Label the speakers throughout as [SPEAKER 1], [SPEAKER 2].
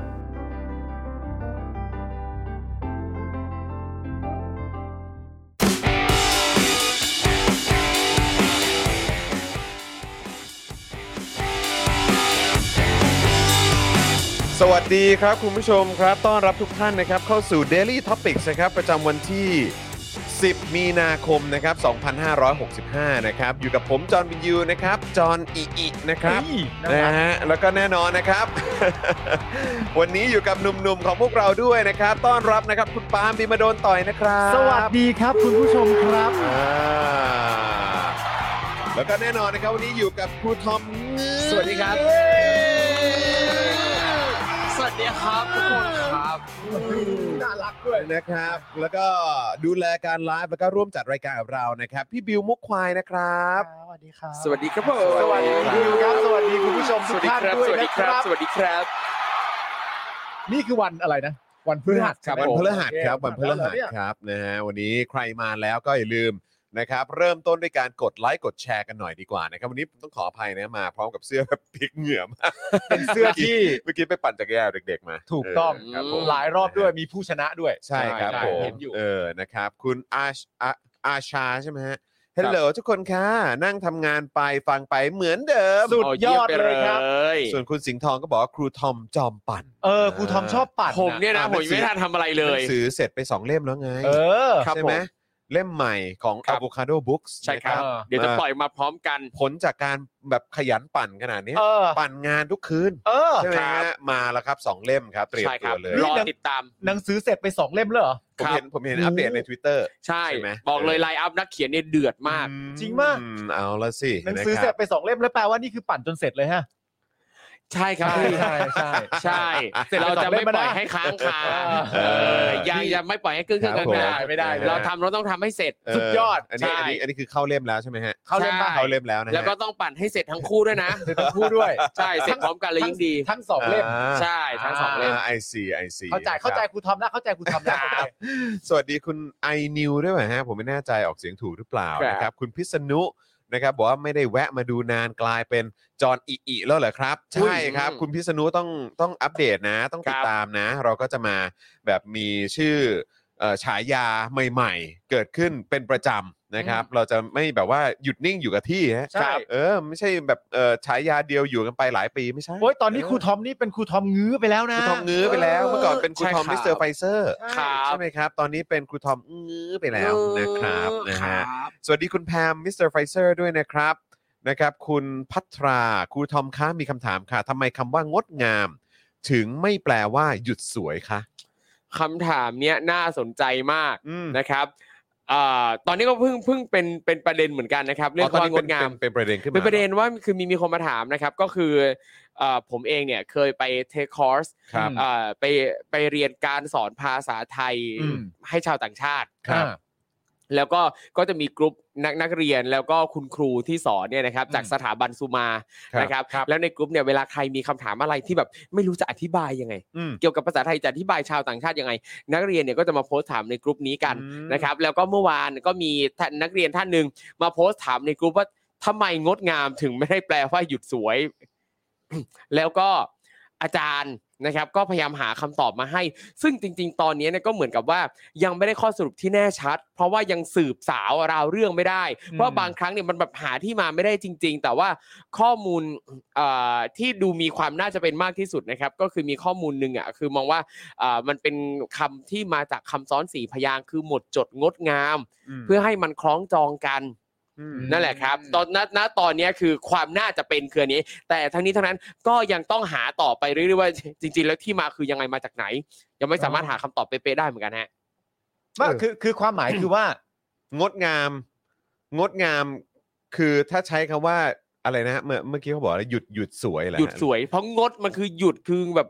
[SPEAKER 1] สวัสดีครับคุณผู้ชมครับ ต้อนรับทุกท่านนะครับเข้าสู่ Daily Topics นะครับประจำวันที่ 10 มีนาคมนะครับ 2565 นะครับ อยู่กับผม จอห์นวินยูนะครับ จอห์นอิอินะครับ นะฮะแล้วก็แน่นอนนะครับ วันนี้อยู่กับหนุ่มๆของพวกเราด้วยนะครับ ต้อนรับนะครับคุณปาล์มบิมาโดนต่อยนะครับ
[SPEAKER 2] สวัสดีครับคุณผู้ชมครับ
[SPEAKER 1] อ่าแล้วก็แน่นอนนะครับวันนี้อยู่กับครูทอม
[SPEAKER 3] สวัสดีครับ สวัสดีครับทุกคนครับ
[SPEAKER 1] น่ารักด้วยนะครับ แล้วก็ดูแลการไลฟ์แล้วก็ร่วมจัดรายการกับเรานะครับ พี่บิวมุกควายนะครับ
[SPEAKER 2] สวัสดีครับ
[SPEAKER 3] สวัสดีครับผม
[SPEAKER 2] สวัสดีคุณผู้ชมครับสวัสดีคุณผู้ชมทุก
[SPEAKER 3] สวัสดี
[SPEAKER 2] ท่าน
[SPEAKER 3] ครับ
[SPEAKER 2] ด้ว
[SPEAKER 3] ส
[SPEAKER 2] ย
[SPEAKER 3] วัสดี
[SPEAKER 2] นะ
[SPEAKER 3] ค
[SPEAKER 2] ค
[SPEAKER 3] รั
[SPEAKER 2] รับ บ
[SPEAKER 3] สวัสดีครับ
[SPEAKER 2] นี่คือวันอะไรนะ วันพฤหัส
[SPEAKER 3] ครับ
[SPEAKER 1] วัน
[SPEAKER 2] ผม
[SPEAKER 1] พฤหัสครับ
[SPEAKER 2] โอเ
[SPEAKER 1] วันพฤหัส
[SPEAKER 2] เนี่ย
[SPEAKER 1] ครับนะฮะวันนี้ใครมาแล้วก็อย่าลืมนะครับเริ่มต้นด้วยการกดไลค์กดแชร์กันหน่อยดีกว่านะครับวันนี้ผมต้องขออภัยนะมาพร้อมกับเสื้อแบบพิกเหงื่อมาก
[SPEAKER 2] เป็นเสื้อที่
[SPEAKER 1] เมื่อกี้ไปปั่นจักรยานกับเด็กๆมา
[SPEAKER 2] ถูกต้อง
[SPEAKER 1] เครับผม
[SPEAKER 2] หลายรอบด้วยมีผู้ชนะด้วย
[SPEAKER 1] ใช่ครับผ
[SPEAKER 2] เห็
[SPEAKER 1] ม
[SPEAKER 2] นอยู่
[SPEAKER 1] เออนะครับคุณอาชอาอาชาใช่ไหมฮะเฮลโหลทุกคนค่ะนั่งทำงานไปฟังไปเหมือนเดิม
[SPEAKER 2] สุดยอดเลยครับ
[SPEAKER 3] ย
[SPEAKER 1] ส่วนคุณสิงห์ทองก็บอกว่าครูทอมจอมปั่น
[SPEAKER 2] เออครูทอมชอบปั่น
[SPEAKER 3] ผมเนี่ยนะ ผมยังไม่ทันทำอะไรเล
[SPEAKER 1] หนั
[SPEAKER 3] ย
[SPEAKER 1] งสือเสร็จไปสองเล่มแล้วไง
[SPEAKER 2] เออ
[SPEAKER 3] ครับ
[SPEAKER 1] ใช่ไหม
[SPEAKER 3] ผม
[SPEAKER 1] เล่มใหม่ของ
[SPEAKER 3] ครับ
[SPEAKER 1] Avocado Books
[SPEAKER 3] ใช่ครับ
[SPEAKER 1] นะ
[SPEAKER 2] เออ
[SPEAKER 3] เดี๋ยวจะปล่อยมาพร้อมกัน
[SPEAKER 1] ผลจากการแบบขยันปั่นขนาดเนี้ย
[SPEAKER 2] เออ
[SPEAKER 1] ปั่นงานทุกคืน
[SPEAKER 2] เออ
[SPEAKER 1] ใช่ไหม
[SPEAKER 3] ครับ
[SPEAKER 1] ฮะมาแล้วครับสองเล่มครับ เตรียม
[SPEAKER 3] ใช่ค
[SPEAKER 1] ตั
[SPEAKER 3] รั
[SPEAKER 1] ว
[SPEAKER 3] บ
[SPEAKER 1] เลย
[SPEAKER 2] นี่
[SPEAKER 3] รอติดตาม
[SPEAKER 2] หนังสือเสร็จไปสองเล่มเลยเหรอ
[SPEAKER 1] ผมเห็นผมเห็นอัปเดตใน Twitter
[SPEAKER 3] ใช่
[SPEAKER 1] ใช่ไหม
[SPEAKER 3] บอกเลยไลน์อัพนักเขียนเนี่ยเดือดมาก
[SPEAKER 1] อื
[SPEAKER 2] จริงปะ
[SPEAKER 1] เอาละสิ
[SPEAKER 2] หนังสือเสร็จไปสองเล่มแล้วแปลว่านี่คือปั่นจนเสร็จเลยฮะ
[SPEAKER 3] ใช่ครับ
[SPEAKER 2] ใช่
[SPEAKER 3] ใช่
[SPEAKER 2] เสร็จไป
[SPEAKER 3] เราจะ
[SPEAKER 2] สอง
[SPEAKER 3] ไม่
[SPEAKER 2] เล่ม
[SPEAKER 3] ปล่อย
[SPEAKER 2] แล้วนะ
[SPEAKER 3] ให้ค้างคา
[SPEAKER 2] เออ
[SPEAKER 3] เออยังจะไม่ปล่อยให้ครึ่งครึ่ง
[SPEAKER 1] ครับผม
[SPEAKER 3] กลาง
[SPEAKER 2] ไม่ได้ไม่ได้
[SPEAKER 3] ๆเราทำเราต้องทำให้เสร็จ
[SPEAKER 1] เอ
[SPEAKER 2] สุดยอด
[SPEAKER 1] อันนี้
[SPEAKER 3] ใช่
[SPEAKER 1] อันนี้อันนี้คือเข้าเล่มแล้วใช่ไหมฮะ
[SPEAKER 3] เข้าเล่มบ้าง
[SPEAKER 1] เข้าเล่มแล้วนะฮะ
[SPEAKER 3] แล้วก็ต้องปั่นให้เสร็จทั้งคู่ด้วยนะ
[SPEAKER 2] เสร็จทั้งคู่ด้วย
[SPEAKER 3] ใช่ เสร็จพร้อมกันเลยยิ่งดี
[SPEAKER 2] ทั้งสองเล่ม
[SPEAKER 1] อ่า
[SPEAKER 3] ใช่ทั้งสองเล่ม
[SPEAKER 1] า I see I see
[SPEAKER 2] เข้าใจเข้าใจครูทอมนะเข้าใจครูทอมนะโอเค
[SPEAKER 1] สวัสดีคุณไอนิวด้วยไหมฮะ ผมไม่แน่ใจออกเสียงถูกหรือเปล่า
[SPEAKER 3] ครับ
[SPEAKER 1] นะครับคุณพิษณุนะครับบอกว่าไม่ได้แวะมาดูนานกลายเป็นจอนอิอิแล้วเหรอครับ ใช่ครับ คุณพิษณุต้องต้องอัปเดตนะ ต้องติดตามนะ เราก็จะมาแบบมีชื่อเอ่อฉายาใหม่ๆ เกิดขึ้นเป็นประจำนะครับ เราจะไม่แบบว่าหยุดนิ่งอยู่กับที่ฮะ
[SPEAKER 2] ใช่
[SPEAKER 1] ครับเออไม่ใช่แบบเอ่อฉายาเดียวอยู่กันไปหลายปีไม่ใช่
[SPEAKER 2] โอ้ยตอนนี้ครูทอมนี่เป็นครูทอมงื้อไปแล้ว
[SPEAKER 1] ค
[SPEAKER 2] นะ
[SPEAKER 1] รูทอมงื้อไปแล้วเมื่อก่อนเป็นครู
[SPEAKER 3] ใช่
[SPEAKER 1] ทอม
[SPEAKER 3] ครับ
[SPEAKER 1] มิสเตอร์ไฟเซอร์
[SPEAKER 3] ครั
[SPEAKER 1] ใช่
[SPEAKER 3] บ
[SPEAKER 1] ไหมครับ ตอนนี้เป็นครูทอมงื้อไปแล้วนะครับนะฮะ
[SPEAKER 3] ครับ
[SPEAKER 1] สวัสดีคุณแพมมิสเตอร์ไฟเซอร์ด้วยนะครับนะครับคุณพัทราครูทอมคะมีคำถามค่ะทำไมคำว่างดงาม ถึงไม่แปลว่าหยุดสวยคะ
[SPEAKER 3] คำถามเนี้ยน่าสนใจมาก
[SPEAKER 1] อืม
[SPEAKER 3] นะครับอ่าตอนนี้ก็เพิ่งเพิ่งเป็นเป็นประเด็นเหมือนกันนะครับ เรื่อง
[SPEAKER 1] ต
[SPEAKER 3] ค
[SPEAKER 1] อน
[SPEAKER 3] วาม
[SPEAKER 1] นี้
[SPEAKER 3] ง
[SPEAKER 1] เป็
[SPEAKER 3] ด
[SPEAKER 1] น
[SPEAKER 3] งาม
[SPEAKER 1] เป็นเป็นประเด็นขึ้นมา
[SPEAKER 3] เป็นประเด็นว่าคือมีมีคนมาถามนะครับ ก็คืออ่าผมเองเนี่ยเคยไปเทคคอร์ส
[SPEAKER 1] ครับ
[SPEAKER 2] อืม
[SPEAKER 3] อ่าไปไปเรียนการสอนภาษาไทย
[SPEAKER 1] อืม
[SPEAKER 3] ให้ชาวต่างชาติ
[SPEAKER 1] ครับ
[SPEAKER 3] แล้วก็ก็จะมีกลุ่มนักนักเรียนแล้วก็คุณครูที่สอนเนี่ยนะครับ
[SPEAKER 2] อืม
[SPEAKER 3] จากสถาบันสุมา
[SPEAKER 1] ครับ
[SPEAKER 3] นะครับ
[SPEAKER 2] ครับ
[SPEAKER 3] แล้วในกลุ่มเนี่ยเวลาใครมีคำถามอะไรที่แบบไม่รู้จะอธิบายยังไง
[SPEAKER 1] อืม
[SPEAKER 3] เกี่ยวกับภาษาไทยจะอธิบายชาวต่างชาติยังไง นักเรียนเนี่ยก็จะมาโพสต์ถามในกลุ่มนี้กัน
[SPEAKER 1] อืม
[SPEAKER 3] นะครับแล้วก็เมื่อวานก็มีท่านนักเรียนท่านหนึ่งมาโพสต์ถามในกลุ่มว่า ทำไมงดงามถึงไม่ได้แปลว่าหยุดสวย แล้วก็อาจารย์นะครับ ก็พยายามหาคำตอบมาให้ ซึ่งจริง ๆ ตอนนี้เนี่ยก็เหมือนกับว่ายังไม่ได้ข้อสรุปที่แน่ชัด เพราะว่ายังสืบสาวราวเรื่องไม่ได้ เพราะบางครั้งเนี่ยมันแบบหาที่มาไม่ได้จริง ๆ แต่ว่าข้อมูลเอ่อที่ดูมีความน่าจะเป็นมากที่สุดนะครับ ก็คือมีข้อมูลหนึ่งอ่ะคือมองว่าเอ่อมันเป็นคำที่มาจากคำซ้อนสีพยางค์คือหมดจดงดงาม เพื่อให้มันคล้องจองกัน นั่นแหละครับ ตอนนั้นณตอนเนี้ยคือความน่าจะเป็นคืออันนี้ แต่ทั้งนี้ทั้งนั้นก็ยังต้องหาต่อไปเรื่อยๆว่าจริง ๆ แล้วที่มาคือยังไงมาจากไหน ยังไม่สามารถหาคำตอบเป๊ะๆได้เหมือนกันฮะ
[SPEAKER 1] ว่าคือคือความหมายคือว่า งดงาม งดงาม คือถ้าใช้คำว่าอะไรนะฮะเมื่อเมื่อกี้เขาบอกอะไรหยุดหยุดสวยเหรอฮะ
[SPEAKER 3] หยุดสวย เพราะงดมันคือหยุดคือแบบ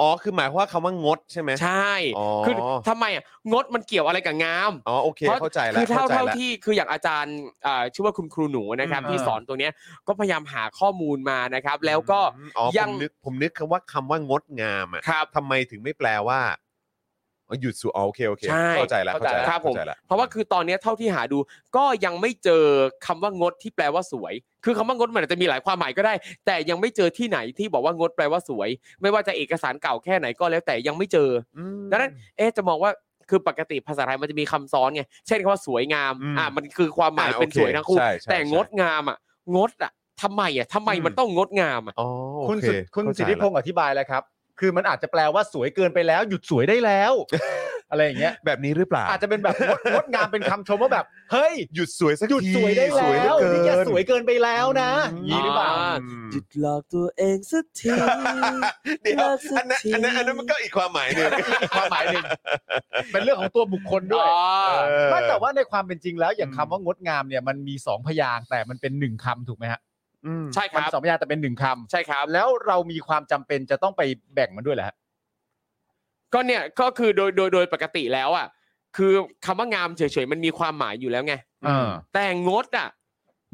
[SPEAKER 1] อ๋อคือหมายความว่าคำว่างดใช่ไหม
[SPEAKER 3] ใช่
[SPEAKER 1] อ๋อ
[SPEAKER 3] คือทำไมอ่ะงดมันเกี่ยวอะไรกับงาม
[SPEAKER 1] อ๋อโอเค
[SPEAKER 3] เพราะ
[SPEAKER 1] เข้าใจแล้ว
[SPEAKER 3] คือเท่า
[SPEAKER 1] ใจ
[SPEAKER 3] เท่า
[SPEAKER 1] แล้ว
[SPEAKER 3] ที่คืออย่างอาจารย์อ่าชื่อว่าคุณครูหนูนะครับ
[SPEAKER 2] อืม
[SPEAKER 3] ที่สอนตัวเนี้ยก็พยายามหาข้อมูลมานะครับ แล้วก็
[SPEAKER 1] อืมอ๋อ
[SPEAKER 3] ยั
[SPEAKER 1] ผ
[SPEAKER 3] ง
[SPEAKER 1] มนึกผมนึกคำว่าคำว่างดงามอ่ะ
[SPEAKER 3] ครับ
[SPEAKER 1] ทำไมถึงไม่แปลว่าอ๋อหยุดสู่อ๋อโอเคโอเค
[SPEAKER 3] ใช่
[SPEAKER 1] เข้าใจแล้วเข้าใจแล้ว
[SPEAKER 3] ครับผม
[SPEAKER 1] เข้าใจแล้ว
[SPEAKER 3] เพราะว่าคือตอนเนี้ยเท่าที่หาดูก็ยังไม่เจอคำว่างดที่แปลว่าสวย คือคำว่างดมันอาจจะมีหลายความหมายก็ได้ แต่ยังไม่เจอที่ไหนที่บอกว่างดแปลว่าสวย ไม่ว่าจะเอกสารเก่าแค่ไหนก็แล้วแต่ยังไม่เจอ
[SPEAKER 1] ม
[SPEAKER 3] ดังนั้น เอ๊ะจะมองว่าคือปกติภาษาไทยมันจะมีคำซ้อนไงเช่นคำว่าสวยงาม
[SPEAKER 1] อืม
[SPEAKER 3] อ่ะมันคือความหมาย
[SPEAKER 1] อ่ะ
[SPEAKER 3] เป็น
[SPEAKER 1] โอเค
[SPEAKER 3] สวยทั้งคู่
[SPEAKER 1] ใช่ใช่
[SPEAKER 3] แต่
[SPEAKER 1] ใช่
[SPEAKER 3] งดงามอ่ะงดอ่ะทำไมอ่ะทำไมมันต้องงดงามอ่ะ
[SPEAKER 1] อ๋อโอ
[SPEAKER 2] คุณ
[SPEAKER 1] เ
[SPEAKER 2] สุดคุณ
[SPEAKER 1] เข้าใจ
[SPEAKER 2] สิทธิพงศ์อธิบายแล้วครับ คือมันอาจจะแปลว่าสวยเกินไปแล้ว หยุดสวยได้แล้ว อะไรอย่างเงี้ย
[SPEAKER 1] แบบนี้หรือเปล่า
[SPEAKER 2] อาจจะเป็นแบบงดงดงามเป็นคำชมว่าแบบ เฮ้ย
[SPEAKER 1] หยุดสวยสัก
[SPEAKER 2] หยุด
[SPEAKER 1] ที
[SPEAKER 2] สวยได้
[SPEAKER 1] สวยเห
[SPEAKER 2] แล้
[SPEAKER 1] อ
[SPEAKER 2] ว
[SPEAKER 1] เกิ
[SPEAKER 2] นี่แก
[SPEAKER 1] น
[SPEAKER 2] สวยเกินไปแล้วนะอย่างนี้หรือเปล่า
[SPEAKER 3] อ่า
[SPEAKER 1] อืม
[SPEAKER 4] หยุดหลอกตัวเองสักที
[SPEAKER 1] เดี๋ยว
[SPEAKER 4] เลิกสัก
[SPEAKER 1] อันนั้น
[SPEAKER 4] ที
[SPEAKER 1] อันนั้นอันนั้นมันก็อีกความหมายหนึ่ง
[SPEAKER 2] ความหมายหนึ่งเป็นเรื่องของตัวบุคคลด้วย
[SPEAKER 3] อ๋อ
[SPEAKER 2] ไม่แต่ว่าในความเป็นจริงแล้วอย่างคำว่างดงามเนี่ยมันมีสองพยางค์แต่มันเป็นหนึ่งคำถูกไหมฮะ
[SPEAKER 1] อืม
[SPEAKER 3] ใช่ค
[SPEAKER 2] มัน
[SPEAKER 3] รับ
[SPEAKER 2] สองพยางค์แต่เป็นหนึ่งคำ
[SPEAKER 3] ใช่ครับ
[SPEAKER 2] แล้วเรามีความจำเป็นจะต้องไปแบ่งมันด้วยแหละ
[SPEAKER 3] ก็เนี่ยก็คือโดยโดยโดยปกติแล้วอ่ะคือคำว่างามเฉยๆมันมีความหมายอยู่แล้วไงแต่งดอ่ะ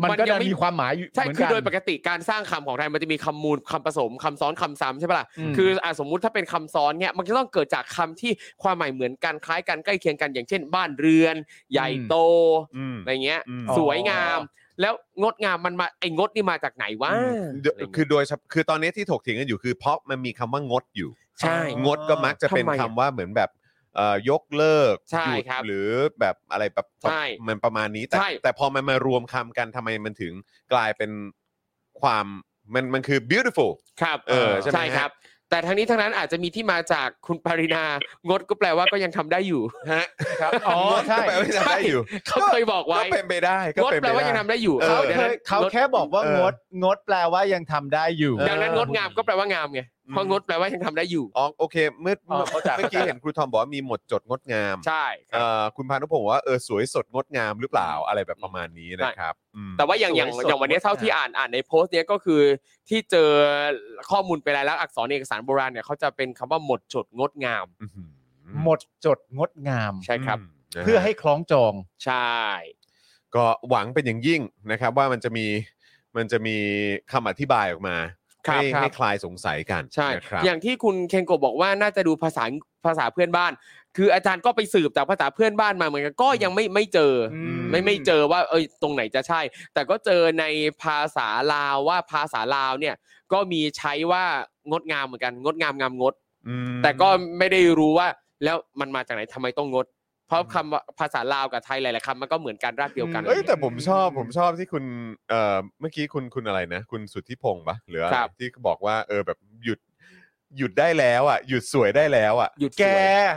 [SPEAKER 2] มันก็
[SPEAKER 3] มันยั
[SPEAKER 2] จะ
[SPEAKER 3] งไม่
[SPEAKER 2] มีความหมายอยู่
[SPEAKER 3] ใช่
[SPEAKER 2] เหมืน
[SPEAKER 3] คือโดยป
[SPEAKER 2] น
[SPEAKER 3] กติการสร้างคำของไทยมันจะมีคำมูลคำผสมคำซ้อนคำซ้ำใช่ปะล่ะ
[SPEAKER 2] อืม
[SPEAKER 3] คืออ่ะสมมุติถ้าเป็นคำซ้อนเนี่ยมันก็ต้องเกิดจากคำที่ความหมายเหมือนกันคล้ายกันใกล้เคียงกันอย่างเช่น บ้านเรือน ใหญ่โต
[SPEAKER 1] อืม
[SPEAKER 3] อะไรเงี้ย
[SPEAKER 1] อืม
[SPEAKER 3] สวยงาม แล้วงดงามมันมาไอ้งดนี่มาจากไหนวะ
[SPEAKER 1] เดี๋ยวคือโดยเฉพาะคือตอนนี้ที่ถกเถียงกันอยู่คือเพราะมันมีคำว่างดอยู่
[SPEAKER 3] ใช่
[SPEAKER 1] งดก็มักจะเป็น
[SPEAKER 3] ทำไมอะ
[SPEAKER 1] คำว่าเหมือนแบบเอ่อยกเลิก
[SPEAKER 3] ใช่
[SPEAKER 1] หยุด
[SPEAKER 3] ครับ
[SPEAKER 1] หรือแบบอะไรแบบ
[SPEAKER 3] ใช่
[SPEAKER 1] มันประมาณนี้แต่
[SPEAKER 3] ใช่
[SPEAKER 1] แต่พอมันมารวมคำกันทำไมมันถึงกลายเป็นความมันมันคือ beautiful
[SPEAKER 3] ครับ
[SPEAKER 1] เออใช่ไหมฮะ
[SPEAKER 3] ครับ แต่ทั้งนี้ทั้งนั้นอาจจะมีที่มาจากคุณปรินา งดก็แปลว่าก็ยังทำได้อยู่
[SPEAKER 1] ฮะ
[SPEAKER 2] ครับอ๋อใช่
[SPEAKER 1] ก็แปลว่ายังทำได้อยู่
[SPEAKER 3] เขาเคยบอกไว้
[SPEAKER 1] ก็เป็นไปได้ก็
[SPEAKER 3] งด
[SPEAKER 1] เป็น
[SPEAKER 3] แป
[SPEAKER 1] ไป
[SPEAKER 3] ลว่ายัง
[SPEAKER 1] ได้
[SPEAKER 3] ทำได้อยู่
[SPEAKER 1] เออ
[SPEAKER 2] เขาเค
[SPEAKER 3] ดังนั้น
[SPEAKER 2] ยเขาแค่บอกว่า
[SPEAKER 1] เออ
[SPEAKER 2] งด งดแปลว่ายังทำได้อยู่
[SPEAKER 3] ดังนั้นงดงามก็แปลว่างามไงเพราะงดแปลว่ายังทำได้อยู่
[SPEAKER 1] อ๋อโอเคเมื่อ
[SPEAKER 2] อ๋อเข้าใจ
[SPEAKER 1] เมื่อกี้เห็นครูทอมบอกว่ามีหมดจดงดงาม
[SPEAKER 3] ใช่ครับ
[SPEAKER 1] เอ่อคุณพานุพงศ์บอกว่าเออสวยสดงดงามหรือเปล่าอะไรแบบประมาณนี้นะครับอืม
[SPEAKER 3] แต่ว่าอย่างอย่าง
[SPEAKER 1] สวยสด
[SPEAKER 3] อย่างวันเนี้ย
[SPEAKER 1] งดงาม
[SPEAKER 3] เท่าที่อ่านอ่านในโพสต์เนี้ยก็คือ ที่เจอข้อมูลเป็นลายลักษณ์อักษรในเอกสารโบราณเนี่ยเขาจะเป็นคำว่าหมดจดงดงาม
[SPEAKER 1] อื้อหือ
[SPEAKER 2] หมดจดงดงาม
[SPEAKER 3] ใช่ครับ
[SPEAKER 1] นะฮะ
[SPEAKER 2] เพื่อให้คล้องจอง
[SPEAKER 3] ใช่
[SPEAKER 1] ก็หวังเป็นอย่างยิ่งนะครับว่ามันจะมีมันจะมีคำอธิบายออกมา
[SPEAKER 3] ครับ
[SPEAKER 1] ให้
[SPEAKER 3] ครับ
[SPEAKER 1] ให้คลายสงสัยกัน
[SPEAKER 3] ใช่
[SPEAKER 1] นะครับ
[SPEAKER 3] อย่างที่คุณเคนโกะบอกว่าน่าจะดูภาษาภาษาเพื่อนบ้าน คืออาจารย์ก็ไปสืบจากภาษาเพื่อนบ้านมาเหมือนกันก็ยังไม่ไม่เจออ
[SPEAKER 2] ม
[SPEAKER 3] ไม่ไม่เจอว่าเอ้ยตรงไหนจะใช่ แต่ก็เจอในภาษาลาวว่าภาษาลาวเนี่ยก็มีใช้ว่างดงามเหมือนกันงดงามงามงด
[SPEAKER 1] อืม
[SPEAKER 3] แต่ก็ไม่ได้รู้ว่าแล้วมันมาจากไหนทำไมต้องงด เพราะคำว่าภาษาลาวกับไทยหลายๆคำมันก็เหมือนกันรากเดียวกัน
[SPEAKER 1] เอ้ย
[SPEAKER 3] อะไร
[SPEAKER 1] แต่ผมชอบผมชอบที่คุณเอ่อเมื่อกี้คุณคุณอะไรนะ คุณสุทธิพงศ์ปะหรืออะไร
[SPEAKER 3] ครับ
[SPEAKER 1] ที่บอกว่าเออแบบหยุดหยุดได้แล้วอ่ะหยุดสวยได้แล้วอ่ะ
[SPEAKER 3] หยุด
[SPEAKER 2] แก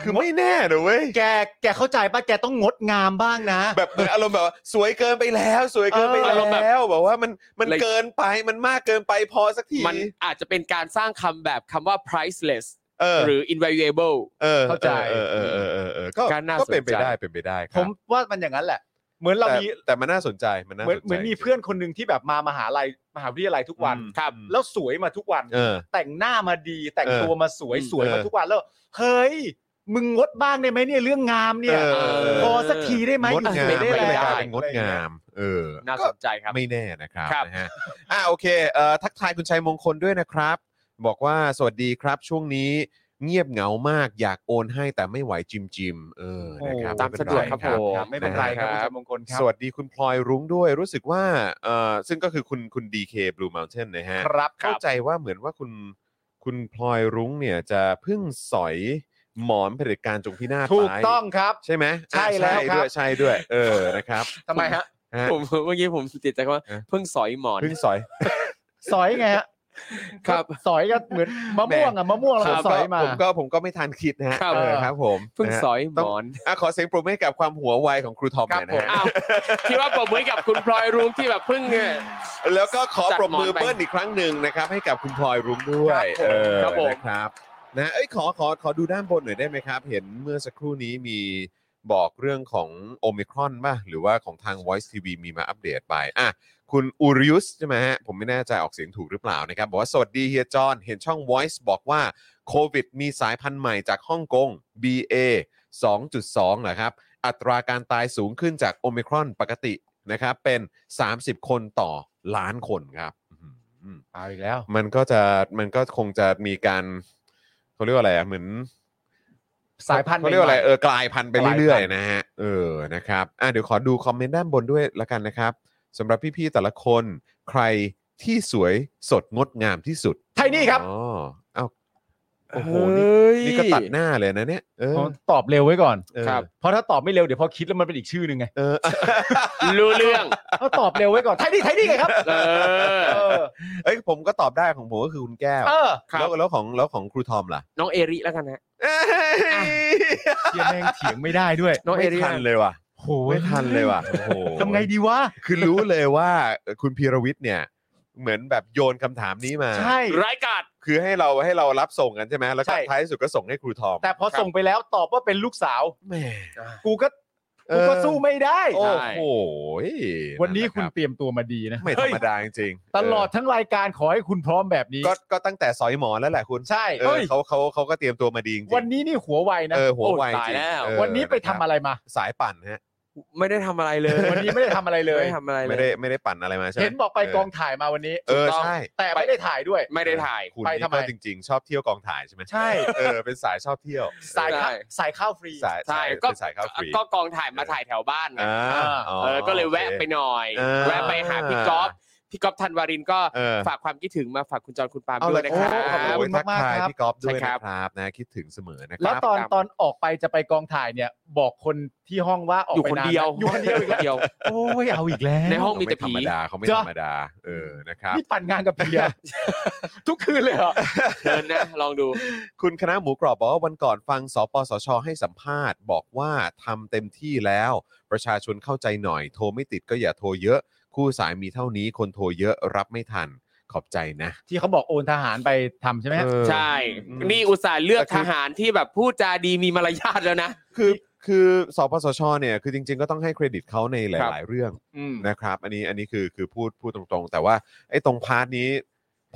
[SPEAKER 1] คือไม่แน่นะเว้ย
[SPEAKER 2] แกแกเข้าใจป่ะแกต้องงดงามบ้างนะ
[SPEAKER 1] แบบเหมือนอารมณ์แบบว่าสวยเกินไปแล้ว สวยเกินไป
[SPEAKER 3] เอออารมณ์แบบ
[SPEAKER 1] แล้วบอกว่ามันมัน
[SPEAKER 3] เลย
[SPEAKER 1] เกินไปมันมากเกินไปพอสักที
[SPEAKER 3] มันอาจจะเป็นการสร้างคำแบบคำว่า priceless
[SPEAKER 1] เออ
[SPEAKER 3] หรือ invaluable
[SPEAKER 1] เออ
[SPEAKER 2] เข้าใจ
[SPEAKER 1] เออเออเออเออเออก็
[SPEAKER 3] ก็น่า
[SPEAKER 1] ก็เป็นไป
[SPEAKER 3] สนใจ
[SPEAKER 1] ได้เป็นไปได้ค
[SPEAKER 2] ผ
[SPEAKER 1] รับ
[SPEAKER 2] มว่ามันอย่างนั้นแหละ เหมือนเรา
[SPEAKER 1] แต่
[SPEAKER 2] มี
[SPEAKER 1] แต่มันน่าสนใจมันน่า
[SPEAKER 2] เหมือน
[SPEAKER 1] สใจ
[SPEAKER 2] เหมือนมีเพื่อนคนหนึ่งที่แบบมามหาลัยมหาวิทยาลัยทุกวัน
[SPEAKER 1] อืม
[SPEAKER 3] ครับ
[SPEAKER 1] อืม
[SPEAKER 2] แล้วสวยมาทุกวัน
[SPEAKER 1] เออ
[SPEAKER 2] แต่งหน้ามาดีแต่ง
[SPEAKER 1] เออ
[SPEAKER 2] ตัวมาสวย
[SPEAKER 3] อืม
[SPEAKER 2] สวยมา
[SPEAKER 1] เออ
[SPEAKER 2] ทุกวันแล้ว เฮ้ย มึงงดบ้างได้ไหมเนี่ยเรื่องงามเนี่ย
[SPEAKER 1] ออ
[SPEAKER 2] พอสักทีได้ไหม
[SPEAKER 1] งดงาม
[SPEAKER 2] อยู่
[SPEAKER 1] มันก็เล
[SPEAKER 2] เฉยๆได้
[SPEAKER 1] ย
[SPEAKER 2] แล้ว
[SPEAKER 1] กลายเป็นงดงามเออ
[SPEAKER 3] น่าสนใจครับ
[SPEAKER 1] ไม่แน่นะครับ
[SPEAKER 3] ครับ
[SPEAKER 1] นะฮะอ่ะโอเคเอ่อทักทายคุณชัยมงคลด้วยนะครับ บอกว่าสวัสดีครับช่วงนี้ เงียบเหงามากอยากโอนให้แต่ไม่ไหวจิมจิมๆเออนะครับ
[SPEAKER 3] โอ้ตาม
[SPEAKER 1] ไเป็
[SPEAKER 3] สะ
[SPEAKER 1] น
[SPEAKER 3] ดวก
[SPEAKER 1] ไ
[SPEAKER 3] ครับผม
[SPEAKER 2] ไม่เป็นไรครับคุณชัยมงคลครั
[SPEAKER 1] สวัสดีคุณพลอยรุ้งด้วยรู้สึกว่าเอ่อซึ่งก็คือคุณคุณ DK Blue Mountain นะฮะ
[SPEAKER 2] ครับ
[SPEAKER 1] เข้าใจว่าเหมือนว่าคุณคุณพลอยรุ้งเนี่ยจะเพึ่งสอยหมอนเผด็จการจงพินาศ
[SPEAKER 2] ถูก
[SPEAKER 1] ไป
[SPEAKER 2] ต้องครับ
[SPEAKER 1] ใช่ไหม
[SPEAKER 2] ใช่
[SPEAKER 1] อ่ะ
[SPEAKER 2] แล้วครับ
[SPEAKER 1] ด้วยใช่ด้วย เออนะครับ
[SPEAKER 2] ทำไมฮะ
[SPEAKER 1] ฮะ
[SPEAKER 3] ผมเมื่อกี้ผมติดใจว่า
[SPEAKER 1] เออ
[SPEAKER 3] เพิ่งสอยหมอน
[SPEAKER 1] เพึ่งสอย
[SPEAKER 2] สอยไงฮะ
[SPEAKER 3] ครับ
[SPEAKER 2] สอยก็เหมือนมะม่วงอะมะม่วงเรา
[SPEAKER 1] ครับ
[SPEAKER 2] สอยมา
[SPEAKER 1] ผมก็ผมก็ไม่ทันคิดนะฮะ
[SPEAKER 3] ครับ
[SPEAKER 1] เออครับผม
[SPEAKER 3] เพิ่ง
[SPEAKER 1] นะฮะ
[SPEAKER 3] สอยหมอน
[SPEAKER 1] อ่ะขอเสียงปรบมือให้กับความหัวไวของครูทอมหน่อยนะ
[SPEAKER 3] อ้า
[SPEAKER 1] ฮะ
[SPEAKER 3] ว คิดว่าปรบมือให้กับคุณพลอยรุ้งที่แบบเพิ่งเนี่ย
[SPEAKER 1] แล้วก็ขอปรบมือ
[SPEAKER 3] จัดหมอนไป
[SPEAKER 1] เบิ้ลอีกครั้งหนึ่งนะครับ ให้กับคุณพลอยรุ้งด้วย
[SPEAKER 3] ครับผม
[SPEAKER 1] เออ
[SPEAKER 3] ครับผม
[SPEAKER 1] นะครับนะเอ้ยขอขอขอดูด้านบนหน่อยได้ไหมครับ เห็นเมื่อสักครู่นี้มีบอกเรื่องของโอมิครอนป่ะหรือว่าของทาง Voice TV มีมาอัปเดตไปอ่ะคุณอูริอุสใช่ไหมฮะผมไม่แน่ใจออกเสียงถูกหรือเปล่านะครับบอกว่าสวัสดีเฮียจอนเห็นช่อง Voice บอกว่าโควิดมีสายพันธุ์ใหม่จากฮ่องกง BA 2.2เหรอครับ อัตราการตายสูงขึ้นจากโอมิครอนปกตินะครับเป็น 30 คนต่อล้านคนครับอืม
[SPEAKER 2] เอาอีกแล้ว
[SPEAKER 1] มันก็จะมันก็คงจะมีการเขาเรียกว่าอะไรอ่ะเหมือน
[SPEAKER 2] สายพันธุ์
[SPEAKER 1] เขาเรียกว่าอะไร
[SPEAKER 2] ใหม่ๆ
[SPEAKER 1] เออกลายพันธุ์ไปเรื่อยๆนะฮะเออนะครับอ่ะเดี๋ยวขอดูคอมเมนต์ด้านบนด้วยละกันนะครับสำหรับพี่ๆแต่ละคนใครที่สวยสดงดงามที่สุด
[SPEAKER 2] ไทนี่ครับ
[SPEAKER 1] อ๋อเอ้าโอ้โหนี่นี่ก็ตัดหน้าเลยนะเนี่ยเออ
[SPEAKER 2] ผมตอบเร็วไว้ก่อน
[SPEAKER 1] เออ
[SPEAKER 3] ครับ
[SPEAKER 2] เพราะถ้าตอบไม่เร็วเดี๋ยวพอคิดแล้วมันเป็นอีกชื่อหนึ่งไง
[SPEAKER 1] เออ
[SPEAKER 3] รู้เรื่อง
[SPEAKER 2] เอาตอบเร็วไว้ก่อนไทนี่ไทนี่ไงครับ
[SPEAKER 3] เออ
[SPEAKER 2] เออ
[SPEAKER 1] เอ้ยผมก็ตอบได้ของผมก็คือคุณแก้ว
[SPEAKER 2] เออ
[SPEAKER 3] ครับ
[SPEAKER 1] แล้วแล้วของแล้วของครูทอมล่ะ
[SPEAKER 3] น้องเอริแล้วกันนะ
[SPEAKER 2] เชียแม่งเถียงไม่ได้ด้วย
[SPEAKER 3] น้องเอ
[SPEAKER 1] ไม่
[SPEAKER 3] ริ
[SPEAKER 1] ทันเลยว่ะ
[SPEAKER 2] โห
[SPEAKER 1] ไม่ทันเลยว่ะโอ้โห
[SPEAKER 2] ทำไงดีวะ
[SPEAKER 1] คือรู้เลยว่าคุณพีรวิทย์เนี่ย เหมือนแบบโยนคำถามนี้มา
[SPEAKER 2] ใช่
[SPEAKER 3] ร้ายกาด
[SPEAKER 1] คือให้เราให้เรารับส่งกันใช่ไหมแล้วก็
[SPEAKER 2] ใช่
[SPEAKER 1] ท้ายสุดก็ส่งให้ครูทอม
[SPEAKER 2] แต่พอส่งไปแล้วตอบว่าเป็นลูกสาว
[SPEAKER 1] แหม
[SPEAKER 2] กูก็กูก็สู้ไม่ได้
[SPEAKER 1] โอ้
[SPEAKER 3] ใช่
[SPEAKER 1] โห
[SPEAKER 2] วันนี้คุณ
[SPEAKER 1] ะรับ
[SPEAKER 2] เตรียมตัวมาดีนะ
[SPEAKER 1] ไม่ธรรมดาจริงๆ
[SPEAKER 2] ตลอดทั้งรายการขอให้คุณพร้อมแบบนี้
[SPEAKER 1] ก็ก็ตั้งแต่สอยหมอนแล้วแหละคุณ
[SPEAKER 2] ใช่
[SPEAKER 1] เอ
[SPEAKER 2] เฮ้
[SPEAKER 1] อย เขาเขาเขาก็เตรียมตัวมาดีจริงๆ
[SPEAKER 2] วันนี้นี่หัวไวนะ
[SPEAKER 1] เออหัวไวจ
[SPEAKER 3] โอ้ตาย
[SPEAKER 1] ริง
[SPEAKER 3] แล้ว
[SPEAKER 1] เออ
[SPEAKER 2] วันนี้ไปทำอะไรมา
[SPEAKER 1] สายปั่นฮะ
[SPEAKER 3] ไม่ได้ทำอะไรเลย
[SPEAKER 2] วันนี้ไม่ได้ทำอะไรเลย
[SPEAKER 3] ไม่ทำอะไร
[SPEAKER 1] ไม่
[SPEAKER 3] เล
[SPEAKER 1] ได้
[SPEAKER 3] ย
[SPEAKER 1] ไม่ได้ปั่นอะไรมาใช่ไหม
[SPEAKER 2] เห็นบอกไปกองถ่ายมาวันนี้
[SPEAKER 1] เออ
[SPEAKER 3] ถูกต้อง
[SPEAKER 1] ใช่
[SPEAKER 2] แต่ไม่ได้ถ่ายด้วย
[SPEAKER 3] ไม่ได้ถ่าย
[SPEAKER 1] คุณ
[SPEAKER 2] ไป
[SPEAKER 1] นี่
[SPEAKER 2] ทำไม
[SPEAKER 1] ก็จริง ๆ ชอบเที่ยวกองถ่ายใช่ไหม
[SPEAKER 2] ใช่
[SPEAKER 1] เออเป็นสายชอบเที่ยว
[SPEAKER 2] สายข้าว
[SPEAKER 3] ใช่
[SPEAKER 2] สายข้าวฟรี
[SPEAKER 1] สาย
[SPEAKER 3] ใช่
[SPEAKER 1] สาย
[SPEAKER 3] ก็
[SPEAKER 1] เป็นสายข้าวฟรี
[SPEAKER 3] ก็กองถ่ายมาถ่ายแถวบ้านไง
[SPEAKER 1] อ่า
[SPEAKER 3] เออก็เลยแวะไปหน่อย
[SPEAKER 1] เออ
[SPEAKER 3] แวะไปหาพี่ก๊อฟพี่ก๊อฟธันวารินทร์ก็
[SPEAKER 1] เออ
[SPEAKER 3] ฝากความคิดถึงมาฝากคุณจอนคุณปาล์ม
[SPEAKER 1] เอา
[SPEAKER 3] ด้ว
[SPEAKER 1] ละ
[SPEAKER 3] ยนะ
[SPEAKER 1] ค
[SPEAKER 3] ค
[SPEAKER 1] รั
[SPEAKER 3] รั
[SPEAKER 1] บบ ขอบคุณ
[SPEAKER 2] ขอบคุณ
[SPEAKER 1] มาม
[SPEAKER 2] าก กๆ
[SPEAKER 1] ๆ
[SPEAKER 2] ครับ
[SPEAKER 1] พี่ก๊อฟด้วย
[SPEAKER 3] ใช่ครั
[SPEAKER 1] นะ
[SPEAKER 3] บ
[SPEAKER 1] ครับนะคิดถึงเสมอนะค
[SPEAKER 2] แล้
[SPEAKER 1] รั
[SPEAKER 2] ว
[SPEAKER 1] บ
[SPEAKER 2] ตอน
[SPEAKER 3] ครับ
[SPEAKER 2] ตอนออกไปจะไปกองถ่ายเนี่ย บอกคนที่ห้องว่าออก
[SPEAKER 3] อยู่คน
[SPEAKER 2] ไปาน
[SPEAKER 3] เดียว
[SPEAKER 2] ะอยู่คนเดียวอีกแล้ว
[SPEAKER 3] ว
[SPEAKER 2] โอ้ยเอาอีกแล้ว
[SPEAKER 3] ในห้อง
[SPEAKER 1] เขา
[SPEAKER 3] มีแต่
[SPEAKER 1] ไม่ธร
[SPEAKER 3] ผี
[SPEAKER 1] รมดาเขาไม่
[SPEAKER 2] จ้ะ
[SPEAKER 1] ธรรมดาเออนะครับ
[SPEAKER 2] นี่ปั่นงานกับผีอะ ทุกคืนเลยเหรอ
[SPEAKER 3] เดินนะ ลองดู
[SPEAKER 1] คุณคณะหมูกรอบบอกว่าวันก่อนฟังสปสช ให้สัมภาษณ์ บอกว่าทำเต็มที่แล้ว ประชาชนเข้าใจหน่อย โทรไม่ติดก็อย่าโทรเยอะ คู่สายมีเท่านี้คนโทรเยอะรับไม่ทันขอบใจนะ
[SPEAKER 2] ที่เขาบอกโอนทหารไปทำใช่ไหมฮะ
[SPEAKER 3] ใช่ นี่อุตส่าห์เลือก
[SPEAKER 1] แต่คือ
[SPEAKER 3] ทหารที่แบบพูดจาดีมีมารยาทแล้วนะ
[SPEAKER 1] คือคือสปสชเนี่ยคือจริง ๆ ก็ต้องให้เครดิตเขาในห
[SPEAKER 3] ครับ
[SPEAKER 1] ลาย ๆ เรื่อง
[SPEAKER 2] อืม
[SPEAKER 1] นะครับ อันนี้อันนี้คือคือพูดพูดตรงๆ แต่ว่าไอ้ตรงพาร์ทนี้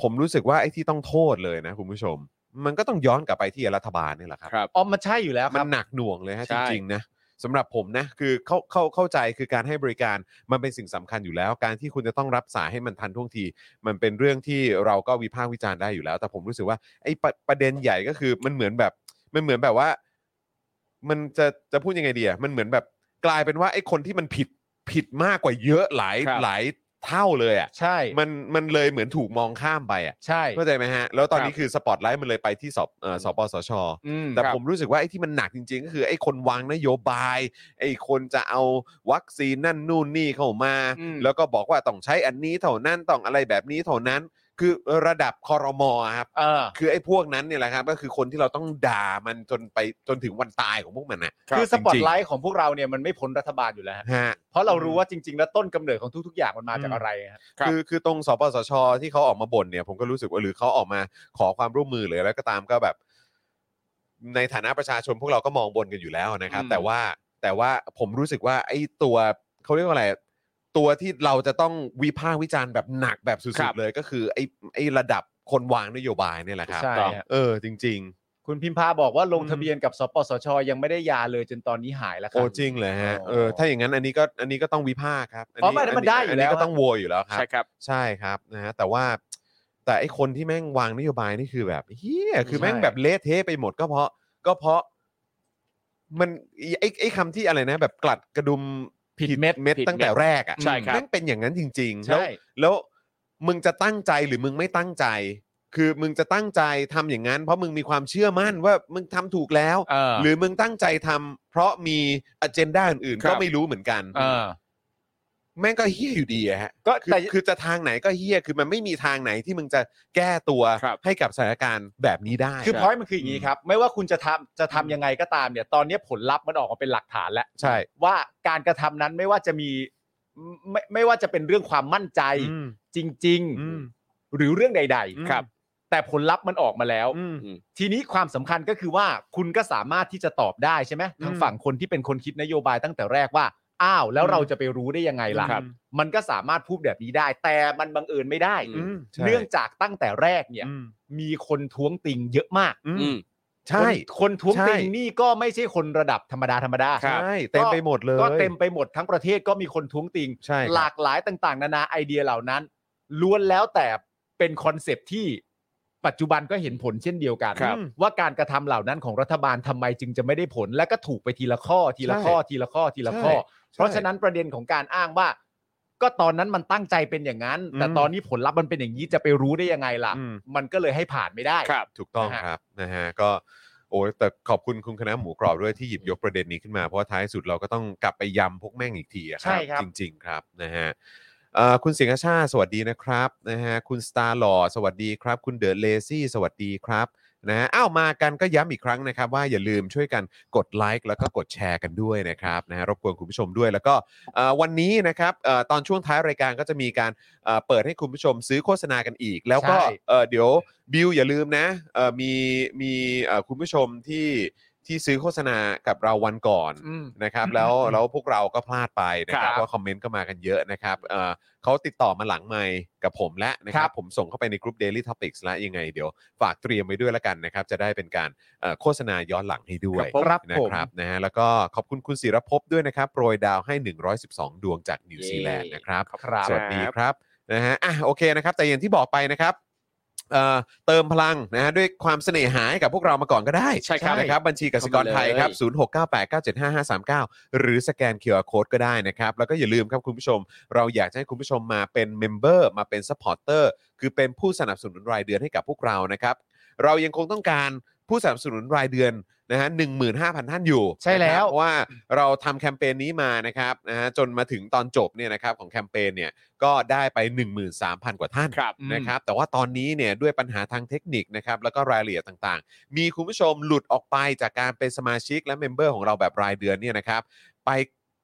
[SPEAKER 1] ผมรู้สึกว่าไอ้ที่ต้องโทษเลยนะคุณผู้ชม มันก็ต้องย้อนกลับไปที่รัฐบาลนี่แหละครับ
[SPEAKER 3] ครับ
[SPEAKER 2] อ๋อมันใช่อยู่แล้วค
[SPEAKER 1] มั
[SPEAKER 2] รับ
[SPEAKER 1] นหนักหน่วงเลยฮะ
[SPEAKER 3] ใช่
[SPEAKER 1] จริงๆนะสำหรับผมนะคือเข้าเข้าเข้าใจคือการให้บริการมันเป็นสิ่งสำคัญอยู่แล้ว การที่คุณจะต้องรับสายให้มันทันท่วงที มันเป็นเรื่องที่เราก็วิพากษ์วิจารณ์ได้อยู่แล้ว แต่ผมรู้สึกว่าไอ้ประประเด็นใหญ่ก็คือมันเหมือนแบบมันเหมือนแบบว่า มันจะจะพูดยังไงดีอะมันเหมือนแบบกลายเป็นว่าไอ้คนที่มันผิดผิดมากกว่าเยอะหลาย
[SPEAKER 3] ครับ
[SPEAKER 1] หลายเท่าเลยอ่ะ
[SPEAKER 2] ใช่
[SPEAKER 1] มันมันเลยเหมือนถูกมองข้ามไปอ่ะ
[SPEAKER 2] ใช่
[SPEAKER 1] เข้าใจไหมฮะแล้วตอนนี้
[SPEAKER 3] ครับ
[SPEAKER 1] คือสปอตไลท์มันเลยไปที่สอบเอ่อสปสช
[SPEAKER 2] อืม
[SPEAKER 1] แต่
[SPEAKER 3] ครับ
[SPEAKER 1] ผมรู้สึกว่าไอ้ที่มันหนักจริงๆ ก็คือไอ้คนวางนโยบาย ไอ้คนจะเอาวัคซีนนั่นนู่นนี่เข้ามา
[SPEAKER 3] อืม
[SPEAKER 1] แล้วก็บอกว่าต้องใช้อันนี้เท่านั้นต้องอะไรแบบนี้เท่านั้น คือระดับคอรมอะครับ
[SPEAKER 2] เออ
[SPEAKER 1] คือไอ้พวกนั้นเนี่ยแหละครับ ก็คือคนที่เราต้องด่ามันจนไปจนถึงวันตายของพวกมันนะ
[SPEAKER 2] คือสปอต
[SPEAKER 1] จริงๆ
[SPEAKER 2] ไลท์ของพวกเราเนี่ยมันไม่พ้นรัฐบาลอยู่แล้วฮะ
[SPEAKER 1] ฮะ
[SPEAKER 2] เพราะเรารู้ว่าจริง ๆ แล้วต้นกำเนิดของทุก ๆ อย่างมันมาจา
[SPEAKER 1] อื
[SPEAKER 2] ก
[SPEAKER 1] ม
[SPEAKER 2] อะไรฮะ
[SPEAKER 3] ครับ
[SPEAKER 1] คือคือตรงสปสช ที่เขาออกมาบ่นเนี่ยผมก็รู้สึกว่าหรือเขาออกมาขอความร่วมมือหรืออะไรก็ตามก็แบบ ในฐานะประชาชนพวกเราก็มองบนกันอยู่แล้วนะครับ
[SPEAKER 2] อืม
[SPEAKER 1] แต่ว่าแต่ว่าผมรู้สึกว่าไอ้ตัวเขาเรียกว่าอะไร ตัวที่เราจะต้องวิพากษ์วิจารณ์แบบหนักแบบสุ
[SPEAKER 3] ครั
[SPEAKER 1] ด
[SPEAKER 3] บ
[SPEAKER 1] ๆเลยก็คือไอ้ไอ้ระดับคนวางนโยบายเนี่ยแหละครับ
[SPEAKER 2] ใช่ฮะ
[SPEAKER 1] เออ จริง
[SPEAKER 2] คุณพิมพาบอกว่าลง
[SPEAKER 1] อืม
[SPEAKER 2] ทะเบียนกับสปสช ยังไม่ได้ยาเลยจนตอนนี้หายแล้ว
[SPEAKER 1] ๆ
[SPEAKER 2] ครั
[SPEAKER 1] โอ้
[SPEAKER 2] บ
[SPEAKER 1] จริงเลยฮะ
[SPEAKER 2] อ๋อ
[SPEAKER 1] เออถ้าอย่างนั้นอันนี้ก็อันนี้ก็ต้องวิพากษ์ครับ
[SPEAKER 2] อ๋อไม่ได้มันได้อยู่
[SPEAKER 1] นนี้
[SPEAKER 2] แล้ว
[SPEAKER 1] ก็ต้อง
[SPEAKER 2] ฮะ
[SPEAKER 1] โวยอยู่แล้วครับ
[SPEAKER 3] ใช่ครับ
[SPEAKER 1] ใช่ครับนะฮะแต่ว่า แต่ไอคนที่แม่งวางนโยบายนี่คือแบบเฮียคือ
[SPEAKER 3] ใช่
[SPEAKER 1] แม่งแบบเละเทะไปหมดก็เพราะก็เพราะ มันไอไอคำที่อะไรนะ แบบกลัดกระดุม
[SPEAKER 2] ผิดเม็ด
[SPEAKER 1] เม็ดตั้งแต่แรกอ่ะ
[SPEAKER 3] ใช่ครับ
[SPEAKER 1] แม่งเป็นอย่างนั้นจริงๆแล้ว
[SPEAKER 2] ใช่
[SPEAKER 1] แล้วมึงจะตั้งใจหรือมึงไม่ตั้งใจ คือมึงจะตั้งใจทำอย่างนั้น เพราะมึงมีความเชื่อมั่นว่ามึงทำถูกแล้ว
[SPEAKER 2] เออ
[SPEAKER 1] หรือมึงตั้งใจทำเพราะมีอันเจนดาอื่นๆ
[SPEAKER 3] ครั
[SPEAKER 1] ก็
[SPEAKER 3] บ
[SPEAKER 1] ไม่รู้เหมือนกัน
[SPEAKER 2] เออ
[SPEAKER 1] แม่งก็เฮี้ยอยู่ดีอะฮะ
[SPEAKER 2] ก็
[SPEAKER 1] คือ
[SPEAKER 2] แต่
[SPEAKER 1] คือจะทางไหนก็เฮี้ยคือมันไม่มีทางไหนที่มึงจะแก้ตัว
[SPEAKER 3] ครับ
[SPEAKER 1] ให้กับสถานการณ์แบบนี้ได้
[SPEAKER 2] คือพอยมันคืออย่างนี้ครับ ไม่ว่าคุณจะทำจะทำยังไงก็ตามเนี่ย ตอนนี้ผลลัพธ์มันออกมาเป็นหลักฐานแล้ว
[SPEAKER 1] ใช่
[SPEAKER 2] ว่าการกระทำนั้นไม่ว่าจะมีไม่ไม่ว่าจะเป็นเรื่องความมั่นใจ
[SPEAKER 1] อืม
[SPEAKER 2] จริง
[SPEAKER 1] อืม
[SPEAKER 2] ๆ หรือเรื่องใด
[SPEAKER 1] อืม
[SPEAKER 2] ๆ แต่ผลลัพธ์มันออกมาแล้ว
[SPEAKER 1] อืม
[SPEAKER 2] ทีนี้ความสำคัญก็คือว่าคุณก็สามารถที่จะตอบได้ใช่ไหมทาง
[SPEAKER 1] อืม
[SPEAKER 2] ฝั่งคนที่เป็นคนคิดนโยบายตั้งแต่แรกว่า อ้าว แล้วเราจะไปรู้ได้ยังไงล่ะ
[SPEAKER 1] ครับ
[SPEAKER 2] มันก็สามารถพูดแบบนี้ได้ แต่มันบังเอิญไม่ได้
[SPEAKER 1] อืมใช่
[SPEAKER 2] เนื่องจากตั้งแต่แรกเนี่ย
[SPEAKER 1] อืม
[SPEAKER 2] มีคนท้วงติงเยอะมาก
[SPEAKER 1] อืม
[SPEAKER 3] อืม
[SPEAKER 1] ใช่
[SPEAKER 2] คนคนท้วงติง
[SPEAKER 1] ใช่
[SPEAKER 2] นี่ก็ไม่ใช่คนระดับธรรมดาธรรมดา
[SPEAKER 1] ใช่ เต็มไปหมดเลย
[SPEAKER 2] ก็เต็มไปหมดทั้งประเทศก็มีคนท้วงติง
[SPEAKER 1] ใช่ครับ
[SPEAKER 2] หลากหลายต่าง ๆ นานาไอเดียเหล่านั้นล้วนแล้วแต่เป็นคอนเซปต์ที่ปัจจุบันก็เห็นผลเช่นเดียวกัน
[SPEAKER 3] ครับ
[SPEAKER 2] ว่าการกระทำเหล่านั้นของรัฐบาลทำไมจึงจะไม่ได้ผล และก็ถูกไปทีละข้อทีละข้อทีละข้อทีละข้อ เพราะฉะนั้นประเด็นของการอ้างว่า ก็ตอนนั้นมันตั้งใจเป็นอย่างนั้น แต่
[SPEAKER 1] อืม
[SPEAKER 2] ตอนนี้ผลลัพธ์มันเป็นอย่างนี้จะไปรู้ได้ยังไงล่ะ
[SPEAKER 1] อืม
[SPEAKER 2] มันก็เลยให้ผ่านไม่ได้
[SPEAKER 3] ครับ
[SPEAKER 1] ถูกต้อง
[SPEAKER 2] นะฮะ
[SPEAKER 1] ครับนะฮะก็โอ้ยแต่ขอบคุณคุณคณะหมูกรอบด้วยที่หยิบยกประเด็นนี้ขึ้นมา เพราะว่าท้ายสุดเราก็ต้องกลับไปย้ำพวกแม่งอีกทีอะค
[SPEAKER 2] ใช่
[SPEAKER 1] รับ
[SPEAKER 2] ครับ
[SPEAKER 1] จริง ๆ ครับนะฮะเอ่อคุณเสียงอาชาติสวัสดีนะครับนะฮะคุณสตาร์หล่อสวัสดีครับ คุณเดอะเลซี่สวัสดีครับนะฮะอ้าวมากันก็ย้ำอีกครั้งนะครับ ว่าอย่าลืมช่วยกันกดไลค์แล้วก็กดแชร์กันด้วยนะครับนะฮะรบกวนคุณผู้ชมด้วยแล้วก็เอ่อวันนี้นะครับเอ่อตอนช่วงท้ายรายการก็จะมีการ เอ่อเปิดให้คุณผู้ชมซื้อโฆษณากันอีก แล้วก็
[SPEAKER 2] ใช่
[SPEAKER 1] เอ่อเดี๋ยวบิวอย่าลืมนะเอ่อมีมีเอ่อคุณผู้ชมที่ที่ซื้อโฆษณากับเราวันก่อน
[SPEAKER 2] อืม
[SPEAKER 1] นะครับ แล้วแล้วพวกเราก็พลาดไปนะครับ
[SPEAKER 3] ครับ
[SPEAKER 1] ก็คอมเมนต์ก็มากันเยอะนะครับเอ่อเขาติดต่อมาหลังไมค์กับผมและนะค
[SPEAKER 2] ค
[SPEAKER 1] รั
[SPEAKER 2] รับ บ
[SPEAKER 1] ผมส่งเข้าไปในกลุ่ม Daily Topics และยังไงเดี๋ยวฝากเตรียมไว้ด้วยละกันนะครับ จะได้เป็นการเอ่อโฆษณาย้อนหลังให้ด้วย
[SPEAKER 2] ครับ
[SPEAKER 1] นะ
[SPEAKER 2] ผม
[SPEAKER 1] ครับนะฮะแล้วก็ขอบคุณคุณศิรภพด้วยนะครับโปรยดาวให้ 112 ดวงจากนิวซีแลนด์นะครับ
[SPEAKER 2] ครับ
[SPEAKER 1] สวัสดีครับนะฮะอ่ะโอเคนะครับ แต่อย่างที่บอกไปนะครับเอ่อเติมพลังนะฮะด้วยความเสน่หาให้กับพวกเรามาก่อนก็ได้
[SPEAKER 3] ใช่ครับ
[SPEAKER 1] นะครับ บัญชีกสิกรไทยครับ 0698975539 หรือสแกน QR Code ก็ได้นะครับ แล้วก็อย่าลืมครับคุณผู้ชม เราอยากจะให้คุณผู้ชมมาเป็นเมมเบอร์มาเป็นซัพพอร์เตอร์คือเป็นผู้สนับสนุนรายเดือนให้กับพวกเรานะครับ เรายังคงต้องการผู้สนับสนุนรายเดือนนะฮะหนึ่งหมื่นห้าพันท่านอยู่
[SPEAKER 2] ใช่แล้ว
[SPEAKER 1] นะครับเพราะว่าเราทำแคมเปญนี้มานะครับนะฮะจนมาถึงตอนจบเนี่ยนะครับของแคมเปญเนี่ยก็ได้ไป 13,000 กว่าท่าน
[SPEAKER 3] ครับ
[SPEAKER 1] นะครับแต่ว่าตอนนี้เนี่ยด้วยปัญหาทางเทคนิคนะครับแล้วก็รายละเอียดต่างๆ มีคุณผู้ชมหลุดออกไปจากการเป็นสมาชิกและเมมเบอร์ของเราแบบรายเดือนเนี่ยนะครับไป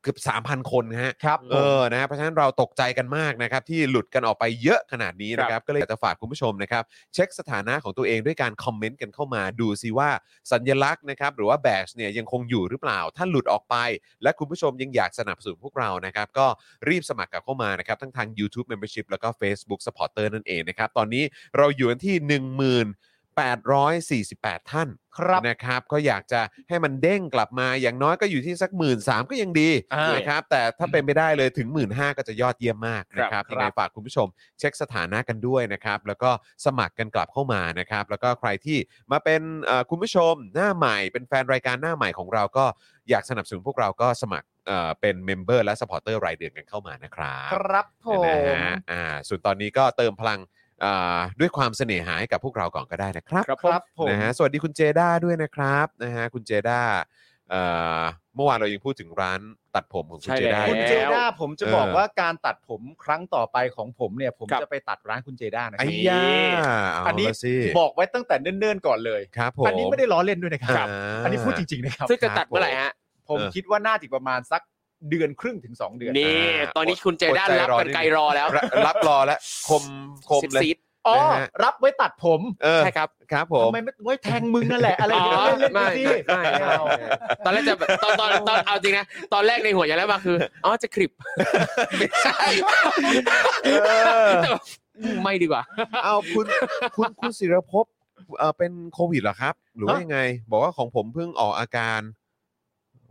[SPEAKER 1] เกือบ3,000 คนนะฮะ
[SPEAKER 2] ครับ
[SPEAKER 1] เออ นะ เพราะฉะนั้นเราตกใจกันมากนะครับที่หลุดกันออกไปเยอะขนาดนี้นะครับ ก็เลยอยากจะฝากคุณผู้ชมนะครับ เช็คสถานะของตัวเองด้วยการคอมเมนต์กันเข้ามาดูซิว่าสัญลักษณ์นะครับหรือว่าแบชเนี่ยยังคงอยู่หรือเปล่า ถ้าหลุดออกไป และคุณผู้ชมยังอยากสนับสนุนพวกเรานะครับ ก็รีบสมัครกลับเข้ามานะครับ ทั้งทาง YouTube Membership แล้วก็ Facebook Supporter นั่นเองนะครับ ตอนนี้เราอยู่กันที่ 1,848 ท่าน
[SPEAKER 2] ครับ
[SPEAKER 1] นะครับก็อยากจะให้มันเด้งกลับมาอย่างน้อยก็อยู่ที่สักหมื่นสามก็ยังดี
[SPEAKER 2] อ่าน
[SPEAKER 1] นะครับแต่ถ้าเป็นไปได้เลยถึงหมื่นห้าก็จะยอดเยี่ยมมากนะค
[SPEAKER 3] ครั
[SPEAKER 1] รับบ ยังไงฝากคุณผู้ชม เช็คสถานะกันด้วยนะครับ แล้วก็สมัครกันกลับเข้ามานะครับ แล้วก็ใครที่มาเป็นเอ่อคุณผู้ชมหน้าใหม่เป็นแฟนรายการหน้าใหม่ของเราก็อยากสนับสนุนพวกเราก็สมัครเอ่อเป็นเมมเบอร์และสปอร์เตอร์รายเดือนกันเข้ามานะครับ
[SPEAKER 2] ครับผม
[SPEAKER 1] นะฮะอ่า ส่วนตอนนี้ก็เติมพลังอ่าด้วยความเสน่หาให้กับพวกเราก่อนก็ได้นะครับ
[SPEAKER 3] ครับผม
[SPEAKER 2] ครับผม
[SPEAKER 1] นะฮะ สวัสดีคุณเจด้าด้วยนะครับนะฮะคุณเจด้าเอ่อเมื่อวานเรายังพูดถึงร้านตัดผมของคุณเจด้า
[SPEAKER 3] ใช่แล้ว
[SPEAKER 1] อ
[SPEAKER 2] คุณ
[SPEAKER 1] ยู่
[SPEAKER 2] เจด้าผมจะ
[SPEAKER 1] เออ
[SPEAKER 2] บอกว่าการตัดผมครั้งต่อไปของผมเนี่ย ผม
[SPEAKER 3] ครับ
[SPEAKER 2] จะไปตัดร้านคุณเจด้านะค
[SPEAKER 1] ไอ้
[SPEAKER 2] รับ
[SPEAKER 1] ยาเอา
[SPEAKER 2] อันนี้
[SPEAKER 1] ละสิ
[SPEAKER 2] บอกไว้ตั้งแต่เนิ่นๆก่อนเลย
[SPEAKER 1] ครับผม
[SPEAKER 2] อันนี้ไม่ได้ล้อเล่นด้วยนะครับ
[SPEAKER 1] า
[SPEAKER 2] อันนี้พูดจริงๆนะครับ
[SPEAKER 3] ซึ่งจะตัดเมื่อไหร่ฮะ
[SPEAKER 2] ผม
[SPEAKER 1] เออ
[SPEAKER 2] คิดว่าน่าจะประมาณสักเดือนครึ่งถึง 2 เดือน
[SPEAKER 3] นี่ ตอนนี้คุณเจด้านรับกันไกลรอแล้ว
[SPEAKER 1] รับรับรอแล้วคมคม
[SPEAKER 3] สิบ
[SPEAKER 1] เลย
[SPEAKER 3] ซีด
[SPEAKER 2] อ๋อ
[SPEAKER 1] นะฮะ
[SPEAKER 2] รับไว้ตัดผม
[SPEAKER 1] เออ
[SPEAKER 3] ใช่ครับ
[SPEAKER 1] ครับผม
[SPEAKER 2] ทำไมไม่ไว้แทงมึงนั่นแหละอะไร
[SPEAKER 3] อ๋อ
[SPEAKER 2] เล่นเล่น
[SPEAKER 3] ไม่
[SPEAKER 2] ดิ
[SPEAKER 3] ไม่ไม่
[SPEAKER 2] เอา
[SPEAKER 3] ตอนแรกจะแบบตอนตอนตอนเอาจริงนะ ตอนแรกในหัวอย่างแรกมาคืออ๋อจะคลิปไม่ใช่
[SPEAKER 1] เออ
[SPEAKER 3] แต่แบบไม่ดีกว่า
[SPEAKER 1] เอาคุณคุณคุณศิรภพเอ่อเป็นโควิดเหรอครับ หรือว่ายังไง บอกว่าของผมเพิ่งออกอาการ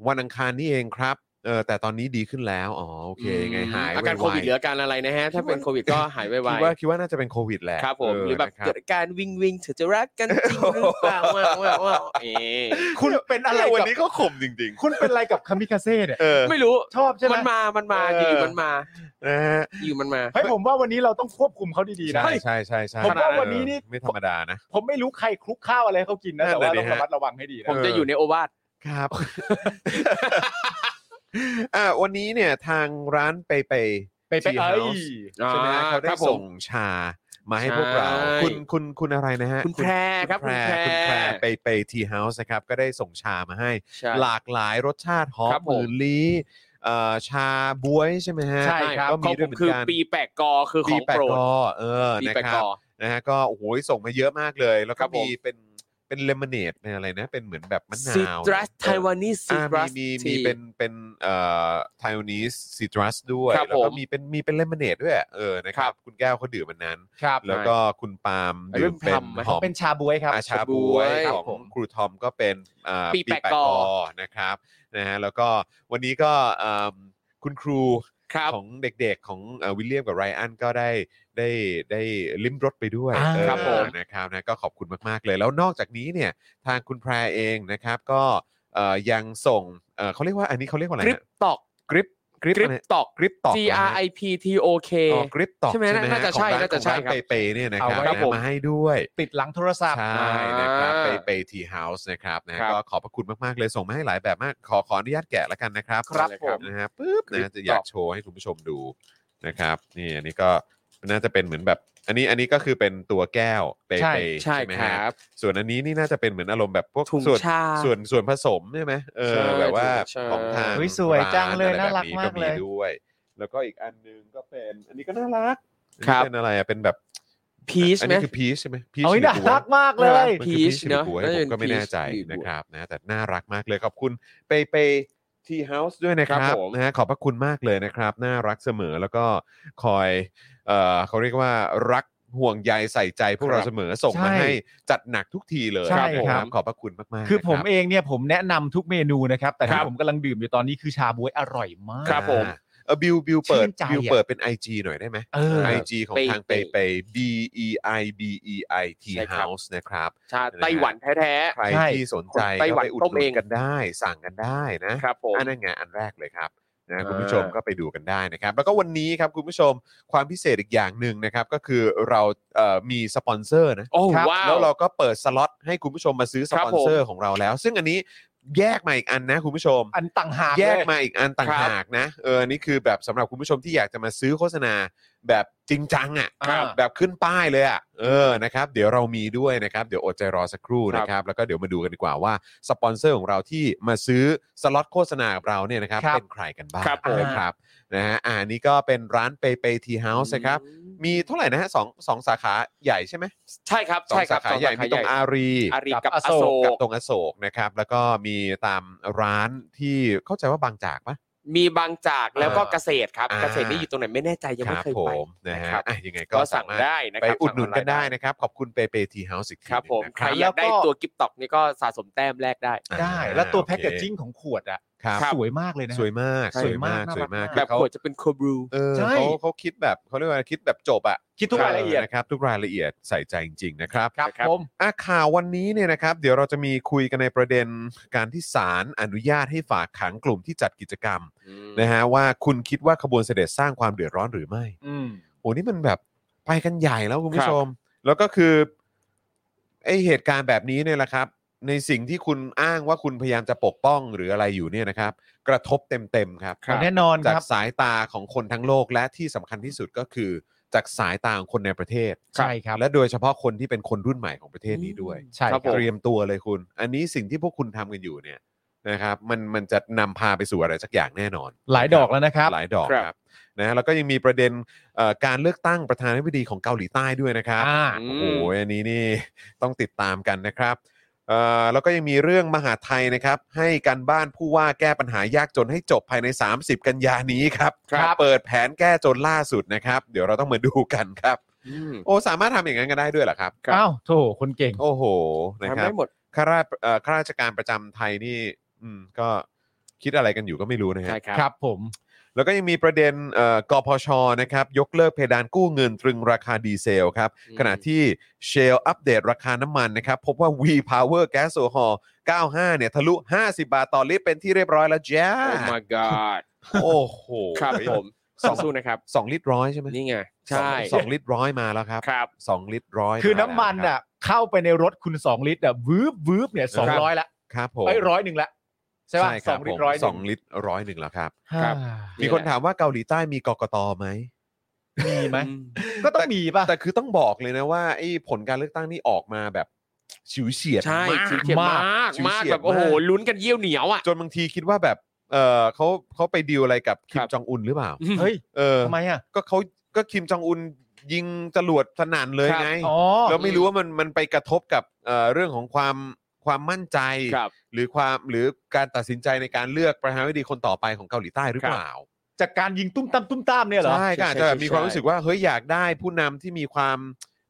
[SPEAKER 1] วันอังคารนี่เองครับ เออแต่ตอนนี้ดีขึ้นแล้วอ๋อโอเคยังไงหาย
[SPEAKER 3] อาการ
[SPEAKER 1] ไๆ
[SPEAKER 3] โควิดเหลืออาการอะไรนะฮะ ถ้าเป็นโควิดก็หายไว
[SPEAKER 1] คิดว่าคิดว่าน่าจะเป็นโควิดแหละ
[SPEAKER 3] ๆครับผม
[SPEAKER 1] เห
[SPEAKER 3] รือแบบ
[SPEAKER 1] นะครั
[SPEAKER 3] เกิดอาการวิงวิงเธอจะรักกันจริงหรือ เปล่าว่าว่าว่าเอ๊ะ
[SPEAKER 2] คุณเป็นอะไร
[SPEAKER 1] วัน
[SPEAKER 2] กับ
[SPEAKER 1] นี้ก็ข่มจริง
[SPEAKER 2] คุณเป็นอะไรกับคามิคาเซ่เนี่ย
[SPEAKER 1] ๆ เออ
[SPEAKER 3] ไม่รู้
[SPEAKER 2] ชอบใช่ไหม
[SPEAKER 3] มันมามันมาอยู่ๆมันมา
[SPEAKER 1] นะฮะ
[SPEAKER 3] อยู่ๆมันมา
[SPEAKER 2] เฮ้ยผมว่าวันนี้เราต้องควบคุมเขาดีๆนะ
[SPEAKER 1] ใช่ใช่ใช่ใช่
[SPEAKER 2] ผมว่าวันนี้นี่
[SPEAKER 1] เออไม่ธรรมดานะ
[SPEAKER 2] ผมไม่รู้ใครคลุกข้าวอะไรให้เขากินนะ
[SPEAKER 1] นั่
[SPEAKER 2] แต่
[SPEAKER 1] นน่ะดิ
[SPEAKER 2] ว่าต้อง
[SPEAKER 1] ฮะ
[SPEAKER 2] ระมัดระวังให้ดีนะ
[SPEAKER 3] ผมจะอยู่ในโอวาท
[SPEAKER 1] ครับ อ่าวันนี้เนี่ยทางร้านเปเป
[SPEAKER 2] ไปไป
[SPEAKER 1] Tea
[SPEAKER 2] เอ้ย
[SPEAKER 1] House ใช่ไหมฮะ
[SPEAKER 3] อ่า
[SPEAKER 1] เขาได้
[SPEAKER 3] ครับผม
[SPEAKER 1] ส่งชามาให้พวกเรา
[SPEAKER 3] ใช่
[SPEAKER 1] คุณคุณคุณอะไรนะฮะ
[SPEAKER 3] คุณแพรครับ
[SPEAKER 1] ณ
[SPEAKER 3] คุณ
[SPEAKER 1] แพ
[SPEAKER 3] แพร
[SPEAKER 1] คุณแพรเปเปทีเฮาส์นะครับ ก็ได้ส่งชามาให้
[SPEAKER 3] ใช่
[SPEAKER 1] หลากหลายรสชาติหอม
[SPEAKER 3] ครับ
[SPEAKER 1] ห
[SPEAKER 3] ผม
[SPEAKER 1] มื่นลี้เอ่อชาบวยใช่ไหมฮะ
[SPEAKER 2] ใช่ครับ
[SPEAKER 1] ก็
[SPEAKER 3] ข
[SPEAKER 1] มี
[SPEAKER 3] อง
[SPEAKER 1] ด้วย
[SPEAKER 3] ผม
[SPEAKER 1] เหมือ
[SPEAKER 3] คือน
[SPEAKER 1] กัน
[SPEAKER 3] ปีแปะกอคือข
[SPEAKER 1] ปี
[SPEAKER 3] อง
[SPEAKER 1] แปด
[SPEAKER 3] โปร
[SPEAKER 1] ก
[SPEAKER 3] ด
[SPEAKER 1] อเออ
[SPEAKER 3] ปี
[SPEAKER 1] นะ
[SPEAKER 3] แปะ
[SPEAKER 1] ค
[SPEAKER 3] ก
[SPEAKER 1] รับ
[SPEAKER 3] อ
[SPEAKER 1] นะฮะก็โอ้โหส่งมาเยอะมากเลย แล้ว
[SPEAKER 3] ค
[SPEAKER 1] ก็
[SPEAKER 3] รับผม
[SPEAKER 1] มีเป็นเป็นเลมอนเนดเป็นอะไรนะ เป็นเหมือนแบบมะนาว
[SPEAKER 3] ซิตรัสไต้หวันนี่ซิ
[SPEAKER 1] อ่า
[SPEAKER 3] ตรัส
[SPEAKER 1] มีมีมีเป็นเป็นเอ่อไทโอนีสซิตรัสด้วย
[SPEAKER 3] ครับ
[SPEAKER 1] แล้วก็
[SPEAKER 3] ผม
[SPEAKER 1] มีเป็นมีเป็นเลมอนเนดด้วยเออนะค
[SPEAKER 3] ครั
[SPEAKER 1] รับ
[SPEAKER 3] บ
[SPEAKER 1] คุณแก้วเขาดื่มมันนั้น
[SPEAKER 2] ครับ
[SPEAKER 1] แล้วก็คุณปาล์มดื่มเป็น
[SPEAKER 3] เริ่มทำไหม
[SPEAKER 1] หอม
[SPEAKER 2] เป็นชาบวยครับ
[SPEAKER 1] อาชาบวย
[SPEAKER 3] ชาบ๊วย
[SPEAKER 1] ของครูทอมก็เป็นเอ่อ
[SPEAKER 3] ปีแปะกอ
[SPEAKER 1] นะครับนะฮะแล้วก็วันนี้ก็เอิ่มคุณครู
[SPEAKER 3] ครับ
[SPEAKER 1] ของเด็กๆของเอ่อวิลเลียมกับไรอันก็ได้ได้ได้ลิ้มรสไปด้วย
[SPEAKER 2] อ่า
[SPEAKER 1] เออ
[SPEAKER 3] ครับผม
[SPEAKER 1] นะครับนะก็ขอบคุณมากๆเลย แล้วนอกจากนี้เนี่ยทางคุณแพรเองนะครับก็เอ่อยังส่งเอ่อเขาเรียกว่าอันนี้เขาเรียกว่าอะไร
[SPEAKER 3] กริปตอก
[SPEAKER 1] กริปกริป
[SPEAKER 3] กริปตอก
[SPEAKER 1] กริปตอก
[SPEAKER 3] G R I P T O K
[SPEAKER 1] กริปตอก
[SPEAKER 3] ใช่ไหมน่าจะใช่น่าจะใช่ครับ
[SPEAKER 1] เปเปเนี่ยนะครับ
[SPEAKER 2] เอาไว้
[SPEAKER 1] นะมาให้ด้วย
[SPEAKER 2] ติดหลังโทรศัพท์
[SPEAKER 1] ใช่นะครับ
[SPEAKER 3] อ่า
[SPEAKER 1] เปเปทีเฮาส์นะครับนะครับ ก็ขอบพระคุณมากๆเลยส่งมาให้หลายแบบมากขอขออนุญาตแกะละกันนะครับ
[SPEAKER 3] ครับผม
[SPEAKER 1] นะฮะปึ๊บนะจะอยากโชว์ให้คุณผู้ชมดู นะครับนี่อันนี้ก็น่าจะเป็นเหมือนแบบ อันนี้อันนี้ก็คือเป็นตัวแก้วเป
[SPEAKER 2] ใช่
[SPEAKER 1] เป
[SPEAKER 3] ใช่
[SPEAKER 1] ไหม
[SPEAKER 3] ค
[SPEAKER 1] ฮะ
[SPEAKER 3] รับ
[SPEAKER 1] ส่วนอันนี้นี่น่าจะเป็นเหมือนอารมณ์แบบพวก
[SPEAKER 3] ถุง
[SPEAKER 1] ส่วน
[SPEAKER 3] ชา
[SPEAKER 1] ส่วนส่วนผสมใช่ไหมเออ
[SPEAKER 3] ใช่
[SPEAKER 1] แบบว่า
[SPEAKER 3] ใช่
[SPEAKER 1] ของทาง
[SPEAKER 2] เฮ้ยสวยจังเลย
[SPEAKER 1] ร้อะไแบบ
[SPEAKER 2] น่ารักมากเลย
[SPEAKER 1] ด้วย แล้วก็อีกอันหนึงก็เป็น อันนี้ก็น่ารัก
[SPEAKER 3] ครั
[SPEAKER 1] อั
[SPEAKER 3] บ
[SPEAKER 1] นนี้เป็นอะไรอะเป็นแบบ
[SPEAKER 3] พีช
[SPEAKER 1] อัน
[SPEAKER 3] ไหม
[SPEAKER 1] นี้คือพีชใช่ไหมพีช
[SPEAKER 2] โอ้ย
[SPEAKER 1] ชิ
[SPEAKER 2] น่า
[SPEAKER 1] บู
[SPEAKER 2] รักมากเลย
[SPEAKER 1] มันคือ
[SPEAKER 3] พี
[SPEAKER 1] พีช
[SPEAKER 3] ช
[SPEAKER 1] เน
[SPEAKER 3] เน
[SPEAKER 1] อะ
[SPEAKER 3] อะ
[SPEAKER 1] ผมก็ไม่แน่ใจ
[SPEAKER 3] น่าจะเป็นพีช
[SPEAKER 1] นะครับนะแต่น่ารักมากเลยขอบคุณเปเปทีเฮาส์ด้วยนะครับ
[SPEAKER 3] ครับผม
[SPEAKER 1] นะฮะขอบพระคุณมากเลยนะครับ น่ารักเสมอแล้วก็คอย เอ่อเขาเรียกว่ารักห่วงใยใส่ใจพวกเรา
[SPEAKER 3] ครับ
[SPEAKER 1] เสมอส่งมา
[SPEAKER 2] ใช่
[SPEAKER 1] ให้จัดหนักทุกทีเลย
[SPEAKER 2] ใช่
[SPEAKER 1] นะครับ ขอบพระคุณมากๆ
[SPEAKER 2] คือผม
[SPEAKER 1] นะรับ
[SPEAKER 2] เองเนี่ยผมแนะนำทุกเมนูนะครับ แต่
[SPEAKER 3] ค
[SPEAKER 2] ที่
[SPEAKER 3] รับ
[SPEAKER 2] ผมกำลังดื่มอยู่ตอนนี้คือชาบวยอร่อยมาก
[SPEAKER 3] ครับผม
[SPEAKER 1] เออบิวบิวเปิด
[SPEAKER 2] ชื่นใจ
[SPEAKER 1] บิว
[SPEAKER 2] อะ
[SPEAKER 1] เปิดเป็น IG หน่อยได้ไหม
[SPEAKER 2] เออ
[SPEAKER 1] IG ของทางเป
[SPEAKER 3] Pei
[SPEAKER 1] เป B E I B E I T
[SPEAKER 3] ใช่ครับ
[SPEAKER 1] House นะครับ
[SPEAKER 3] ชาไต้หวันแท้
[SPEAKER 1] ใคร
[SPEAKER 2] ใช่
[SPEAKER 1] ที่สนใจ
[SPEAKER 3] ไต้หวัน
[SPEAKER 1] ก็ไปอุด
[SPEAKER 3] ต้
[SPEAKER 1] ห
[SPEAKER 3] ม
[SPEAKER 1] นุ
[SPEAKER 3] เอน ง
[SPEAKER 1] กันได้ สั่งกันได้นะ
[SPEAKER 3] ๆ ครับผม
[SPEAKER 1] อันนั้นไงอันแรกเลยครับนะ
[SPEAKER 3] อ่า
[SPEAKER 1] คุณผู้ชมก็ไปดูกันได้นะครับ แล้วก็วันนี้ครับคุณผู้ชมความพิเศษอีกอย่างหนึ่งนะครับ ก็คือเราเอ่อมีสปอนเซอร์นะ
[SPEAKER 3] โอ้
[SPEAKER 2] ครับ
[SPEAKER 3] ว้า
[SPEAKER 1] แล้ว วเราก็เปิดสล็อตให้คุณผู้ชมมาซื้อสปอนเซอร์ของเราแล้ว ซึ่งอันนี้แยกมาอีกอันนะคุณผู้ชม
[SPEAKER 2] อันต่างหาก
[SPEAKER 1] แยก
[SPEAKER 2] เลย
[SPEAKER 1] มาอีกอันต่างหากนะเอออันนี่คือแบบสำหรับคุณผู้ชมที่อยากจะมาซื้อโฆษณาแบบจริงจังอ่ะ
[SPEAKER 2] ครับ
[SPEAKER 1] แบบขึ้นป้ายเลยอ่ะเออนะครับ เดี๋ยวเรามีด้วยนะครับเดี๋ยวอดใจรอสักครู่นะครับ แล้วก็เดี๋ยวมาดูกันดีกว่าว่าสปอนเซอร์ของเราที่มาซื้อสล็อตโฆษณากับเราเนี่ยนะครับ
[SPEAKER 2] ครับ
[SPEAKER 1] เป็นใครกันบ้าง
[SPEAKER 3] ครับผม
[SPEAKER 1] นะครับนะฮะอ่าอันนี้ก็เป็นร้านเปเปทีเฮาส์นะครับ มีเท่าไหร่นะฮะสองสองสาขาใหญ่ใช่ไหม
[SPEAKER 3] ใช่ครับ
[SPEAKER 1] สอง
[SPEAKER 3] ใช่ค
[SPEAKER 1] สา
[SPEAKER 3] รับ
[SPEAKER 1] ขาใหญ่มีตรงอารี
[SPEAKER 3] อารี
[SPEAKER 2] กั
[SPEAKER 3] กั
[SPEAKER 2] บบ อ
[SPEAKER 3] อ
[SPEAKER 2] โศ
[SPEAKER 3] โศ
[SPEAKER 2] ก
[SPEAKER 1] กับ
[SPEAKER 3] ก
[SPEAKER 1] ตรงอโศกนะครับ แล้วก็มีตามร้านที่เข้าใจว่าบางจากปะ
[SPEAKER 3] มีบางจากแล้วก็เกษตรครับ
[SPEAKER 1] อ่า
[SPEAKER 3] เกษตรนี่อยู่ตรงไหนไม่แน่ใจยัง
[SPEAKER 1] ค
[SPEAKER 3] ไม่
[SPEAKER 1] รับ
[SPEAKER 3] เคย
[SPEAKER 1] ผ
[SPEAKER 3] ไป
[SPEAKER 1] มนะฮะ
[SPEAKER 3] ครับ
[SPEAKER 1] อ่ะยังไงก็
[SPEAKER 3] ก็สั่ง
[SPEAKER 1] สามารถ
[SPEAKER 3] ได้นะค
[SPEAKER 1] ไป
[SPEAKER 3] รับ
[SPEAKER 1] อุดหนุนกันได้
[SPEAKER 3] สั่งออล
[SPEAKER 1] นะครับ ขอบคุณเปเปทีเฮาส์อีกที
[SPEAKER 3] ครับผม
[SPEAKER 1] หนึ่งนะ
[SPEAKER 3] ใครอยากได้
[SPEAKER 2] แล้วก็
[SPEAKER 3] ตัวกิฟต์ตอกนี่ก็สะสมแต้มแรกได้
[SPEAKER 1] อ่า
[SPEAKER 2] ได้ แล้วตัว
[SPEAKER 1] โอค
[SPEAKER 2] แพ็กเกจจิ้งของขวดอ่ะ
[SPEAKER 1] ครับ
[SPEAKER 2] สวยมากเลยนะ
[SPEAKER 1] สวยมาก
[SPEAKER 2] ใช่
[SPEAKER 1] สวยมาก
[SPEAKER 2] น่ารัก
[SPEAKER 1] สวยมาก
[SPEAKER 2] มาก
[SPEAKER 3] แบบ
[SPEAKER 1] เขา
[SPEAKER 3] ขวดจะเป็นโคบรู
[SPEAKER 1] เออ
[SPEAKER 2] ใช่
[SPEAKER 1] เขาเขาคิดแบบเขาเรียกว่าคิดแบบจบอะ
[SPEAKER 2] คิดทุกรายละเอียด
[SPEAKER 1] นะครับ ทุกรายละเอียดใส่ใจจริงๆนะครับ
[SPEAKER 2] ครับ
[SPEAKER 3] ครับ
[SPEAKER 2] ผม
[SPEAKER 1] อ่ะข่าววันนี้เนี่ยนะครับ เดี๋ยวเราจะมีคุยกันในประเด็นการที่ศาลอนุญาตให้ฝากขังกลุ่มที่จัดกิจกรรม นะฮะว่าคุณคิดว่าขบวนเสด็จสร้างความเดือดร้อนหรือไม่
[SPEAKER 2] อืม
[SPEAKER 1] โหนี่มันแบบไปกันใหญ่แล้วคุณผู้ชม แล้วก็คือไอเหตุการณ์แบบนี้เนี่ยแหละครับ ในสิ่งที่คุณอ้างว่าคุณพยายามจะปกป้องหรืออะไรอยู่เนี่ยนะครับ กระทบเต็มๆครับ
[SPEAKER 2] แน่นอนค
[SPEAKER 1] จาก
[SPEAKER 2] รับ
[SPEAKER 1] สายตาของคนทั้งโลกและที่สำคัญที่สุดก็คือ จากสายตาของคนในประเทศ
[SPEAKER 2] ใช่ครับ
[SPEAKER 1] และโดยเฉพาะคนที่เป็นคนรุ่นใหม่ของประเทศนี้ด้วย
[SPEAKER 2] ใช่
[SPEAKER 3] ครับผม
[SPEAKER 1] เตรียมตัวเลยคุณ อันนี้สิ่งที่พวกคุณทำกันอยู่เนี่ยนะครับ มันมันจะนำพาไปสู่อะไรสักอย่างแน่นอน
[SPEAKER 2] หลายดอกแล้วนะครับ
[SPEAKER 1] หลายดอก
[SPEAKER 3] ครับ
[SPEAKER 1] ครับนะแล้วก็ยังมีประเด็นเอ่อการเลือกตั้งประธานาธิบดีของเกาหลีใต้ด้วยนะครับ
[SPEAKER 2] อ่า
[SPEAKER 3] อื
[SPEAKER 1] โอ้
[SPEAKER 3] ม
[SPEAKER 1] โหอันนี้นี่ ต้องติดตามกันนะครับเอ่อแล้วก็ยังมีเรื่องมหาไทยนะครับ ให้การบ้านผู้ว่าแก้ปัญหายากจนให้จบภายใน 30 กันยานี้ครับ
[SPEAKER 3] ครับ
[SPEAKER 1] เปิดแผนแก้จนล่าสุดนะครับ เดี๋ยวเราต้องมาดูกันครับ
[SPEAKER 3] อืม
[SPEAKER 1] โอ้สามารถทำอย่างนั้นกันได้ด้วยเหรอครับ
[SPEAKER 3] ครับ
[SPEAKER 2] อ้าวโถคนเก่ง
[SPEAKER 1] โอ้โหนะ
[SPEAKER 3] ทำ
[SPEAKER 1] ครับ
[SPEAKER 3] ได้หมด
[SPEAKER 1] ข้าราชเอ่อข้าราชการประจำไทยนี่ อืมก็ คิดอะไรกันอยู่ก็ไม่รู้นะฮะ
[SPEAKER 3] ใช่ครับ
[SPEAKER 2] ครับผม
[SPEAKER 1] แล้วก็ยังมีประเด็นเอ่อกพชนะครับยกเลิกเพดานกู้เงินตรึงราคาดีเซลครับ
[SPEAKER 3] อืม
[SPEAKER 1] ขณะที่เชลอัปเดตราคาน้ำมันนะครับ พบว่า V Power Gas o h o l 95 เนี่ย ทะลุ 50 บาทต่อลิตรเป็นที่เรียบร้อยแล้วจ้า
[SPEAKER 3] โอ้ my god
[SPEAKER 1] โอ้โห
[SPEAKER 3] ครับผม
[SPEAKER 1] ส
[SPEAKER 3] ส
[SPEAKER 1] อ
[SPEAKER 3] อง งสู้นะครับ
[SPEAKER 1] สองลิตรร้อยใช่ไหม
[SPEAKER 3] นี่ไง
[SPEAKER 1] ส
[SPEAKER 3] ใช่
[SPEAKER 1] องสองลิตรร้อยมาแล้วครับ
[SPEAKER 3] ครับ
[SPEAKER 1] สองลิตรร้อย
[SPEAKER 2] คือา
[SPEAKER 1] แล้ว
[SPEAKER 2] น้ำมัน
[SPEAKER 1] ครับ
[SPEAKER 2] อ่ะเข้าไปในรถคุณ 2 ลิตรอ่ะวืบวืบเนี่ยสองร้อยละ
[SPEAKER 1] ครับผม
[SPEAKER 2] ไอ้ยร้อยหนึ่งละใช่ป่ะ
[SPEAKER 1] ค
[SPEAKER 2] ส
[SPEAKER 1] รั
[SPEAKER 2] อบ ง
[SPEAKER 1] ผม
[SPEAKER 2] ลิตรร้อยห
[SPEAKER 1] ส
[SPEAKER 2] นึ่
[SPEAKER 1] อง งลิตรร้อยหนึ่งแล้วครับ
[SPEAKER 3] ครับ
[SPEAKER 2] อ่า
[SPEAKER 1] มีคนถามว่าเกาหลีใต้มีกกตไหม
[SPEAKER 2] มีไหม
[SPEAKER 3] อืม
[SPEAKER 2] ก็ต้องมีป่ะ
[SPEAKER 1] แต่คือต้องบอกเลยนะว่าไอ้ผลการเลือกตั้งนี่ออกมาแบบฉิวเฉียด
[SPEAKER 3] ใช่
[SPEAKER 2] มาก
[SPEAKER 3] ชิวเฉียดมาก
[SPEAKER 1] ชิว
[SPEAKER 3] มาก
[SPEAKER 1] เฉียด
[SPEAKER 3] แบบโอ้โห
[SPEAKER 1] มาก
[SPEAKER 3] ลุ้นกันเยี่ยวเหนียวอ่ะ
[SPEAKER 1] จนบางทีคิดว่าแบบเออเขาเขาไปดีลอะไรกับคิ
[SPEAKER 3] ครั
[SPEAKER 1] ม
[SPEAKER 3] บ
[SPEAKER 1] จองอุนหรือเปล่า
[SPEAKER 2] เฮ้ย
[SPEAKER 1] เออ
[SPEAKER 2] ทำไมอ่ะ
[SPEAKER 1] ก็เขาก็คิมจองอุนยิงจรวดสนั่นเลย
[SPEAKER 3] ครับ
[SPEAKER 1] ไง
[SPEAKER 2] อ๋อ
[SPEAKER 1] แล้วไม่รู้ว่ามันมันไปกระทบกับเอ่อเรื่องของความความมั่นใจ
[SPEAKER 3] ครับ
[SPEAKER 1] หรือความหรือการตัดสินใจในการเลือกประธานาธิบดีคนต่อไปของเกาหลีใต้หรือ
[SPEAKER 3] ครับ
[SPEAKER 1] เปล่า
[SPEAKER 2] จากการยิงตุ้มตามตุ้มตามเนี่ยเหรอ
[SPEAKER 1] ใช่ก็อาจจะแบบมีความรู้สึกว่าเฮ้ยอยากได้ผู้นำที่มีความ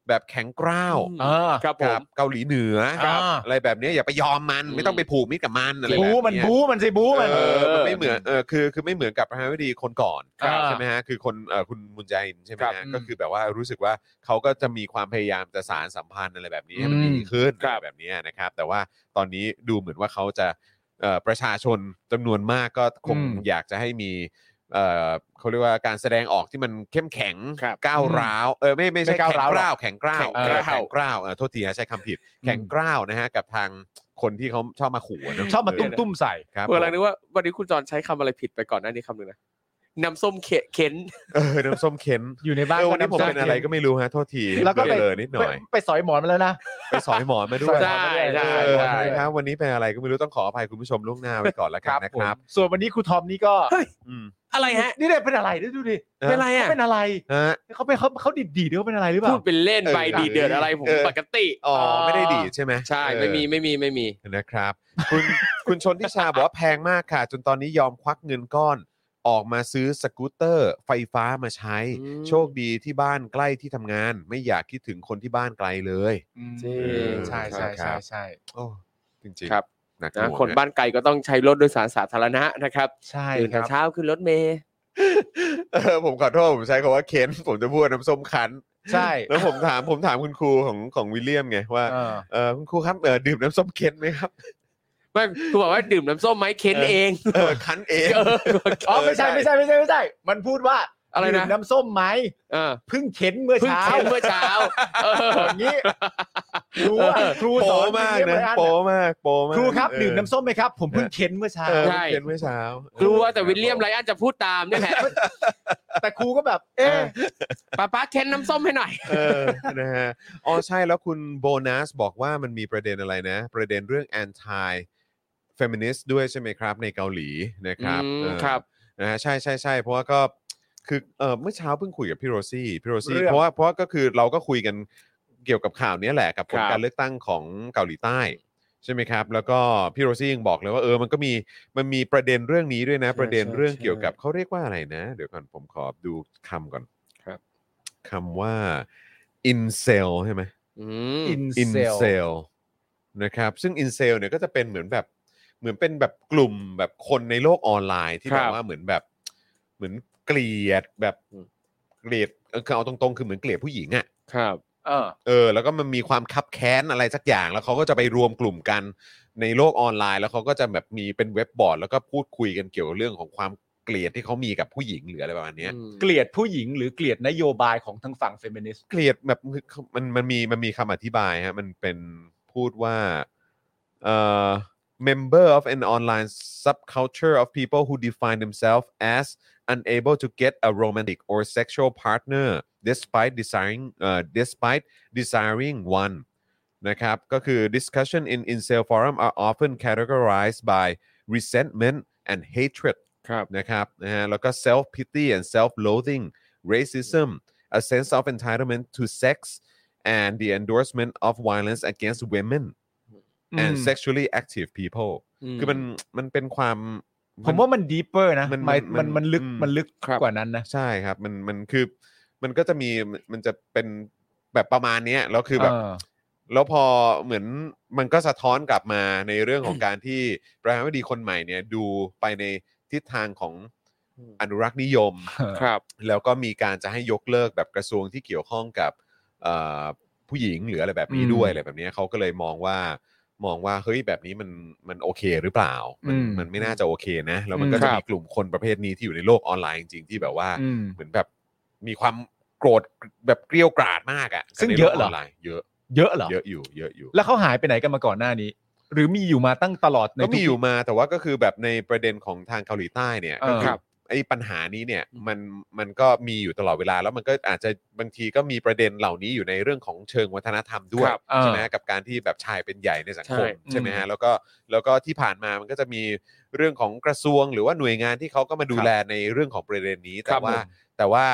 [SPEAKER 1] แบบแข็งกร้าว
[SPEAKER 3] อืม
[SPEAKER 2] เออ
[SPEAKER 3] ครับผ
[SPEAKER 1] กับ
[SPEAKER 3] ม
[SPEAKER 1] เกาหลีเหนือ
[SPEAKER 2] ครับอ่า
[SPEAKER 1] อะไรแบบเนี้ยอย่าไปยอมมัน
[SPEAKER 3] อืม
[SPEAKER 1] ไม่ต้องไปผูกมิตรกับมันอะไรแบบเย
[SPEAKER 2] บู๊มันบู๊มันสิบู๊มัน
[SPEAKER 1] เออมัน
[SPEAKER 3] เออ
[SPEAKER 1] ไม่เหมือนเออคือคือไม่เหมือนกับประธานาธิบดีคนก่อน
[SPEAKER 2] ครับ
[SPEAKER 1] ใช่ไหมฮะคือคนเออคุณมุนแจอินใช่ไหม
[SPEAKER 3] ครับ
[SPEAKER 1] ฮะ
[SPEAKER 2] อืม
[SPEAKER 1] ก็คือแบบว่ารู้สึกว่าเขาก็จะมีความพยายามจะสารสัมพันธ์อะไรแบบนี้ให้มัน
[SPEAKER 2] อืม
[SPEAKER 1] ดีขึ้น
[SPEAKER 3] ครับ
[SPEAKER 1] อะไรแบบเนี้ยนะครับ แต่ว่าตอนนี้ดูเหมือนว่าเขาจะเอ่อประชาชนจำนวนมากก็คงอยากจะให้มีเอ่อเขาเรียกว่าการแสดงออกที่มันเข้มแข็ง
[SPEAKER 3] ครับ
[SPEAKER 1] ก้าวร้าวเออไม่ไม่ใช่
[SPEAKER 2] ไม่ก้าวร้าวหรอก
[SPEAKER 1] แข็งกร้าวแข็งกร้าวเออ
[SPEAKER 3] แข็งกร้าว
[SPEAKER 1] แข็งกร้าวเออโทษทีฮะใช้คำผิด แข่งกล้าวนะฮะ กับทางคนที่เขาชอบมาขู่ะเนะ
[SPEAKER 2] ชอบมาตุ้มตุ้มใส่
[SPEAKER 1] ครับ
[SPEAKER 3] เวลานึกว่าวันนี้คุณจรใช้คำอะไรผิดไปก่อนหน้านี้คำหนึ่งนะน้ำส้มเขเข็น
[SPEAKER 1] เออน้ำส้มเข็น
[SPEAKER 2] อยู่ในบ้าน
[SPEAKER 1] เออวันนี้ผม
[SPEAKER 2] ก็ำ
[SPEAKER 1] เป็นอะไรก็ไม่รู้ฮะ โทษที
[SPEAKER 2] แล้วก็ไป
[SPEAKER 1] เลยนิดหน่อย
[SPEAKER 2] ไปไปสอยหมอนมาแล้วนะ
[SPEAKER 1] ไปสอยหมอนมาด้วย
[SPEAKER 3] ใช่ใช่
[SPEAKER 1] เออ
[SPEAKER 2] สอยหมอนมาด้วย
[SPEAKER 1] นะครับวันนี้เป็นอะไรก็ไม่รู้ต้องขออภัยคุณผู้ชมล่วงหน้าไว้ก่อนละกันนะ
[SPEAKER 2] ผ
[SPEAKER 1] ค
[SPEAKER 2] ม
[SPEAKER 1] รับ
[SPEAKER 2] ส่วนวันนี้ครูทอมนี่ก็
[SPEAKER 1] อืม
[SPEAKER 3] อะไรฮะ
[SPEAKER 2] นี่เนี่ยเป็นอะไรนี่ดูดิ
[SPEAKER 1] เออ
[SPEAKER 3] เป็นอะไร
[SPEAKER 2] เขา
[SPEAKER 3] อ่ะ
[SPEAKER 1] ฮะ
[SPEAKER 2] เป็นอะไรเขาเป็นเขาเขาดิดดีดเขาเป็นอะไรหรือเป
[SPEAKER 3] พู
[SPEAKER 2] ล่า
[SPEAKER 3] ดเป็นเล่นไป
[SPEAKER 1] เออ
[SPEAKER 3] ดีเดือดอะไรผม
[SPEAKER 1] เออ
[SPEAKER 3] ปกติ
[SPEAKER 1] อ๋อไม่ได้ดีดใช่ไหม
[SPEAKER 3] ใช่
[SPEAKER 1] เออ
[SPEAKER 3] ไม่มีไม่มีไม่มี
[SPEAKER 1] นะครับ คุณคุณชนทิชาบอกว่าแพงมากค่ะ จนตอนนี้ยอมควักเงินก้อน ออกมาซื้อสกูตเตอร์ ไฟฟ้ามาใช้
[SPEAKER 3] อืม
[SPEAKER 1] โชคดีที่บ้านใกล้ที่ทำงาน ไม่อยากคิดถึงคนที่บ้านไกลเลย
[SPEAKER 3] จริง
[SPEAKER 2] ใช่ใช่ใช่ใช่
[SPEAKER 1] โอ้จริงๆ
[SPEAKER 3] ครับ
[SPEAKER 1] หนักหว
[SPEAKER 3] นะ
[SPEAKER 1] ง
[SPEAKER 3] คนบ้านไกลก็ต้องใช้รถโดยสารสาธารณะนะครับ
[SPEAKER 2] ใช่
[SPEAKER 3] ตื่น
[SPEAKER 2] ค
[SPEAKER 3] แต่
[SPEAKER 2] รับ
[SPEAKER 3] เช้าขึ้นรถเมล์
[SPEAKER 1] เออ ผมขอโทษผมใช้คำว่าเค้น ผมจะพูดว่าน้ำส้มคั้น
[SPEAKER 2] ใช่
[SPEAKER 1] แล้วผมถามผมถามคุณครูของของวิลเลียมไงว่า
[SPEAKER 2] เออ
[SPEAKER 1] เออคุณครูครับเออดื่มน้ำส้มเค้นไหมครับ
[SPEAKER 3] ไม่คือบอกว่าดื่มน้ำส้มไหมเข็นเอง
[SPEAKER 1] เออคั้นเอง
[SPEAKER 3] เออ
[SPEAKER 2] อ๋อไม่ใช่ไม่ใช่ไม่ใช่ไม่ใช่ มันพูดว่า
[SPEAKER 3] อะไรนะ
[SPEAKER 2] ดื่มน้ำส้มไหม
[SPEAKER 3] เออ
[SPEAKER 2] เพิ่งเข็นเมื่อ
[SPEAKER 3] เพิ่ง
[SPEAKER 2] เช้า
[SPEAKER 3] เข็นเมื่อเช้าเออ
[SPEAKER 2] อย่างนี้ครูอ่ะครู
[SPEAKER 1] โป
[SPEAKER 2] สอน
[SPEAKER 1] มาก
[SPEAKER 2] เรีย
[SPEAKER 1] นะ
[SPEAKER 2] บร้อย
[SPEAKER 1] โป
[SPEAKER 2] อัน
[SPEAKER 1] มากโปมาก
[SPEAKER 2] ครูครับ
[SPEAKER 1] เออ
[SPEAKER 2] ดื่มน้ำส้มไหมครับ ผมเพิ่งเค้นเมื่อเช้า
[SPEAKER 1] เออ
[SPEAKER 3] ใช่
[SPEAKER 1] เค้นเมื่อเช้าก
[SPEAKER 3] ลัวแต่วิลเลียมไรอันจะพูดตามเนี่ยแหละ
[SPEAKER 2] แต่ครูก็แบบ เอ๊ะ
[SPEAKER 3] ป้าป้าเข็นน้ำส้มให้หน่อย
[SPEAKER 1] เออนะฮะอ๋อใช่แล้วคุณโบนัสบอกว่ามันมีประเด็นอะไรนะ ประเด็นเรื่อง anti feminist ด้วยใช่ไหมครับ ในเกาหลีนะครับ
[SPEAKER 3] อืม
[SPEAKER 1] เออ
[SPEAKER 3] ครับ
[SPEAKER 1] นะฮะใช่ใช่ใช่เพราะว่าก็คือเออเมื่อเช้าเพิ่งคุยกับพี่โรซี่พี่โรซี่เพราะว่าเพราะว่าก็คือเราก็คุยกันเกี่ยวกับข่าวเนี้ยแหละกับผล
[SPEAKER 3] ครับ
[SPEAKER 1] การเลือกตั้งของเกาหลีใต้ใช่ไหมครับ แล้วก็พี่โรซี่ยังบอกเลยว่าเออมันก็มีมันมีประเด็นเรื่องนี้ด้วยนะ ประเด็นเรื่องเกี่ยวกับเขาเรียกว่าอะไรนะ เดี๋ยวก่อนผมขอดูคำก่อน
[SPEAKER 3] ครับ
[SPEAKER 1] คำว่า i n c e l ใช่ไหม
[SPEAKER 3] อืม
[SPEAKER 2] อิน
[SPEAKER 1] i n c e l นะครับซึ่ง i n c e l เนี่ยก็จะเป็นเหมือนแบบเหมือนเป็นแบบกลุ่มแบบคนในโลกออนไลน์ที่
[SPEAKER 3] ครั
[SPEAKER 1] แบบ บว่าเหมือนแบบเหมือนเกลียดแบบ
[SPEAKER 3] อืม
[SPEAKER 1] เกลียดเออคือเอาตรงๆ คือเหมือนเกลียดผู้หญิงอะ่ะ
[SPEAKER 3] ครับ
[SPEAKER 2] เออ
[SPEAKER 1] เออแล้วก็มันมีความคับแค้นอะไรสักอย่าง แล้วเขาก็จะไปรวมกลุ่มกันในโลกออนไลน์ แล้วเขาก็จะแบบมีเป็นเว็บบอร์ด แล้วก็พูดคุยกันเกี่ยวกับเรื่องของความเกลียดที่เขามีกับผู้หญิงหรืออะไรประมาณเนี้ย
[SPEAKER 2] เกลียดผู้หญิงหรือเกลียดนโยบายของทางฝั่งเฟมินิสต์
[SPEAKER 1] เกลียดแบบมันมันมีมันมีคำอธิบายฮะมันเป็นพูดว่าเอ่อ member of an online subculture of people who define themselves as unable to get a romantic or sexual partner despite desiring uh, despite desiring one นะครับก็คือ discussion in incel forum are often categorized by resentment and hatred
[SPEAKER 3] ครับ
[SPEAKER 1] นะครับนะฮะแล้วก็ self pity and self loathing racism a sense of entitlement to sex and the endorsement of violence against women and sexually active people คือมันมันเป็นความ
[SPEAKER 2] ผมว่ามันดีเปอร์นะ
[SPEAKER 1] มัน
[SPEAKER 2] หมาย
[SPEAKER 1] มั
[SPEAKER 2] มัน นมันลึก
[SPEAKER 1] อืม
[SPEAKER 2] มันลึก
[SPEAKER 3] ครับ
[SPEAKER 2] กว่านั้นนะ
[SPEAKER 1] ใช่ครับ มันมันคือมันก็จะมีมันจะเป็นแบบประมาณเนี้ยแล้วคือแบบ
[SPEAKER 2] เออ
[SPEAKER 1] แล้วพอเหมือนมันก็สะท้อนกลับมาในเรื่องของการที่ประธานาธิบดีคนใหม่เนี่ยดูไปในทิศทางของอนุรักษ์นิยม
[SPEAKER 3] ครับ
[SPEAKER 1] แล้วก็มีการจะให้ยกเลิกแบบกระทรวงที่เกี่ยวข้องกับเอ่อผู้หญิงหรืออะไรแบบนี้
[SPEAKER 2] อืม
[SPEAKER 1] ด้วยอะไรแบบนี้เขาก็เลยมองว่ามองว่าเฮ้ยแบบนี้มันมันโอเคหรือเปล่า มัน
[SPEAKER 2] อืม
[SPEAKER 1] มันไม่น่าจะโอเคนะแล้วมันก็
[SPEAKER 3] อืม
[SPEAKER 1] จะ
[SPEAKER 3] ครั
[SPEAKER 1] มี
[SPEAKER 3] บ
[SPEAKER 1] กลุ่มคนประเภทนี้ที่อยู่ในโลกออนไลน์จริงๆที่แบบว่า
[SPEAKER 2] อืม
[SPEAKER 1] เหมือนแบบมีความโกรธแบบเกรี้ยวกราดมากอะ
[SPEAKER 2] ซึ่งเยอะเหรอ
[SPEAKER 1] ในโลกนไลน์เยอะ
[SPEAKER 2] เยอะเหรอ
[SPEAKER 1] เยอะอยู่เยอะอยู่
[SPEAKER 2] แล้วเขาหายไปไหนกันมาก่อนหน้านี้ หรือมีอยู่มาตั้งตลอดใน
[SPEAKER 1] ก็
[SPEAKER 2] ทุ
[SPEAKER 1] มีอยู่มาแต่ว่าก็คือแบบในประเด็นของทางเกาหลีใต้เนี่ย
[SPEAKER 2] เอ
[SPEAKER 1] ก็
[SPEAKER 2] อ
[SPEAKER 1] คือไอ้ปัญหานี้เนี่ยมันมันก็มีอยู่ตลอดเวลา แล้วมันก็อาจจะบางทีก็มีประเด็นเหล่านี้อยู่ในเรื่องของเชิงวัฒนธรรมด้วย
[SPEAKER 3] ครับ
[SPEAKER 2] เออ
[SPEAKER 1] ใช่ไหมกับการที่แบบชายเป็นใหญ่ในสังคม
[SPEAKER 3] ใช่
[SPEAKER 1] ใช่ไหมฮะแล้วก็แล้วก็ที่ผ่านมามันก็จะมีเรื่องของกระทรวง หรือว่าหน่วยงานที่เขาก็มาดูแลในเรื่องของประเด็นนี้ แต่ว่าแต่ว่า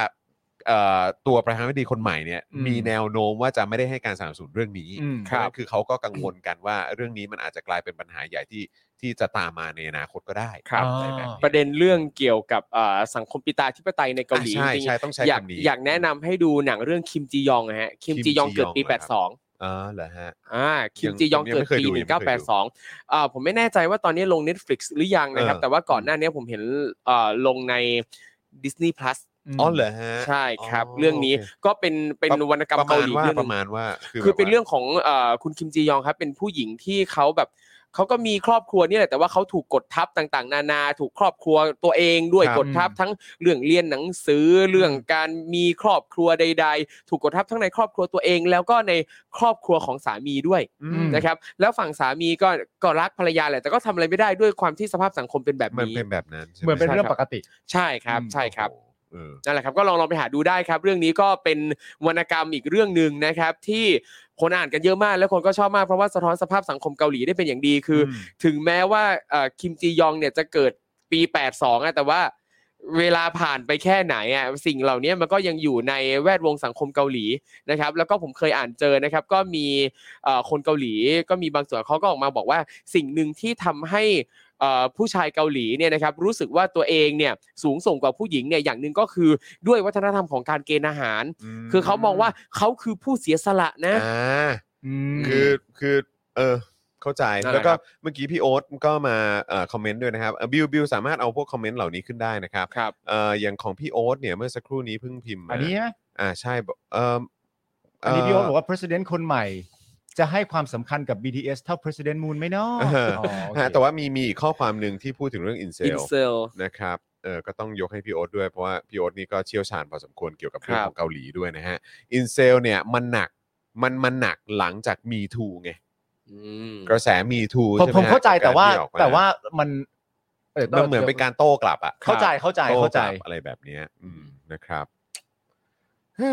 [SPEAKER 1] เอ่อตัวประธานาธิบดีคนใหม่เนี่ย
[SPEAKER 2] อืม
[SPEAKER 1] มีแนวโน้มว่าจะไม่ได้ให้การสนับสนุนเรื่องนี้
[SPEAKER 2] อืม
[SPEAKER 3] ครับ
[SPEAKER 1] นั่นคือเขาก็กังวลกันว่าเรื่องนี้มันอาจจะกลายเป็นปัญหาใหญ่ที่ที่จะตามมาในอนาคตก็ได้
[SPEAKER 3] ครับ
[SPEAKER 1] อะไรแบบนี้
[SPEAKER 3] ประเด็นเรื่องเกี่ยวกับเอ่อสังคมปิตาธิปไตยในเกาหลี
[SPEAKER 1] อ่ะใช่
[SPEAKER 3] จริง
[SPEAKER 1] ใช่ต้องใช้
[SPEAKER 3] อยาก
[SPEAKER 1] คำนี้
[SPEAKER 3] อยากแนะนำให้ดูหนังเรื่องคิมจียองนะฮะคิม
[SPEAKER 1] Kim
[SPEAKER 3] จียอง
[SPEAKER 1] Ji-yong
[SPEAKER 3] เกิดปี
[SPEAKER 1] เหรอครับ
[SPEAKER 3] 82
[SPEAKER 1] อ๋อเหรอฮะ
[SPEAKER 3] อ่าคิ
[SPEAKER 1] ยั
[SPEAKER 3] ม
[SPEAKER 1] ง
[SPEAKER 3] จียอง
[SPEAKER 1] ยัง
[SPEAKER 3] เกิ
[SPEAKER 1] ไม่
[SPEAKER 3] ด
[SPEAKER 1] เคย
[SPEAKER 3] ปี
[SPEAKER 1] ดูยังไม่เคยดู
[SPEAKER 3] 1982อ่าผมไม่แน่ใจว่าตอนนี้ลง Netflix หรือยังนะครับ
[SPEAKER 1] เออ
[SPEAKER 3] แต่ว่าก่อนหน้านี้ผมเห็นอ่าลงใน Disney Plus
[SPEAKER 1] อ๋อเหรอฮะ
[SPEAKER 3] ใช่ครับ
[SPEAKER 1] อ๋
[SPEAKER 3] เรื่องนี้
[SPEAKER 1] โค
[SPEAKER 3] ก็เป็นเป็นวรรณกรรม
[SPEAKER 1] ประ
[SPEAKER 3] เกา
[SPEAKER 1] มาณ
[SPEAKER 3] หลี
[SPEAKER 1] ว่า
[SPEAKER 3] เรื่องห
[SPEAKER 1] ป
[SPEAKER 3] นึ่
[SPEAKER 1] ระ
[SPEAKER 3] ง
[SPEAKER 1] มาณว่า
[SPEAKER 3] คือเป็น
[SPEAKER 1] แบบว่า
[SPEAKER 3] เรื่องของเอ่อคุณคิมจียองครับเป็นผู้หญิงที่เขาแบบเขาก็มีครอบครัวนี่แหละแต่ว่าเขาถูกกดทับต่างๆ นานา ถูกครอบครัวตัวเองด้วย
[SPEAKER 1] ครับ
[SPEAKER 3] กดทับทั้งเรื่องเรียนหนังสือเรื่องการมีครอบครัวใด ๆ ถูกกดทับทั้งในครอบครัวตัวเอง แล้วก็ในครอบครัวของสามีด้วย
[SPEAKER 1] อื
[SPEAKER 2] อื
[SPEAKER 1] ม
[SPEAKER 2] ม
[SPEAKER 3] นะครับ แล้วฝั่งสามีก็ก็รักภรรยาแหละแต่ก็ทำอะไรไม่ได้ด้วยความที่สภาพสังคมเป็นแบบ
[SPEAKER 1] มัน
[SPEAKER 3] นี้
[SPEAKER 1] เป็นแบบนั้นใช่ไ
[SPEAKER 2] เหมือนเป็นเรื่องปกติ
[SPEAKER 3] ใช่ครับ
[SPEAKER 2] อืม
[SPEAKER 3] ใช่ครับ
[SPEAKER 1] โอ้โหเออ
[SPEAKER 3] นั่นแหละครับก็ลองลองไปหาดูได้ครับ เรื่องนี้ก็เป็นวรรณกรรมอีกเรื่องหนึ่งนะครับ ที่คนอ่านกันเยอะมากและคนก็ชอบมากเพราะว่าสะท้อนสภาพสังคมเกาหลีได้เป็นอย่างดีคือ
[SPEAKER 1] ม
[SPEAKER 3] ถึงแม้ว่าเอ่อคิมจียองเนี่ยจะเกิดปี 82อะแต่ว่าเวลาผ่านไปแค่ไหนอ่ะสิ่งเหล่านี้มันก็ยังอยู่ในแวดวงสังคมเกาหลีนะครับ แล้วก็ผมเคยอ่านเจอนะครับ ก็มีเอ่อคนเกาหลีก็มีบางส่วนเขาก็ออกมาบอกว่าสิ่งหนึ่งที่ทำให้เอ่อผู้ชายเกาหลีเนี่ยนะครับรู้สึกว่าตัวเองเนี่ยสูงส่งกว่าผู้หญิงเนี่ยอย่างหนึ่งก็คือด้วยวัฒนธรรมของการเกณฑ์อาหาร
[SPEAKER 1] ม
[SPEAKER 3] คือเขามองว่าเขาคือผู้เสียสละนะ
[SPEAKER 1] อ่า คือคือเออเข้าใจ
[SPEAKER 3] นั่นแหละ
[SPEAKER 1] แล้วก็
[SPEAKER 3] ครับ
[SPEAKER 1] เมื่อกี้พี่โอ๊ตก็มาเอ่อคอมเมนต์ด้วยนะครับเอ่อบิวบิวสามารถเอาพวกคอมเมนต์เหล่านี้ขึ้นได้นะครับ
[SPEAKER 3] ครับ
[SPEAKER 1] เอ่ออย่างของพี่โอ๊ตเนี่ยเมื่อสักครู่นี้เพิ่งพิมพ์มา
[SPEAKER 2] อันนี้ใช่ไหม
[SPEAKER 1] อ่าใช่บอกเอ่อ
[SPEAKER 2] อันนี้พี่โอ๊ตบอกว่า president คนใหม่ จะให้ความสำคัญกับ BTS เท่า president Moon ไหมเนาะ
[SPEAKER 1] เออ
[SPEAKER 2] อ๋อโอเค
[SPEAKER 1] ฮะแต่ว่ามีมีอีกข้อความหนึ่งที่พูดถึงเรื่องอินเซ
[SPEAKER 3] อิน
[SPEAKER 1] ล
[SPEAKER 3] เซล
[SPEAKER 1] นะครับเออก็ต้องยกให้พี่โอ๊ตด้วยเพราะว่าพี่โอ๊ตนี่ก็เชี่ยวชาญพอสมควรเกี่ยวกับเรื่อง
[SPEAKER 3] ครับ
[SPEAKER 1] ของเกาหลีด้วยนะฮะอินเซลเนี่ยมันหนักมันมันหนักหลังจากมีทูไง
[SPEAKER 3] อืม
[SPEAKER 1] กระแสมีทู
[SPEAKER 2] ผมผมเข้าใจแต่ว่าแต่ว่ามัน
[SPEAKER 1] มันเหมือนเป็นการโต้กลับอะ
[SPEAKER 2] เข้าใจเข้าใจเข้าใจ
[SPEAKER 1] โต้กลับอะไรแบบเนี้ยอืมนะครับ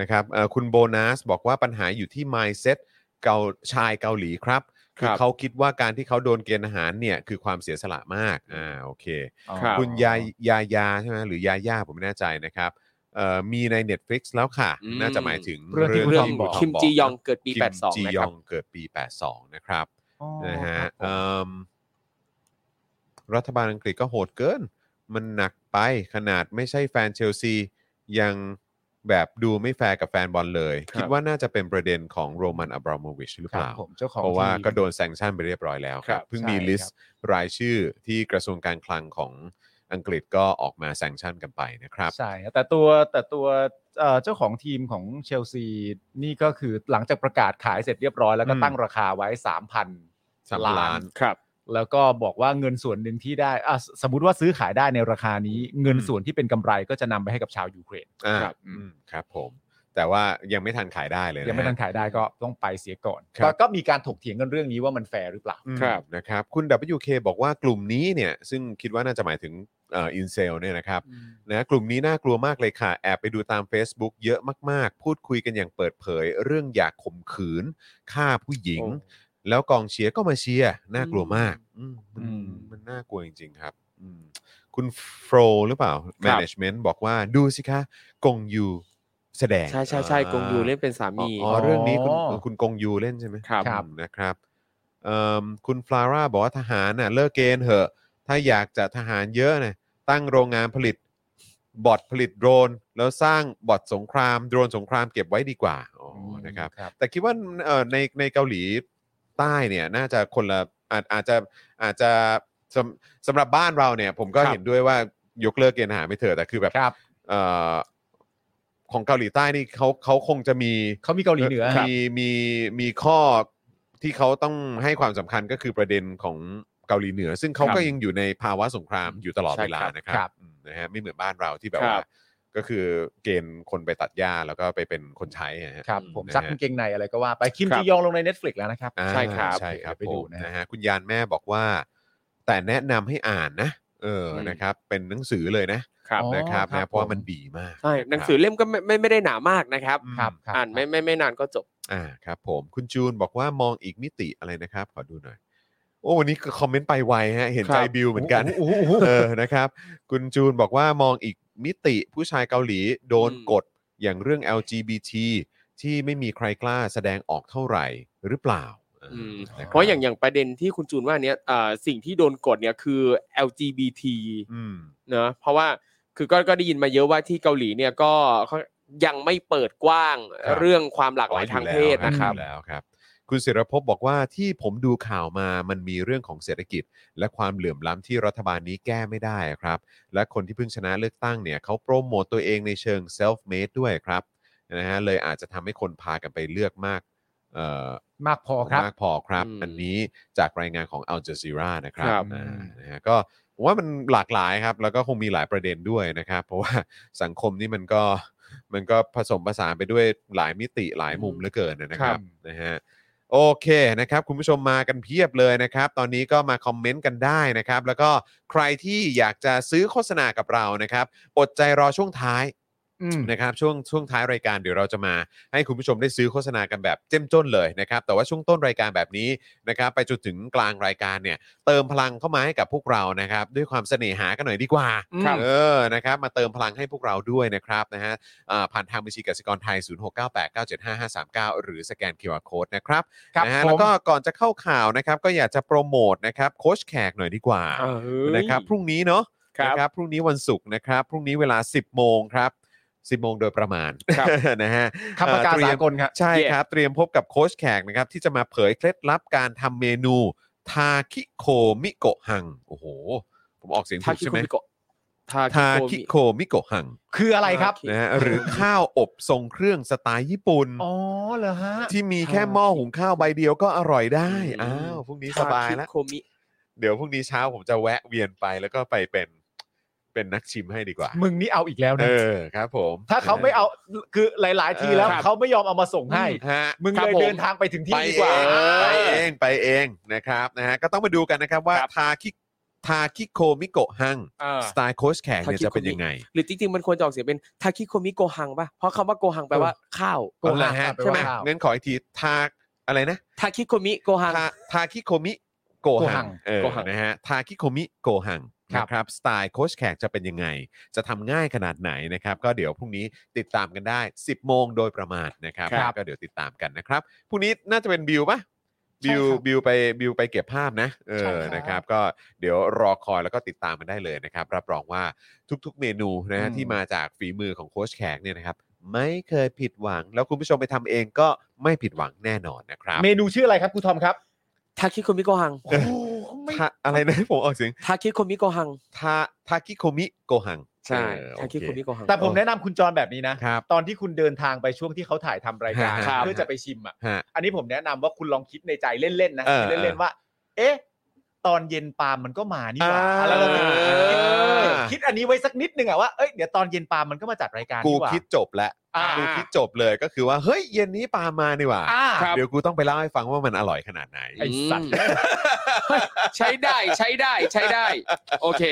[SPEAKER 1] นะครับเอ่อคุณโบนัสบอกว่าปัญหาอยู่ที่ mindset เกาชายเกาหลีครับ คือ
[SPEAKER 3] ครับ
[SPEAKER 1] เขาคิดว่าการที่เขาโดนเกณฑ์อาหารเนี่ย คือความเสียสละมากอ่าโอเค
[SPEAKER 3] ครับ
[SPEAKER 1] คุณยายยายาใช่ไหมหรือยาย่าผมไม่แน่ใจนะครับเอ่อมีใน Netflix แล้วค่ะ
[SPEAKER 3] อืม
[SPEAKER 1] น่าจะหมายถึง
[SPEAKER 2] เรื่องที่
[SPEAKER 3] เรื่อง
[SPEAKER 1] ที่
[SPEAKER 3] คิม
[SPEAKER 1] บก
[SPEAKER 3] จียองเกิดปี
[SPEAKER 1] คิมจี
[SPEAKER 3] 82 นะ
[SPEAKER 1] ย
[SPEAKER 3] ครั
[SPEAKER 1] อบ งเกิดปี 82 นะครับ
[SPEAKER 2] อ๋อ
[SPEAKER 1] นะฮะ
[SPEAKER 2] ครับผม
[SPEAKER 1] เอิ่มรัฐบาลอังกฤษก็โหดเกิน มันหนักไปขนาดไม่ใช่แฟนเชลซี ยังแบบดูไม่แฟร์กับแฟนบอลเลย
[SPEAKER 3] ครับ
[SPEAKER 1] คิดว่าน่าจะเป็นประเด็นของโรมันอับราโมวิชหรือ
[SPEAKER 2] ค
[SPEAKER 1] เป
[SPEAKER 2] รับ
[SPEAKER 1] ล่า
[SPEAKER 2] ผมเจ้าของ
[SPEAKER 1] เพราะว่า
[SPEAKER 2] ทีม
[SPEAKER 1] ก็โดนแซงชั่นไปเรียบร้อยแล้วค
[SPEAKER 3] ครั
[SPEAKER 1] รับ
[SPEAKER 3] บ
[SPEAKER 1] เพิ่งมี
[SPEAKER 2] ใช่
[SPEAKER 1] ลิสต์รายชื่อที่กระทรวงการคลังของอังกฤษก็ออกมาแซงชั่นกันไปนะครับ
[SPEAKER 2] ใช่ครับแต่ตัวแต่ตัวเอ่อเจ้าของทีมของเชลซีนี่ก็คือหลังจากประกาศขายเสร็จเรียบร้อยแล้วก็
[SPEAKER 1] อืม
[SPEAKER 2] ตั้งราคาไว้ 3,000
[SPEAKER 1] สามล้าน
[SPEAKER 3] ครับ
[SPEAKER 2] แล้วก็บอกว่าเงินส่วนหนึ่งที่ได้อ่ะสสมมติว่าซื้อขายได้ในราคานี้ เงิน
[SPEAKER 1] อืม
[SPEAKER 2] ส่วนที่เป็นกำไรก็จะนำไปให้กับชาวยูเครน
[SPEAKER 1] อ่า
[SPEAKER 3] ครับ
[SPEAKER 1] อืมครับผม แต่ว่ายังไม่ทันขายได้เลยะฮะ
[SPEAKER 2] ยังไม่ทันขายได้ก็ต้องไปเสียก่อน
[SPEAKER 1] ครับ
[SPEAKER 2] ก็ก็มีการถกเถียงกันเรื่องนี้ว่ามันแฟร์หรือเปล่า
[SPEAKER 1] อืม
[SPEAKER 3] ครับ
[SPEAKER 1] นะครับคุณ WK บอกว่ากลุ่มนี้เนี่ยซึ่งคิดว่าน่าจะหมายถึงเอินเซลเนี่ยนะครับนะกลุ่มนี้น่ากลัวมากเลยค่ะ แอบไปดูตาม Facebook เยอะมากๆ พูดคุยกันอย่างเปิดเผย เรื่องอยากข่มขืนฆ่าผู้หญิง แล้วกองเชียร์ก็มาเชียร์น่ากลัวมากอืมมัน
[SPEAKER 2] อืม
[SPEAKER 1] มันน่ากลัวจริง ๆ ครับอืมคุณโฟรหรือเปล่า Management บอกว่าดูสิคะกงยูแสดง
[SPEAKER 3] ใช่ใช่ใช่
[SPEAKER 1] อ่า
[SPEAKER 3] กงยูเล่นเป็นสา
[SPEAKER 1] อ๋อ
[SPEAKER 3] มี
[SPEAKER 1] อ๋อเรื่องนี้คุณ
[SPEAKER 2] อ๋อ
[SPEAKER 1] คุณกงยูเล่นใช่ไหม
[SPEAKER 3] ครับ
[SPEAKER 2] ครับ
[SPEAKER 1] อืมนะครับเอิ่มคุณฟลาร่าบอกว่าทหารน่ะเลิกเกณฑ์เหอะ ถ้าอยากจะทหารเยอะนะตั้งโรงงานผลิต บอทผลิตโดรน แล้วสร้างบอทสงครามโดรนสงครามเก็บไว้ดีกว่าอ๋ออนะครับ
[SPEAKER 2] ครับ
[SPEAKER 1] แต่คิดว่าเอ่อในในเกาหลีใต้เนี่ยน่าจะคนละอาจอาจจะอาจจะสำสำหรับบ้านเราเนี่ย ผมก็
[SPEAKER 3] ครับ
[SPEAKER 1] เห็นด้วยว่ายกเลิกเกณฑ์ทหารไม่เถอะแต่คือแบบ
[SPEAKER 2] ครับ
[SPEAKER 1] เอ่อของเกาหลีใต้นี่เขาเขาคงจะมี
[SPEAKER 2] เขามีเกาหลีเหนือ
[SPEAKER 1] มีมีมีข้อที่เขาต้องให้ความสำคัญก็คือประเด็นของเกาหลีเหนือ ซึ่งเขา
[SPEAKER 3] ครับ
[SPEAKER 1] ก็ยังอยู่ในภาวะสงครามอยู่ตลอด
[SPEAKER 3] ใช่
[SPEAKER 1] เวลา
[SPEAKER 3] ครับ
[SPEAKER 1] นะครับ
[SPEAKER 2] ครับ
[SPEAKER 1] อืมนะฮะไม่เหมือนบ้านเราที่แบบ
[SPEAKER 3] ครับ
[SPEAKER 1] ว่าก็คือเกณฑ์คนไปตัดหญ้าแล้วก็ไปเป็นคนใช้อะฮะ
[SPEAKER 2] ครับ ผม
[SPEAKER 1] นะฮะ
[SPEAKER 2] ซักกางเกงในอะไรก็ว่าไปคิม
[SPEAKER 3] ครับ
[SPEAKER 2] จียองลงใน Netflix แล้วนะครับ
[SPEAKER 1] อ่า
[SPEAKER 3] ใช่ครับ
[SPEAKER 1] ใช่ครับ
[SPEAKER 2] ไปดูนะ
[SPEAKER 1] ผม
[SPEAKER 2] ฮะ
[SPEAKER 1] นะฮะคุณยานแม่บอกว่า แต่แนะนำให้อ่านนะ เอออ
[SPEAKER 3] ม
[SPEAKER 1] นะครับ เป็นหนังสือเลยนะครับ
[SPEAKER 2] อ๋อ
[SPEAKER 1] นะครับ
[SPEAKER 2] ครั
[SPEAKER 1] นะ
[SPEAKER 2] บ
[SPEAKER 1] เพราะว่า
[SPEAKER 2] ผม
[SPEAKER 1] มันดีมาก
[SPEAKER 3] ใช่หนังสือเล่มก็ไมไม่ไม่ได้หนามากนะครับ
[SPEAKER 1] อืม
[SPEAKER 2] ครับครับ
[SPEAKER 3] อ่านไม่ไม่ไม่นานก็จบ
[SPEAKER 1] อ่าครับ ผม คุณจูนบอกว่ามองอีกมิติอะไรนะครับ ขอดูหน่อย โอ้วันนี้คือคอมเมนต์ไปไวฮะ เห็นใจ
[SPEAKER 3] ครับ
[SPEAKER 1] บิวเหมือนกัน
[SPEAKER 2] โอ้โหโอ้โห
[SPEAKER 1] เออนะครับ คุณจูนบอกว่ามองอีกมิติผู้ชายเกาหลีโดน
[SPEAKER 3] อืม
[SPEAKER 1] กดอย่างเรื่อง LGBT ที่ไม่มีใครกล้าแสดงออกเท่าไหร่หรือเปล่าอ่า
[SPEAKER 3] อืม
[SPEAKER 1] นคบ
[SPEAKER 3] เพราะอย่างอย่างประเด็นที่คุณจูนว่าเนี้ยอ่าสิ่งที่โดนกดเนี่ยคือ LGBT
[SPEAKER 1] อืม
[SPEAKER 3] เนอะเพราะว่าคือก็ก็ได้ยินมาเยอะว่าที่เกาหลีเนี่ยก็เขายังไม่เปิดกว้าง
[SPEAKER 1] ครับ
[SPEAKER 3] เรื่องความหลากหลายทางเพศ
[SPEAKER 1] อ๋ออยู่แล้ว
[SPEAKER 3] นะครับ
[SPEAKER 1] อยู่แล้วครับ คุณศิรภพบอกว่าที่ผมดูข่าวมามันมีเรื่องของเศรษฐกิจ และความเหลื่อมล้ำที่รัฐบาลนี้แก้ไม่ได้ครับ และคนที่เพิ่งชนะเลือกตั้งเนี่ยเขาโปรโมตตัวเองในเชิง self made ด้วยครับนะฮะเลยอาจจะทำให้คนพากันไปเลือกมากเอ่อ
[SPEAKER 2] มากพอครับ
[SPEAKER 1] มากพอครับ
[SPEAKER 3] อืม
[SPEAKER 1] อันนี้จากรายงานของ Al Jazeera นะครั
[SPEAKER 3] ครับ บ
[SPEAKER 1] อ่านะฮะก็ผมว่ามันหลากหลายครับ แล้วก็คงมีหลายประเด็นด้วยนะครับ เพราะว่าสังคมนี่มันก็ มันก็ผสมผสานไปด้วยหลายมิติหลายมุมเหลือเกินนะ นะครับ
[SPEAKER 2] ครับ
[SPEAKER 1] นะฮะโอเคนะครับคุณผู้ชมมากันเพียบเลยนะครับ ตอนนี้ก็มาคอมเมนต์กันได้นะครับ แล้วก็ใครที่อยากจะซื้อโฆษณากับเรานะครับอดใจรอช่วงท้าย
[SPEAKER 2] อืม
[SPEAKER 1] นะครับช่วงช่วงท้ายรายการเดี๋ยวเราจะมา ให้คุณผู้ชมได้ซื้อโฆษณากันแบบเจ้มจ้นเลยนะครับ แต่ว่าช่วงต้นรายการแบบนี้นะครับ ไปจนถึงกลางรายการเนี่ย เติมพลังเข้ามาให้กับพวกเรานะครับ ด้วยความเสน่หากันหน่อยดีกว่า
[SPEAKER 3] ครับ
[SPEAKER 1] เออนะครับ มาเติมพลังให้พวกเราด้วยนะครับนะฮะ อ่าผ่านทางบัญชีกสิกรไทย 0698975539 หรือสแกน QR Code นะครับ
[SPEAKER 2] ครับ
[SPEAKER 1] นะฮะ
[SPEAKER 2] ผม
[SPEAKER 1] แล้วก็ก่อนจะเข้าข่าวนะครับ ก็อยากจะโปรโมทนะครับโค้ชแขกหน่อยดีกว่า
[SPEAKER 3] เออ
[SPEAKER 1] นะครับพรุ่งนี้เนาะ
[SPEAKER 3] ครั
[SPEAKER 1] นะ
[SPEAKER 3] บ
[SPEAKER 1] ครับพรุ่งนี้วันศุกร์นะครับพรุ่งนี้เวลา 10 โมงครับ 10 โมงโดยประมาณ
[SPEAKER 3] ครับ
[SPEAKER 1] นะฮะ
[SPEAKER 2] คำประกาศ
[SPEAKER 1] เอ่อเตรียม
[SPEAKER 2] สากลครับ
[SPEAKER 1] ใช่
[SPEAKER 3] เย่
[SPEAKER 1] ครับ เตรียมพบกับโค้ชแขกนะครับ ที่จะมาเผยเคล็ดลับการทำเมนูทาคิโคมิโกะหัง โอ้โห ผมออกเสียง
[SPEAKER 3] ทา
[SPEAKER 1] ถูก
[SPEAKER 3] คิ
[SPEAKER 1] ใช่
[SPEAKER 3] โก
[SPEAKER 1] ไหม
[SPEAKER 3] มิโกะทา
[SPEAKER 1] ทา
[SPEAKER 3] คิ
[SPEAKER 1] คิ
[SPEAKER 3] โก
[SPEAKER 1] โคมิโกะหัง
[SPEAKER 2] คืออะไรครับ
[SPEAKER 1] นะฮะหรือข้าวอบทรงเครื่องสไตล์ญี่ปุ่น
[SPEAKER 2] อ๋อเหรอฮะ
[SPEAKER 1] ที่มีแค่หม้อหุงข้าวใบเดียวก็อร่อยได้ อ้าวพรุ่ง
[SPEAKER 3] มิ
[SPEAKER 1] นี้สบายแล้ว
[SPEAKER 3] ทคิโกมิ
[SPEAKER 1] เดี๋ยวพรุ่งนี้เช้าผมจะแวะเวียนไปแล้วก็ไปเป็นเป็นนักชิมให้ดีกว่า
[SPEAKER 2] มึงนี่เอาอีกแล้ว
[SPEAKER 1] เอ
[SPEAKER 2] นะ
[SPEAKER 1] อครับผม
[SPEAKER 2] ถ้าเขาไม่เอาคือหลาย ๆ ทีแล้ว
[SPEAKER 3] ครับ
[SPEAKER 2] เขาไม่ยอมเอามาส่งให้
[SPEAKER 1] ฮะ
[SPEAKER 2] มึง
[SPEAKER 3] ครับ
[SPEAKER 2] เลย
[SPEAKER 3] ผม
[SPEAKER 2] เดินทางไปถึงที่
[SPEAKER 1] ไป
[SPEAKER 2] ดี
[SPEAKER 1] เอก
[SPEAKER 2] ว่า
[SPEAKER 1] งไปเองไปเองนะครับนะฮะก็ต้องมาดูกันนะครับว่า
[SPEAKER 3] ครับ
[SPEAKER 1] ทาคิทาคิโคมิโกะฮัง
[SPEAKER 3] อ่า
[SPEAKER 1] สไตล์โค้ชแขกเนี่ย
[SPEAKER 3] ทาคิ
[SPEAKER 1] จะเป็น
[SPEAKER 3] โคมิ
[SPEAKER 1] ยังไง
[SPEAKER 3] หรือจริงๆ มันควรจะออกเสียงเป็นทาคิโกมิโกหังป่ะ เพราะคำว่าโกหังแปลว่าข้าว
[SPEAKER 2] โกหัง
[SPEAKER 1] เอาละฮะ
[SPEAKER 2] แปลว่า
[SPEAKER 1] ใช่ไหม
[SPEAKER 2] ข้าว
[SPEAKER 1] งั้นขออีกทีทาอะไรนะ
[SPEAKER 3] ทาคิโกมิโกหัง
[SPEAKER 1] ทาทาคิโคมิโก
[SPEAKER 2] โกหั
[SPEAKER 1] หัง
[SPEAKER 2] ง
[SPEAKER 1] เออ
[SPEAKER 3] โกหัง
[SPEAKER 1] นะฮะทาคิโคมิโกหัง
[SPEAKER 2] ครับ
[SPEAKER 1] นะครับสไตล์โค้ชแขกจะเป็นยังไง จะทำง่ายขนาดไหนนะครับ ก็เดี๋ยวพรุ่งนี้ติดตามกันได้ 10 โมงโดยประมาณนะครับ
[SPEAKER 3] ครับ
[SPEAKER 1] ก็เดี๋ยวติดตามกันนะครับพรุ่งนี้น่าจะเป็นบิวปะบิวบิวไปบิวไปเก็บภาพนะเอ
[SPEAKER 4] ใช่ค
[SPEAKER 1] อ
[SPEAKER 4] รับ
[SPEAKER 1] นะครับ ก็เดี๋ยวรอคอยแล้วก็ติดตามมันได้เลยนะครับ รับรองว่าทุกๆเมนูนะฮะ
[SPEAKER 2] อืม
[SPEAKER 1] ที่มาจากฝีมือของโค้ชแขกเนี่ยนะครับ ไม่เคยผิดหวัง แล้วคุณผู้ชมไปทำเองก็ไม่ผิดหวังแน่นอนนะครับ
[SPEAKER 2] เมนูชื่ออะไรครับครูทอมครับ
[SPEAKER 3] ทาคิโกมิโกหัง
[SPEAKER 2] โอ้โหไม่
[SPEAKER 1] ทาอะไรนะ ผมออกเสียง
[SPEAKER 3] ทาคิโกมิโกหัง
[SPEAKER 1] ทาทาคิโคมิโกหัง
[SPEAKER 3] ใช่
[SPEAKER 1] เออ
[SPEAKER 3] ทาคิโกมิ
[SPEAKER 1] โอเ
[SPEAKER 3] โกหัง
[SPEAKER 2] แต่ผมแนะนำคุณจรแบบนี้นะ
[SPEAKER 1] ครับ
[SPEAKER 2] ตอนที่คุณเดินทางไปช่วงที่เขาถ่ายทำรายการ
[SPEAKER 3] ครับ
[SPEAKER 2] เพื่อจะไปชิมอ่ะ
[SPEAKER 1] ฮะ
[SPEAKER 2] อันนี้ผมแนะนำว่าคุณลองคิดในใจเล่น ๆ นะ
[SPEAKER 1] เออ
[SPEAKER 2] คิดเล่น ๆ ว่า เอ๊ะ ตอนเย็นปาล์มมันก็มานี่หว่า
[SPEAKER 1] อ่า
[SPEAKER 2] อะไรแบบนี้คิด
[SPEAKER 3] เออ
[SPEAKER 2] คิดอันนี้ไว้สักนิดนึงอะว่า เอ้ย เดี๋ยวตอนเย็นปาล์มมันก็มาจัดรายการ
[SPEAKER 1] กู
[SPEAKER 2] นี่หว่า
[SPEAKER 1] คิดจบแล้ว
[SPEAKER 2] อ่ากู
[SPEAKER 1] กูคิดจบเลยก็คือว่า เฮ้ย เย็นนี้ปามานี่หว่า
[SPEAKER 2] อ่า
[SPEAKER 3] ครับ
[SPEAKER 1] เดี๋ยวกูต้องไปเล่าให้ฟังว่ามันอร่อยขนาดไหน
[SPEAKER 2] ไอสัตว์
[SPEAKER 3] ใช้ได้ใช้ได้ใช้ได้ โอเค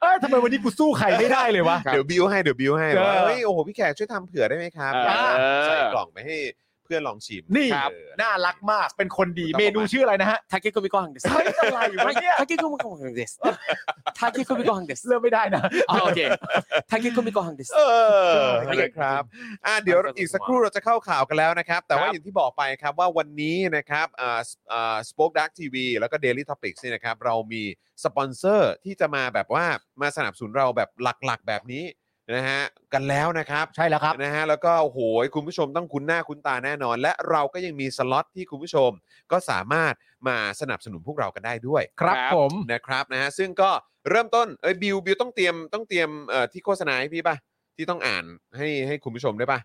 [SPEAKER 2] เอ้ยทำไมวันนี้กูสู้ใครไม่ได้เลยวะ
[SPEAKER 1] เดี๋ยวบิวให้เดี๋ยวบิวให้
[SPEAKER 2] เออ
[SPEAKER 1] ว่าเฮ้ยโอ้โหพี่แขกช่วยทำเผื่อได้ไหมครับ
[SPEAKER 3] เออ
[SPEAKER 1] อยากจะใส่กล่องไปให้เพื่อนลองชิม
[SPEAKER 2] นี่
[SPEAKER 1] ครับ
[SPEAKER 2] น่ารักมากเป็นคนดีเมนูชื่ออะไรนะฮะ
[SPEAKER 3] ทาคิโกมิโกหังเดส
[SPEAKER 2] เฮ้ยอะไรอยู่วะเนี่ย
[SPEAKER 3] ทาคิโกมิโกหังเดสทาคิโกมิโกหังเดส
[SPEAKER 2] เริ่มไม่ได้นะ
[SPEAKER 3] โอเคทาคิโกมิโกหังเดส
[SPEAKER 1] เออนะครับ อ่ะเดี๋ยวอีกสักครู่เราจะเข้าข่าวกันแล้วนะครับ แต่ว่า
[SPEAKER 3] ครับ
[SPEAKER 1] อย่างที่บอกไปครับว่าวันนี้นะครับอ่าอ่าสปอคดักทีวีแล้วก็ Daily Topics เนี่ยนะครับ เรามีสปอนเซอร์ที่จะมาแบบว่ามาสนับสนุนเราแบบหลักๆ แบบนี้ นะฮะกันแล้วนะครับ
[SPEAKER 2] ใช่แล้วครับ
[SPEAKER 1] นะฮะแล้วก็โอ้โหคุณผู้ชมต้องคุ้นหน้าคุ้นตาแน่นอน และเราก็ยังมีสล็อตที่คุณผู้ชมก็สามารถมาสนับสนุนพวกเรากันได้ด้วย
[SPEAKER 2] ครับ
[SPEAKER 3] ครับ
[SPEAKER 2] ผม
[SPEAKER 1] นะครับนะฮะซึ่งก็เริ่มต้นเอ้ยบิวบิวต้องเตรียมต้องเตรียมเอ่อที่โฆษณาให้พี่ป่ะที่ต้องอ่านให้ให้คุณผู้ชมได้ป่ะ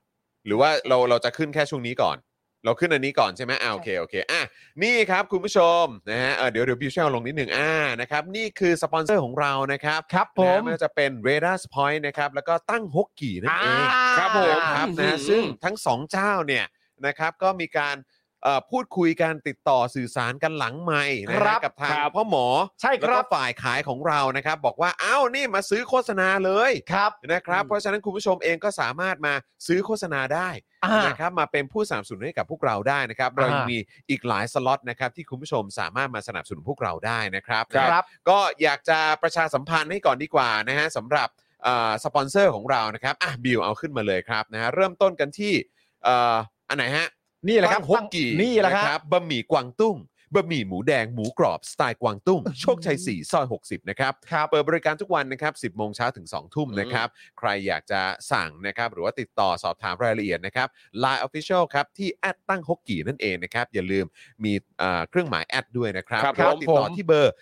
[SPEAKER 1] หรือว่าเราเราจะขึ้นแค่ช่วงนี้ก่อน เราขึ้นอันนี้ก่อนใช่ไหมอ่าโอเคโอเคอ่ะนี่ครับคุณผู้ชมนะฮะเอ่อเดี๋ยวเดี๋ยวบิวช่วยเอาลงนิดหนึ่งอ่านะครับนี่คือสปอนเซอร์ของเรานะครับ
[SPEAKER 2] ครับผ
[SPEAKER 1] นะ
[SPEAKER 2] ม
[SPEAKER 1] ฮะไมันจะเป็นเรดาร์สพอยต์นะครับแล้วก็ตั้งฮกกี่นั่นเอง
[SPEAKER 3] ครับผม
[SPEAKER 1] นะครับ
[SPEAKER 3] อื
[SPEAKER 1] นะ
[SPEAKER 3] ม
[SPEAKER 1] ซึ่งทั้งสองเจ้าเนี่ยนะครับก็มีการเอ่อพูดคุยการติดต่อสื่อสารกันหลังไม่นะ
[SPEAKER 2] ครั
[SPEAKER 1] ฮะ
[SPEAKER 2] บ
[SPEAKER 1] กับทางพ่อหมอ
[SPEAKER 2] ใช่
[SPEAKER 1] แล้
[SPEAKER 2] คว รั
[SPEAKER 1] ก็
[SPEAKER 2] บ
[SPEAKER 1] ฝ่ายขายของเรานะครับ บอกว่าอ้าวนี่มาซื้อโฆษณาเลย
[SPEAKER 2] ครับ
[SPEAKER 1] นะครับ
[SPEAKER 3] อืม
[SPEAKER 1] เพราะฉะนั้นคุณผู้ชมเองก็สามารถมาซื้อโฆษณาได้
[SPEAKER 2] อ่า
[SPEAKER 1] นะครับมาเป็นผู้สนับสนุนให้กับพวกเราได้นะครับเรายัง
[SPEAKER 2] อ่ามี
[SPEAKER 1] มีอีกหลายสล็อตนะครับที่คุณผู้ชมสามารถมาสนับสนุนพวกเราได้นะครับ
[SPEAKER 2] ครับ
[SPEAKER 1] ก็อยากจะประชาสัมพันธ์ให้ก่อนดีกว่านะฮะสำหรับเอ่อสปอนเซอร์ของเรานะครับอ่ะบิวเอาขึ้นมาเลยครับนะฮะเริ่มต้นกันที่เอ่ออันไหนฮะ
[SPEAKER 2] นี่แหละครับ
[SPEAKER 1] ตั้งฮกกี่
[SPEAKER 2] นี่แหละครับ
[SPEAKER 1] บะหมี่กวางตุ้งบะหมี่หมูแดงหมูกรอบสไตล์กวางตุ้งโชคชัย4ซอย 60 นะครับ
[SPEAKER 2] ครับ
[SPEAKER 1] เปิดบริการทุกวันนะครับ 10 โมงเช้าถึง 2 ทุ่มนะครับ ใครอยากจะสั่งนะครับ หรือว่าติดต่อสอบถามรายละเอียดนะครับ Line Official ครับ ที่แอดตั้งฮกกี่นั่นเองนะครับ อย่าลืมมีเอ่อเครื่องหมายแอดด้วยนะครับ
[SPEAKER 3] ครับ
[SPEAKER 1] หอว่า
[SPEAKER 3] ผม
[SPEAKER 1] ติดต่อที่เบอร์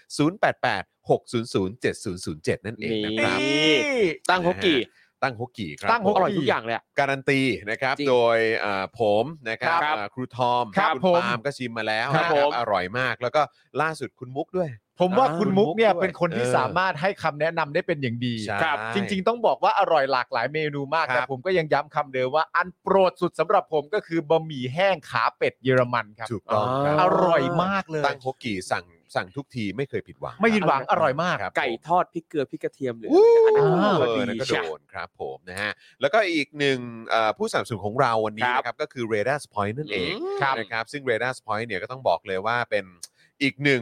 [SPEAKER 1] 0886007007 นั่นเองนะ
[SPEAKER 3] นี่
[SPEAKER 1] ครับ
[SPEAKER 3] ตั้งฮกกี้
[SPEAKER 1] ตั้งฮกกี่ครับ
[SPEAKER 2] ตั้งฮ
[SPEAKER 3] อ
[SPEAKER 2] โอ้ ก
[SPEAKER 3] ร่อยทุกอย่างเลยอะ
[SPEAKER 1] การันตีนะครับ
[SPEAKER 3] จริง
[SPEAKER 1] โดยเอ่อผมนะครับ
[SPEAKER 3] ครับ
[SPEAKER 1] เอ่อครูทอม
[SPEAKER 2] ครับ
[SPEAKER 1] ณ
[SPEAKER 2] ผม
[SPEAKER 1] ปาล์มก็ชิมมาแล้ว
[SPEAKER 3] ครับ
[SPEAKER 1] นะ
[SPEAKER 3] ผม
[SPEAKER 1] อร่อยมาก แล้วก็ล่าสุดคุณมุกด้วย
[SPEAKER 2] ผมว่า
[SPEAKER 3] อ่า
[SPEAKER 2] คุณมุกเนี่ยเป็นคนที่
[SPEAKER 1] เออ
[SPEAKER 2] สามารถให้คำแนะนำได้เป็นอย่างดี
[SPEAKER 3] ครับ
[SPEAKER 2] จริง ๆ ต้องบอกว่าอร่อยหลากหลายเมนูมาก
[SPEAKER 1] ครับ
[SPEAKER 2] แต่ผมก็ยังย้ำคำเดิมว่าอันโปรดสุดสำหรับผมก็คือบะหมี่แห้งขาเป็ดเยอรมันครับ
[SPEAKER 1] ถูกต้องค
[SPEAKER 2] อ
[SPEAKER 1] รับ
[SPEAKER 2] ร่อยมากเลย
[SPEAKER 1] ตั้งฮกกี่สั่งสั่งทุกทีไม่เคยผิดหวัง
[SPEAKER 2] ไม่ยินหวังอร่อยมาก
[SPEAKER 1] ครับ
[SPEAKER 3] ไก่ทอดพริกเกลือพริกกระเทียมหรือ
[SPEAKER 1] วู้
[SPEAKER 3] อันนั้น
[SPEAKER 2] อ่า
[SPEAKER 1] เออ
[SPEAKER 3] ก็ดี
[SPEAKER 1] นั่นก็โด
[SPEAKER 3] ใช่
[SPEAKER 1] นครับผมนะฮะแล้วก็อีกหนึ่งเอ่อผู้สนับสนุนของเราวันนี้
[SPEAKER 3] ครับ
[SPEAKER 1] นะครับก็คือ r a d a r Point นั่นเอง
[SPEAKER 2] ครับ
[SPEAKER 1] นะครับซึ่ง r a d a r Point เนี่ยก็ต้องบอกเลยว่าเป็นอีกหนึ่ง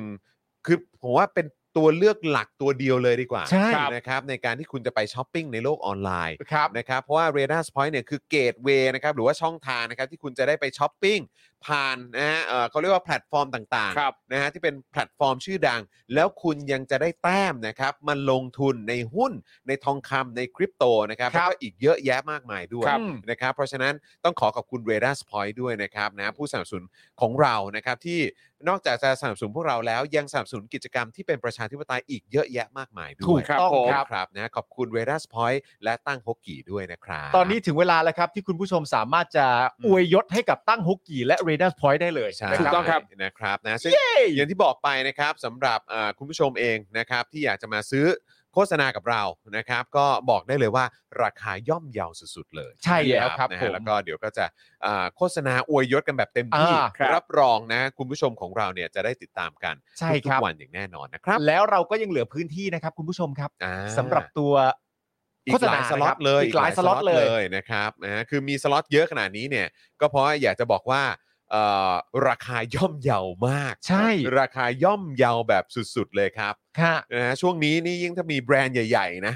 [SPEAKER 1] คือผมว่าเป็นตัวเลือกหลักตัวเดียวเลยดีกว่า
[SPEAKER 2] ใช่
[SPEAKER 1] นะครับในการที่คุณจะไปช้อปปิ้งในโลกออนไลน์
[SPEAKER 2] ครับ
[SPEAKER 1] นะครับเพราะว่า r a d a r Point เนี่ยคือเกตเวย์นะครับหรือว่าช่องทางนะครับที่คุณจะได้ไปช้อปปิ้งผ่านนะฮะเอ่อเขาเรียกว่าแพลตฟอร์มต่าง
[SPEAKER 3] ครับ
[SPEAKER 1] ๆนะฮะที่เป็นแพลตฟอร์มชื่อดัง แล้วคุณยังจะได้แต้มนะครับมาลงทุนในหุ้นในทองคำในคริปโตนะครับ
[SPEAKER 2] ค
[SPEAKER 1] แล้
[SPEAKER 2] รั
[SPEAKER 1] ว
[SPEAKER 2] บ
[SPEAKER 1] ก็อีกเยอะแยะมากมายด้วย
[SPEAKER 2] ครับ
[SPEAKER 1] นะครับเพราะฉะนั้นต้องขอขอบคุณ r a d a r Point ด้วยนะครับนะผู้สนับสนุนของเรานะครับที่นอกจากจะสนับสนุนพวกเราแล้วยังสนับสนุนกิจกรรมที่เป็นประชาธิปไตยอีกเยอะแยะมากมายด้วย
[SPEAKER 2] ถูกต้อง
[SPEAKER 1] ขอบ
[SPEAKER 2] ครับ
[SPEAKER 1] ณครับนะขอบคุณเวดัสพอยต์และตั้งฮกกี่ด้วยนะครับ
[SPEAKER 2] ตอนนี้ถึงเวลาแล้วครับ ที่คุณผู้ชมสามารถจะอวยยศให้กับตั้งฮกกี่และเรด a r ์พอยต์ได้เลย
[SPEAKER 1] ใช่
[SPEAKER 2] นะ
[SPEAKER 3] ถูกต้องครับ
[SPEAKER 1] นะครับนะซึ่งอย่างที่บอกไปนะครับสำหรับอ่าคุณผู้ชมเองนะครับที่อยากจะมาซื้อโฆษณากับเรานะครับ ก็บอกได้เลยว่าราคาย่อมเยาสุดๆเลย
[SPEAKER 2] ใช่แล้วครับ
[SPEAKER 1] นะ
[SPEAKER 2] ผ
[SPEAKER 1] ฮะ
[SPEAKER 2] ม
[SPEAKER 1] แล้วก็เดี๋ยวก็จะอ่าโฆษณาอวยยศกันแบบเต็มที่
[SPEAKER 2] อ่าครับ
[SPEAKER 1] รับรองนะคุณผู้ชมของเราเนี่ยจะได้ติดตามกัน
[SPEAKER 2] ใช่
[SPEAKER 1] ทุก
[SPEAKER 2] ครับ
[SPEAKER 1] ๆวันอย่างแน่นอนนะครับ
[SPEAKER 2] แล้วเราก็ยังเหลือพื้นที่นะครับ คุณผู้ชมครับ
[SPEAKER 1] อ่า
[SPEAKER 2] สำหรับตัว
[SPEAKER 1] อี
[SPEAKER 2] โฆ
[SPEAKER 1] ก
[SPEAKER 2] ษ
[SPEAKER 1] ห
[SPEAKER 2] ณา
[SPEAKER 1] ลายสล็อตเลย
[SPEAKER 2] อีกหลายสล็อตเลย
[SPEAKER 1] นะครับนะฮะคือมีสล็อตเยอะขนาดนี้เนี่ย ก็เพราะอยากจะบอกว่าเอ่อราคาย่อมเยาวมาก
[SPEAKER 2] ใช่
[SPEAKER 1] ราคาย่อมเยาวแบบสุดๆเลยครับ
[SPEAKER 2] ค่ะ
[SPEAKER 1] นะฮะช่วงนี้นี่ยิ่งถ้ามีแบรนด์ใหญ่ๆนะ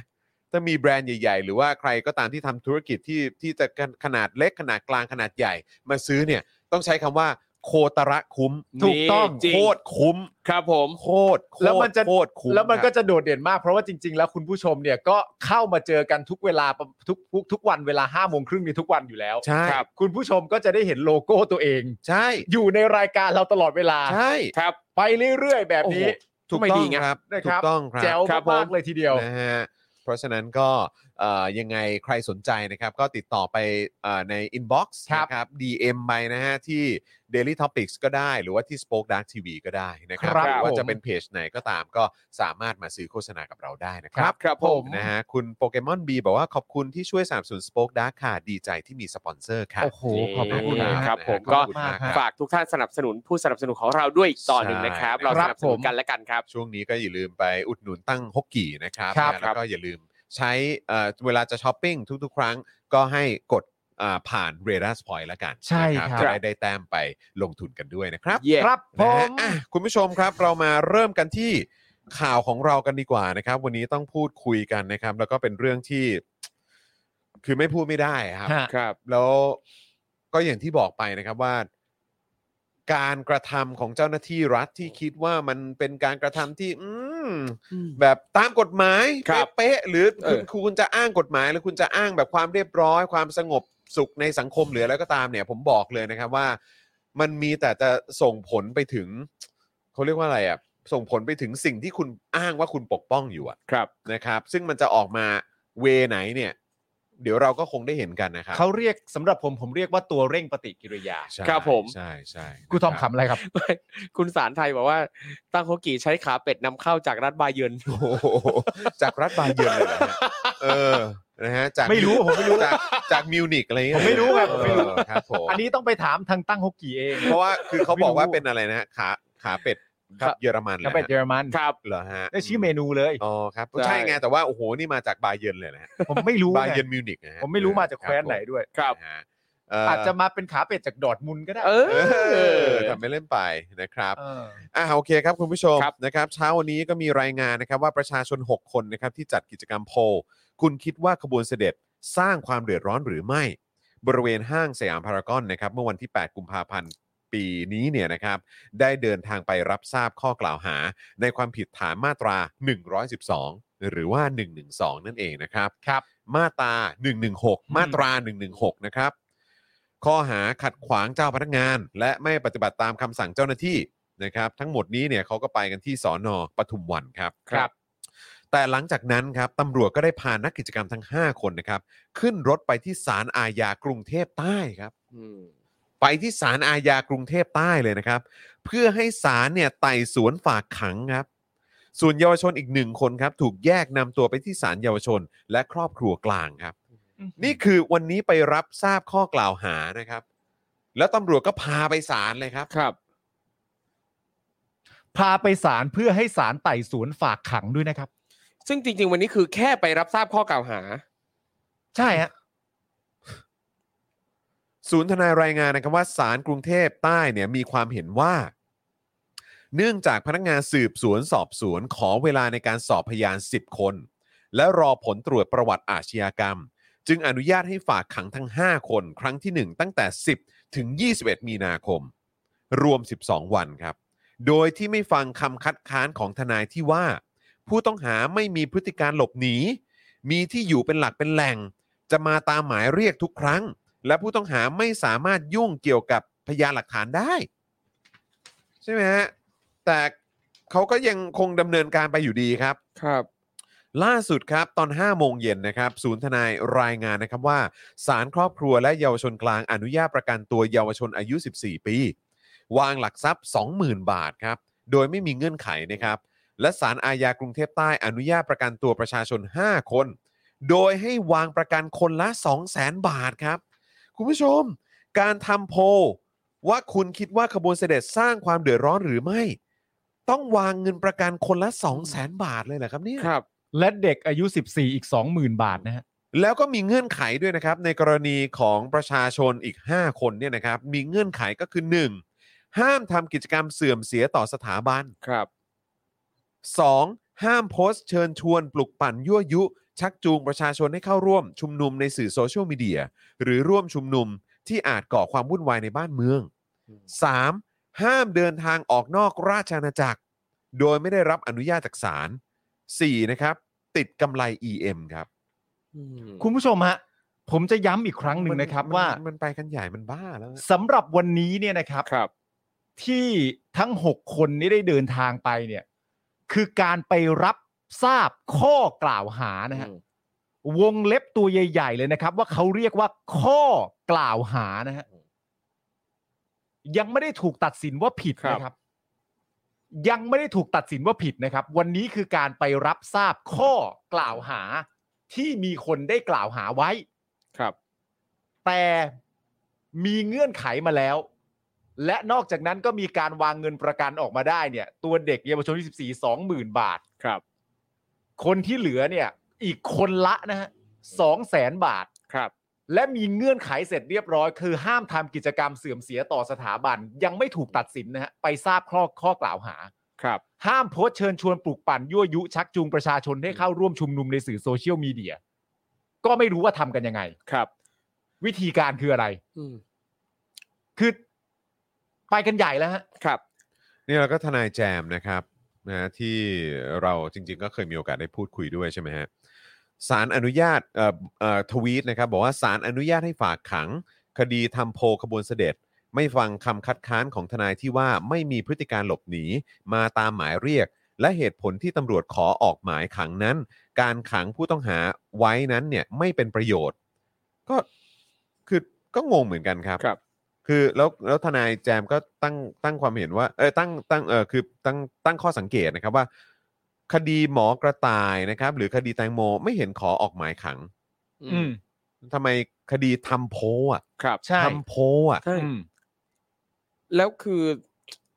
[SPEAKER 1] ถ้ามีแบรนด์ใหญ่ ๆ หรือว่าใครก็ตามที่ทำธุรกิจที่ที่จะขนาดเล็กขนาดกลางขนาดใหญ่ มาซื้อเนี่ยต้องใช้คำว่าโคตระคุ้ม
[SPEAKER 3] ถูกต้อง
[SPEAKER 1] นี่โคตรคุ้ม
[SPEAKER 3] ครับผม
[SPEAKER 1] โคตรโคตร
[SPEAKER 2] แล้วมันจะ
[SPEAKER 1] โคตรคุ้ม
[SPEAKER 2] แล้วมัน
[SPEAKER 1] ครับ
[SPEAKER 2] ก็จะโดดเด่นมากเพราะว่าจริง ๆ แล้วคุณผู้ชมเนี่ยก็เข้ามาเจอกันทุกเวลาทุกทุกทุกวันเวลา5้าโมงครึ่งในทุกวันอยู่แล้ว
[SPEAKER 1] ใช่
[SPEAKER 2] ครับคุณผู้ชมก็จะได้เห็นโลโก้ตัวเอง
[SPEAKER 1] ใช่
[SPEAKER 2] อยู่ในรายการเราตลอดเวลา
[SPEAKER 1] ใช่
[SPEAKER 3] ครับ
[SPEAKER 2] ไปเรื่อยๆ แบบนี้
[SPEAKER 1] โอ้โหถูก
[SPEAKER 3] ไม่
[SPEAKER 1] ต้
[SPEAKER 3] ดี
[SPEAKER 1] อง
[SPEAKER 3] ไง
[SPEAKER 1] ครับ
[SPEAKER 2] นะ
[SPEAKER 1] ถู
[SPEAKER 2] ครั
[SPEAKER 1] ก
[SPEAKER 2] บ
[SPEAKER 1] ต้องครับ
[SPEAKER 2] แจ๋ว
[SPEAKER 3] ครับผม
[SPEAKER 2] ากๆเลยทีเดียว
[SPEAKER 1] นะฮะเพราะฉะนั้นก็เอ่อยังไงใครสนใจนะครับ ก็ติดต่อไปเอ่อใน inbox
[SPEAKER 2] ครับ
[SPEAKER 1] นะครับ DM ไปนะฮะที่ Daily Topics ก็ได้ หรือว่าที่ Spoke Dark TV ก็ได้นะครับ
[SPEAKER 2] ครับ
[SPEAKER 1] หรือว่า
[SPEAKER 2] ผม
[SPEAKER 1] จะเป็นเพจไหนก็ตามก็สามารถมาซื้อโฆษณากับเราได้นะครับ
[SPEAKER 3] ครับผม
[SPEAKER 1] นะฮะคุณโปเกมอนบีบอกว่าขอบคุณที่ช่วยสามส่วนสป็อคดาร์ค่ะ ดีใจที่มีสปอนเซอร์ค่ะ
[SPEAKER 2] โอ้โหขอบพระคุณ
[SPEAKER 3] นี่
[SPEAKER 2] นะ
[SPEAKER 3] ค
[SPEAKER 2] ค
[SPEAKER 3] รั
[SPEAKER 2] รับ
[SPEAKER 3] บผม
[SPEAKER 1] ข
[SPEAKER 3] ก็
[SPEAKER 1] อบคุณมากครับ
[SPEAKER 3] ฝากทุกท่านสนับสนุนผู้สนับสนุนของเราด้วยอีกต่อหนึ่ง
[SPEAKER 1] ใช่
[SPEAKER 3] นะครับ เรา
[SPEAKER 2] ค
[SPEAKER 3] ส
[SPEAKER 2] รับ
[SPEAKER 3] นับสนุน
[SPEAKER 2] ผม
[SPEAKER 3] กันและกันครับ
[SPEAKER 1] ช่วงนี้ก็อย่าลืมไปอุดหนุนตั้งฮกกี่นะครับ
[SPEAKER 2] ครับ
[SPEAKER 1] นะแล้วก็อย่าลืมใช้เอ่อเวลาจะช้อปปิ้งทุกๆ ครั้งก็ให้กดอ่าผ่านเรด a r สปอยละกัน
[SPEAKER 2] ใช่
[SPEAKER 1] นะครับ จะได้ได้แต้มไปลงทุนกันด้วยนะครับ
[SPEAKER 3] เย่
[SPEAKER 2] ครับผ
[SPEAKER 1] นะฮะ
[SPEAKER 2] ม
[SPEAKER 1] อ่ะคุณผู้ชมครับเรามาเริ่มกันที่ข่าวของเรากันดีกว่านะครับ วันนี้ต้องพูดคุยกันนะครับ แล้วก็เป็นเรื่องที่ คือไม่พูดไม่ได้ครับ
[SPEAKER 2] ฮะ
[SPEAKER 3] ครับ
[SPEAKER 1] แล้วก็อย่างที่บอกไปนะครับว่า การกระทำของเจ้าหน้าที่รัฐที่คิดว่ามันเป็นการกระทำที่ อืม แบบตามกฎหมาย
[SPEAKER 3] ครับ
[SPEAKER 1] เป๊ะๆหรือ
[SPEAKER 3] เอ
[SPEAKER 1] คุ
[SPEAKER 3] อ
[SPEAKER 1] ณคุณจะอ้างกฎหมาย หรือคุณจะอ้างแบบความเรียบร้อย ความสงบสุขในสังคมหรืออะไรก็ตามเนี่ย ผมบอกเลยนะครับว่า มันมีแต่จะส่งผลไปถึงเขาเรียกว่าอะไรอ่ะส่งผลไปถึงสิ่งที่คุณอ้างว่าคุณปกป้องอยู่อ่ะ
[SPEAKER 3] ครับ
[SPEAKER 1] นะครับ ซึ่งมันจะออกมาเวไหนเนี่ย เดี๋ยวเราก็คงได้เห็นกันนะครับ
[SPEAKER 2] เขาเรียกสำหรับผมผมเรียกว่าตัวเร่งปฏิกิริยา
[SPEAKER 1] ใช่
[SPEAKER 3] ครับผม
[SPEAKER 1] ใช่ใช่
[SPEAKER 2] กูทอม
[SPEAKER 1] นะครับ
[SPEAKER 2] ขำอะไรครับ
[SPEAKER 3] คุณสารไทยบอกว่า ตั้งโคกีใช้ขาเป็ดนำเข้าจากรัฐบาเยิร์น
[SPEAKER 1] โอ้โหจากรัฐบาลเยอรมันเลยนะฮะเออนะฮะจาก
[SPEAKER 2] ไม่รู้ผมไม่รู้
[SPEAKER 1] จากจากมิวนิกอะไรเงี้ย
[SPEAKER 2] ผมไม่รู้ครับผมไม่รู้
[SPEAKER 1] เออครับผม
[SPEAKER 2] อันนี้ต้องไปถามทางตั้งฮกกี้เอง
[SPEAKER 1] เพราะว่าคือเขาบอกว่าเป็นอะไรนะฮะขาขาเป็ด
[SPEAKER 3] ครับ
[SPEAKER 1] เยอรมันหร
[SPEAKER 2] ก็
[SPEAKER 1] อฮะ
[SPEAKER 2] เป็นเยอรมัน
[SPEAKER 3] ครับ
[SPEAKER 1] เหรอฮะ
[SPEAKER 2] ได้ชื่อเมนูเลย
[SPEAKER 1] อ๋อครับ
[SPEAKER 3] ใช่
[SPEAKER 1] ใช่ไงแต่ว่าโอ้โหนี่มาจากบาเยิร์นเลยนะฮะ
[SPEAKER 2] ผมไม่รู้
[SPEAKER 1] บา
[SPEAKER 2] ไง
[SPEAKER 1] เยิร์นมิวนิกนะฮะ
[SPEAKER 2] ผมไม่รู้มาจากแคว้นไหนด้วย
[SPEAKER 3] ครับ
[SPEAKER 1] นะฮะเ
[SPEAKER 2] อาจจะมาเป็นขาเป็ดจากดอร์ทมุนด์ก็ได้
[SPEAKER 3] เอ
[SPEAKER 1] เอ
[SPEAKER 3] อ
[SPEAKER 1] อทำไม่เล่นไปนะครับ
[SPEAKER 2] เออ
[SPEAKER 1] อ่าโอเคครับ คุณผู้ชม
[SPEAKER 3] ครับ
[SPEAKER 1] นะครับเช้าวันนี้ก็มีรายงานนะครับว่าประชาชน 6 คนนะครับที่จัดกิจกรรมโพลคุณคิดว่าขบวนเสด็จสร้างความเดือดร้อนหรือไม่ บริเวณห้างสยามพารากอนนะครับเมื่อวันที่ 8 กุมภาพันธ์ปีนี้เนี่ยนะครับได้เดินทางไปรับทราบข้อกล่าวหา ในความผิดฐานมาตรา 112 หรือว่า 112 นั่นเองนะครับ
[SPEAKER 2] ครับ
[SPEAKER 1] มาตรา 116 มาตรา 116 นะครับ ข้อหาขัดขวางเจ้าพนักงาน และไม่ปฏิบัติตามคำสั่งเจ้าหน้าที่นะครับทั้งหมดนี้เนี่ยเขาก็ไปกันที่สอนอปทุมวันครับ
[SPEAKER 2] ครับ
[SPEAKER 1] แต่หลังจากนั้นครับตำรวจก็ได้พานักกิจกรรมทั้ง 5 คนนะครับ ขึ้นรถไปที่ศาลอาญากรุงเทพใต้ครับ
[SPEAKER 3] อืม
[SPEAKER 1] ไปที่ศาลอาญากรุงเทพใต้เลยนะครับ เพื่อให้ศาลเนี่ยไต่สวนฝากขังครับ ส่วนเยาวชนอีกหนึ่งคนครับ ถูกแยกนำตัวไปที่ศาลเยาวชน และครอบครัวกลางครับ นี่คือวันนี้ไปรับทราบข้อกล่าวหานะครับ แล้วตำรวจก็พาไปศาลเลยครับ
[SPEAKER 3] ครับ
[SPEAKER 2] พาไปศาลเพื่อให้ศาลไต่สวนฝากขังด้วยนะครับ
[SPEAKER 3] ซึ่งจริง ๆ วันนี้คือแค่ไปรับทราบข้อกล่าวหา
[SPEAKER 2] ใช่ฮะ
[SPEAKER 1] ศูนย์ทนายรายงานนะครับว่าศาลกรุงเทพใต้เนี่ยมีความเห็นว่า เนื่องจากพนักงานสืบสวนสอบสวนขอเวลาในการสอบพยาน 10 คน และรอผลตรวจประวัติอาชญากรรม จึงอนุญาตให้ฝากขังทั้ง 5 คน ครั้งที่ 1 ตั้งแต่ 10 ถึง 21 มีนาคม รวม 12 วันครับ โดยที่ไม่ฟังคำคัดค้านของทนายที่ว่า ผู้ต้องหาไม่มีพฤติการหลบหนี มีที่อยู่เป็นหลักเป็นแหล่ง จะมาตามหมายเรียกทุกครั้ง และผู้ต้องหาไม่สามารถยุ่งเกี่ยวกับพยานหลักฐานได้ ใช่ไหมฮะแต่เขาก็ยังคงดำเนินการไปอยู่ดีครับ
[SPEAKER 3] ครับ
[SPEAKER 1] ล่าสุดครับ ตอน 5 โมงเย็นนะครับ ศูนย์ทนายรายงานนะครับว่าศาลครอบครัวและเยาวชนกลางอนุญาตประกันตัวเยาวชนอายุ 14 ปี วางหลักทรัพย์ 20,000 บาทครับ โดยไม่มีเงื่อนไขนะครับ และศาลอาญากรุงเทพใต้อนุญาตประกันตัวประชาชน 5 คน โดยให้วางประกันคนละ 200,000 บาทครับ คุณผู้ชม การทำโพลว่าคุณคิดว่าขบวนเสด็จสร้างความเดือดร้อนหรือไม่ ต้องวางเงินประกันคนละ 200,000 บาทเลยเหรอครับเนี่ย
[SPEAKER 3] ครับ
[SPEAKER 2] และเด็กอายุ 14 อีก 20,000 บาทนะฮะ
[SPEAKER 1] แล้วก็มีเงื่อนไขด้วยนะครับ ในกรณีของประชาชนอีก 5 คนเนี่ยนะครับ มีเงื่อนไขก็คือ 1. ห้ามทำกิจกรรมเสื่อมเสียต่อสถาบัน
[SPEAKER 3] ครับ
[SPEAKER 1] 2. ห้ามโพสต์เชิญชวนปลุกปั่นยั่วยุ ชักจูงประชาชนให้เข้าร่วม ชุมนุมในสื่อโซเชียลมีเดีย หรือร่วมชุมนุมที่อาจก่อความวุ่นวายในบ้านเมือง 3. ห้ามเดินทางออกนอกราชอาณาจักร โดยไม่ได้รับอนุญาตจากศาล 4. นะครับ ติดกำไร EM ครับ
[SPEAKER 2] คุณผู้ชมฮะ ผมจะย้ำอีกครั้งหนึ่งนะครับ
[SPEAKER 1] มั
[SPEAKER 2] ว่าม
[SPEAKER 1] มันไปกันใหญ่มันบ้าแล้วอะ
[SPEAKER 2] สำหรับวันนี้เนี่ยนะครับ
[SPEAKER 3] ครับ
[SPEAKER 2] ที่ทั้ง 6 คนนี้ได้เดินทางไปเนี่ย คือการไปรับทราบข้อกล่าวหานะฮะ
[SPEAKER 3] อืม
[SPEAKER 2] วงเล็บตัวใหญ่ ๆ เลยนะครับ ว่าเขาเรียกว่าข้อกล่าวหานะฮะ ยังไม่ได้ถูกตัดสินว่าผิด
[SPEAKER 3] ครับ
[SPEAKER 2] นะครับ ยังไม่ได้ถูกตัดสินว่าผิดนะครับ วันนี้คือการไปรับทราบข้อกล่าวหา ที่มีคนได้กล่าวหาไว้
[SPEAKER 3] ครับ
[SPEAKER 2] แต่มีเงื่อนไขมาแล้ว และนอกจากนั้นก็มีการวางเงินประกันออกมาได้เนี่ย ตัวเด็กเยาวชน24 20,000 บาท
[SPEAKER 3] ครับ
[SPEAKER 2] คนที่เหลือเนี่ย อีกคนละนะฮะสองแสนบาท
[SPEAKER 3] ครับ
[SPEAKER 2] และมีเงื่อนไขเสร็จเรียบร้อย คือห้ามทำกิจกรรมเสื่อมเสียต่อสถาบัน ยังไม่ถูกตัดสินนะฮะไปทราบข้อข้อกล่าวหา
[SPEAKER 3] ครับ
[SPEAKER 2] ห้ามโพสต์เชิญชวนปลุกปั่นยั่วยุชักจูงประชาชนให้เข้าร่วมชุมนุมในสื่อโซเชียลมีเดียก็ไม่รู้ว่าทำกันยังไง
[SPEAKER 3] ครับ
[SPEAKER 2] วิธีการคืออะไร
[SPEAKER 3] อืม
[SPEAKER 2] คือ ไปกันใหญ่แล้วฮะ
[SPEAKER 3] ครับ
[SPEAKER 1] นี่เราก็ทนายแจมนะครับนะที่เราจริงๆ ก็เคยมีโอกาสได้พูดคุยด้วยใช่ไหมฮะสารอนุญาตเอ่อเอ่อทวีตนะครับ บอกว่าสารอนุญาตให้ฝากขัง คดีทำโพลขบวนเสด็จ ไม่ฟังคำคัดค้านของทนายที่ว่าไม่มีพฤติการหลบหนีมาตามหมายเรียก และเหตุผลที่ตำรวจขอออกหมายขังนั้น การขังผู้ต้องหาไว้นั้นเนี่ยไม่เป็นประโยชน์ ก็คือก็งงเหมือนกันครับ
[SPEAKER 3] ครับ
[SPEAKER 1] คือแล้วแล้วทนายแจมก็ตั้งตั้งความเห็นว่าเออตั้งตั้งเออคือตั้งตั้งข้อสังเกตนะครับว่า คดีหมอกระต่ายนะครับ หรือคดีแตงโมไม่เห็นขอออกหมายขัง
[SPEAKER 2] อืม
[SPEAKER 1] ทำไมคดีทำโพลอ่ะ
[SPEAKER 3] ครับ
[SPEAKER 2] ใช่
[SPEAKER 1] ทำโพลอ่ะ
[SPEAKER 3] ใช่
[SPEAKER 2] อืม
[SPEAKER 3] แล้วคือ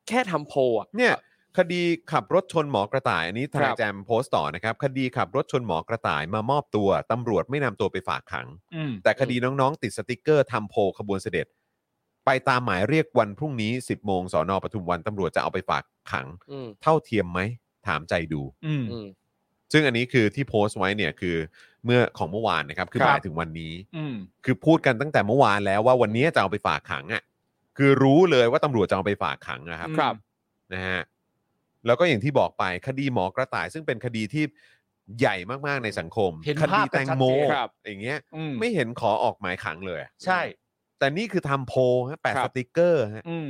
[SPEAKER 3] แค่ทำโพลอะ
[SPEAKER 1] เนี่ยคดีขับรถชนหมอกระต่าย อันนี้ท
[SPEAKER 3] ครั
[SPEAKER 1] นาย
[SPEAKER 3] บ
[SPEAKER 1] แจมโพสต์ต่อนะครับ คดีขับรถชนหมอกระต่ายมามอบตัวตำรวจไม่นำตัวไปฝากขัง
[SPEAKER 2] อืม
[SPEAKER 1] แต่คดีน้องๆ ติดสติกเกอร์ทำโพลขบวนเสด็จ ไปตามหมายเรียกวันพรุ่งนี้ 10โมงสอนอปทุมวันตำรวจจะเอาไปฝากขัง
[SPEAKER 3] อืม
[SPEAKER 1] เท่าเทียมไหม ถามใจดู
[SPEAKER 2] อืม
[SPEAKER 3] อืม
[SPEAKER 1] ซึ่งอันนี้คือที่โพสต์ไว้เนี่ยคือเมื่อของเมื่อวานนะครับ คือ
[SPEAKER 2] ครั
[SPEAKER 1] ห
[SPEAKER 2] บ
[SPEAKER 1] มายถึงวันนี้
[SPEAKER 2] อืม
[SPEAKER 1] คือพูดกันตั้งแต่เมื่อวานแล้วว่าวันนี้จะเอาไปฝากขังอะ่ะคือรู้เลยว่าตำรวจจะเอาไปฝากขังนะครับ
[SPEAKER 3] ครับ
[SPEAKER 1] นะฮะแล้วก็อย่างที่บอกไปคดีหมอกระต่าย ซึ่งเป็นคดีที่ใหญ่มากๆในสังคม
[SPEAKER 2] เห็น
[SPEAKER 1] คดี
[SPEAKER 2] ภาพกัน
[SPEAKER 1] แตงโม
[SPEAKER 2] ชัดเจน
[SPEAKER 3] ครับ
[SPEAKER 1] อย่างเงี้ย
[SPEAKER 2] อืม
[SPEAKER 1] ไม่เห็นขอออกหมายขังเลยอะ
[SPEAKER 2] ใช่
[SPEAKER 1] แต่นี่คือทำโพลฮะแปะ
[SPEAKER 3] ครั
[SPEAKER 1] ส
[SPEAKER 3] บ
[SPEAKER 1] ติกเกอร์ฮะ
[SPEAKER 2] อืม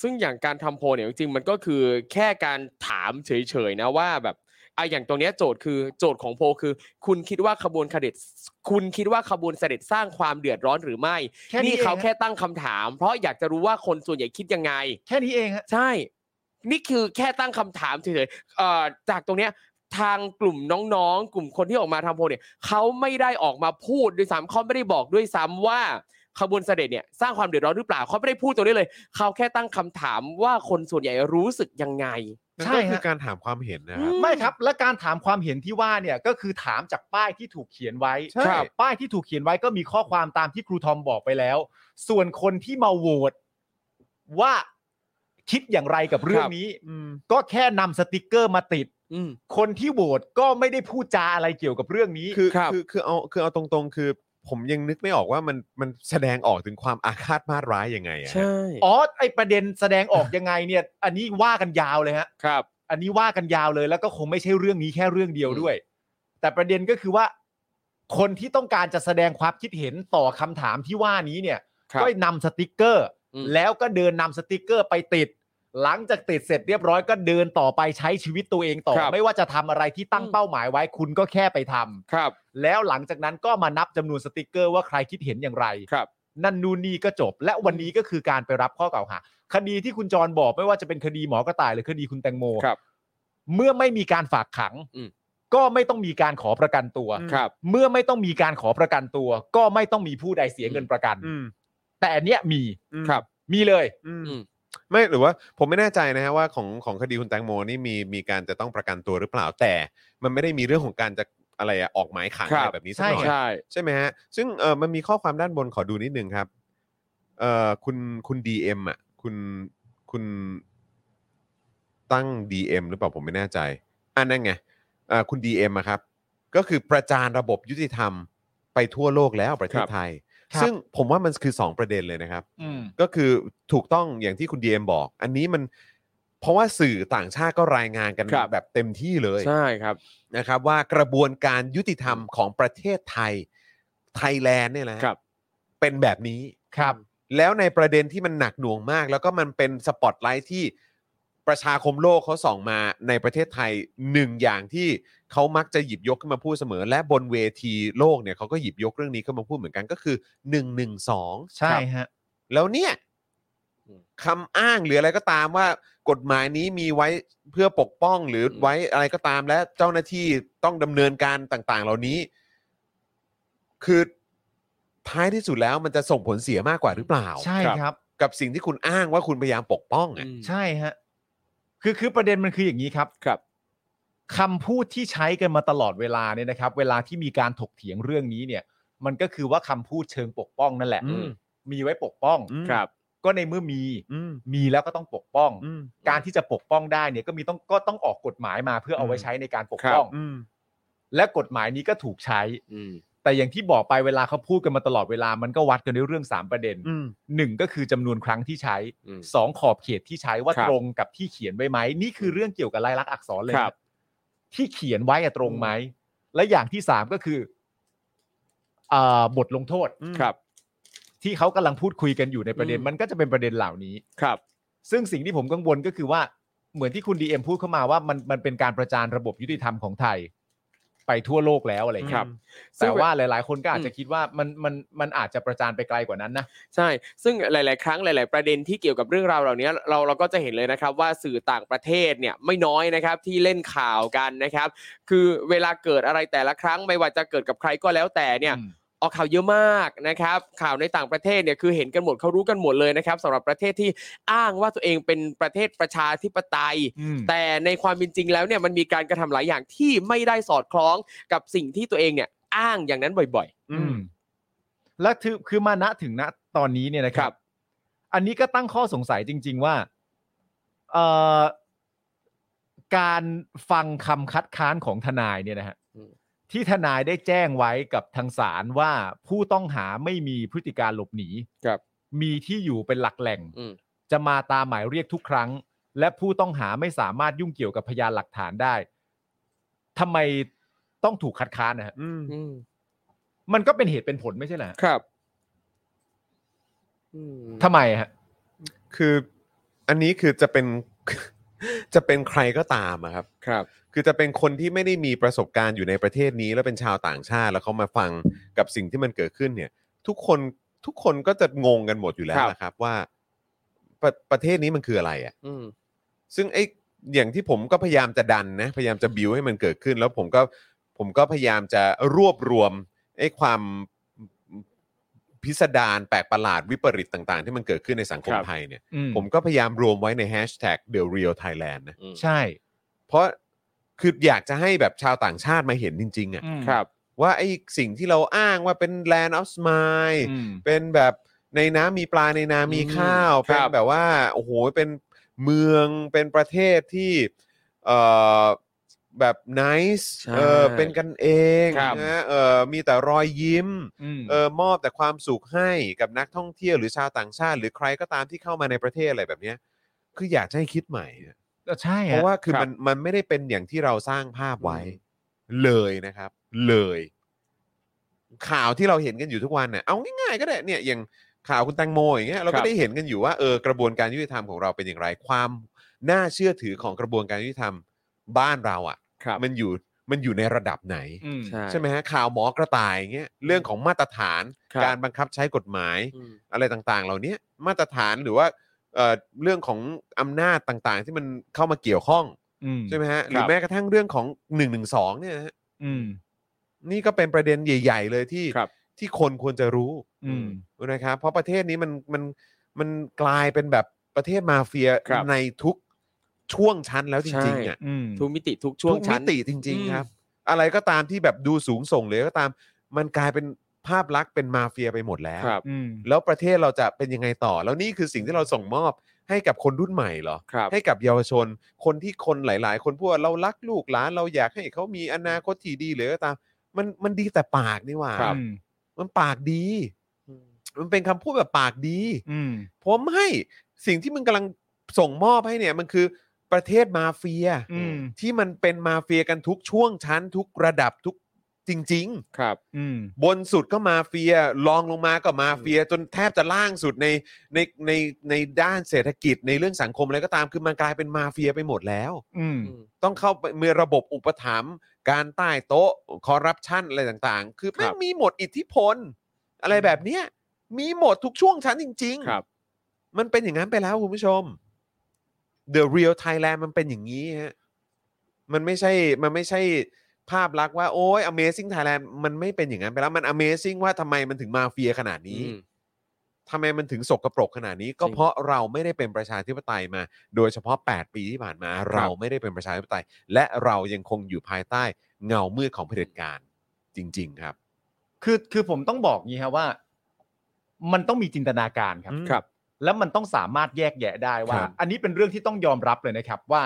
[SPEAKER 3] ซึ่งอย่างการทำโพลเนี่ยจริงๆมันก็คือแค่การถามเฉยๆนะว่าแบบอ่ะอย่างตรงเนี้ยโจทย์คือโจทย์ของโพลคือ คุณคิดว่าขบวนเสด็จ คุณคิดว่าขบวนเสด็จสร้างความเดือดร้อนหรือไม่
[SPEAKER 2] แค่นี้
[SPEAKER 3] นี่
[SPEAKER 2] อง
[SPEAKER 3] เขาแค่
[SPEAKER 2] ฮะ
[SPEAKER 3] ตั้งคำถาม เพราะอยากจะรู้ว่าคนส่วนใหญ่คิดยังไง
[SPEAKER 2] แค่นี้เองฮะ
[SPEAKER 3] ใช่ นี่คือแค่ตั้งคำถามเฉยๆเอ่อจากตรงเนี้ยทางกลุ่มน้องๆ กลุ่มคนที่ออกมาทำโพลเนี่ยเขาไม่ได้ออกมาพูดด้วยซ้ำเขาไม่ได้บอกด้วยซ้ำว่าขบวนเสด็จเนี่ยสร้างความเดือดร้อนหรือเปล่าเขาไม่ได้พูดตรงนี้เลยเขาแค่ตั้งคำถามว่าคนส่วนใหญ่รู้สึกยังไง
[SPEAKER 1] นั่น
[SPEAKER 2] ใช่
[SPEAKER 1] ก็
[SPEAKER 2] ฮะ
[SPEAKER 1] คือการถามความเห็นนะครับ
[SPEAKER 2] ไม่ครับ และการถามความเห็นที่ว่าเนี่ยก็คือถามจากป้ายที่ถูกเขียนไว้
[SPEAKER 1] ใช่ครับ
[SPEAKER 2] ป้ายที่ถูกเขียนไว้ก็มีข้อความตามที่ครูทอมบอกไปแล้ว ส่วนคนที่มาโหวตว่าคิดอย่างไรกับเรื่องนี้ ก็แค่นำสติกเกอร์มาติด
[SPEAKER 3] อืม
[SPEAKER 2] คนที่โหวตก็ไม่ได้พูดจาอะไรเกี่ยวกับเรื่องนี้
[SPEAKER 1] คือ
[SPEAKER 3] ครับ
[SPEAKER 1] คือคือเอาคือเอาตรงๆ คือ ผมยังนึกไม่ออกว่ามันมันแสดงออกถึงความอาฆาตมาดร้ายยังไงอะ
[SPEAKER 3] ใช่
[SPEAKER 2] อ๋อไอประเด็นแสดงออกยังไงเนี่ย อันนี้ว่ากันยาวเลยฮะ
[SPEAKER 3] ครับ
[SPEAKER 2] อันนี้ว่ากันยาวเลยแล้วก็คงไม่ใช่เรื่องนี้แค่เรื่องเดียวด้วย แต่ประเด็นก็คือว่า คนที่ต้องการจะแสดงความคิดเห็นต่อคำถามที่ว่านี้เนี่ย
[SPEAKER 3] ครับ
[SPEAKER 2] ก็นำสติกเกอร์
[SPEAKER 3] อืม
[SPEAKER 2] แล้วก็เดินนำสติกเกอร์ไปติด หลังจากติดเสร็จเรียบร้อยก็เดินต่อไปใช้ชีวิตตัวเองต่อ
[SPEAKER 3] ครับ
[SPEAKER 2] ไม่ว่าจะทำอะไรที่ตั้ง
[SPEAKER 3] อืม
[SPEAKER 2] เป้าหมายไว้ คุณก็แค่ไปทำ
[SPEAKER 3] ครับ
[SPEAKER 2] แล้วหลังจากนั้นก็มานับจำนวนสติกเกอร์ว่าใครคิดเห็นอย่างไร
[SPEAKER 3] ครับ
[SPEAKER 2] นั่นนู่นนี่ก็จบ และวันนี้ก็คือการไปรับข้อกล่าวหาคดีที่คุณจรบอกไม่ว่าจะเป็นคดีหมอกระต่ายหรือคดีคุณแตงโม
[SPEAKER 3] ครับ
[SPEAKER 2] เมื่อไม่มีการฝากขัง
[SPEAKER 3] อืม
[SPEAKER 2] ก็ไม่ต้องมีการขอประกันตัว
[SPEAKER 3] ครับ
[SPEAKER 2] เมื่อไม่ต้องมีการขอประกันตัว ก็ไม่ต้องมีผู้ใดเสียเงินประกัน
[SPEAKER 1] อืม
[SPEAKER 2] แต่อันเนี้ยมี
[SPEAKER 1] อืม
[SPEAKER 3] ครับ
[SPEAKER 2] มีเลย
[SPEAKER 1] อืม
[SPEAKER 3] อืม
[SPEAKER 1] ไม่หรือว่าผมไม่แน่ใจนะฮะว่าของของคดีคุณแตงโมนี่มีมีการจะต้องประกันตัวหรือเปล่าแต่มันไม่ได้มีเรื่องของการจะอะไรอะออกหมายขัง
[SPEAKER 3] ครั
[SPEAKER 1] อะ
[SPEAKER 3] บ
[SPEAKER 1] ไรแบบนี้สักหน่อย
[SPEAKER 3] ใช่
[SPEAKER 1] ใช่ไหมฮะ ซึ่งเออมันมีข้อความด้านบนขอดูนิดนึงครับเออคุณคุณดีเอ็มอ่ะคุณคุณตั้ง DM หรือเปล่าผมไม่แน่ใจ อันนั่นไงเอ่อคุณ DM อะครับ ก็คือประจานระบบยุติธรรมไปทั่วโลกแล้วประเทศ
[SPEAKER 3] ครับ
[SPEAKER 1] ไทย
[SPEAKER 2] ครับ
[SPEAKER 1] ซึ่งผมว่ามันคือ 2 ประเด็นเลยนะครับ
[SPEAKER 2] อืม
[SPEAKER 1] ก็คือถูกต้องอย่างที่คุณ DM บอก อันนี้มันเพราะว่าสื่อต่างชาติก็รายงานกัน
[SPEAKER 3] ครับ
[SPEAKER 1] แบบเต็มที่เลย
[SPEAKER 3] ใช่ครับ
[SPEAKER 1] นะครับว่ากระบวนการยุติธรรมของประเทศไทยไทยแลนด์เนี่ยนะครับ เป็นแบบนี้
[SPEAKER 2] ครับ
[SPEAKER 1] แล้วในประเด็นที่มันหนักหน่วงมาก แล้วก็มันเป็นสปอตไลท์ที่ประชาคมโลกเขาส่องมาในประเทศไทยหนึ่งอย่างที่เขามักจะหยิบยกขึ้นมาพูดเสมอ และบนเวทีโลกเนี่ยเขาก็หยิบยกเรื่องนี้ขึ้นมาพูดเหมือนกันก็คือ 1 1 2
[SPEAKER 2] ใช่ฮะ
[SPEAKER 1] แล้วเนี่ย
[SPEAKER 3] อืม
[SPEAKER 1] คำอ้างหรืออะไรก็ตามว่ากฎหมายนี้มีไว้เพื่อปกป้องหรืออ
[SPEAKER 3] ม
[SPEAKER 1] ไว้อะไรก็ตามและเจ้าหน้าที่ต้องดำเนินการต่าง ๆ เหล่านี้ คือท้ายที่สุดแล้วมันจะส่งผลเสียมากกว่าหรือเปล่า
[SPEAKER 2] ใช่ครับ
[SPEAKER 1] กับสิ่งที่คุณอ้างว่าคุณพยายามปกป้องอะ
[SPEAKER 3] อืม
[SPEAKER 2] ใช่ฮะคือคือประเด็นมันคืออย่างนี้ครับ
[SPEAKER 3] ครับ
[SPEAKER 2] คำพูดที่ใช้กันมาตลอดเวลาเนี่ยนะครับ เวลาที่มีการถกเถียงเรื่องนี้เนี่ย มันก็คือว่าคำพูดเชิงปกป้องนั่นแหละ
[SPEAKER 3] อืม
[SPEAKER 2] มีไว้ปกป้อง
[SPEAKER 1] อืม
[SPEAKER 3] ครับ
[SPEAKER 2] ก็ในเมื่อมี
[SPEAKER 1] อืม
[SPEAKER 2] มีแล้วก็ต้องปกป้อง
[SPEAKER 1] อืม
[SPEAKER 2] การที่จะปกป้องได้เนี่ยก็มีต้องก็ต้องออกกฎหมายมาเพื่อเอาไว้ใช้ในการปกป้อง
[SPEAKER 1] อืม
[SPEAKER 2] และกฎหมายนี้ก็ถูกใช้
[SPEAKER 3] อืม
[SPEAKER 2] แต่อย่างที่บอกไปเวลาเขาพูดกันมาตลอดเวลามันก็วัดกันด้วยเรื่องสามประเด็น
[SPEAKER 1] อืม
[SPEAKER 2] หนึ่งก็คือจำนวนครั้งที่ใช้
[SPEAKER 3] อืม
[SPEAKER 2] สองขอบเขตที่ใช้ว่า
[SPEAKER 3] ครับ
[SPEAKER 2] ตรงกับที่เขียนไว้ไหมนี่คือเรื่องเกี่ยวกับลายลักษณ์อักษรเลย
[SPEAKER 3] ครับ
[SPEAKER 2] ที่เขียนไว้อะตรงไหมและอย่างที่สามก็คืออ่าบทลงโทษ
[SPEAKER 3] ครับ
[SPEAKER 2] ที่เขากำลังพูดคุยกันอยู่ในประเด็น
[SPEAKER 3] อืม
[SPEAKER 2] มันก็จะเป็นประเด็นเหล่านี้
[SPEAKER 3] ครับ
[SPEAKER 2] ซึ่งสิ่งที่ผมกังวลก็คือว่าเหมือนที่คุณ DM พูดเข้ามาว่ามันมันเป็นการประจานระบบยุติธรรมของไทย ไปทั่วโลกแล้วอะไรอย่างเงี้ย
[SPEAKER 3] ครับ
[SPEAKER 2] แต่ว่า
[SPEAKER 3] ซึ่ง
[SPEAKER 2] หลาย ๆ คนก็อาจจะคิดว่ามันมันมันอาจจะประจานไปไกลกว่านั้นนะ
[SPEAKER 3] ใช่ ซึ่งหลาย ๆ ครั้งหลาย ๆ ประเด็นที่เกี่ยวกับเรื่องราวเหล่านี้เราเราก็จะเห็นเลยนะครับว่าสื่อต่างประเทศเนี่ยไม่น้อยนะครับที่เล่นข่าวกันนะครับ คือเวลาเกิดอะไรแต่ละครั้งไม่ว่าจะเกิดกับใครก็แล้วแต่เนี่ย ออกข่าวเยอะมากนะครับข่าวในต่างประเทศเนี่ยคือเห็นกันหมดเขารู้กันหมดเลยนะครับสำหรับประเทศที่อ้างว่าตัวเองเป็นประเทศประชาธิปไตย
[SPEAKER 2] อืม
[SPEAKER 3] แต่ในความเป็นจริงแล้วเนี่ยมันมีการกระทำหลายอย่างที่ไม่ได้สอดคล้องกับสิ่งที่ตัวเองเนี่ยอ้างอย่างนั้นบ่อย
[SPEAKER 2] อืมและคือคือมาณถึงณตอนนี้เนี่ยนะครั
[SPEAKER 3] ครับ บ
[SPEAKER 2] อันนี้ก็ตั้งข้อสงสัยจริง ๆ ว่าเอ่อการฟังคำคัดค้านของทนายเนี่ยนะฮะ
[SPEAKER 3] อืม
[SPEAKER 2] ที่ทนายได้แจ้งไว้กับทางศาลว่าผู้ต้องหาไม่มีพฤติการหลบหนี
[SPEAKER 3] ๆ ครับ
[SPEAKER 2] มีที่อยู่เป็นหลักแหล่ง
[SPEAKER 3] อืม
[SPEAKER 2] จะมาตามหมายเรียกทุกครั้ง และผู้ต้องหาไม่สามารถยุ่งเกี่ยวกับพยานหลักฐานได้ทำไมต้องถูกคัดค้านนะฮะ
[SPEAKER 1] อืม
[SPEAKER 3] อืม
[SPEAKER 2] มันก็เป็นเหตุเป็นผลไม่ใช่เหรอฮะ
[SPEAKER 3] ครับอืม
[SPEAKER 2] ทำไมฮะ
[SPEAKER 1] คืออันนี้คือจะเป็น จะเป็นใครก็ตามอะครับ
[SPEAKER 3] ครับ
[SPEAKER 1] คือจะเป็นคนที่ไม่ได้มีประสบการณ์อยู่ในประเทศนี้ แล้วเป็นชาวต่างชาติ แล้วเขามาฟังกับสิ่งที่มันเกิดขึ้นเนี่ย ทุกคนทุกคนก็จะงงกันหมดอยู่แล้ว
[SPEAKER 3] ครับ
[SPEAKER 1] นะครับว่าประประเทศนี้มันคืออะไรอะ่ะ
[SPEAKER 3] อืม
[SPEAKER 1] ซึ่งไอ้อย่างที่ผมก็พยายามจะดันนะพยายามจะบิวให้มันเกิดขึ้น แล้วผมก็ผมก็พยายามจะรวบรวมไอ้ความพิสดารแปลกประหลาดวิปริตต่าง ๆ ที่มันเกิดขึ้นในสังคม
[SPEAKER 3] ครับ
[SPEAKER 1] ไทยเนี่ย
[SPEAKER 2] อื
[SPEAKER 1] ผมก็พยายามรวมไว้ใน hashtag The Real Thailand นะ
[SPEAKER 3] อืม
[SPEAKER 2] ใช่
[SPEAKER 1] เพราะคืออยากจะให้แบบชาวต่างชาติมาเห็นจริงๆอะ
[SPEAKER 3] ครับ
[SPEAKER 1] ว่าไอ้สิ่งที่เราอ้างว่าเป็น land of smile
[SPEAKER 2] อืม
[SPEAKER 1] เป็นแบบในน้ำมีปลาในนามีข้าว
[SPEAKER 3] ค
[SPEAKER 1] เป็น
[SPEAKER 3] รับ
[SPEAKER 1] แบบว่า โอ้โห เป็นเมืองเป็นประเทศที่เออแบบ nice
[SPEAKER 3] ใช่
[SPEAKER 1] เออเป็นกันเอง
[SPEAKER 3] ครับ
[SPEAKER 1] นะเออมีแต่รอยยิ้ม
[SPEAKER 2] ม
[SPEAKER 1] เออมอบแต่ความสุขให้กับนักท่องเที่ยวหรือชาวต่างชาติ หรือใครก็ตามที่เข้ามาในประเทศอะไรแบบเนี้ยคืออยากจะให้คิดใหม่อะ
[SPEAKER 2] ใช่ฮ
[SPEAKER 1] เพราะว่าคือ
[SPEAKER 3] ครับ
[SPEAKER 1] มันมันไม่ได้เป็นอย่างที่เราสร้างภาพไว้ เลยนะครับ เลย ข่าวที่เราเห็นกันอยู่ทุกวันเนี่ยเอาง่ายๆก็ได้เนี่ยอย่างข่าวคุณแตงโมอย่างเงี้ยเรา
[SPEAKER 3] ครั
[SPEAKER 1] ก็
[SPEAKER 3] บ
[SPEAKER 1] ได้เห็นกันอยู่ว่าเออกระบวนการยุติธรรมของเราเป็นอย่างไร ความน่าเชื่อถือของกระบวนการยุติธรรมบ้านเราอะ่ะ
[SPEAKER 3] ครับ
[SPEAKER 1] มันอยู่มันอยู่ในระดับไหน
[SPEAKER 2] อืม
[SPEAKER 3] ใช่
[SPEAKER 1] ใช่ไหมฮะข่าวหมอกระต่ายอย่างเงี้ยเรื่องของมาตรฐาน
[SPEAKER 3] ครับ
[SPEAKER 1] การบังคับใช้กฎหมาย
[SPEAKER 3] อืม
[SPEAKER 1] อะไรต่างๆ เหล่านี้มาตรฐานหรือว่าเอ่อเรื่องของอำนาจต่างๆ ที่มันเข้ามาเกี่ยวข้อง
[SPEAKER 2] อืม
[SPEAKER 1] ใช่ไหมฮะหรือแม้กระทั่งเรื่องของ1นึเนี่ยนะฮะ
[SPEAKER 2] อืม
[SPEAKER 1] นี่ก็เป็นประเด็นใหญ่ ๆ เลยที่
[SPEAKER 3] ครับ
[SPEAKER 1] ที่คนควรจะรู้
[SPEAKER 2] อืม
[SPEAKER 1] นะครับเพราะประเทศนี้มันมันมันกลายเป็นแบบประเทศมาเฟีย
[SPEAKER 3] ครับ
[SPEAKER 1] ในทุกช่วงชั้นแล้วจ
[SPEAKER 3] ใช่
[SPEAKER 1] ริงๆอ่ะ
[SPEAKER 2] อืม
[SPEAKER 3] ทุกมิติทุกช่ว
[SPEAKER 1] ทุ
[SPEAKER 3] ง
[SPEAKER 1] ก
[SPEAKER 3] ชั้
[SPEAKER 1] มิ
[SPEAKER 3] น
[SPEAKER 1] ติจริง
[SPEAKER 3] อืม
[SPEAKER 1] ๆ ครับ อะไรก็ตามที่แบบดูสูงส่งเลยก็ตาม มันกลายเป็นภาพลักษณ์เป็นมาเฟียไปหมดแล้ว
[SPEAKER 3] ครับ
[SPEAKER 2] อืม
[SPEAKER 1] แล้วประเทศเราจะเป็นยังไงต่อ แล้วนี่คือสิ่งที่เราส่งมอบให้กับคนรุ่นใหม่เหรอ
[SPEAKER 3] ครับ
[SPEAKER 1] ให้กับเยาวชน คนที่คนหลาย ๆ คนพูดว่าเรารักลูกหลานเราอยากให้เขามีอนาคตที่ดีหรือก็ตาม มันมันดีแต่ปากนี่หว่า
[SPEAKER 3] ครับ
[SPEAKER 1] มันปากดี มันเป็นคำพูดแบบปากดี
[SPEAKER 2] อืม
[SPEAKER 1] ผมให้สิ่งที่มึงกำลังส่งมอบให้เนี่ยมันคือประเทศมาเฟีย
[SPEAKER 2] อืม
[SPEAKER 1] ที่มันเป็นมาเฟียกันทุกช่วงชั้น ทุกระดับทุกจริง ๆ
[SPEAKER 3] ครับ
[SPEAKER 2] อืม
[SPEAKER 1] บนสุดก็มาเฟียรองลงมาก็มาเฟีย จนแทบจะล่างสุดในในในในด้านเศรษฐกิจในเรื่องสังคมอะไรก็ตามคือมันกลายเป็นมาเฟียไปหมดแล้ว
[SPEAKER 2] อืม
[SPEAKER 1] ต้องเข้าไปมีระบบอุปถัมภ์การใต้โต๊ะคอร์รัปชันอะไรต่างๆ คือ
[SPEAKER 3] ครั
[SPEAKER 1] แม่
[SPEAKER 3] บ
[SPEAKER 1] งมีหมดอิทธิพล อะไรแบบเนี้ยมีหมดทุกช่วงชั้นจริง
[SPEAKER 3] ครับ
[SPEAKER 1] มันเป็นอย่างนั้นไปแล้วคุณผู้ชม The Real Thailand มันเป็นอย่างนี้ฮะมันไม่ใช่มันไม่ใช่ภาพลักษณ์ว่าโอ้ย Amazing Thailand มันไม่เป็นอย่างนั้นไปแล้วมัน Amazing ว่าทำไมมันถึงมาเฟียขนาดนี้
[SPEAKER 3] อืม
[SPEAKER 1] ทำไมมันถึงสกปรกขนาดนี้ก็
[SPEAKER 3] จริง
[SPEAKER 1] เพราะเราไม่ได้เป็นประชาธิปไตยมา โดยเฉพาะ 8 ปีที่ผ่านมา เราไม่ได้เป็นประชาธิปไตย และเรายังคงอยู่ภายใต้เงามืดของเผด็จการจริง ๆ ครับ
[SPEAKER 2] คือคือผมต้องบอกงี้ฮะว่า มันต้องมีจินตนาการครับ
[SPEAKER 1] อืม
[SPEAKER 3] ครับ
[SPEAKER 2] แล้วมันต้องสามารถแยกแยะได้ว่า
[SPEAKER 1] ครับ
[SPEAKER 2] อันนี้เป็นเรื่องที่ต้องยอมรับเลยนะครับว่า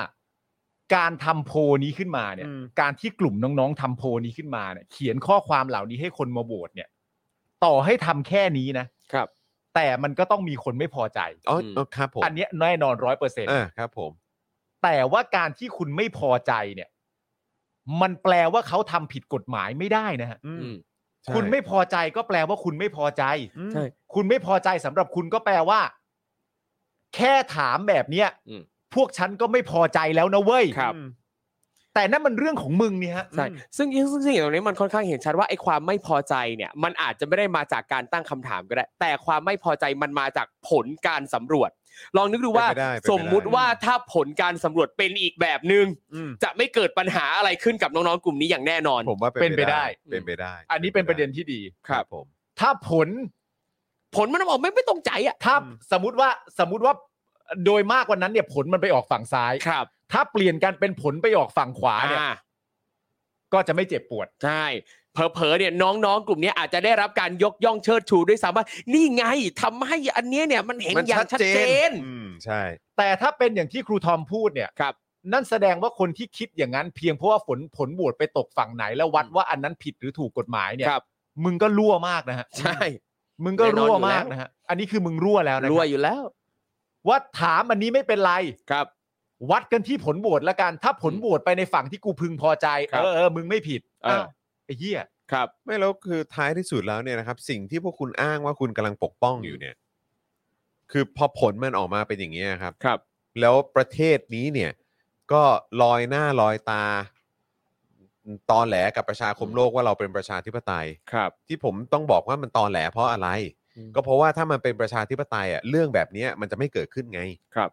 [SPEAKER 2] การทำโพลนี้ขึ้นมาเนี่ย การที่กลุ่มน้องๆทำโพลนี้ขึ้นมาเนี่ย เขียนข้อความเหล่านี้ให้คนมาโหวตเนี่ย ต่อให้ทำแค่นี้นะครับ แต่มันก็ต้องมีคนไม่พอใจ
[SPEAKER 1] อ๋อ
[SPEAKER 3] ม
[SPEAKER 1] เออครับผม
[SPEAKER 2] อันเนี้ยแน่นอนร้อยเปอร์เซ็นต์
[SPEAKER 1] อ่าครับผม
[SPEAKER 2] แต่ว่าการที่คุณไม่พอใจเนี่ย มันแปลว่าเขาทำผิดกฎหมายไม่ได้นะฮะ
[SPEAKER 1] อืม
[SPEAKER 3] อืม
[SPEAKER 1] ใช่
[SPEAKER 2] คุณไม่พอใจก็แปลว่าคุณไม่พอใจ
[SPEAKER 1] อืม
[SPEAKER 3] ใช่
[SPEAKER 2] คุณไม่พอใจสำหรับคุณก็แปลว่า แค่ถามแบบเนี้ย
[SPEAKER 3] อืม
[SPEAKER 2] พวกฉันก็ไม่พอใจแล้วนะเว้ย
[SPEAKER 3] ครับ
[SPEAKER 1] อืม
[SPEAKER 2] แต่นั่นมันเรื่องของมึงนี่ฮะ
[SPEAKER 3] ใช่ซึ่งซึ่งซึ่งสิ่งเหล่านี้มันค่อนข้างเห็นชัดว่าไอ้ความไม่พอใจเนี่ยมันอาจจะไม่ได้มาจากการตั้งคำถามก็ได้ แต่ความไม่พอใจมันมาจากผลการสำรวจ ลองนึกดูว่า
[SPEAKER 1] เป็นไปได้เป็นไปได้
[SPEAKER 3] สมมุติว่าถ้าผลการสำรวจเป็นอีกแบบหนึ่ง
[SPEAKER 1] อืม
[SPEAKER 3] จะไม่เกิดปัญหาอะไรขึ้นกับน้องๆกลุ่มนี้อย่างแน่นอน
[SPEAKER 1] ผมว่า
[SPEAKER 2] เป็นไปได้
[SPEAKER 1] เป็นไปได้
[SPEAKER 2] อันนี้เป็นประเด็นที่ดี
[SPEAKER 1] ครับผม
[SPEAKER 2] ถ้าผล
[SPEAKER 3] ผลมันออกไม่ไม่ตรงใจอ่ะ
[SPEAKER 2] ถ้า
[SPEAKER 1] อืม
[SPEAKER 2] สมมติว่าสมมติว่าโดยมากวันนั้นเนี่ยผลมันไปออกฝั่งซ้าย
[SPEAKER 3] ครับ
[SPEAKER 2] ถ้าเปลี่ยนกันเป็นผลไปออกฝั่งขวาเนี่ย
[SPEAKER 3] อ่า
[SPEAKER 2] ก็จะไม่เจ็บปวด
[SPEAKER 3] ใช่เผลอๆเนี่ยน้องๆกลุ่มนี้อาจจะได้รับการยกย่องเชิดชูด้วยซ้ำว่านี่ไงทำให้อันเนี้ยเนี่ยมันเห็น
[SPEAKER 1] มัน
[SPEAKER 3] อย่างชัดเจน
[SPEAKER 1] อืมใช่
[SPEAKER 2] แต่ถ้าเป็นอย่างที่ครูทอมพูดเนี่ย
[SPEAKER 3] ครับ
[SPEAKER 2] นั่นแสดงว่าคนที่คิดอย่างนั้น เพียงเพราะว่าผลผลบวชไปตกฝั่งไหน แล้ววัดว่าอันนั้นผิดหรือถูกกฎหมายเนี่ย
[SPEAKER 3] ครับ
[SPEAKER 2] มึงก็รั่วมากนะฮะ
[SPEAKER 3] ใช่
[SPEAKER 2] มึงก็รั่วมากนะฮะอันนี้คือมึงรั่วแล้วนะค
[SPEAKER 3] รวย
[SPEAKER 2] บ
[SPEAKER 3] อยู่แล้ว
[SPEAKER 2] ว่าถามอันนี้ไม่เป็นไร
[SPEAKER 3] ครับ
[SPEAKER 2] วัดกันที่ผลบวชละกัน ถ้าผลบวชไปในฝั่งที่กูพึงพอใจ
[SPEAKER 3] ครั
[SPEAKER 2] เอบอเออมึงไม่ผิด
[SPEAKER 3] เอออ้
[SPEAKER 2] าวไอ้เหี้ย
[SPEAKER 3] ครับ
[SPEAKER 1] ไม่แล้วคือท้ายที่สุดแล้วเนี่ยนะครับ สิ่งที่พวกคุณอ้างว่าคุณกำลังปกป้องอยู่เนี่ย คือพอผลมันออกมาเป็นอย่างนี้ยครับ
[SPEAKER 3] ครับ
[SPEAKER 1] แล้วประเทศนี้เนี่ย ก็ลอยหน้าลอยตา ตอนแหลกับประชาคมโลกว่าเราเป็นประชาธิปไตย
[SPEAKER 3] ครับ
[SPEAKER 1] ที่ผมต้องบอกว่ามันตอนแหลเพราะอะไร
[SPEAKER 3] อืม
[SPEAKER 1] ก็เพราะว่าถ้ามันเป็นประชาธิปไตยอ่ะเรื่องแบบเนี้ยมันจะไม่เกิดขึ้นไง
[SPEAKER 3] ครับ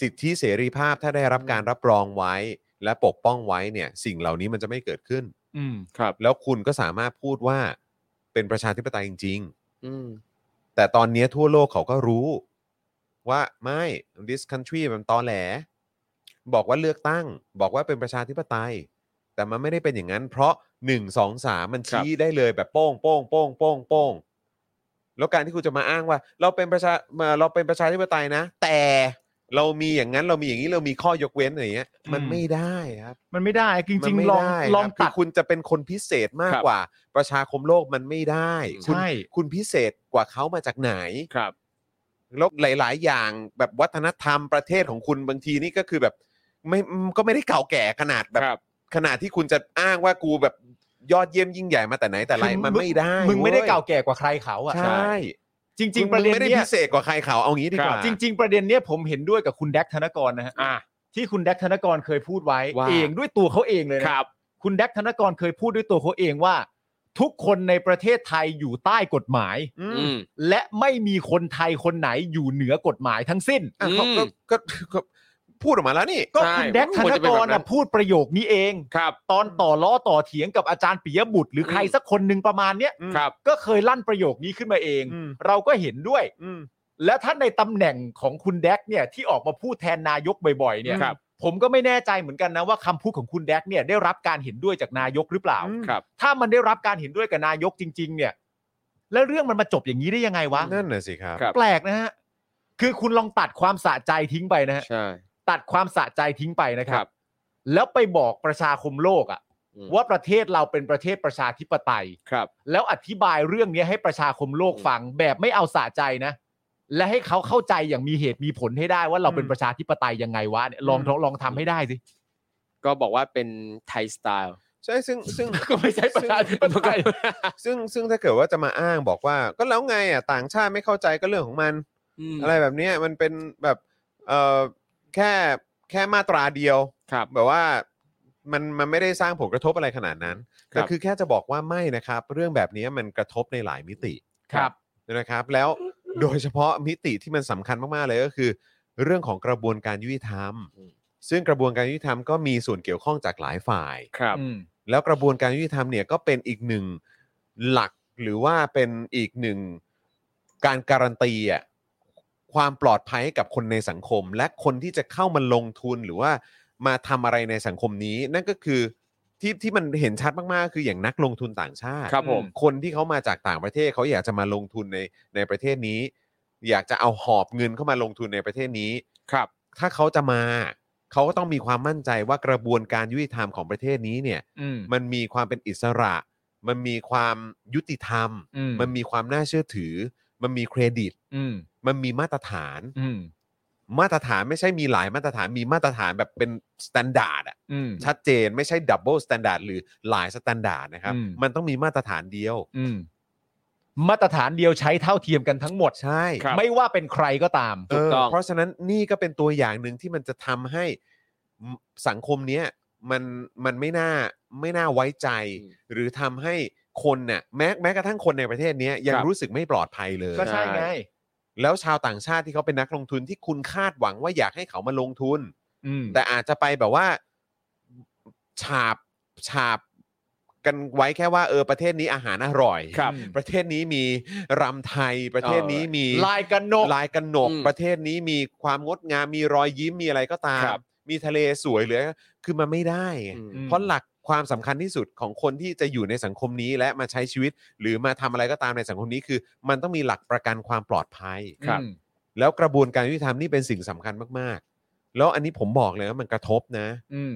[SPEAKER 1] สิทธิเสรีภาพถ้าได้รับการรับรองไว้ และปกป้องไว้เนี่ย สิ่งเหล่านี้มันจะไม่เกิดขึ้น
[SPEAKER 2] อืม
[SPEAKER 3] ครับ
[SPEAKER 1] แล้วคุณก็สามารถพูดว่าเป็นประชาธิปไตยจริง
[SPEAKER 3] อืม
[SPEAKER 1] ๆ แต่ตอนเนี้ยทั่วโลกเขาก็รู้ว่าไม่ this country มันตอแหล บอกว่าเลือกตั้ง บอกว่าเป็นประชาธิปไตย แต่มันไม่ได้เป็นอย่างนั้น เพราะ 1 2 3 มันชี้ได้เลยแบบโป้งโป้งโป้งโป้งโป้งแล้วการที่คุณจะมาอ้างว่า เราเป็นประชามาเราเป็นประชาธิปไตยนะ แต่เรามีอย่างนั้นเรามีอย่างนี้เรามีข้อยกเว้นอะไรอย่างเงี้ยมัน
[SPEAKER 2] อืม
[SPEAKER 1] ไม่ได้ครับ
[SPEAKER 2] มันไม่ได้จ
[SPEAKER 1] มัน
[SPEAKER 2] ริง
[SPEAKER 1] ไม่
[SPEAKER 2] ๆลอง
[SPEAKER 1] ได้
[SPEAKER 2] ลอง
[SPEAKER 1] ครับ
[SPEAKER 2] ตัด
[SPEAKER 1] คือคุณจะเป็นคนพิเศษมาก
[SPEAKER 3] ครับ
[SPEAKER 1] กว่า ประชาคมโลกมันไม่ได้ คุณ
[SPEAKER 2] ใช่
[SPEAKER 1] คุณพิเศษกว่าเขามาจากไหน
[SPEAKER 3] ครับ
[SPEAKER 1] แล้วหลาย ๆ อย่างแบบวัฒนธรรมประเทศของคุณบางทีนี่ก็คือแบบไม่ก็ไม่ได้เก่าแก่ขนาดแบบ
[SPEAKER 3] ครับ
[SPEAKER 1] ขนาดที่คุณจะอ้างว่ากูแบบยอดเยี่ยมยิ่งใหญ่มาแต่ไหนแต่ไร
[SPEAKER 2] คือ
[SPEAKER 1] มันไม่ได้
[SPEAKER 2] มึงไม่ได้
[SPEAKER 1] ว้ย
[SPEAKER 2] เก่าแก่กว่าใครเขาอ่ะ
[SPEAKER 1] ใช่
[SPEAKER 2] จริง ๆ
[SPEAKER 1] มึ
[SPEAKER 2] ประ
[SPEAKER 1] ง
[SPEAKER 2] เด็น
[SPEAKER 1] ไม่ได้
[SPEAKER 2] เนี้
[SPEAKER 1] พิ
[SPEAKER 2] ย
[SPEAKER 1] เศษกว่าใครเขาเอางี้ดีกว่า
[SPEAKER 2] จริง ๆ ประเด็นเนี้ยผมเห็นด้วยกับคุณแดกธนกรนะฮะ
[SPEAKER 3] อ่า
[SPEAKER 2] ที่คุณแดกธนกรเคยพูดไว้
[SPEAKER 3] ว่า
[SPEAKER 2] เองด้วยตัวเขาเองเลย
[SPEAKER 3] ค
[SPEAKER 2] นะ
[SPEAKER 3] รับ
[SPEAKER 2] คุณแดกธนกรเคยพูดด้วยตัวเขาเองว่า ทุกคนในประเทศไทยอยู่ใต้กฎหมาย
[SPEAKER 1] อื
[SPEAKER 3] อื
[SPEAKER 1] ม
[SPEAKER 3] ม
[SPEAKER 2] และไม่มีคนไทยคนไหนอยู่เหนือกฎหมายทั้งสิ้น
[SPEAKER 1] อ่ะเขาก็ก็ก็พูดออกมาแล้วนี่
[SPEAKER 2] ก็
[SPEAKER 3] ใช่
[SPEAKER 2] คุณแดกธ
[SPEAKER 3] ควร
[SPEAKER 2] น
[SPEAKER 3] จะเป็
[SPEAKER 2] ก
[SPEAKER 3] นแบ
[SPEAKER 2] ร
[SPEAKER 3] บนั้
[SPEAKER 2] น่ะ
[SPEAKER 3] น
[SPEAKER 2] พูดประโยคนี้เอง
[SPEAKER 3] ครับ
[SPEAKER 2] ตอนต่อล้อต่อเถียงกับอาจารย์ปิยบุตร หรือใคร
[SPEAKER 3] อืม
[SPEAKER 2] สักคนหนึ่งประมาณเนี้ย
[SPEAKER 1] อืม
[SPEAKER 3] ครับ
[SPEAKER 2] ก็เคยลั่นประโยคนี้ขึ้นมาเอง
[SPEAKER 1] อืม
[SPEAKER 2] เราก็เห็นด้วย
[SPEAKER 1] อืม
[SPEAKER 2] และถ้าในตำแหน่งของคุณแดกเนี่ยที่ออกมาพูดแทนนายกบ่อยๆเนี่ย
[SPEAKER 3] ครับ
[SPEAKER 2] ผมก็ไม่แน่ใจเหมือนกันนะว่าคำพูดของคุณแดกเนี่ยได้รับการเห็นด้วยจากนายกหรือเปล่า
[SPEAKER 1] อืม
[SPEAKER 3] ครับ
[SPEAKER 2] ถ้ามันได้รับการเห็นด้วยกับนายกจริง ๆ เนี่ย แล้วเรื่องมันมาจบอย่างนี้ได้ยังไงวะ
[SPEAKER 1] นั่นน่ะสิครับ
[SPEAKER 3] ครับ
[SPEAKER 2] แปลกนะฮะคือคุณลองตัดความสะใจทิ้งไปนะฮะ
[SPEAKER 3] ใช่
[SPEAKER 2] ตัดความสะใจทิ้งไปนะค
[SPEAKER 3] ค
[SPEAKER 2] รั
[SPEAKER 3] รับ บ
[SPEAKER 2] แล้วไปบอกประชาคมโลกอะ
[SPEAKER 3] อืม
[SPEAKER 2] ว่าประเทศเราเป็นประเทศประชาธิปไตย
[SPEAKER 3] ครับ
[SPEAKER 2] แล้วอธิบายเรื่องนี้ให้ประชาคมโลกฟังแบบไม่เอาสะใจนะ และให้เขาเข้าใจอย่างมีเหตุมีผลให้ได้ว่าเราเป็นประชาธิปไตยยังไงวะเนี่ยลองลองลองทำให้ได้สิ
[SPEAKER 3] ก็บอกว่าเป็นไทยสไตล์
[SPEAKER 1] ใช่ซึ่งซึ่ง
[SPEAKER 3] ก็ไม่ใช่ประชาธิปไตย
[SPEAKER 1] ซึ่งซึ่งถ้าเกิดว่าจะมาอ้างบอกว่า ก็แล้วไงอ่ะต่างชาติไม่เข้าใจก็เรื่องของมัน อะไรแบบเนี้ยมันเป็นแบบเอ่อแค่แค่มาตราเดียว
[SPEAKER 3] ครับ
[SPEAKER 1] แบบว่ามันมันไม่ได้สร้างผลกระทบอะไรขนาดนั้น
[SPEAKER 3] ครั
[SPEAKER 1] แต่
[SPEAKER 3] บ
[SPEAKER 1] คือแค่จะบอกว่าไม่นะครับ เรื่องแบบนี้มันกระทบในหลายมิติ
[SPEAKER 2] ครับ
[SPEAKER 1] นะครับ แล้วโดยเฉพาะมิติที่มันสำคัญมากๆเลยก็คือ เรื่องของกระบวนการยุติธรรม ซึ่งกระบวนการยุติธรรมก็มีส่วนเกี่ยวข้องจากหลายฝ่าย
[SPEAKER 3] ครับ
[SPEAKER 2] อืม
[SPEAKER 1] แล้วกระบวนการยุติธรรมเนี่ยก็เป็นอีกหนึ่งหลักหรือว่าเป็นอีกหนึ่งการการันตีอะความปลอดภัยให้กับคนในสังคม และคนที่จะเข้ามาลงทุนหรือว่ามาทำอะไรในสังคมนี้ นั่นก็คือที่ที่มันเห็นชัดมากๆ คืออย่างนักลงทุนต่างชาติ
[SPEAKER 3] ครับผม
[SPEAKER 1] คนที่เขามาจากต่างประเทศเขาอยากจะมาลงทุนในในประเทศนี้ อยากจะเอาหอบเงินเข้ามาลงทุนในประเทศนี้
[SPEAKER 3] ครับ
[SPEAKER 1] ถ้าเขาจะมา เขาก็ต้องมีความมั่นใจว่ากระบวนการยุติธรรมของประเทศนี้เนี่ย
[SPEAKER 2] อืม
[SPEAKER 1] มันมีความเป็นอิสระ มันมีความยุติธรรม
[SPEAKER 2] อืม
[SPEAKER 1] มันมีความน่าเชื่อถือ มันมีเครดิต
[SPEAKER 2] อืม
[SPEAKER 1] มันมีมาตรฐาน
[SPEAKER 2] อืม
[SPEAKER 1] มาตรฐานไม่ใช่มีหลายมาตรฐาน มีมาตรฐานแบบเป็นสแตนดาร์ดอะ
[SPEAKER 2] อืม
[SPEAKER 1] ชัดเจนไม่ใช่ดับเบิลสแตนดาร์ดหรือหลายสแตนดาร์ดนะครับ
[SPEAKER 2] อืม
[SPEAKER 1] มันต้องมีมาตรฐานเดียว
[SPEAKER 2] อืมมาตรฐานเดียวใช้เท่าเทียมกันทั้งหมด
[SPEAKER 1] ใช่
[SPEAKER 3] ครับ
[SPEAKER 2] ไม่ว่าเป็นใครก็ตาม
[SPEAKER 1] เอ
[SPEAKER 3] ถูก
[SPEAKER 1] อ
[SPEAKER 3] ต้อง
[SPEAKER 1] เพราะฉะนั้นนี่ก็เป็นตัวอย่างหนึ่งที่มันจะทำให้สังคมเนี้ยมันมันไม่น่าไม่น่าไว้ใจ
[SPEAKER 3] อืม
[SPEAKER 1] หรือทำให้คนเนี่ยแม้แม้กระทั่งคนในประเทศเนี้ยยัง
[SPEAKER 3] ครับ
[SPEAKER 1] รู้สึกไม่ปลอดภัยเลย
[SPEAKER 2] ก็ใช่ไง
[SPEAKER 1] แล้วชาวต่างชาติที่เขาเป็นนักลงทุนที่คุณคาดหวังว่าอยากให้เขามาลงทุน
[SPEAKER 2] อืม
[SPEAKER 1] แต่อาจจะไปแบบว่าฉาบฉาบกันไว้แค่ว่าเออประเทศนี้อาหารอร่อย
[SPEAKER 3] ครับ
[SPEAKER 1] ประเทศนี้มีรำไทยประเทศนี้มี
[SPEAKER 2] ลายกันนก
[SPEAKER 1] ลายกระหนก
[SPEAKER 3] อืม
[SPEAKER 1] ประเทศนี้มีความงดงามมีรอยยิ้มมีอะไรก็ตาม
[SPEAKER 3] ครับ
[SPEAKER 1] มีทะเลสวยเหลือคือมันไม่ได้ไง
[SPEAKER 3] อืม
[SPEAKER 2] อืม
[SPEAKER 1] เพราะหลักความสำคัญที่สุดของคนที่จะอยู่ในสังคมนี้และมาใช้ชีวิต หรือมาทำอะไรก็ตามในสังคมนี้คือ มันต้องมีหลักประกันความปลอดภัย
[SPEAKER 3] ครับ
[SPEAKER 2] อืม
[SPEAKER 1] แล้วกระบวนการยุติธรรมนี่เป็นสิ่งสำคัญมากๆ แล้วอันนี้ผมบอกเลยว่ามันกระทบนะ
[SPEAKER 2] อืม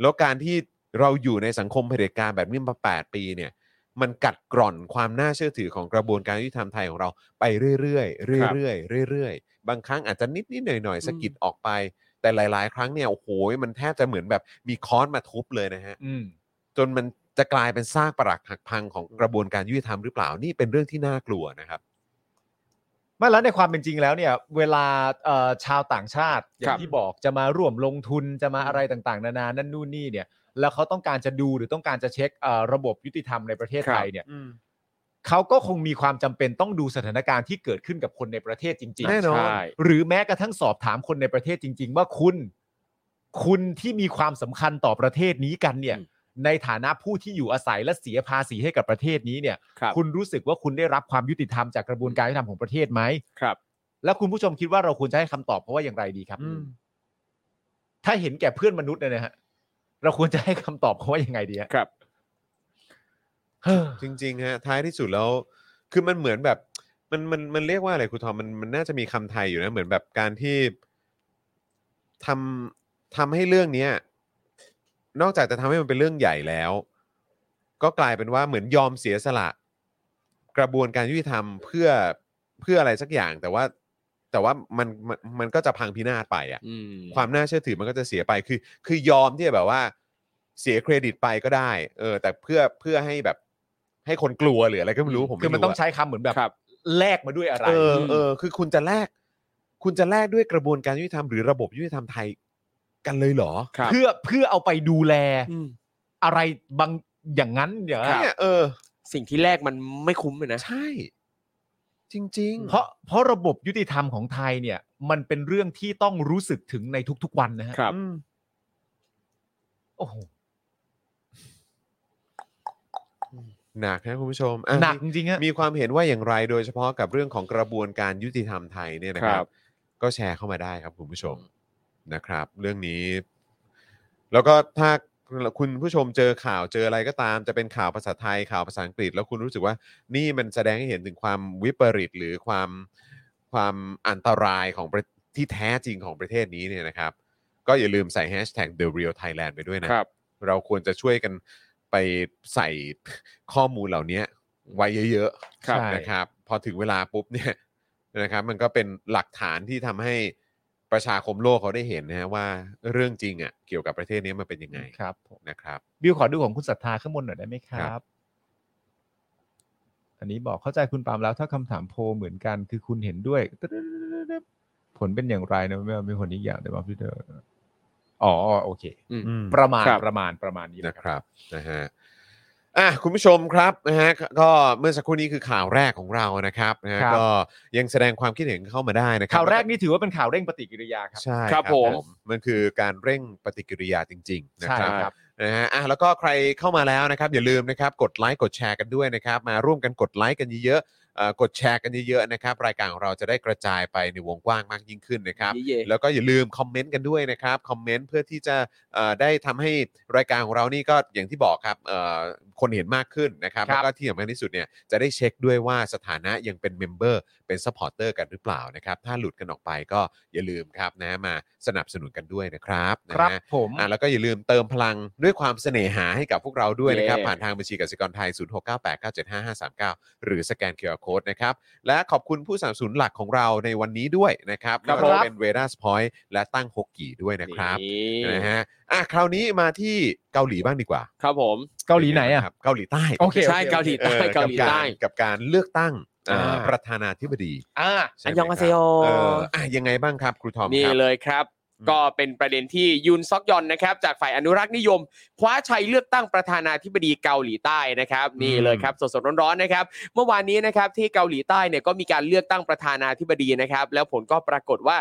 [SPEAKER 1] แล้วการที่เราอยู่ในสังคมเผด็จการแบบนี้มา 8 ปีเนี่ย มันกัดกร่อนความน่าเชื่อถือของกระบวนการยุติธรรมไทยของเราไปเรื่อย
[SPEAKER 3] ครับ
[SPEAKER 1] ๆเรื่อยๆเรื่อยๆ บางครั้งอาจจะนิดนิดๆหน่อยๆสะกิดออกไป แต่หลาย ๆ ครั้งเนี่ยโอ้โหมันแทบจะเหมือนแบบมีค้อนมาทุบเลยนะฮะ
[SPEAKER 2] อืม
[SPEAKER 1] จนมันจะกลายเป็นซากปรักหักพังของกระบวนการยุติธรรมหรือเปล่านี่เป็นเรื่องที่น่ากลัวนะครับ
[SPEAKER 2] ไม่แล้วในความเป็นจริงแล้วเนี่ย เวลาเอ่อชาวต่างชาติอย่า
[SPEAKER 3] ครั
[SPEAKER 2] ง
[SPEAKER 3] บ
[SPEAKER 2] ที่บอกจะมาร่วมลงทุนจะมาอะไรต่างๆ นานานั่นนู่นนี่เนี่ย แล้วเขาต้องการจะดูหรือต้องการจะเช็คเอ่อระบบยุติธรรมในประเทศ
[SPEAKER 3] ครับ
[SPEAKER 2] ไทยเนี่ยเขาก็คงมีความจำเป็นต้องดูสถานการณ์ที่เกิดขึ้นกับคนในประเทศจริง
[SPEAKER 1] แน่
[SPEAKER 2] ๆ
[SPEAKER 1] นอน
[SPEAKER 3] ใช่
[SPEAKER 2] หรือแม้กระทั่งสอบถามคนในประเทศจริง ๆ ว่าคุณ คุณที่มีความสำคัญต่อประเทศนี้กันเนี่ย ในฐานะผู้ที่อยู่อาศัยและเสียภาษีให้กับประเทศนี้เนี่ย
[SPEAKER 3] ครับ
[SPEAKER 2] คุณรู้สึกว่าคุณได้รับความยุติธรรมจากกระบวนการยุติธรรมของประเทศไหม
[SPEAKER 3] ครับ
[SPEAKER 2] แล้วคุณผู้ชมคิดว่าเราควรจะให้คำตอบเพราะว่าอย่างไรดีครับ ถ้าเห็นแก่เพื่อนมนุษย์เนี่ยนะฮะ เราควรจะให้คำตอบเพราะว่ายังไงดีฮะ
[SPEAKER 3] ครับ
[SPEAKER 2] เฮ้อ
[SPEAKER 1] จริงๆฮะท้ายที่สุดแล้ว คือมันเหมือนแบบมันมันมันเรียกว่าอะไรครูทอมมันมันน่าจะมีคำไทยอยู่นะเหมือนแบบการที่ทำทำให้เรื่องเนี้ยนอกจากจะทำให้มันเป็นเรื่องใหญ่แล้ว ก็กลายเป็นว่าเหมือนยอมเสียสละ กระบวนการยุติธรรมเพื่อเพื่ออะไรสักอย่าง แต่ว่าแต่ว่ามันมันมันก็จะพังพินาศไปอะ
[SPEAKER 3] อืม
[SPEAKER 1] ความน่าเชื่อถือมันก็จะเสียไปคือ คือยอมที่จะแบบว่า เสียเครดิตไปก็ได้ เออ แต่เพื่อเพื่อให้แบบ ให้คนกลัวหรืออะไรก็ไม่รู้ผม
[SPEAKER 2] คือ
[SPEAKER 1] ไรู้
[SPEAKER 2] มันต้อง
[SPEAKER 1] ะ
[SPEAKER 2] ใช้คำเหมือนแบบ
[SPEAKER 3] ครับ
[SPEAKER 2] แลกมาด้วยอะไร
[SPEAKER 1] เออเออคือคุณจะแลกคุณจะแลกด้วยกระบวนการยุติธรรมหรือระบบยุติธรรมไทยกันเลยเหรอ
[SPEAKER 3] ครับ
[SPEAKER 2] เพื่อเพื่อเอาไปดูแล
[SPEAKER 3] อืม
[SPEAKER 2] อะไรบางอย่างนั้นเดี๋ยวนะ
[SPEAKER 1] เนี่ยเออ
[SPEAKER 3] สิ่งที่แรกมันไม่คุ้มเลยนะ
[SPEAKER 1] ใช่ จริง
[SPEAKER 2] เพราะเพราะระบบยุติธรรมของไทยเนี่ย มันเป็นเรื่องที่ต้องรู้สึกถึงในทุกๆวันนะฮะ
[SPEAKER 3] ครับ
[SPEAKER 1] อืม
[SPEAKER 2] โอ้โห
[SPEAKER 1] ๆหนักนะคุณผู้ชมอ่ะ
[SPEAKER 2] หนัก
[SPEAKER 1] มี
[SPEAKER 2] จริงๆฮะ
[SPEAKER 1] มีความเห็นว่าอย่างไรโดยเฉพาะกับเรื่องของกระบวนการยุติธรรมไทยเนี่ยนะครั
[SPEAKER 3] ครับ บ
[SPEAKER 1] ก็แชร์เข้ามาได้ครับคุณผู้ชมนะครับ เรื่องนี้ แล้วก็ถ้าคุณผู้ชมเจอข่าวเจออะไรก็ตาม จะเป็นข่าวภาษาไทยข่าวภาษาอังกฤษ แล้วคุณรู้สึกว่านี่มันแสดงให้เห็นถึงความวิปริตหรือความความอันตรายของประที่แท้จริงของประเทศนี้เนี่ยนะครับ ก็อย่าลืมใส่ hashtag the real Thailand ไปด้วยนะ
[SPEAKER 3] ครับ
[SPEAKER 1] เราควรจะช่วยกันไปใส่ ข้อมูลเหล่านี้ไว้เยอะ
[SPEAKER 2] ครับ
[SPEAKER 1] ๆนะครับ พอถึงเวลาปุ๊บเนี่ยนะครับ มันก็เป็นหลักฐานที่ทำให้ประชาคมโลกเขาได้เห็นนะฮะว่าเรื่องจริงอ่ะเกี่ยวกับประเทศนี้มันเป็นยังไง
[SPEAKER 2] ครับผม
[SPEAKER 1] นะครับ
[SPEAKER 2] บิวขอดูของคุณศรัทธาข้างบนหน่อยได้ไหมค
[SPEAKER 1] ครั
[SPEAKER 2] รับ บ อันนี้บอกเข้าใจคุณปาล์มแล้ว ถ้าคำถามโพลเหมือนกันคือคุณเห็นด้วย ผลเป็นอย่างไรนะไม่ว่ามีคนอีกอย่างแต่ว่าพี่เดอร์อ๋อโอเค
[SPEAKER 3] อืม
[SPEAKER 2] ประมาณ
[SPEAKER 3] ครับ
[SPEAKER 2] ประมาณประมาณนี้นะ
[SPEAKER 1] นะครับ ครับนะฮะอ่ะคุณผู้ชมครับนะฮะก็เมื่อสักครู่นี้คือข่าวแรกของเรานะครับนะฮะ
[SPEAKER 2] ครับ
[SPEAKER 1] ก็ยังแสดงความคิดเห็นเข้ามาได้นะครั
[SPEAKER 2] ข่าวแรกนี่ถือว่าเป็นข่าวเร่งปฏิกิริยาครับ
[SPEAKER 1] ใช่
[SPEAKER 3] ครับผม
[SPEAKER 1] มันคือการเร่งปฏิกิริยาจริง ๆ นะ
[SPEAKER 2] ใช่
[SPEAKER 1] ครับ
[SPEAKER 2] ครับ
[SPEAKER 1] นะฮะอ่ะแล้วก็ใครเข้ามาแล้วนะครับ อย่าลืมนะครับ กดไลค์กดแชร์กันด้วยนะครับ มาร่วมกันกดไลค์กันเยอะๆเอ่อกดแชร์กันเยอะๆนะครับ รายการของเราจะได้กระจายไปในวงกว้างมากยิ่งขึ้นนะครับ
[SPEAKER 3] นี่เย่
[SPEAKER 1] แล้วก็อย่าลืมคอมเมนต์กันด้วยนะครับ คอมเมนต์เพื่อที่จะเอ่อได้ทำให้รายการของเรานี่ก็อย่างที่บอกครับเอ่อ คนเห็นมากขึ้นนะครับ
[SPEAKER 3] ค
[SPEAKER 1] แล้
[SPEAKER 3] รับ
[SPEAKER 1] วก็ที่สำคัญที่สุดเนี่ยจะได้เช็คด้วยว่าสถานะยังเป็นเมมเบอร์เป็นซัพพอร์เตอร์กันหรือเปล่านะครับถ้าหลุดกันออกไปก็อย่าลืมครับนะมาสนับสนุนกันด้วยนะครับนะฮะ
[SPEAKER 2] ครับผม
[SPEAKER 1] อ่ะแล้วก็อย่าลืมเติมพลังด้วยความเสน่หาให้กับพวกเราด้วยนะครับ
[SPEAKER 3] เย้
[SPEAKER 1] ผ่านทางบัญชีกสิกรไทย 0698975539 หรือสแกน QR Code นะครับ และขอบคุณผู้สนับสนุนหลักของเราในวันนี้ด้วยนะครับ
[SPEAKER 2] ครับ
[SPEAKER 1] ไม่ว่า
[SPEAKER 2] ผม
[SPEAKER 1] จะเป็นเวดัสพอยต์และตั้งฮกกี่ด้วยนะครับ
[SPEAKER 3] นี่
[SPEAKER 1] นะฮะอ่ะคราวนี้มาที่เกาหลีบ้างดีกว่า
[SPEAKER 3] ครับผม
[SPEAKER 2] เกาหลีไหนอ่ะ
[SPEAKER 1] ครับเกาหลีใต้
[SPEAKER 2] โอเค
[SPEAKER 3] ใช่เกาหลีใต้
[SPEAKER 1] ออ
[SPEAKER 3] เกาหลี
[SPEAKER 1] บร
[SPEAKER 3] ใต้
[SPEAKER 1] กับการเลือกตั้งอ่า
[SPEAKER 3] อ่า
[SPEAKER 1] ประธานาธิบดี
[SPEAKER 2] อ่า
[SPEAKER 1] ใช่
[SPEAKER 3] อัน
[SPEAKER 1] ไหม
[SPEAKER 3] ยองอาเซโย
[SPEAKER 1] เอออ่ะยังไงบ้างครับครูทอม
[SPEAKER 3] นี่
[SPEAKER 1] ครับ
[SPEAKER 3] เลยครับ
[SPEAKER 1] อืม
[SPEAKER 3] ก็เป็นประเด็นที่ยุนซอกยอนนะครับ จากฝ่ายอนุรักษ์นิยม คว้าชัยเลือกตั้งประธานาธิบดีเกาหลีใต้นะครับ นี่เลยครับสดๆร้อนๆนะครับ เมื่อวานนี้นะครับที่เกาหลีใต้เนี่ยก็มีการเลือกตั้งประธานาธิบดีนะครับ แล้วผลก็ปรากฏว่า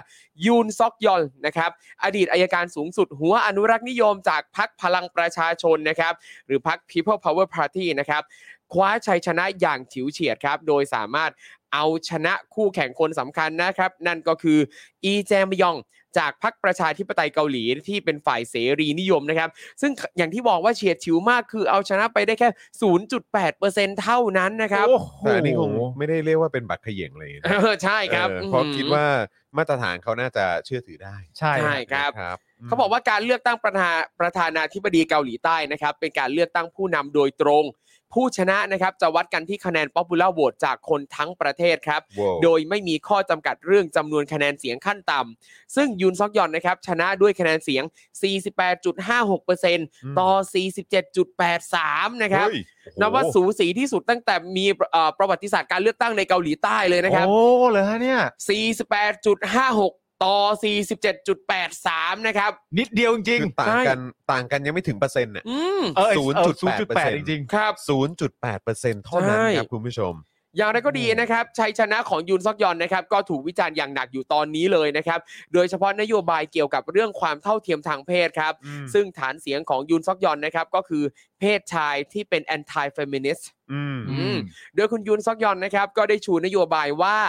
[SPEAKER 3] ยุนซอกยอนนะครับ อดีตอายการสูงสุดหัวอนุรักษ์นิยมจากพรรคพลังประชาชนนะครับ หรือพรรค People Power Party นะครับ คว้าชัยชนะอย่างฉิวเฉียดครับ โดยสามารถเอาชนะคู่แข่งคนสำคัญนะครับ นั่นก็คืออีแจมยอง จากพรรคประชาธิปไตยเกาหลีที่เป็นฝ่ายเสรีนิยมนะครับ ซึ่งอย่างที่บอกว่าเฉียดฉิวมากคือเอาชนะไปได้แค่ 0.8%เท่านั้นนะครับ
[SPEAKER 2] โอ้โห
[SPEAKER 1] แต่อันนี้คงไม่ได้เรียกว่าเป็นบัตรเขย่งเลยนะ
[SPEAKER 3] เออใช่ครับ
[SPEAKER 1] เออ
[SPEAKER 3] อืม
[SPEAKER 1] เพราะคิดว่ามาตรฐานเขาน่าจะเชื่อถือได้
[SPEAKER 2] ใช่
[SPEAKER 3] ใช่ ครับ
[SPEAKER 1] นะม
[SPEAKER 3] เขาบอกว่าการเลือกตั้งประธาประธานาธิบดีเกาหลีใต้นะครับ เป็นการเลือกตั้งผู้นำโดยตรง ผู้ชนะนะครับ จะวัดกันที่คะแนน popular vote จากคนทั้งประเทศครับ
[SPEAKER 1] Wow
[SPEAKER 3] โดยไม่มีข้อจำกัดเรื่องจำนวนคะแนนเสียงขั้นต่ำซึ่งยุนซอกยอนนะครับ ชนะด้วยคะแนนเสียง 48.56%ต่อ 47.83 นะครับ
[SPEAKER 1] เฮ้ยโอ้โห
[SPEAKER 3] นับว่าสูสีที่สุดตั้งแต่มีเอ่อประวัติศาสตร์การเลือกตั้งในเกาหลีใต้เลยนะครับ
[SPEAKER 2] โอ้เลยฮะเนี่ย
[SPEAKER 3] 48.56 ต่อ 47.83 นะครับ
[SPEAKER 2] นิดเดียวจริง
[SPEAKER 1] คือต่างกันต่างกันยังไม่ถึงเปอร์เซ็นต์น่ะ
[SPEAKER 3] อืม
[SPEAKER 2] เออ
[SPEAKER 1] 0.8%
[SPEAKER 2] 0.8จริง
[SPEAKER 3] ครับ
[SPEAKER 1] ศูนย์จุดแปดเปอร์เซ็นต์เท่านั้น
[SPEAKER 3] ใช่
[SPEAKER 1] ครับคุณผู้ชม
[SPEAKER 3] อย่างไรก็ดีนะครับชัยชนะของยุนซอกยอนนะครับ ก็ถูกวิจารณ์อย่างหนักอยู่ตอนนี้เลยนะครับ โดยเฉพาะนโยบายเกี่ยวกับเรื่องความเท่าเทียมทางเพศครับ ซึ่งฐานเสียงของยุนซอกยอนนะครับ ก็คือเพศชายที่เป็น anti feminist
[SPEAKER 1] อืม
[SPEAKER 3] อืม โดยคุณยุนซอกยอนนะครับ ก็ได้ชูนโยบายว่า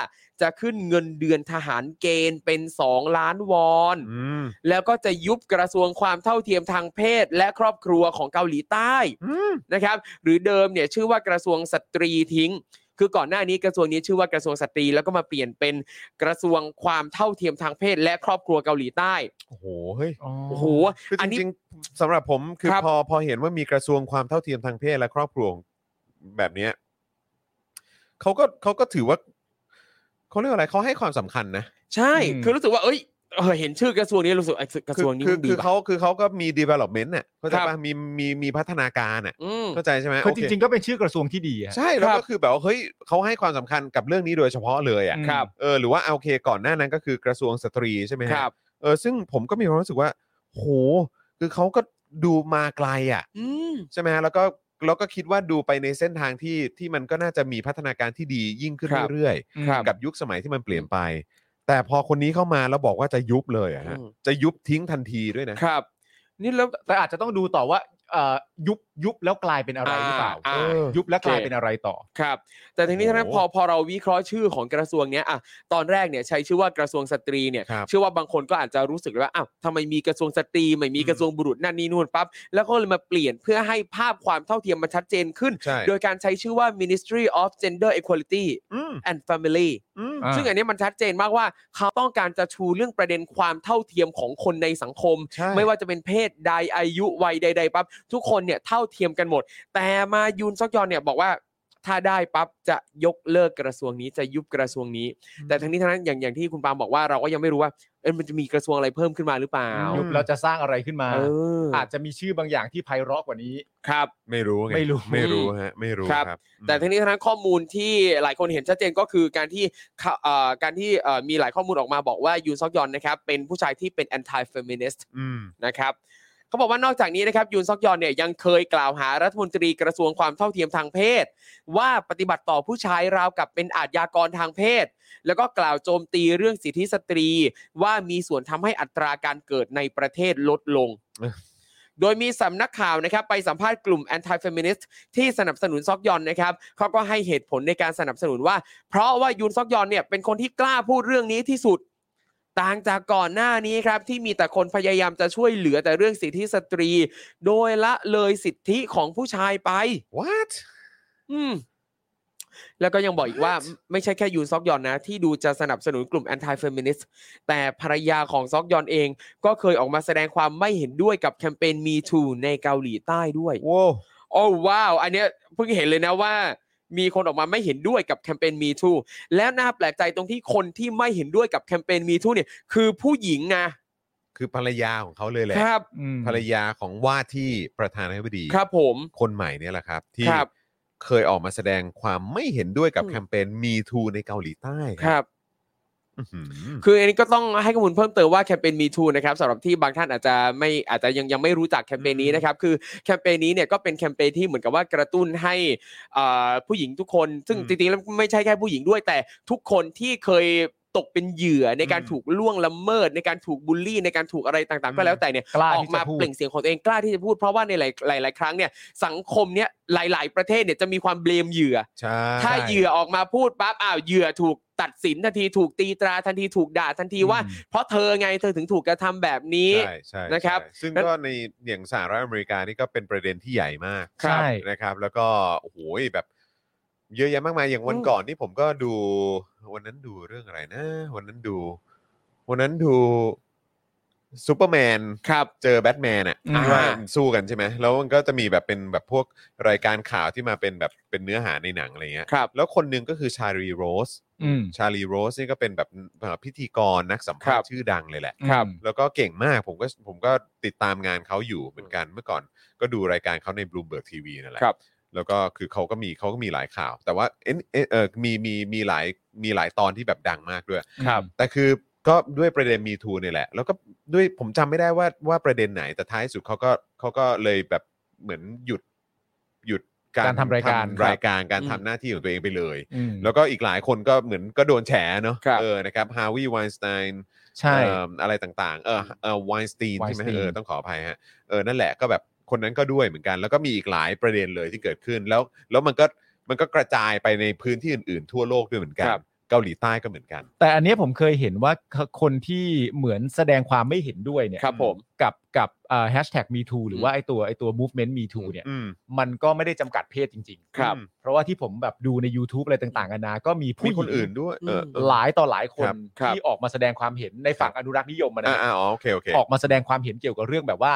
[SPEAKER 3] จะขึ้นเงินเดือนทหารเกณฑ์เป็น 2 ล้านวอน
[SPEAKER 1] อืม
[SPEAKER 3] แล้วก็จะยุบกระทรวงความเท่าเทียมทางเพศ และครอบครัวของเกาหลีใต้นะครับ หรือเดิมเนี่ยชื่อว่ากระทรวงสตรีทิ้ง คือก่อนหน้านี้กระทรวงนี้ชื่อว่ากระทรวงสตรี แล้วก็มาเปลี่ยนเป็นกระทรวงความเท่าเทียมทางเพศ และครอบครัวเกาหลีใต้
[SPEAKER 1] โอ้โห เฮ้ย
[SPEAKER 3] โอ้โห
[SPEAKER 1] คืออน
[SPEAKER 3] นี้
[SPEAKER 1] จริงๆสำหรับผมคือ
[SPEAKER 3] ครับ
[SPEAKER 1] พอพอเห็นว่ามีกระทรวงความเท่าเทียมทางเพศและครอบครัวแบบเนี้ยเขาก็เขาก็ถือว่าเขาเรียกว่าอะไรเขาให้ความสำคัญนะ
[SPEAKER 3] ใช่
[SPEAKER 2] อืม
[SPEAKER 3] คือรู้สึกว่า เอ้ยเออเห็นชื่อกระทรวงนี้รู้สึกเอ้ยกระทรวงนี้
[SPEAKER 1] คือ
[SPEAKER 3] มัน
[SPEAKER 1] คื
[SPEAKER 3] ดี
[SPEAKER 1] อ
[SPEAKER 3] ว่ะ
[SPEAKER 1] เขาคือเขาก็มี development น่ะเข้าใจ
[SPEAKER 3] ครับ
[SPEAKER 1] ป่ะมีมีมีพัฒนาการน่ะ
[SPEAKER 3] อืม
[SPEAKER 1] เข้าใจใช่ไหม
[SPEAKER 2] คือ
[SPEAKER 1] โอ
[SPEAKER 2] จ
[SPEAKER 1] เค
[SPEAKER 2] ริง ๆ ก็เป็นชื่อกระทรวงที่ดีอะ
[SPEAKER 1] ใช่แล้ว
[SPEAKER 3] ครับ
[SPEAKER 1] ก็คือแบบว่าเฮ้ยเขาให้ความสำคัญกับเรื่องนี้โดยเฉพาะเลยอ่ะ
[SPEAKER 3] ครับ
[SPEAKER 1] เออหรือว่าเอาโอเคก่อนหน้านั้นก็คือกระทรวงสตรีใช่ไหมฮะ
[SPEAKER 3] ครับ
[SPEAKER 1] เออซึ่งผมก็มีความรู้สึกว่าโหคือเขาก็ดูมาไกลอ่ะ
[SPEAKER 3] อืม
[SPEAKER 1] ใช่ไหมฮะแล้วก็แล้วก็คิดว่าดูไปในเส้นทางที่ที่มันก็น่าจะมีพัฒนาการที่ดียิ่งขึ้น
[SPEAKER 3] ครับ
[SPEAKER 1] เรื่อย
[SPEAKER 3] ครับ
[SPEAKER 1] ๆกับยุคสมัยที่มันเปลี่ยนไป แต่พอคนนี้เข้ามาแล้วบอกว่าจะยุบเลยอะฮะจะยุบทิ้งทันทีด้วยนะครับ
[SPEAKER 3] นี่แล้ว
[SPEAKER 2] แต่อาจจะต้องดูต่อว่าเอ่อยุบยุบแล้วกลายเป็นอะไรหรือเปล่า
[SPEAKER 3] อ่า
[SPEAKER 1] เออ
[SPEAKER 2] ยุบแล้วกลาย
[SPEAKER 3] โอเค
[SPEAKER 2] เป็นอะไรต่อ
[SPEAKER 3] ครับแต่ทีนี้ทั้งนั้น
[SPEAKER 1] โอ้
[SPEAKER 3] พอพอเราวิเคราะห์ชื่อของกระทรวงเนี้ยอ่ะตอนแรกเนี่ยใช้ชื่อว่ากระทรวงสตรีเนี่ย
[SPEAKER 1] ครับ
[SPEAKER 3] เชื่อว่าบางคนก็อาจจะรู้สึกว่าอ้าวทำไมมีกระทรวงสตรีไม่มีกระทรวงบุรุษนั่นนี่นู่นปั๊บแล้วก็เลยมาเปลี่ยนเพื่อให้ภาพความเท่าเทียมมันชัดเจนขึ้น
[SPEAKER 1] ใช่
[SPEAKER 3] โดยการใช้ชื่อว่า Ministry of Gender Equality
[SPEAKER 1] อืม
[SPEAKER 3] and Family
[SPEAKER 1] อืม
[SPEAKER 2] อ่า
[SPEAKER 3] ซึ่งอันนี้มันชัดเจนมากว่าเขาต้องการจะชูเรื่องประเด็นความเท่าเทียมของคนในสังคม
[SPEAKER 1] ใช่
[SPEAKER 3] ไม่ว่าจะเป็นเพศใดอายุวัยใดๆปั๊บทุกคนเนี่ยเท่าเทียมกันหมด แต่มายุนซอกยอนเนี่ยบอกว่าถ้าได้ปั๊บจะยกเลิกกระทรวงนี้จะยุบกระทรวงนี้ แต่ทั้งนี้ทั้งนั้นอย่างอย่างที่คุณปาล์มบอกว่าเราก็ยังไม่รู้ว่าเอยมันจะมีกระทรวงอะไรเพิ่มขึ้นมาหรือเปล่า
[SPEAKER 2] ยุบเราจะสร้างอะไรขึ้นมา
[SPEAKER 3] เออ
[SPEAKER 2] อาจจะมีชื่อบางอย่างที่ไพเราะกว่านี้
[SPEAKER 3] ครับ
[SPEAKER 1] ไม่รู้ไง
[SPEAKER 2] ไม่รู้
[SPEAKER 1] ไม่รู้ฮะไม่รู้
[SPEAKER 3] ครับ
[SPEAKER 1] ครับ
[SPEAKER 3] แต่ทั้งนี้ทั้งนั้นข้อมูลที่หลายคนเห็นชัดเจนก็คือการที่เขาเอ่อการที่เอ่อมีหลายข้อมูลออกมาบอกว่ายุนซอกยอนนะครับเป็นผู้ชายที่เป็น anti feminist
[SPEAKER 1] อืม
[SPEAKER 3] นะครับเขาบอกว่านอกจากนี้นะครับยุนซอกยอนเนี่ยยังเคยกล่าวหารัฐมนตรีกระทรวงความเท่าเทียมทางเพศ ว่าปฏิบัติต่อผู้ชายราวกับเป็นอาชญากรทางเพศ แล้วก็กล่าวโจมตีเรื่องสิทธิสตรี ว่ามีส่วนทำให้อัตราการเกิดในประเทศลดลง
[SPEAKER 1] เอ้อ
[SPEAKER 3] โดยมีสำนักข่าวนะครับไปสัมภาษณ์กลุ่ม anti feminist ที่สนับสนุนซอกยอนนะครับเขาก็ให้เหตุผลในการสนับสนุนว่า เพราะว่ายุนซอกยอนเนี่ยเป็นคนที่กล้าพูดเรื่องนี้ที่สุด ต่างจากก่อนหน้านี้ครับ ที่มีแต่คนพยายามจะช่วยเหลือแต่เรื่องสิทธิสตรี โดยละเลยสิทธิของผู้ชายไป
[SPEAKER 1] what
[SPEAKER 3] อืม แล้วก็ยังบอกอีกว่าไม่ใช่แค่ยูนซอกยอนนะ ที่ดูจะสนับสนุนกลุ่มแอนตี้เฟมินิสต์แต่ภรรยาของซอกยอนเอง ก็เคยออกมาแสดงความไม่เห็นด้วยกับแคมเปญ Me Too ในเกาหลีใต้ด้วย
[SPEAKER 1] โว้
[SPEAKER 3] โอ้ว้าว อันเนี้ยเพิ่งเห็นเลยนะว่า มีคนออกมาไม่เห็นด้วยกับแคมเปญ Me Too และน่าแปลกใจตรงที่คนที่ไม่เห็นด้วยกับแคมเปญ Me Too เนี่ย คือผู้หญิงนะ
[SPEAKER 1] คือภรรยาของเขาเลยแหละ
[SPEAKER 3] ครับ
[SPEAKER 2] อืม
[SPEAKER 1] ภรรยาของว่าที่ประธานาธิบดี
[SPEAKER 3] ครับผม
[SPEAKER 1] คนใหม่เนี่ยแหละครับ ที่
[SPEAKER 3] ครับ
[SPEAKER 1] เคยออกมาแสดงความไม่เห็นด้วยกับ
[SPEAKER 3] อืม
[SPEAKER 1] แคมเปญมีทูในเกาหลีใต้
[SPEAKER 3] ครับ
[SPEAKER 1] อื้อหือ
[SPEAKER 3] คืออันนี้ก็ต้องให้ข้อมูลเพิ่มเติมว่าแคมเปญ Me Too นะครับสำหรับที่บางท่านอาจจะไม่อาจจะยังยังไม่รู้จักแคมเปญนี้นะครับ คือแคมเปญนี้เนี่ยก็เป็นแคมเปญที่เหมือนกับว่ากระตุ้นให้อ่าผู้หญิงทุกคน ซึ่ง
[SPEAKER 1] อืม
[SPEAKER 3] จริงๆแล้วไม่ใช่แค่ผู้หญิงด้วย แต่ทุกคนที่เคยตกเป็นเหยื่อในการ
[SPEAKER 1] อืม
[SPEAKER 3] ถูกล่วงละเมิด ในการถูกบูลลี่ในการถูกอะไรต่างๆ ก็
[SPEAKER 1] อืม
[SPEAKER 3] แล้วแต่เนี่ย
[SPEAKER 2] กล้า
[SPEAKER 3] ออ
[SPEAKER 2] ที่
[SPEAKER 3] กมา
[SPEAKER 2] จะพูด
[SPEAKER 3] เปล่งเสียงของตัวเองกล้าที่จะพูดเพราะว่าในหลายหลายๆครั้งเนี่ยสังคมเนี่ยหลาย ๆ ประเทศเนี่ยจะมีความเบลมเหยื่อ
[SPEAKER 1] ใช่
[SPEAKER 3] ถ้าเหยื่อออกมาพูดปั๊บอ้าวเหยื่อถูกตัดสินทันทีถูกตีตราทันทีถูกด่าทันทีว่า เพราะเธอไงเธอถึงถูกกระทำแบบนี้
[SPEAKER 1] ใช่ใช่
[SPEAKER 3] นะครับ
[SPEAKER 1] ใช่ซึ่งก็ในอย่างสหรัฐอเมริกานี่ก็เป็นประเด็นที่ใหญ่มาก
[SPEAKER 2] ใช่
[SPEAKER 1] นะครับ แล้วก็โอ้โหแบบ เยอะแยะมากมายอย่างวัน
[SPEAKER 3] อืม
[SPEAKER 1] ก่อนนี่ผมก็ดู วันนั้นดูเรื่องอะไรนะ วันนั้นดู วันนั้นดูซูเปอร์แมน
[SPEAKER 3] ครับ
[SPEAKER 1] เจอแบทแมนอ่ะ
[SPEAKER 2] อืม
[SPEAKER 1] ที่ว่า
[SPEAKER 3] อ่า
[SPEAKER 1] สู้กันใช่ไหมแล้วมันก็จะมีแบบเป็นแบบพวกรายการข่าวที่มาเป็นแบบเป็นเนื้อหาในหนังอะไรเงี้ย
[SPEAKER 3] ครับ
[SPEAKER 1] แล้วคนหนึ่งก็คือชาลีโรส
[SPEAKER 2] อืม
[SPEAKER 1] ชาลีโรสนี่ก็เป็นแบบเอ่อพิธีกรนักสัมภาษ
[SPEAKER 3] ครั
[SPEAKER 1] ณ์
[SPEAKER 3] บ
[SPEAKER 1] ชื่อดังเลยแหละ
[SPEAKER 3] ครับ
[SPEAKER 1] แล้วก็เก่งมากผมก็ผมก็ติดตามงานเขาอยู่เหมือนกันเมื่อก่อนก็ดูรายการเขาใน Bloomberg TV นั่นแหละ
[SPEAKER 3] ครับ
[SPEAKER 1] แล้วก็คือเขาก็มีเขาก็มีหลายข่าว แต่ว่าเอ็นเอ็นเออมีมีมีหลายมีหลายตอนที่แบบดังมากด้วย
[SPEAKER 2] ครับ
[SPEAKER 1] แต่คือก็ด้วยประเด็นมีทูเนี่ยแหละ แล้วก็ด้วยผมจำไม่ได้ว่าว่าประเด็นไหนแต่ท้ายสุดเขาก็เขาก็เลยแบบเหมือนหยุดหยุดการ
[SPEAKER 2] การทำรายการครับ
[SPEAKER 1] รายการการ
[SPEAKER 3] อืม
[SPEAKER 1] ทำหน้าที่ของตัวเองไปเลย
[SPEAKER 2] อืม
[SPEAKER 1] แล้วก็อีกหลายคนก็เหมือนก็โดนแฉเนาะ
[SPEAKER 3] ครับ
[SPEAKER 1] เออนะครับฮาวิวไวน์สไตน์
[SPEAKER 2] ใช่
[SPEAKER 1] เอิ่มอะไรต่างๆ เออเออไวน์สตีนใช่ไหม
[SPEAKER 2] Weinstein
[SPEAKER 1] เออ ต้องขออภัยฮะ เออ นั่นแหละ ก็แบบคนนั้นก็ด้วยเหมือนกัน แล้วก็มีอีกหลายประเด็นเลยที่เกิดขึ้น แล้ว แล้วมันก็ มันก็กระจายไปในพื้นที่อื่นๆ ทั่วโลกด้วยเหมือนกัน
[SPEAKER 3] ครับ
[SPEAKER 1] เกาหลีใต้ก็เหมือนกัน
[SPEAKER 2] แต่อันเนี้ยผมเคยเห็นว่าคนที่เหมือนแสดงความไม่เห็นด้วยเนี่ย
[SPEAKER 3] ครับผม
[SPEAKER 2] กับกับแฮชแท็กมีทูหรือว่าไอตัวไอตัว movement me too เนี่ย
[SPEAKER 1] อืม
[SPEAKER 2] มันก็ไม่ได้จำกัดเพศจริง
[SPEAKER 3] ครับ
[SPEAKER 1] อืม
[SPEAKER 2] ๆ เพราะว่าที่ผมแบบดูใน YouTube อะไรต่างๆกันานาก็มีผู้
[SPEAKER 1] มี
[SPEAKER 2] หญิ
[SPEAKER 1] คน
[SPEAKER 2] ง
[SPEAKER 1] อื่นด้วย เออเออ
[SPEAKER 2] หลายต่อหลายคน
[SPEAKER 1] ครับ
[SPEAKER 3] ครับ
[SPEAKER 2] ที่ออกมาแสดงความเห็นในฝั่งอนุรักษ์นิยมอะนะ
[SPEAKER 1] อ่าอ่าอ๋อโอเค โอเค
[SPEAKER 2] ออกมาแสดงความเห็นเกี่ยวกับเรื่องแบบว่า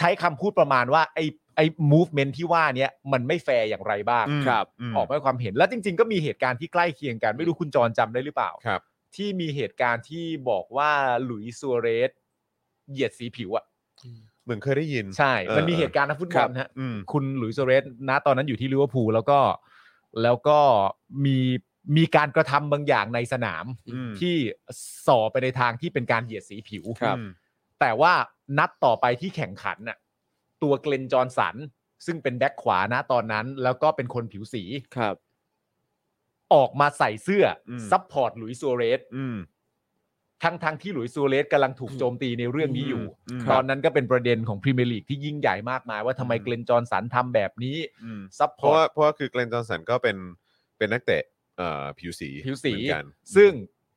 [SPEAKER 2] ใช้คำพูดประมาณว่าไอไอ movement ที่ว่าเนี้ยมันไม่แฟร์อย่างไรบ้าง
[SPEAKER 1] อืม
[SPEAKER 3] ครับ
[SPEAKER 1] ม
[SPEAKER 2] ออกมาให้ความเห็นแล้วจริง ๆ ก็มีเหตุการณ์ที่ใกล้เคียงกัน ไม่รู้คุณจรจำได้หรือเปล่า
[SPEAKER 1] ครับ
[SPEAKER 2] ที่มีเหตุการณ์ที่บอกว่าหลุยส์ซัวเรสเหยียดสีผิวอ่ะ
[SPEAKER 1] เหมือนเคยได้ยิน
[SPEAKER 2] ใช่
[SPEAKER 1] เออ
[SPEAKER 2] มันมีเหตุการณ์นักฟุตบอลนะฮะ
[SPEAKER 1] อืม
[SPEAKER 2] คุณหลุยส์ซัวเรสณตอนนั้นอยู่ที่ลิเวอร์พูลแล้วก็แล้วก็มีมีการกระทำบางอย่างในสนาม
[SPEAKER 1] อืม
[SPEAKER 2] ที่ส่อไปในทางที่เป็นการเหยียดสีผิว
[SPEAKER 3] ครับ
[SPEAKER 1] อืม
[SPEAKER 2] แต่ว่านัดต่อไปที่แข่งขันน่ะตัวเกลนจอร์นสัน ซึ่งเป็นแบ็คขวานะตอนนั้น แล้วก็เป็นคนผิวสี
[SPEAKER 3] ครับ
[SPEAKER 2] ออกมาใส่เสื้ออ
[SPEAKER 1] ม
[SPEAKER 2] ซัพพอร์ตหลุยส์ซัวเรส
[SPEAKER 1] อืม
[SPEAKER 2] ทั้งทั้งที่หลุยส์ซัวเรสกำลังถูกโจมตีในเรื่องนี้อยู่
[SPEAKER 1] อืม
[SPEAKER 2] ตอนนั้นก็เป็นประเด็นของพรีเมียร์ลีกที่ยิ่งใหญ่มากมายว่าทำไม
[SPEAKER 1] อืม
[SPEAKER 2] เกลนจอร์นสันทำแบบนี้
[SPEAKER 1] อืม
[SPEAKER 2] ซัพพ
[SPEAKER 1] เพ
[SPEAKER 2] อ
[SPEAKER 1] ราะว่า
[SPEAKER 2] ร์ต
[SPEAKER 1] เพราะว่าคือเกลนจอห์นสันก็เป็น เป็นนักเตะ เอ่อ ผิวสี
[SPEAKER 2] ผิวสี
[SPEAKER 1] เหมือนกัน
[SPEAKER 2] ซึ่ง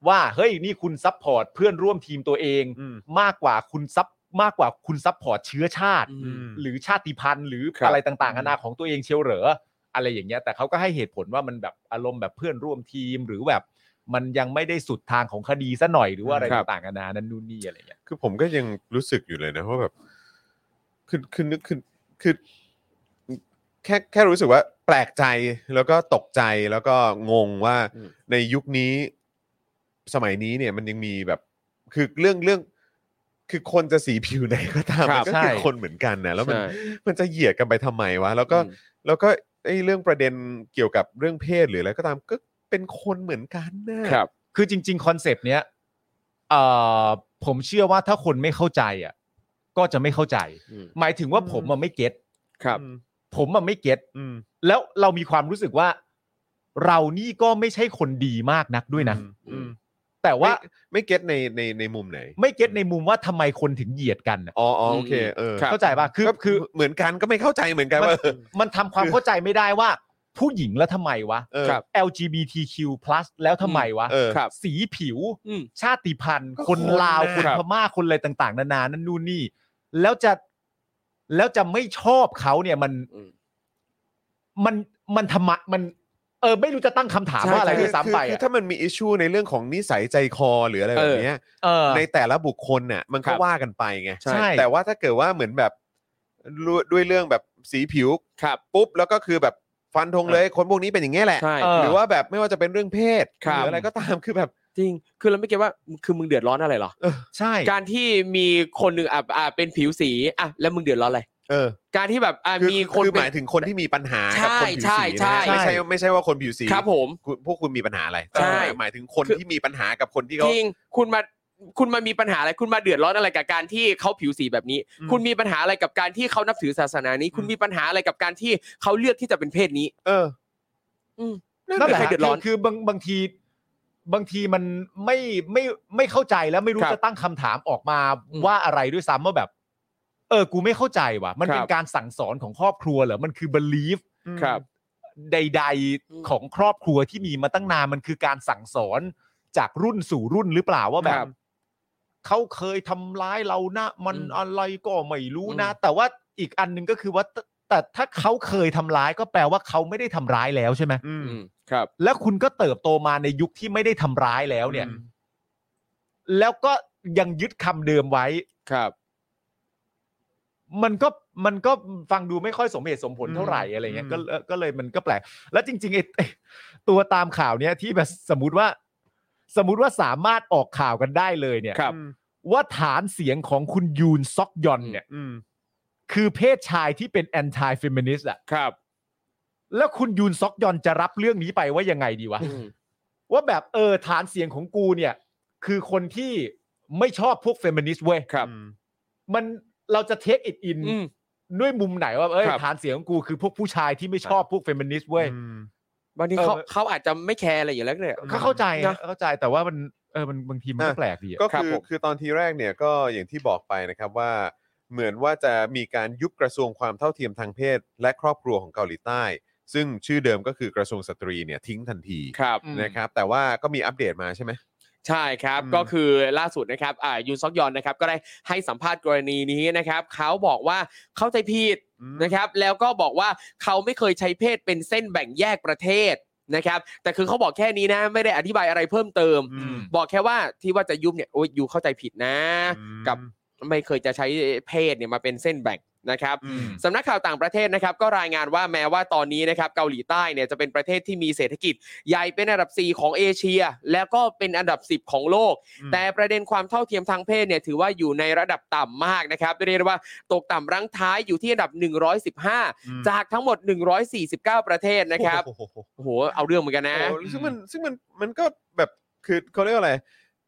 [SPEAKER 2] ว่าเฮ้ยนี่คุณซัพพอร์ตเพื่อนร่วมทีมตัวเอง
[SPEAKER 1] อืม
[SPEAKER 2] มากกว่าคุณซับมากกว่าคุณซัพพอร์ตเชื้อชาติ
[SPEAKER 1] อืม
[SPEAKER 2] หรือชาติพันธุ์หรือ
[SPEAKER 3] ครับ
[SPEAKER 2] อะไรต่างๆนานาของตัวเองเชียวเหรออะไรอย่างเงี้ย แต่เขาก็ให้เหตุผลว่ามันแบบอารมณ์แบบเพื่อนร่วมทีมหรือแบบ มันยังไม่ได้สุดทางของคดีซะหน่อยหรือว่าอะไร
[SPEAKER 3] ครับ
[SPEAKER 2] ต่างๆนานานั่นนู่นนี่อะไรเงี้ย
[SPEAKER 1] คือผมก็ยังรู้สึกอยู่เลยนะว่าแบบคือคือนึกคือคือแค่แค่รู้สึกว่าแปลกใจแล้วก็ตกใจแล้วก็งงว่า
[SPEAKER 3] อืม
[SPEAKER 1] ในยุคนี้สมัยนี้เนี่ยมันยังมีแบบคือเรื่องเรื่อง คือคนจะสีผิวไหนก็ตาม
[SPEAKER 3] ครั
[SPEAKER 1] มั
[SPEAKER 3] บ
[SPEAKER 1] นก็คือ
[SPEAKER 2] ใช่
[SPEAKER 1] คนเหมือนกันนะแล้วมัน
[SPEAKER 3] ใช่
[SPEAKER 1] มันจะเหยียดกันไปทำไมวะแล้วก็
[SPEAKER 3] อืม
[SPEAKER 1] แล้วก็ไอ้เรื่องประเด็นเกี่ยวกับเรื่องเพศหรืออะไรก็ตามก็เป็นคนเหมือนกันนะครับ
[SPEAKER 2] คือจริง ๆ คอนเซปต์เนี้ยเอ่อผมเชื่อว่าถ้าคนไม่เข้าใจอ่ะก็จะไม่เข้าใจ
[SPEAKER 3] อืม
[SPEAKER 2] หมายถึงว่าผมมันไม่เก็ต
[SPEAKER 3] ครับ
[SPEAKER 1] อืม
[SPEAKER 2] ผมมันไม่เก็ต
[SPEAKER 1] อืม
[SPEAKER 2] แล้วเรามีความรู้สึกว่า เรานี่ก็ไม่ใช่คนดีมากนักด้วยนะ
[SPEAKER 1] อืม
[SPEAKER 2] แต่ว่า
[SPEAKER 1] ไม่ไม่เก็ตในในในมุมไหน
[SPEAKER 2] ไม่เก็ตในมุมว่าทำไมคนถึงเหยียดกันน่ะ
[SPEAKER 1] อ๋ออ๋อโอเค เออ
[SPEAKER 3] ครับ
[SPEAKER 2] เข้าใจป่ะคือ
[SPEAKER 1] ก็
[SPEAKER 2] คือ
[SPEAKER 1] เหมือนกันก็ไม่เข้าใจเหมือนกัน
[SPEAKER 2] มัน
[SPEAKER 1] ว่า
[SPEAKER 2] มันทำความเข้าใจไม่ได้ว่า ผู้หญิงแล้วทำไมวะ
[SPEAKER 1] เออ
[SPEAKER 3] ครับ
[SPEAKER 2] LGBTQ+ แล้วทำไมวะ
[SPEAKER 1] เออ
[SPEAKER 3] ครับ
[SPEAKER 2] สีผิว
[SPEAKER 3] อืม
[SPEAKER 2] ชาติพันธุ์
[SPEAKER 1] ก็
[SPEAKER 2] คนลาว
[SPEAKER 1] ค
[SPEAKER 2] คน น
[SPEAKER 1] น่ะ
[SPEAKER 2] พม่า คนอะไรต่าง ๆ นานา นั่นนู่นนี่ แล้วจะ แล้วจะไม่ชอบเขาเนี่ยมัน
[SPEAKER 3] อืม
[SPEAKER 2] มัน มันธรรมะ มัน เออ ไม่รู้จะตั้งคำถามว่าอะไร
[SPEAKER 3] ใช่
[SPEAKER 2] ด้วยซ้ำไป
[SPEAKER 1] คือ
[SPEAKER 2] อะ
[SPEAKER 1] ถ้ามันมีอิชชูในเรื่องของนิสัยใจคอหรืออะไรแบบเนี้ย
[SPEAKER 2] เออ
[SPEAKER 1] ในแต่ละบุคคลเนี่ยมันก็
[SPEAKER 3] ครับ
[SPEAKER 1] ว่ากันไปไง
[SPEAKER 3] ใช่
[SPEAKER 1] แต่ว่าถ้าเกิดว่าเหมือนแบบรู้ด้วยเรื่องแบบสีผิว
[SPEAKER 3] ครับ
[SPEAKER 1] ปุ๊บ แล้วก็คือแบบฟันธงเลยคนพวกนี้เป็นอย่างเงี้ยแหละ
[SPEAKER 3] ใช่
[SPEAKER 2] เอ
[SPEAKER 1] หรือว่าแบบไม่ว่าจะเป็นเรื่องเพศ
[SPEAKER 3] ครับ
[SPEAKER 1] หรืออะไรก็ตามคือแบบ
[SPEAKER 3] จริง คือเราไม่เก็ตว่าคือมึงเดือดร้อนอะไรเหรอ
[SPEAKER 2] ใช่
[SPEAKER 3] การที่มีคนหนึ่งอ่ะอ่ะเป็นผิวสีอ่ะแล้วมึงเดือดร้อนอะไร
[SPEAKER 1] เออ
[SPEAKER 3] การที่แบบอ่ะ
[SPEAKER 1] คือ
[SPEAKER 3] มีคน
[SPEAKER 1] คือ
[SPEAKER 3] เป็
[SPEAKER 1] ห
[SPEAKER 3] น
[SPEAKER 1] มายถึงคนที่มีปัญหากับคนผิว
[SPEAKER 3] ใช่
[SPEAKER 1] สี
[SPEAKER 3] ใช่
[SPEAKER 1] นะฮะ
[SPEAKER 3] ใช่
[SPEAKER 1] ไม่ใช่ไม่ใช่ว่าคนผิวสี
[SPEAKER 3] ครับผม
[SPEAKER 1] คุณพวกคุณมีปัญหาอะไร
[SPEAKER 3] ใช่
[SPEAKER 1] แต่หมายถึงคนที่มีปัญหากับคนที่
[SPEAKER 3] จ
[SPEAKER 1] เขา
[SPEAKER 3] ริงคุณมาคุณมามีปัญหาอะไรคุณมาเดือดร้อนอะไรกับการที่เขาผิวสีแบบนี้
[SPEAKER 1] อืม
[SPEAKER 3] คุณมีปัญหาอะไรกับการที่เขานับถือศาสนานี้ คุณมีปัญหาอะไรกับการที่เขาเลือกที่จะเป็นเพศนี้
[SPEAKER 1] เออ
[SPEAKER 3] อืม
[SPEAKER 2] นั่นแหละ
[SPEAKER 3] ไม่
[SPEAKER 2] คื
[SPEAKER 3] เดือดร้อน
[SPEAKER 2] คือบางบางทีบางทีมันไม่ไม่ไม่เข้าใจแล้วไม่รู้
[SPEAKER 3] ครับ
[SPEAKER 2] จะตั้งคำถามออกมา
[SPEAKER 3] อืม
[SPEAKER 2] ว่าอะไรด้วยซ้ำว่าแบบ เออ กูไม่เข้าใจว่ะ มันเป็
[SPEAKER 3] คน รับ
[SPEAKER 2] การสั่งสอนของครอบครัวเหรอมันคือ belief
[SPEAKER 3] ครับ
[SPEAKER 2] ใด
[SPEAKER 3] อืม
[SPEAKER 2] ๆของครอบครัวที่มีมาตั้งนานมันคือการสั่งสอนจากรุ่นสู่รุ่นหรือเปล่าว่าแบ
[SPEAKER 3] ครับ บ
[SPEAKER 2] เขาเคยทำร้ายเรานะ มัน
[SPEAKER 3] อืม
[SPEAKER 2] อะไรก็ไม่รู้
[SPEAKER 3] อืม
[SPEAKER 2] นะ แต่ว่าอีกอันหนึงก็คือว่าแต่แต่ถ้าเขาเคยทำร้ายก็แปลว่าเขาไม่ได้ทำร้ายแล้วใช่ไหม
[SPEAKER 1] อืม
[SPEAKER 3] อืมครับ
[SPEAKER 2] แล้วคุณก็เติบโตมาในยุคที่ไม่ได้ทำร้ายแล้วเนี่ย
[SPEAKER 1] อืม
[SPEAKER 2] แล้วก็ยังยึดคำเดิมไว้
[SPEAKER 3] ครับ
[SPEAKER 2] มันก็มันก็ฟังดูไม่ค่อยสมเหตุสมผลเท่าไหร่อะไรเงี้ยก็เอ่อก็เลยมันก็แปลก แล้วจริงๆไอ้ไอ้ตัวตามข่าวเนี้ยที่แบบสมมติว่า สมมติว่าสามารถออกข่าวกันได้เลยเนี่ย
[SPEAKER 3] ครับ
[SPEAKER 2] ว่าฐานเสียงของคุณยูนซอกยอนเนี่ย
[SPEAKER 1] อืม
[SPEAKER 2] คือเพศชายที่เป็นแอนตี้เฟมินิสต์อะ
[SPEAKER 3] ครับ
[SPEAKER 2] แล้วคุณยูนซอกยอนจะรับเรื่องนี้ไปว่ายังไงดีวะ
[SPEAKER 3] อืม
[SPEAKER 2] ว่าแบบเออฐานเสียงของกูเนี่ย คือคนที่ไม่ชอบพวกเฟมินิสต์เว้ย
[SPEAKER 3] ครับ
[SPEAKER 1] อืม
[SPEAKER 2] มันเราจะเทคอิดอิน
[SPEAKER 3] อืม
[SPEAKER 2] ด้วยมุมไหนว่าเอ้ย
[SPEAKER 3] ครับ
[SPEAKER 2] ฐานเสียงของกูคือพวกผู้ชายที่ไม่ชอบพวกเฟมินิสต์เว้ย
[SPEAKER 3] บางทีเขา
[SPEAKER 2] เออ
[SPEAKER 3] เขาอาจจะไม่แคร์อะไรอยู่แล้วเนี่ย
[SPEAKER 2] ก็เข้าใจ
[SPEAKER 3] นะ
[SPEAKER 2] นะเข้าใจแต่ว่ามันเออมันบางทีมันก็
[SPEAKER 1] อ่ะ
[SPEAKER 2] แปลกดีอะ
[SPEAKER 1] ก็
[SPEAKER 3] ครับ
[SPEAKER 1] คือ
[SPEAKER 3] ผม
[SPEAKER 1] คือตอนทีแรกเนี่ยก็อย่างที่บอกไปนะครับว่า เหมือนว่าจะมีการยุบกระทรวงความเท่าเทียมทางเพศ และครอบครัวของเกาหลีใต้ ซึ่งชื่อเดิมก็คือกระทรวงสตรีเนี่ยทิ้งทันที
[SPEAKER 3] ครับ
[SPEAKER 1] นะครับ แต่ว่าก็มีอัปเดตมาใช่ไหม
[SPEAKER 3] ใช่ครับ
[SPEAKER 1] อืม
[SPEAKER 3] ก็คือล่าสุดนะครับอ่ายุนซอกยอนนะครับก็ได้ให้สัมภาษณ์กรณีนี้นะครับเขาบอกว่าเข้าใจผิด
[SPEAKER 1] อืม
[SPEAKER 3] นะครับ แล้วก็บอกว่าเขาไม่เคยใช้เพศเป็นเส้นแบ่งแยกประเทศนะครับ แต่คือเขาบอกแค่นี้นะไม่ได้อธิบายอะไรเพิ่มเติม
[SPEAKER 1] อืม
[SPEAKER 3] บอกแค่ว่าที่ว่าจะยุบเนี่ยโอ้ยยูเข้าใจผิดนะ กับ ไม่เคยจะใช้เพศเนี่ยมาเป็นเส้นแบ่งนะครับ
[SPEAKER 1] อืม
[SPEAKER 3] สำนักข่าวต่างประเทศนะครับก็รายงานว่าแม้ว่าตอนนี้นะครับเกาหลีใต้เนี่ยจะเป็นประเทศที่มีเศรษฐกิจ ใหญ่เป็นอันดับ 4 ของเอเชีย แล้วก็เป็นอันดับ 10 ของโลก
[SPEAKER 1] อืม
[SPEAKER 3] แต่ประเด็นความเท่าเทียมทางเพศเนี่ยถือว่าอยู่ในระดับต่ำมากนะครับเรียกได้ว่าตกต่ำรั้งท้ายอยู่ที่อันดับ 115
[SPEAKER 1] อืม
[SPEAKER 3] จากทั้งหมด 149 ประเทศนะครับ
[SPEAKER 1] โอ้โหโอ้โห
[SPEAKER 3] โอ้โหเอาเรื่องเหมือนกันนะ
[SPEAKER 1] ซึ่งมันซึ่งมันมันก็แบบคือเขาเรียกว่าอะไร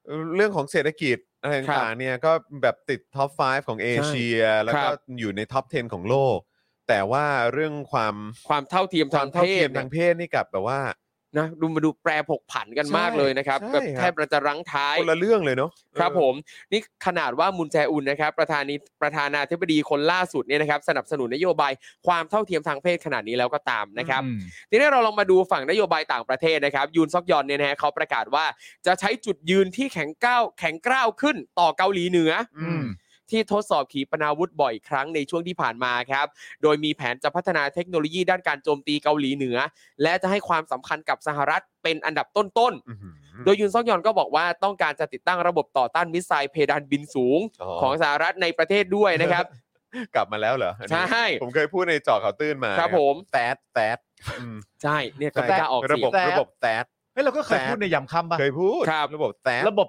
[SPEAKER 1] เอ่อเรื่องของเศรษฐกิจอะไรต่างๆเนี่ยก็แบบติดท็อป 5 ของเอเชีย แล้วก็
[SPEAKER 3] ครับ
[SPEAKER 1] อยู่ในท็อป 10 ของโลก แต่ว่าเรื่องความ
[SPEAKER 3] ความเท่าเทียมทาว
[SPEAKER 1] คาม
[SPEAKER 3] ง
[SPEAKER 1] เท่า
[SPEAKER 3] เพ
[SPEAKER 1] เทีย
[SPEAKER 3] ศ
[SPEAKER 1] ม
[SPEAKER 3] เนี่
[SPEAKER 1] ทาย งเพศนี่กับแบบว่า
[SPEAKER 3] นะดูมาดูแปรผกผันกันมากเลยนะครับ
[SPEAKER 1] ใช่
[SPEAKER 3] แบบ
[SPEAKER 1] ครับ
[SPEAKER 3] แทบจะรั้งท้าย
[SPEAKER 1] คนละเรื่องเลยเนาะ
[SPEAKER 3] ครับ
[SPEAKER 1] เออ
[SPEAKER 3] ผมนี่ขนาดว่ามุนแจอุนนะครับประธานีประธานาธิบดีคนล่าสุดเนี่ยนะครับสนับสนุนนโยบายความเท่าเทียมทางเพศขนาดนี้แล้วก็ตามนะครับ
[SPEAKER 2] อืม
[SPEAKER 3] ทีนี้เราลองมาดูฝั่งนโยบายต่างประเทศนะครับยูนซอกยอนเนี่ยนะฮะเขาประกาศว่าจะใช้จุดยืนที่แข็งก้าวแข็งกร้าวขึ้นต่อเกาหลีเหนืออ
[SPEAKER 1] ม
[SPEAKER 3] ที่ทดสอบขีปนาวุธบ่อยครั้งในช่วงที่ผ่านมาครับ โดยมีแผนจะพัฒนาเทคโนโลยีด้านการโจมตีเกาหลีเหนือ และจะให้ความสำคัญกับสหรัฐเป็นอันดับต้นๆ
[SPEAKER 1] อื้อหือ
[SPEAKER 3] โดยยุนซอกยอนก็บอกว่าต้องการจะติดตั้งระบบต่อต้านมิสไซล์เพดานบินสูง
[SPEAKER 1] อ๋อ
[SPEAKER 3] ของสหรัฐในประเทศด้วยนะครับ
[SPEAKER 1] กลับมาแล้วเหรออัน
[SPEAKER 3] ใช
[SPEAKER 1] นี้
[SPEAKER 3] ่
[SPEAKER 1] ผมเคยพูดในเจอข่าวตื้นมา
[SPEAKER 3] ครับผม
[SPEAKER 1] แตดแตดอืม
[SPEAKER 3] ใช่เนี่ยก็
[SPEAKER 1] ใช่
[SPEAKER 3] ไม่กล้าออก
[SPEAKER 1] ระ
[SPEAKER 3] เสี
[SPEAKER 1] บ
[SPEAKER 3] ย
[SPEAKER 1] บ
[SPEAKER 3] ง
[SPEAKER 2] แตด
[SPEAKER 1] ระบบแตด
[SPEAKER 2] เฮ้ยเราก็เคย
[SPEAKER 1] แฟด
[SPEAKER 2] พูดในยำค่ำปะ
[SPEAKER 1] เคยพูด
[SPEAKER 3] ครับ
[SPEAKER 1] ระบบแตด
[SPEAKER 2] ระบบ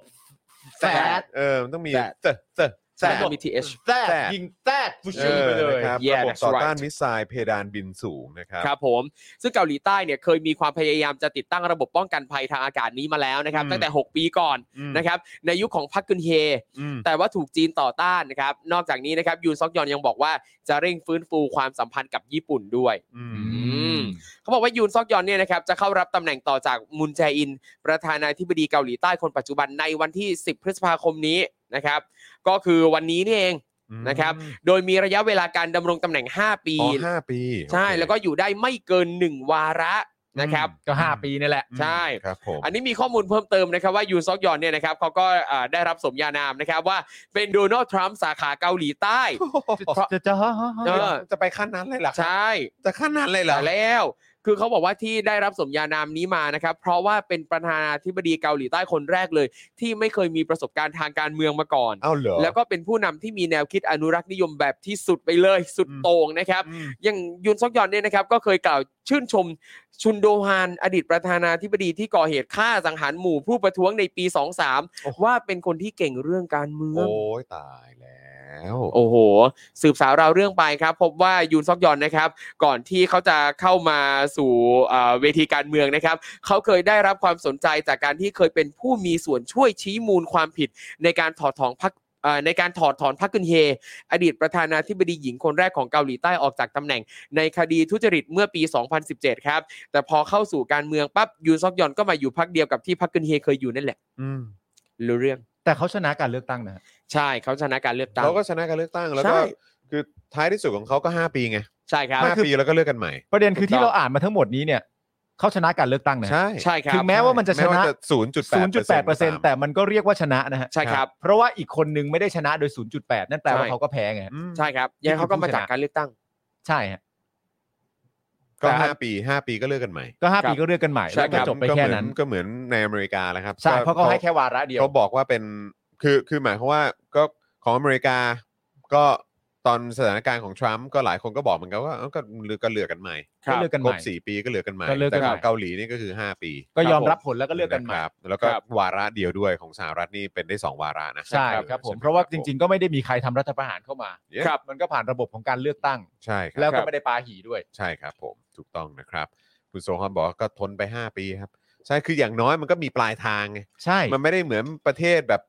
[SPEAKER 2] แฟด
[SPEAKER 1] เออมันต้องมี
[SPEAKER 3] แตด
[SPEAKER 1] เตะเตะแต
[SPEAKER 3] ระ
[SPEAKER 1] ด
[SPEAKER 3] บบ BTS
[SPEAKER 2] แฟด
[SPEAKER 1] แฟด
[SPEAKER 2] ยิงแฟดฟู
[SPEAKER 1] เอ
[SPEAKER 2] ชิ
[SPEAKER 1] อ
[SPEAKER 2] ไปเลย
[SPEAKER 1] นะครับ
[SPEAKER 3] Yeah,
[SPEAKER 1] ระบบ
[SPEAKER 3] that's
[SPEAKER 1] ต่อต้าน
[SPEAKER 3] right
[SPEAKER 1] มิสไซล์เพดานบินสูงนะครับ
[SPEAKER 3] ครับผมซึ่งเกาหลีใต้เนี่ยเคยมีความพยายามจะติดตั้งระบบป้องกันภัยทางอากาศนี้มาแล้วนะครับ ตั้งแต่ 6 ปีก่อน
[SPEAKER 1] อืม
[SPEAKER 3] นะครับในยุคของพักกุนเฮ
[SPEAKER 1] อืม
[SPEAKER 3] แต่ว่าถูกจีนต่อต้านนะครับ นอกจากนี้นะครับยูนซอกยอนยังบอกว่าจะเร่งฟื้นฟูความสัมพันธ์กับญี่ปุ่นด้วย
[SPEAKER 1] อืม
[SPEAKER 3] ม เขาบอกว่ายูนซอกยอนเนี่ยนะครับจะเข้ารับตำแหน่งต่อจากมุนแจอิน ประธานาธิบดีเกาหลีใต้คนปัจจุบันในวันที่ 10 พฤษภาคมนี้นะครับ ก็คือวันนี้นี่เอง นะครับ โดยมีระยะเวลาการดำรงตำแหน่ง 5 ปี
[SPEAKER 1] อ๋อห้าปี
[SPEAKER 3] ใช่
[SPEAKER 1] โอเค
[SPEAKER 3] แล้วก็อยู่ได้ไม่เกิน 1 วาระนะครับ
[SPEAKER 2] ก็ห้าปีนี่แหละ
[SPEAKER 3] ใช่
[SPEAKER 1] ครับผม
[SPEAKER 3] อันนี้มีข้อมูลเพิ่มเติมนะครับว่ายูซอกยอนเนี่ยนะครับเขาก็อ่าได้รับสมญานามนะครับว่าเป็นโดนัลด์ทรัมป์สาขาเกาหลีใต้
[SPEAKER 2] จะจะจะฮะฮะฮะ
[SPEAKER 3] เออ
[SPEAKER 1] จะไปขั้นนั้นเลยเหรอครับ
[SPEAKER 3] ใช่
[SPEAKER 1] จะขั้นนั้นเลยเหรอ
[SPEAKER 3] แต่แล้ว คือเขาบอกว่าที่ได้รับสมญานามนี้มานะครับ เพราะว่าเป็นประธานาธิบดีเกาหลีใต้คนแรกเลย ที่ไม่เคยมีประสบการณ์ทางการเมืองมาก่อน
[SPEAKER 1] เอ้าเหรอ
[SPEAKER 3] แล้วก็เป็นผู้นำที่มีแนวคิดอนุรักษ์นิยมแบบที่สุดไปเลย สุดโต่งนะครับ
[SPEAKER 1] อืม
[SPEAKER 3] อย่างยุนซอกยอนเนี่ยนะครับ ก็เคยกล่าวชื่นชมชุนโดฮานอดีตประธานาธิบดีที่ก่อเหตุฆ่าสังหารหมู่ผู้ประท้วงในปี 23 ว่าเป็นคนที่เก่งเรื่องการเมือง
[SPEAKER 1] โอ้ยตายแล้ว
[SPEAKER 3] โอ้โห สืบสาวราวเรื่องไปครับ พบว่ายุนซอกยอนนะครับ ก่อนที่เขาจะเข้ามาสู่อ่าเวทีการเมืองนะครับ เขาเคยได้รับความสนใจจากการที่เคยเป็นผู้มีส่วนช่วยชี้มูลความผิดในการถอดถอนพรรคเอ่อในการถอดถอนพักกึนเฮ อดีตประธานาธิบดีหญิงคนแรกของเกาหลีใต้ออกจากตำแหน่ง ในคดีทุจริตเมื่อปี 2017 ครับ แต่พอเข้าสู่การเมืองปั๊บยุนซอกยอนก็มาอยู่พักเดียวกับที่พักกึนเฮเคยอยู่นั่นแหละรู้เรื่อง
[SPEAKER 2] แต่เขาชนะการเลือกตั้งนะฮะ
[SPEAKER 3] ใช่เขาชนะการเลือกตั้ง
[SPEAKER 1] เขาก็ชนะการเลือกตั้งแล้ว
[SPEAKER 3] ใช่
[SPEAKER 1] ก็คือท้ายที่สุดของเขาก็ 5 ปีไง
[SPEAKER 3] ใช่ครับ
[SPEAKER 1] ห้าปีแล้วก็เลือกกันใหม่
[SPEAKER 2] ประเด็นคือ
[SPEAKER 3] ถู
[SPEAKER 2] ที่
[SPEAKER 3] กต้
[SPEAKER 2] เรา
[SPEAKER 3] อง
[SPEAKER 2] อ่านมาทั้งหมดนี้เนี่ยเขาชนะการเลือกตั้งนะฮะ
[SPEAKER 1] ใช่
[SPEAKER 3] ใช่ครับ
[SPEAKER 2] ถึงแม้ว่ามันจะช
[SPEAKER 1] แม้
[SPEAKER 2] นะ
[SPEAKER 1] ว่า0.8%
[SPEAKER 2] 0.8%แต่มันก็เรียกว่าชนะนะฮะ
[SPEAKER 3] ใช่ครับ
[SPEAKER 2] เพราะว่าอีกคนนึงไม่ได้ชนะโดย 0.8 นั่นแปลว่า
[SPEAKER 3] ใช่
[SPEAKER 2] เขาก็แพ้ไงฮะ
[SPEAKER 1] อืม
[SPEAKER 3] ใช่ครับยังไง
[SPEAKER 2] นี่คือ
[SPEAKER 3] เขาก็มา
[SPEAKER 2] ผู้ชนะ
[SPEAKER 3] จากการเลือกตั้ง
[SPEAKER 2] ใช่ฮะ
[SPEAKER 1] ก็
[SPEAKER 2] แต่
[SPEAKER 1] 5 ปี 5 ปีก็เลือกกันใหม่
[SPEAKER 2] ก็
[SPEAKER 3] ค
[SPEAKER 2] 5
[SPEAKER 3] รับ
[SPEAKER 2] ปีก็เลือกกันใหม่
[SPEAKER 3] ใช่
[SPEAKER 2] แล้วก็
[SPEAKER 3] ครับ
[SPEAKER 2] จบไป
[SPEAKER 1] ก็
[SPEAKER 2] แค่
[SPEAKER 1] เหมือ
[SPEAKER 2] นั้น
[SPEAKER 1] ก็เหมือนในอเมริกาแหล้วครับ
[SPEAKER 2] ใช่เพราะเขาให้แค่วาระเดียว
[SPEAKER 1] เขาบอกว่าเป็นคือคือหมายความว่าก็ของอเมริกาก็ตอนสถานการณ์ของทรัมป์ก็หลายคนก็บอกเหมือนกันว่าเอ้าก็เลือกก็เลือกกันใหม่
[SPEAKER 3] ครั
[SPEAKER 2] ก็
[SPEAKER 3] บ
[SPEAKER 2] เลือกกั
[SPEAKER 1] ค
[SPEAKER 2] นให
[SPEAKER 1] ร
[SPEAKER 2] ม่
[SPEAKER 1] บสี่ปีก็เลือกกันใหม่
[SPEAKER 2] ก็เลือกกั
[SPEAKER 1] แต่
[SPEAKER 2] นใหม่
[SPEAKER 1] ของเกาหลีนี่ก็คือ 5 ปี
[SPEAKER 2] ก็ยอมรับผลแล้วก็เลือกกันใหม่
[SPEAKER 1] ะครับแล้วก็
[SPEAKER 3] ครับ
[SPEAKER 1] วาระเดียวด้วยของสหรัฐนี่เป็นได้ 2 วาระนะ
[SPEAKER 2] ใช่ครับผม เพราะว่าจริง ๆ ก็ไม่ได้มีใครทำรัฐประหารเข้ามา
[SPEAKER 1] ๆครับผม
[SPEAKER 2] มันก็ผ่านระบบของการเลือกตั้ง
[SPEAKER 1] ใช่ครับ
[SPEAKER 2] แล้วก็ไม่ได้ปาหีด้วย
[SPEAKER 1] ใช่ครับผมถูกต้องนะครับ คุณโซฮอนบอกว่าก็ทนไป 5 ปีครับ ใช่คืออย่างน้อยมันก็มีปลายทางไง
[SPEAKER 2] ใช่
[SPEAKER 1] มันไม่ได้เหมือนประเทศแบบ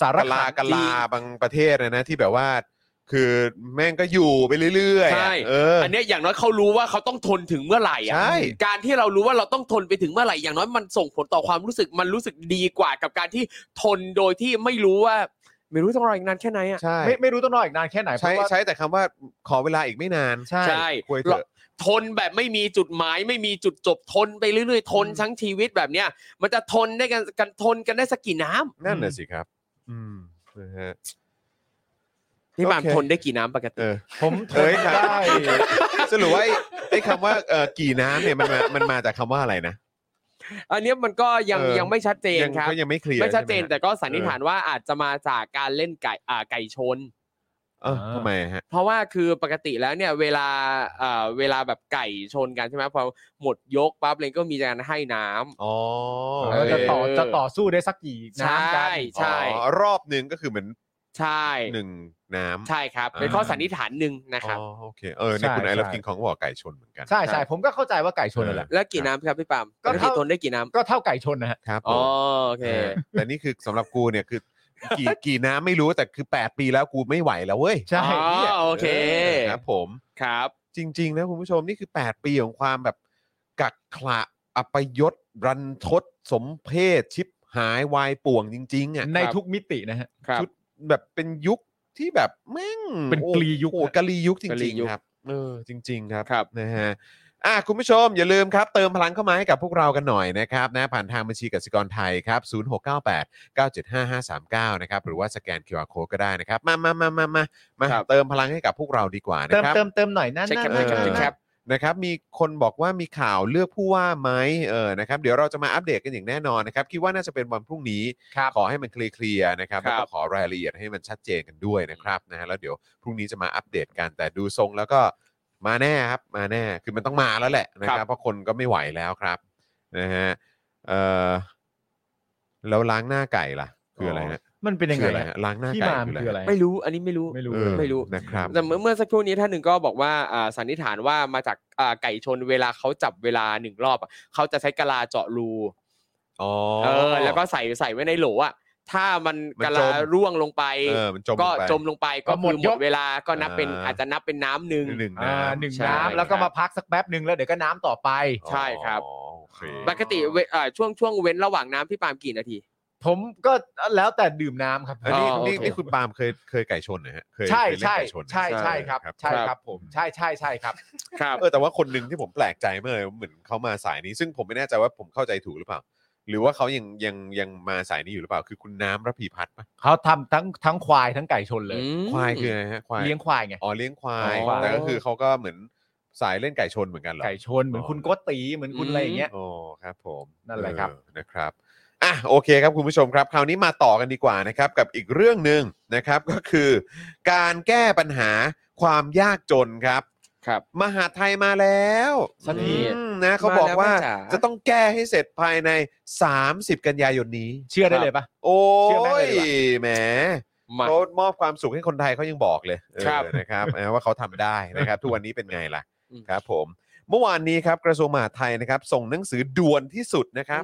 [SPEAKER 2] สาร
[SPEAKER 1] ก
[SPEAKER 2] ขั
[SPEAKER 1] ลาน กลาบางประเทศนะนะที่แบบว่า คือแม่งก็อยู่ไปเรื่อยๆ
[SPEAKER 3] ใช่
[SPEAKER 1] อ่ะเอออ
[SPEAKER 3] อันเนี้ยอย่างน้อยเขารู้ว่าเขาต้องทนถึงเมื่อไหร่อะ
[SPEAKER 1] ใช่
[SPEAKER 3] การที่เรารู้ว่าเราต้องทนไปถึงเมื่อไหร่อย่างน้อยมันส่งผลต่อความรู้สึกมันรู้สึกดีกว่ากับการที่ทนโดยที่ไม่รู้ว่า ไม่รู้ต้องรออีกนานแค่ไหนอ่ะ
[SPEAKER 1] ใช่
[SPEAKER 2] ไม่ไม่รู้ต้องรออีกนานแค่ไหนเพ
[SPEAKER 1] ใช้
[SPEAKER 2] ราะว่า
[SPEAKER 1] ใช้แต่คำว่าขอเวลาอีกไม่นาน
[SPEAKER 2] ใช่
[SPEAKER 3] ใช่
[SPEAKER 1] คุยเถอะ
[SPEAKER 3] ทนแบบไม่มีจุดหมาย ไม่มีจุดจบทนไปเรื่อยๆ ทนทั้งชีวิตแบบเนี้ยมันจะทนได้กันกันทนกันได้สักกี่น้ำ
[SPEAKER 1] นั่นน่ะสิครับ อืมนะฮะ
[SPEAKER 3] พี่หมาม
[SPEAKER 1] โอเค
[SPEAKER 3] ทนได้กี่น้ำปกติ
[SPEAKER 1] เออ
[SPEAKER 2] ผมทน
[SPEAKER 1] เอ้ยครับ
[SPEAKER 2] ได้
[SPEAKER 1] สรุปว่าไอ้ไอ้คำว่าเอ่อกี่น้ำเนี่ยมันมามันมาจากคำว่าอะไรนะ
[SPEAKER 3] อันเนี้ยมันก็ยัง
[SPEAKER 1] เออ
[SPEAKER 3] ยังไม่ชัดเจน
[SPEAKER 1] ยัง
[SPEAKER 3] ครับ
[SPEAKER 1] ก็ยังไม่เคลียร์
[SPEAKER 3] ไม่ชัดเจน
[SPEAKER 1] ใหฮะ
[SPEAKER 3] แต่ก็สันนิษฐานว่าอาจจะมาจากการเล่นไก่อ่าไก่ชน
[SPEAKER 1] เอ้าทำไมฮะ
[SPEAKER 3] เพราะว่าคือปกติแล้วเนี่ยเวลาเอ่อเวลาแบบไก่ชนกันใช่ไหมพอหมดยกปั๊บเลยก็มีการให้น้ำ
[SPEAKER 1] อ๋อ
[SPEAKER 2] เออจะต่อ
[SPEAKER 3] เออ
[SPEAKER 2] จะต่อสู้ได้สักกี่น้ำกัน
[SPEAKER 3] ใช่ใช่
[SPEAKER 1] อ๋อรอบหนึ่งก็คือเหมือน
[SPEAKER 3] ใช่
[SPEAKER 1] หนึ่งน้ำ
[SPEAKER 3] ใช่ครับ เป็นข้อสันนิษฐานหนึ่งนะครับ
[SPEAKER 1] อ๋อโอเคเออในยคุณ
[SPEAKER 2] ใช่
[SPEAKER 1] ไอรับ
[SPEAKER 2] ใช่
[SPEAKER 1] กินของบอกไก่ชนเหมือนกัน
[SPEAKER 2] ใช่ใช่ผมก็เข้าใจว่าไก่ชนนั่นแหละ
[SPEAKER 3] แล้วกี่น้ำครับพี่ปาล์ม
[SPEAKER 2] ก็
[SPEAKER 3] ปกติ
[SPEAKER 2] เท่า
[SPEAKER 3] ทนได้กี่น้ำ
[SPEAKER 2] ก็เท่าไก่ชนนะฮะ
[SPEAKER 1] ครับผ
[SPEAKER 3] อ๋อ
[SPEAKER 1] ม
[SPEAKER 3] โอเค
[SPEAKER 1] เออแต่นี่คือสำหรับกูเนี่ยคือ กี่กี่น้ำไม่รู้แต่คือ 8 ปีแล้วกูไม่ไหวแล้วเว้ย
[SPEAKER 2] ใช่
[SPEAKER 3] อ๋อ
[SPEAKER 1] นี่ย
[SPEAKER 3] โอเค
[SPEAKER 1] ครับผม
[SPEAKER 3] ครับ
[SPEAKER 1] จริง ๆ นะคุณผู้ชมนี่คือ 8 ปีของความแบบกักขระอัปยศ รันทด สมเพศชิบหายวายป่วงจริง ๆ อ่ะ
[SPEAKER 2] ในทุกมิตินะฮะ
[SPEAKER 3] ครับ
[SPEAKER 1] ชุดแบบเป็นยุคที่แบบแม่ง
[SPEAKER 2] เป็นกลียุค
[SPEAKER 1] โอ้โหกลียุคจ
[SPEAKER 3] กลี
[SPEAKER 1] ริง
[SPEAKER 3] ยุค
[SPEAKER 1] ๆ ครับเออจริง ๆ ครับ
[SPEAKER 3] ครับ
[SPEAKER 1] นะฮะอ่ะคุณผู้ชมอย่าลืมครับ เติมพลังเข้ามาให้กับพวกเรากันหน่อยนะครับนะผ่านทางบัญชีกสิกรไทยครับ 0698 975539 นะครับ หรือว่าสแกน QR Code ก็ได้นะครับ มามามามามามา
[SPEAKER 3] ครับ
[SPEAKER 1] เติมพลังให้กับพวกเราดีกว่านะ
[SPEAKER 2] เติม
[SPEAKER 1] ครับ
[SPEAKER 2] เติมเติมหน่อยนะ
[SPEAKER 3] ใช่ครับ
[SPEAKER 2] นะ
[SPEAKER 3] ใช่ครับ
[SPEAKER 2] นะ
[SPEAKER 3] ใช่ครับ
[SPEAKER 1] นะครับมีคนบอกว่ามีข่าวเลือกผู้ว่าไหมเออนะครับเดี๋ยวเราจะมาอัปเดตกันอย่างแน่นอนนะครับคิดว่าน่าจะเป็นวันพรุ่งนี้
[SPEAKER 2] ครับ
[SPEAKER 1] ขอให้มันเคลียร์ๆนะครับ
[SPEAKER 3] ครั
[SPEAKER 1] แล้
[SPEAKER 3] บ
[SPEAKER 1] วก็ขอรายละเอียดให้มันชัดเจนกันด้วยนะครับนะฮะแล้วเดี๋ยวพรุ่งนี้จะมาอัปเดตกันแต่ดูทรงแล้วก็มาแน่ครับมาแน่คือมันต้องมาแล้วแหละนะครับ เพราะคนก็ไม่ไหวแล้วครับนะฮะเออแล้วล้างหน้าไก่ล่ะคืออะไรฮะ
[SPEAKER 2] มันเป็นยัง
[SPEAKER 1] คือ
[SPEAKER 2] ไง
[SPEAKER 1] อะไร
[SPEAKER 2] ฮะ
[SPEAKER 1] ฮะล้างหน้า
[SPEAKER 2] ที่
[SPEAKER 1] ไก่
[SPEAKER 2] มา
[SPEAKER 1] คือ
[SPEAKER 2] คือ
[SPEAKER 1] อะ
[SPEAKER 2] อะไร ไร
[SPEAKER 3] ไม่รู้อันนี้ไม่รู้
[SPEAKER 2] ไม่รู้
[SPEAKER 1] เออ
[SPEAKER 3] ไม่รู้
[SPEAKER 1] นะครับ
[SPEAKER 3] แต่เมื่อเมื่อสักครู่นี้ท่านหนึ่งก็บอกว่าอ่าสันนิษฐานว่ามาจากอ่าไก่ชนเวลาเขาจับเวลาหนึ่งรอบอะเขาจะใช้กะลาเจาะรู
[SPEAKER 1] อ๋อ
[SPEAKER 3] เออแล้วก็ใส่ใส่ไว้ในโหลอ่ะถ้ามัน
[SPEAKER 1] มัน
[SPEAKER 3] กะ
[SPEAKER 1] จ
[SPEAKER 3] ลาม ร่วงลงไป
[SPEAKER 1] เออมันจมล
[SPEAKER 3] ก็
[SPEAKER 1] งไป
[SPEAKER 3] จมลงไปก็
[SPEAKER 2] ก็ห
[SPEAKER 3] ห
[SPEAKER 2] ม
[SPEAKER 3] ม
[SPEAKER 2] ด
[SPEAKER 3] ด
[SPEAKER 2] ย
[SPEAKER 3] ย
[SPEAKER 2] ก
[SPEAKER 3] กเวลาก็นับเป็น
[SPEAKER 1] อ่า
[SPEAKER 3] อาจจะนับเป็นน้ำหนึ่ง
[SPEAKER 1] หนึ่ง
[SPEAKER 2] อ่า
[SPEAKER 1] น้ำ
[SPEAKER 2] หนึ่ง
[SPEAKER 3] ใช่
[SPEAKER 2] น้ำแล้วก็
[SPEAKER 3] ครับ
[SPEAKER 2] มาพักสักแป๊บหนึ่งแล้วเดี๋ยวก็น้ำต่อไป
[SPEAKER 3] ใช่ครับ
[SPEAKER 1] อ๋อโอเค
[SPEAKER 3] ปกติเวเอ่อช่วงช่วงเว้นระหว่างน้ำพี่ปาล์มกี่นาที
[SPEAKER 2] โถ ผมก็แล้วแต่ดื่มน้ำครับ
[SPEAKER 1] อันนี้
[SPEAKER 3] อ๋อ
[SPEAKER 1] นี่
[SPEAKER 3] โอเค
[SPEAKER 1] นี่คุณปาล์มเคยเคยไก่ชนนะฮะเคย
[SPEAKER 2] ใช่
[SPEAKER 1] เคยเล่น
[SPEAKER 2] ใช่
[SPEAKER 1] ไก่ชนนะ
[SPEAKER 2] ใช่ใช่ครับ ใช่
[SPEAKER 3] ค
[SPEAKER 2] ค
[SPEAKER 3] รั
[SPEAKER 2] รับ บผม ใช่ใช่ใช่ครับ
[SPEAKER 3] ครับ
[SPEAKER 1] เออแต่ว่าคนหนึ่งที่ผมแปลกใจเมื่อเหมือนเขามาสายนี้ ซึ่งผมไม่แน่ใจว่าผมเข้าใจถูกหรือเปล่า หรือว่าเขายังยังยังมาสายนี้อยู่หรือเปล่า คือคุณน้ำระพีพัฒน์ปะ
[SPEAKER 2] เขาทำทั้งทั้งควายทั้งไก่ชนเลย
[SPEAKER 1] ควายคืออะไรฮะควาย
[SPEAKER 2] เลี้ยงควายไง
[SPEAKER 1] อ๋อเลี้ยงควาย
[SPEAKER 2] อ๋อ
[SPEAKER 1] แต่ก็คือเขาก็เหมือนสายเล่นไก่ชนเหมือนกันเหรอ
[SPEAKER 2] ไก่ชนเหมือนคุณโกตีเหมือนคุณ
[SPEAKER 3] อื
[SPEAKER 2] อะ
[SPEAKER 3] ม
[SPEAKER 2] ไรอย่างเงี้ย
[SPEAKER 1] โอ้ครับผม
[SPEAKER 2] นั่นแหละครับ
[SPEAKER 1] เออนะครับอ่ะโอเคครับคุณผู้ชมครับ คราวนี้มาต่อกันดีกว่านะครับกับอีกเรื่องหนึ่งนะครับก็คือ การแก้ปัญหาความยากจนครับ
[SPEAKER 3] ครับ
[SPEAKER 1] มหาดไทยมาแล้ว
[SPEAKER 3] สักที
[SPEAKER 1] อืมนะเขาบอกว่า
[SPEAKER 3] มาแล้วแม่จ๋า
[SPEAKER 1] จะต้องแก้ให้เสร็จภายใน 30 กันยายนนี้
[SPEAKER 2] เชื่อได้เลยปะ
[SPEAKER 1] โอ้
[SPEAKER 2] เชื่อแม่งเลย
[SPEAKER 1] ย
[SPEAKER 2] ดีกว่า
[SPEAKER 1] แหม
[SPEAKER 3] มา
[SPEAKER 1] เขามอบความสุขให้คนไทยเขายังบอกเลยเออ
[SPEAKER 3] ครับ
[SPEAKER 1] นะครับ นะว่าเขาทำได้นะครับ ทุกวันนี้เป็นไงล่ะ
[SPEAKER 3] อืม
[SPEAKER 1] ครับ ผมเมื่อวานนี้ครับกระทรวงมหาดไทยนะครับ ส่งหนังสือด่วนที่สุดนะครับ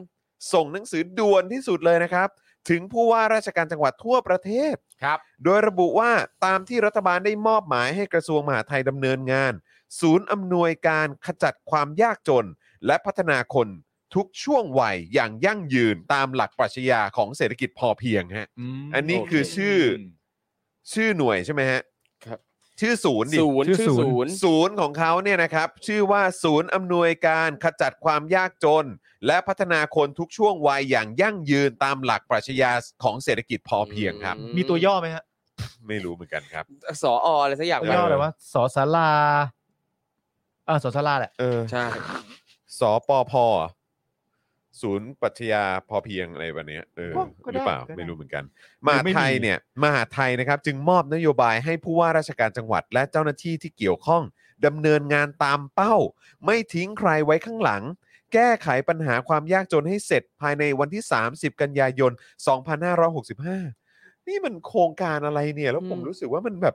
[SPEAKER 1] ส่งหนังสือด่วนที่สุดเลยนะครับ ถึงผู้ว่าราชการจังหวัดทั่วประเทศ
[SPEAKER 2] ครับ
[SPEAKER 1] โดยระบุว่าตามที่รัฐบาลได้มอบหมายให้กระทรวงมหาดไทยดำเนินงาน ศูนย์อำนวยการขจัดความยากจน และพัฒนาคนทุกช่วงวัยอย่างยั่งยืนตามหลักปรัชญาของเศรษฐกิจพอเพียงฮะ อันนี้คือชื่อชื่อหน่วยใช่ไหมฮะ
[SPEAKER 3] ครับ
[SPEAKER 1] ชื่อศูนย์ดิ
[SPEAKER 3] ศูนย์
[SPEAKER 2] ชื่
[SPEAKER 3] ชื่อ
[SPEAKER 2] อศูนย์
[SPEAKER 3] ศูนย์
[SPEAKER 1] ศูนย์ของเขาเนี่ยนะครับ ชื่อว่าศูนย์อำนวยการขจัดความยากจน และพัฒนาคนทุกช่วงวัยอย่างยั่งยืนตามหลักปรัชญาของเศรษฐกิจพอเพียงครับ
[SPEAKER 3] อื
[SPEAKER 2] มีตัวย่อไหมฮะ
[SPEAKER 1] ไม่รู้เหมือนกันครับ
[SPEAKER 3] สออะไรสักอย่าง
[SPEAKER 2] ตัวย่ออะไรวะสอสาราเออสอสาราแหละ
[SPEAKER 1] เออ
[SPEAKER 3] ใช่
[SPEAKER 1] สปพศูนย์ปรัชญาพอเพียงอะไรแบบเนี้ยเออ
[SPEAKER 2] ก็ก็
[SPEAKER 1] ห
[SPEAKER 2] ได้
[SPEAKER 1] รือเปล่า
[SPEAKER 2] ก็ได้
[SPEAKER 1] ไม่รู้เหมือนกัน
[SPEAKER 2] ห
[SPEAKER 1] ม
[SPEAKER 2] รือ
[SPEAKER 1] หาด
[SPEAKER 2] ไม่มี
[SPEAKER 1] ไทยเนี่ยมหาดไทยนะครับ จึงมอบนโยบายให้ผู้ว่าราชการจังหวัด และเจ้าหน้าที่ที่เกี่ยวข้องดำเนินงานตามเป้า ไม่ทิ้งใครไว้ข้างหลัง แก้ไขปัญหาความยากจนให้เสร็จภายในวันที่ 30 กันยายน 2565 นี่มันโครงการอะไรเนี่ย แล้วผม
[SPEAKER 3] อืม
[SPEAKER 1] รู้สึกว่ามันแบบ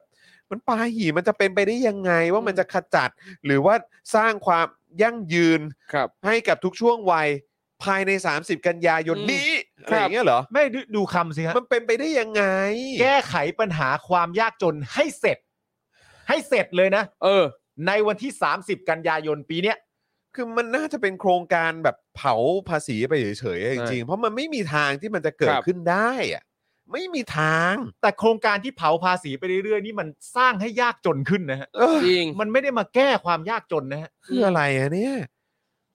[SPEAKER 1] มันปาหี่มันจะเป็นไปได้ยังไงว่ามันจะขจัด หรือว่าสร้างความยั่งยืน
[SPEAKER 3] ครับ
[SPEAKER 1] ให้กับทุกช่วงวัยภายใน 30 กันยายน
[SPEAKER 3] อืม
[SPEAKER 1] นี้อะไรอย่างเงี้ยเหรอ
[SPEAKER 2] ไม่ดูดูคำสิฮะ
[SPEAKER 1] มันเป็นไปได้ยังไง
[SPEAKER 2] แก้ไขปัญหาความยากจนให้เสร็จ ให้เสร็จเลยนะ
[SPEAKER 3] เออ
[SPEAKER 2] ในวันที่ 30 กันยายนปีเนี้ย
[SPEAKER 1] คือมันน่าจะเป็นโครงการแบบเผาภาษีไปเฉยๆอะจ
[SPEAKER 3] ใช่
[SPEAKER 1] ริงๆ เพราะมันไม่มีทางที่มันจะเกิ
[SPEAKER 3] ค
[SPEAKER 1] ด
[SPEAKER 3] รับ
[SPEAKER 1] ขึ้นได้อะไม่มีทาง
[SPEAKER 2] แต่โครงการที่เผาภาษีไปเรื่อยๆนี่มันสร้างให้ยากจนขึ้นนะฮะ
[SPEAKER 1] เออ
[SPEAKER 3] จริง
[SPEAKER 2] มันไม่ได้มาแก้ความยากจนนะฮะ
[SPEAKER 1] คืออะไรอะเนี่ย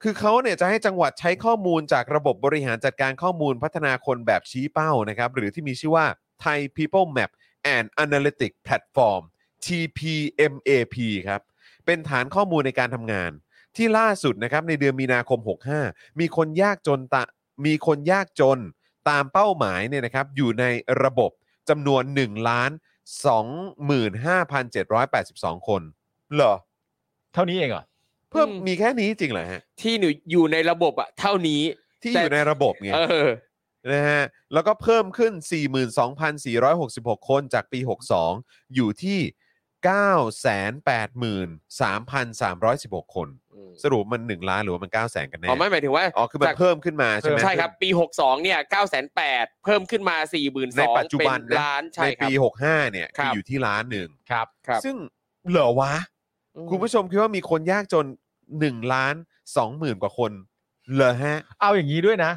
[SPEAKER 1] คือเขาเนี่ยจะให้จังหวัดใช้ข้อมูลจากระบบบริหารจัดการข้อมูลพัฒนาคนแบบชี้เป้านะครับ หรือที่มีชื่อว่า Thai People Map and Analytic Platform TPMAP ครับ เป็นฐานข้อมูลในการทำงาน ที่ล่าสุดนะครับในเดือนมีนาคม 65 มีคนยากจนตะมีคนยากจนตามเป้าหมายเนี่ยนะครับ อยู่ในระบบจำนวน1ล้าน25,782 คนเหรอ
[SPEAKER 2] เท่านี้เองเหรอ
[SPEAKER 1] เพิ่ม
[SPEAKER 3] อืม
[SPEAKER 1] มีแค่นี้จริงเหรอฮะ
[SPEAKER 3] ที่หนูอยู่ในระบบอะเท่านี้
[SPEAKER 1] ที่
[SPEAKER 3] แต่
[SPEAKER 1] อยู่ในระบบไง
[SPEAKER 3] เออ
[SPEAKER 1] นะฮะแล้วก็เพิ่มขึ้น 42,466 คนจากปี 62 อยู่ที่ 983,316 คน สรุปมัน 1 ล้านหรือว่ามัน 9 0 0 0 0กันแน่
[SPEAKER 3] อ๋อไม่หมายถึงว่า
[SPEAKER 1] อ๋อคือมัน
[SPEAKER 3] จาก
[SPEAKER 1] เพิ่มขึ้นมาใช่ไหม
[SPEAKER 3] ใช่ครับ ปี 62 เนี่ย 908 เพิ่มขึ้นมา 42,000
[SPEAKER 1] ในปัจจุบัน
[SPEAKER 3] เป็
[SPEAKER 1] นะ
[SPEAKER 3] ล้านใช่
[SPEAKER 1] ใน
[SPEAKER 3] ครับ
[SPEAKER 1] ปี 65 เนี่ย
[SPEAKER 3] ครั
[SPEAKER 1] คือบ อยู่ที่ล้านหนึ่ง
[SPEAKER 2] ครับ
[SPEAKER 3] ครับ
[SPEAKER 1] ซึ่งเหลือวะ
[SPEAKER 3] อืม
[SPEAKER 1] คุณผู้ชมคิดว่ามีคนยากจน 1 ล้าน 20,000 กว่าคน เหรอฮะ
[SPEAKER 2] เอาอย่างนี้ด้วยนะ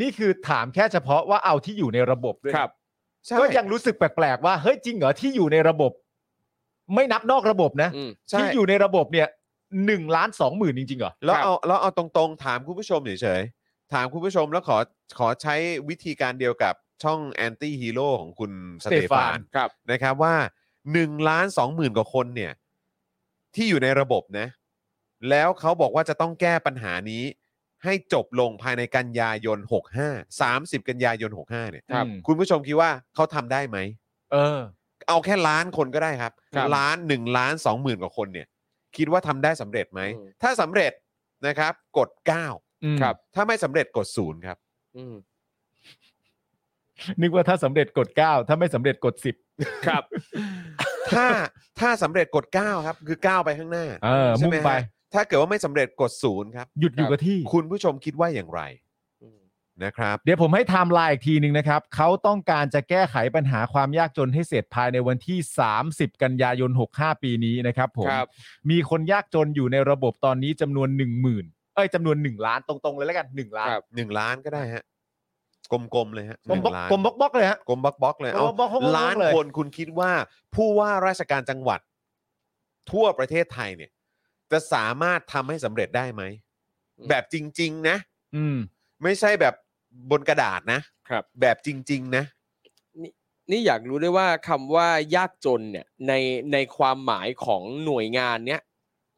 [SPEAKER 2] นี่คือถามแค่เฉพาะว่าเอาที่อยู่ในระบบด้วยนะครับ
[SPEAKER 1] ใช่
[SPEAKER 2] ก็ยังรู้สึกแปลกๆว่าเฮ้ยจริงเหรอที่อยู่ในระบบ ไม่นับนอกระบบนะ
[SPEAKER 3] อืม
[SPEAKER 1] ใช่
[SPEAKER 2] ที่อยู่ในระบบเนี่ยหนึ่งล้านสองหมื่นจริงๆเหรอ
[SPEAKER 1] แล้ว
[SPEAKER 3] ครับ
[SPEAKER 1] เอาแล้วเอาตรงๆ ถามคุณผู้ชมเฉยๆ ถามคุณผู้ชมแล้วขอขอใช้วิธีการเดียวกับช่องแอนตี้ฮีโร่ของคุณส
[SPEAKER 2] ส
[SPEAKER 1] เต
[SPEAKER 2] เตฟา
[SPEAKER 1] ฟา
[SPEAKER 2] น
[SPEAKER 1] น
[SPEAKER 3] ครับ
[SPEAKER 1] นะครับว่า1ล้าน2หมื่นกว่าคนเนี่ย ที่อยู่ในระบบนะ แล้วเขาบอกว่าจะต้องแก้ปัญหานี้ ให้จบลงภายในกันยายน 65 30 กันยายน 65 เนี่ย
[SPEAKER 3] ครับ
[SPEAKER 2] อืม
[SPEAKER 1] คุณผู้ชมคิดว่าเขาทำได้ไหม
[SPEAKER 2] เออ
[SPEAKER 1] เอาแค่ล้านคนก็ได้ครับ
[SPEAKER 3] ครับ
[SPEAKER 1] ล้านหนึ่งล้านสองหมื่นกว่าคนเนี่ย คิดว่าทำได้สำเร็จไหม
[SPEAKER 3] อืม
[SPEAKER 1] ถ้าสำเร็จนะครับ กด 9
[SPEAKER 2] อืม
[SPEAKER 3] ครับ
[SPEAKER 1] ถ้าไม่สำเร็จกดศูนย์ครับ
[SPEAKER 3] อืม
[SPEAKER 2] นึกว่าถ้าสำเร็จกดเก้าถ้าไม่สำเร็จกดสิบ
[SPEAKER 3] ครับ
[SPEAKER 1] ถ้า ถ้าสำเร็จกด 9 ครับ คือ 9 ไปข้างหน้า
[SPEAKER 2] เออ
[SPEAKER 1] ใช่
[SPEAKER 2] มุ่
[SPEAKER 1] ไห
[SPEAKER 2] ง
[SPEAKER 1] ม
[SPEAKER 2] ไป
[SPEAKER 1] ฮะถ้าเกิดว่าไม่สำเร็จกดศูนย์ครับ
[SPEAKER 2] หยุดอยู่กับที่
[SPEAKER 1] คุณผู้ชมคิดว่าอย่างไรนะครับ
[SPEAKER 2] เดี๋ยวผมให้ไทม์ไลน์อีกทีหนึ่งนะครับ เขาต้องการจะแก้ไขปัญหาความยากจนให้เสร็จภายในวันที่ 30 กันยายน 65 ปีนี้นะครับผม
[SPEAKER 3] ครับ
[SPEAKER 2] มีคนยากจนอยู่ในระบบตอนนี้จำนวน 1 0,000 เอ้ยจำนวน 1 ล้านตรงๆเลยแล้วกัน 1 ล้าน
[SPEAKER 3] ครับ
[SPEAKER 1] 1 ล้านก็ได้ฮะ กลมๆเลยฮะ
[SPEAKER 2] กลมบล็อ
[SPEAKER 1] หนึ่ง
[SPEAKER 2] ก
[SPEAKER 1] ล้าน
[SPEAKER 2] กลมบล็อกบล็อกเลยฮะ
[SPEAKER 1] กลมบล็อกๆเลยเอา
[SPEAKER 2] กลมบล็อกๆเลย
[SPEAKER 1] ล้านคนคุณคิดว่าผู้ว่าราชการจังหวัด ทั่วประเทศไทยเนี่ย จะสามารถทำให้สำเร็จได้ไหม
[SPEAKER 3] อืม
[SPEAKER 1] แบบจริง ๆ นะ
[SPEAKER 2] อืม
[SPEAKER 1] ไม่ใช่แบบบนกระดาษนะครับ แบบจริง ๆ นะ
[SPEAKER 3] นี่อยากรู้ด้วยว่าคำว่ายากจนเนี่ยในในความหมายของหน่วยงานเนี้ย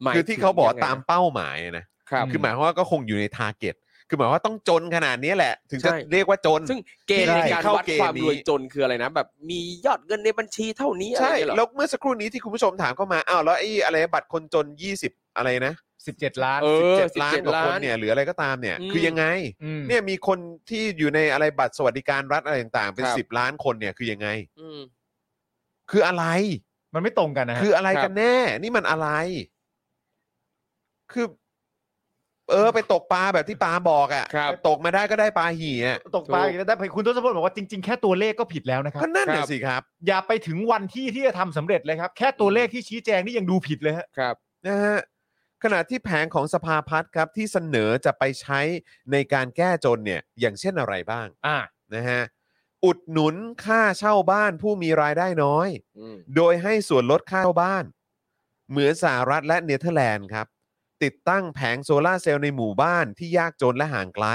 [SPEAKER 3] หมย
[SPEAKER 1] คือที่เขาบอกว่า
[SPEAKER 3] ถึงยังไง
[SPEAKER 1] ตามเป้าหมายนะ
[SPEAKER 3] ครับ
[SPEAKER 1] คือหมายความว่าก็คงอยู่ในทาร์เก็ต คือหมายความว่าต้องจนขนาดนี้แหละ ถึงจะ
[SPEAKER 3] ใช่
[SPEAKER 1] เรียกว่าจน
[SPEAKER 3] ซึ่งเกณฑ์ในการ
[SPEAKER 1] เข้า
[SPEAKER 3] วัด
[SPEAKER 1] เกณฑ์
[SPEAKER 3] ความ
[SPEAKER 1] นี้
[SPEAKER 3] รวยจนคืออะไรนะ แบบมียอดเงินในบัญชีเท่านี้อะไร
[SPEAKER 1] ใช่
[SPEAKER 3] อย่างเงี้ยเหรอ
[SPEAKER 1] แล้วเมื่อสักครู่นี้ที่คุณผู้ชมถามเข้ามา อ้าวแล้วไอ้อะไรบัตรคนจน 20 อะไรนะ
[SPEAKER 2] สิบเจ็ดล้าน
[SPEAKER 3] เออ
[SPEAKER 1] เจ็ดล้าน
[SPEAKER 3] 17
[SPEAKER 1] กว่าคน
[SPEAKER 3] ล้าน
[SPEAKER 1] เนี่ยหรืออะไรก็ตามเนี่ย
[SPEAKER 3] อืม
[SPEAKER 1] คือยังไง
[SPEAKER 2] ม
[SPEAKER 1] เนี่ยมีคนที่อยู่ในอะไรบัตรสวัสดิการรัฐอะไรต่างๆ เป็น
[SPEAKER 3] ครับ
[SPEAKER 1] 10 ล้านคนเนี่ยคือยังไง
[SPEAKER 3] อืม
[SPEAKER 1] คืออะไร
[SPEAKER 2] มันไม่ตรงกันนะฮะ
[SPEAKER 1] คืออะไรกันแน่ นี่มันอะไร คือ เออ ไปตกปลาแบบที่ปลาบอกอะ
[SPEAKER 3] ครับ
[SPEAKER 1] ตกมาได้ก็ได้ปลาหี่อะ
[SPEAKER 2] ตกปลาอีกแล้วได้ไปคุณทศพลบอกว่าจริง ๆ แค่ตัวเลขก็ผิดแล้วนะครับ
[SPEAKER 1] ก็นั่น
[SPEAKER 3] ค
[SPEAKER 1] น่ะ
[SPEAKER 3] รับ
[SPEAKER 1] สิครับ
[SPEAKER 2] อย่าไปถึงวันที่ที่จะทำสำเร็จเลยครับ แค่ตัวเลขที่ชี้แจงนี่ยังดูผิดเลยฮะ
[SPEAKER 3] ครับ
[SPEAKER 1] นะฮะขณะที่แผงของสภาพัฒน์ครับที่เสนอจะไปใช้ในการแก้จนเนี่ยอย่างเช่นอะไรบ้าง
[SPEAKER 2] อ่า
[SPEAKER 1] นะฮะอุดหนุนค่าเช่าบ้านผู้มีรายได้น้อย
[SPEAKER 3] อืม
[SPEAKER 1] โดยให้ส่วนลดค่าเช่าบ้าน เหมือนสหรัฐและเนเธอร์แลนด์ครับ ติดตั้งแผงโซลาร์เซลล์ในหมู่บ้านที่ยากจนและห่างไกล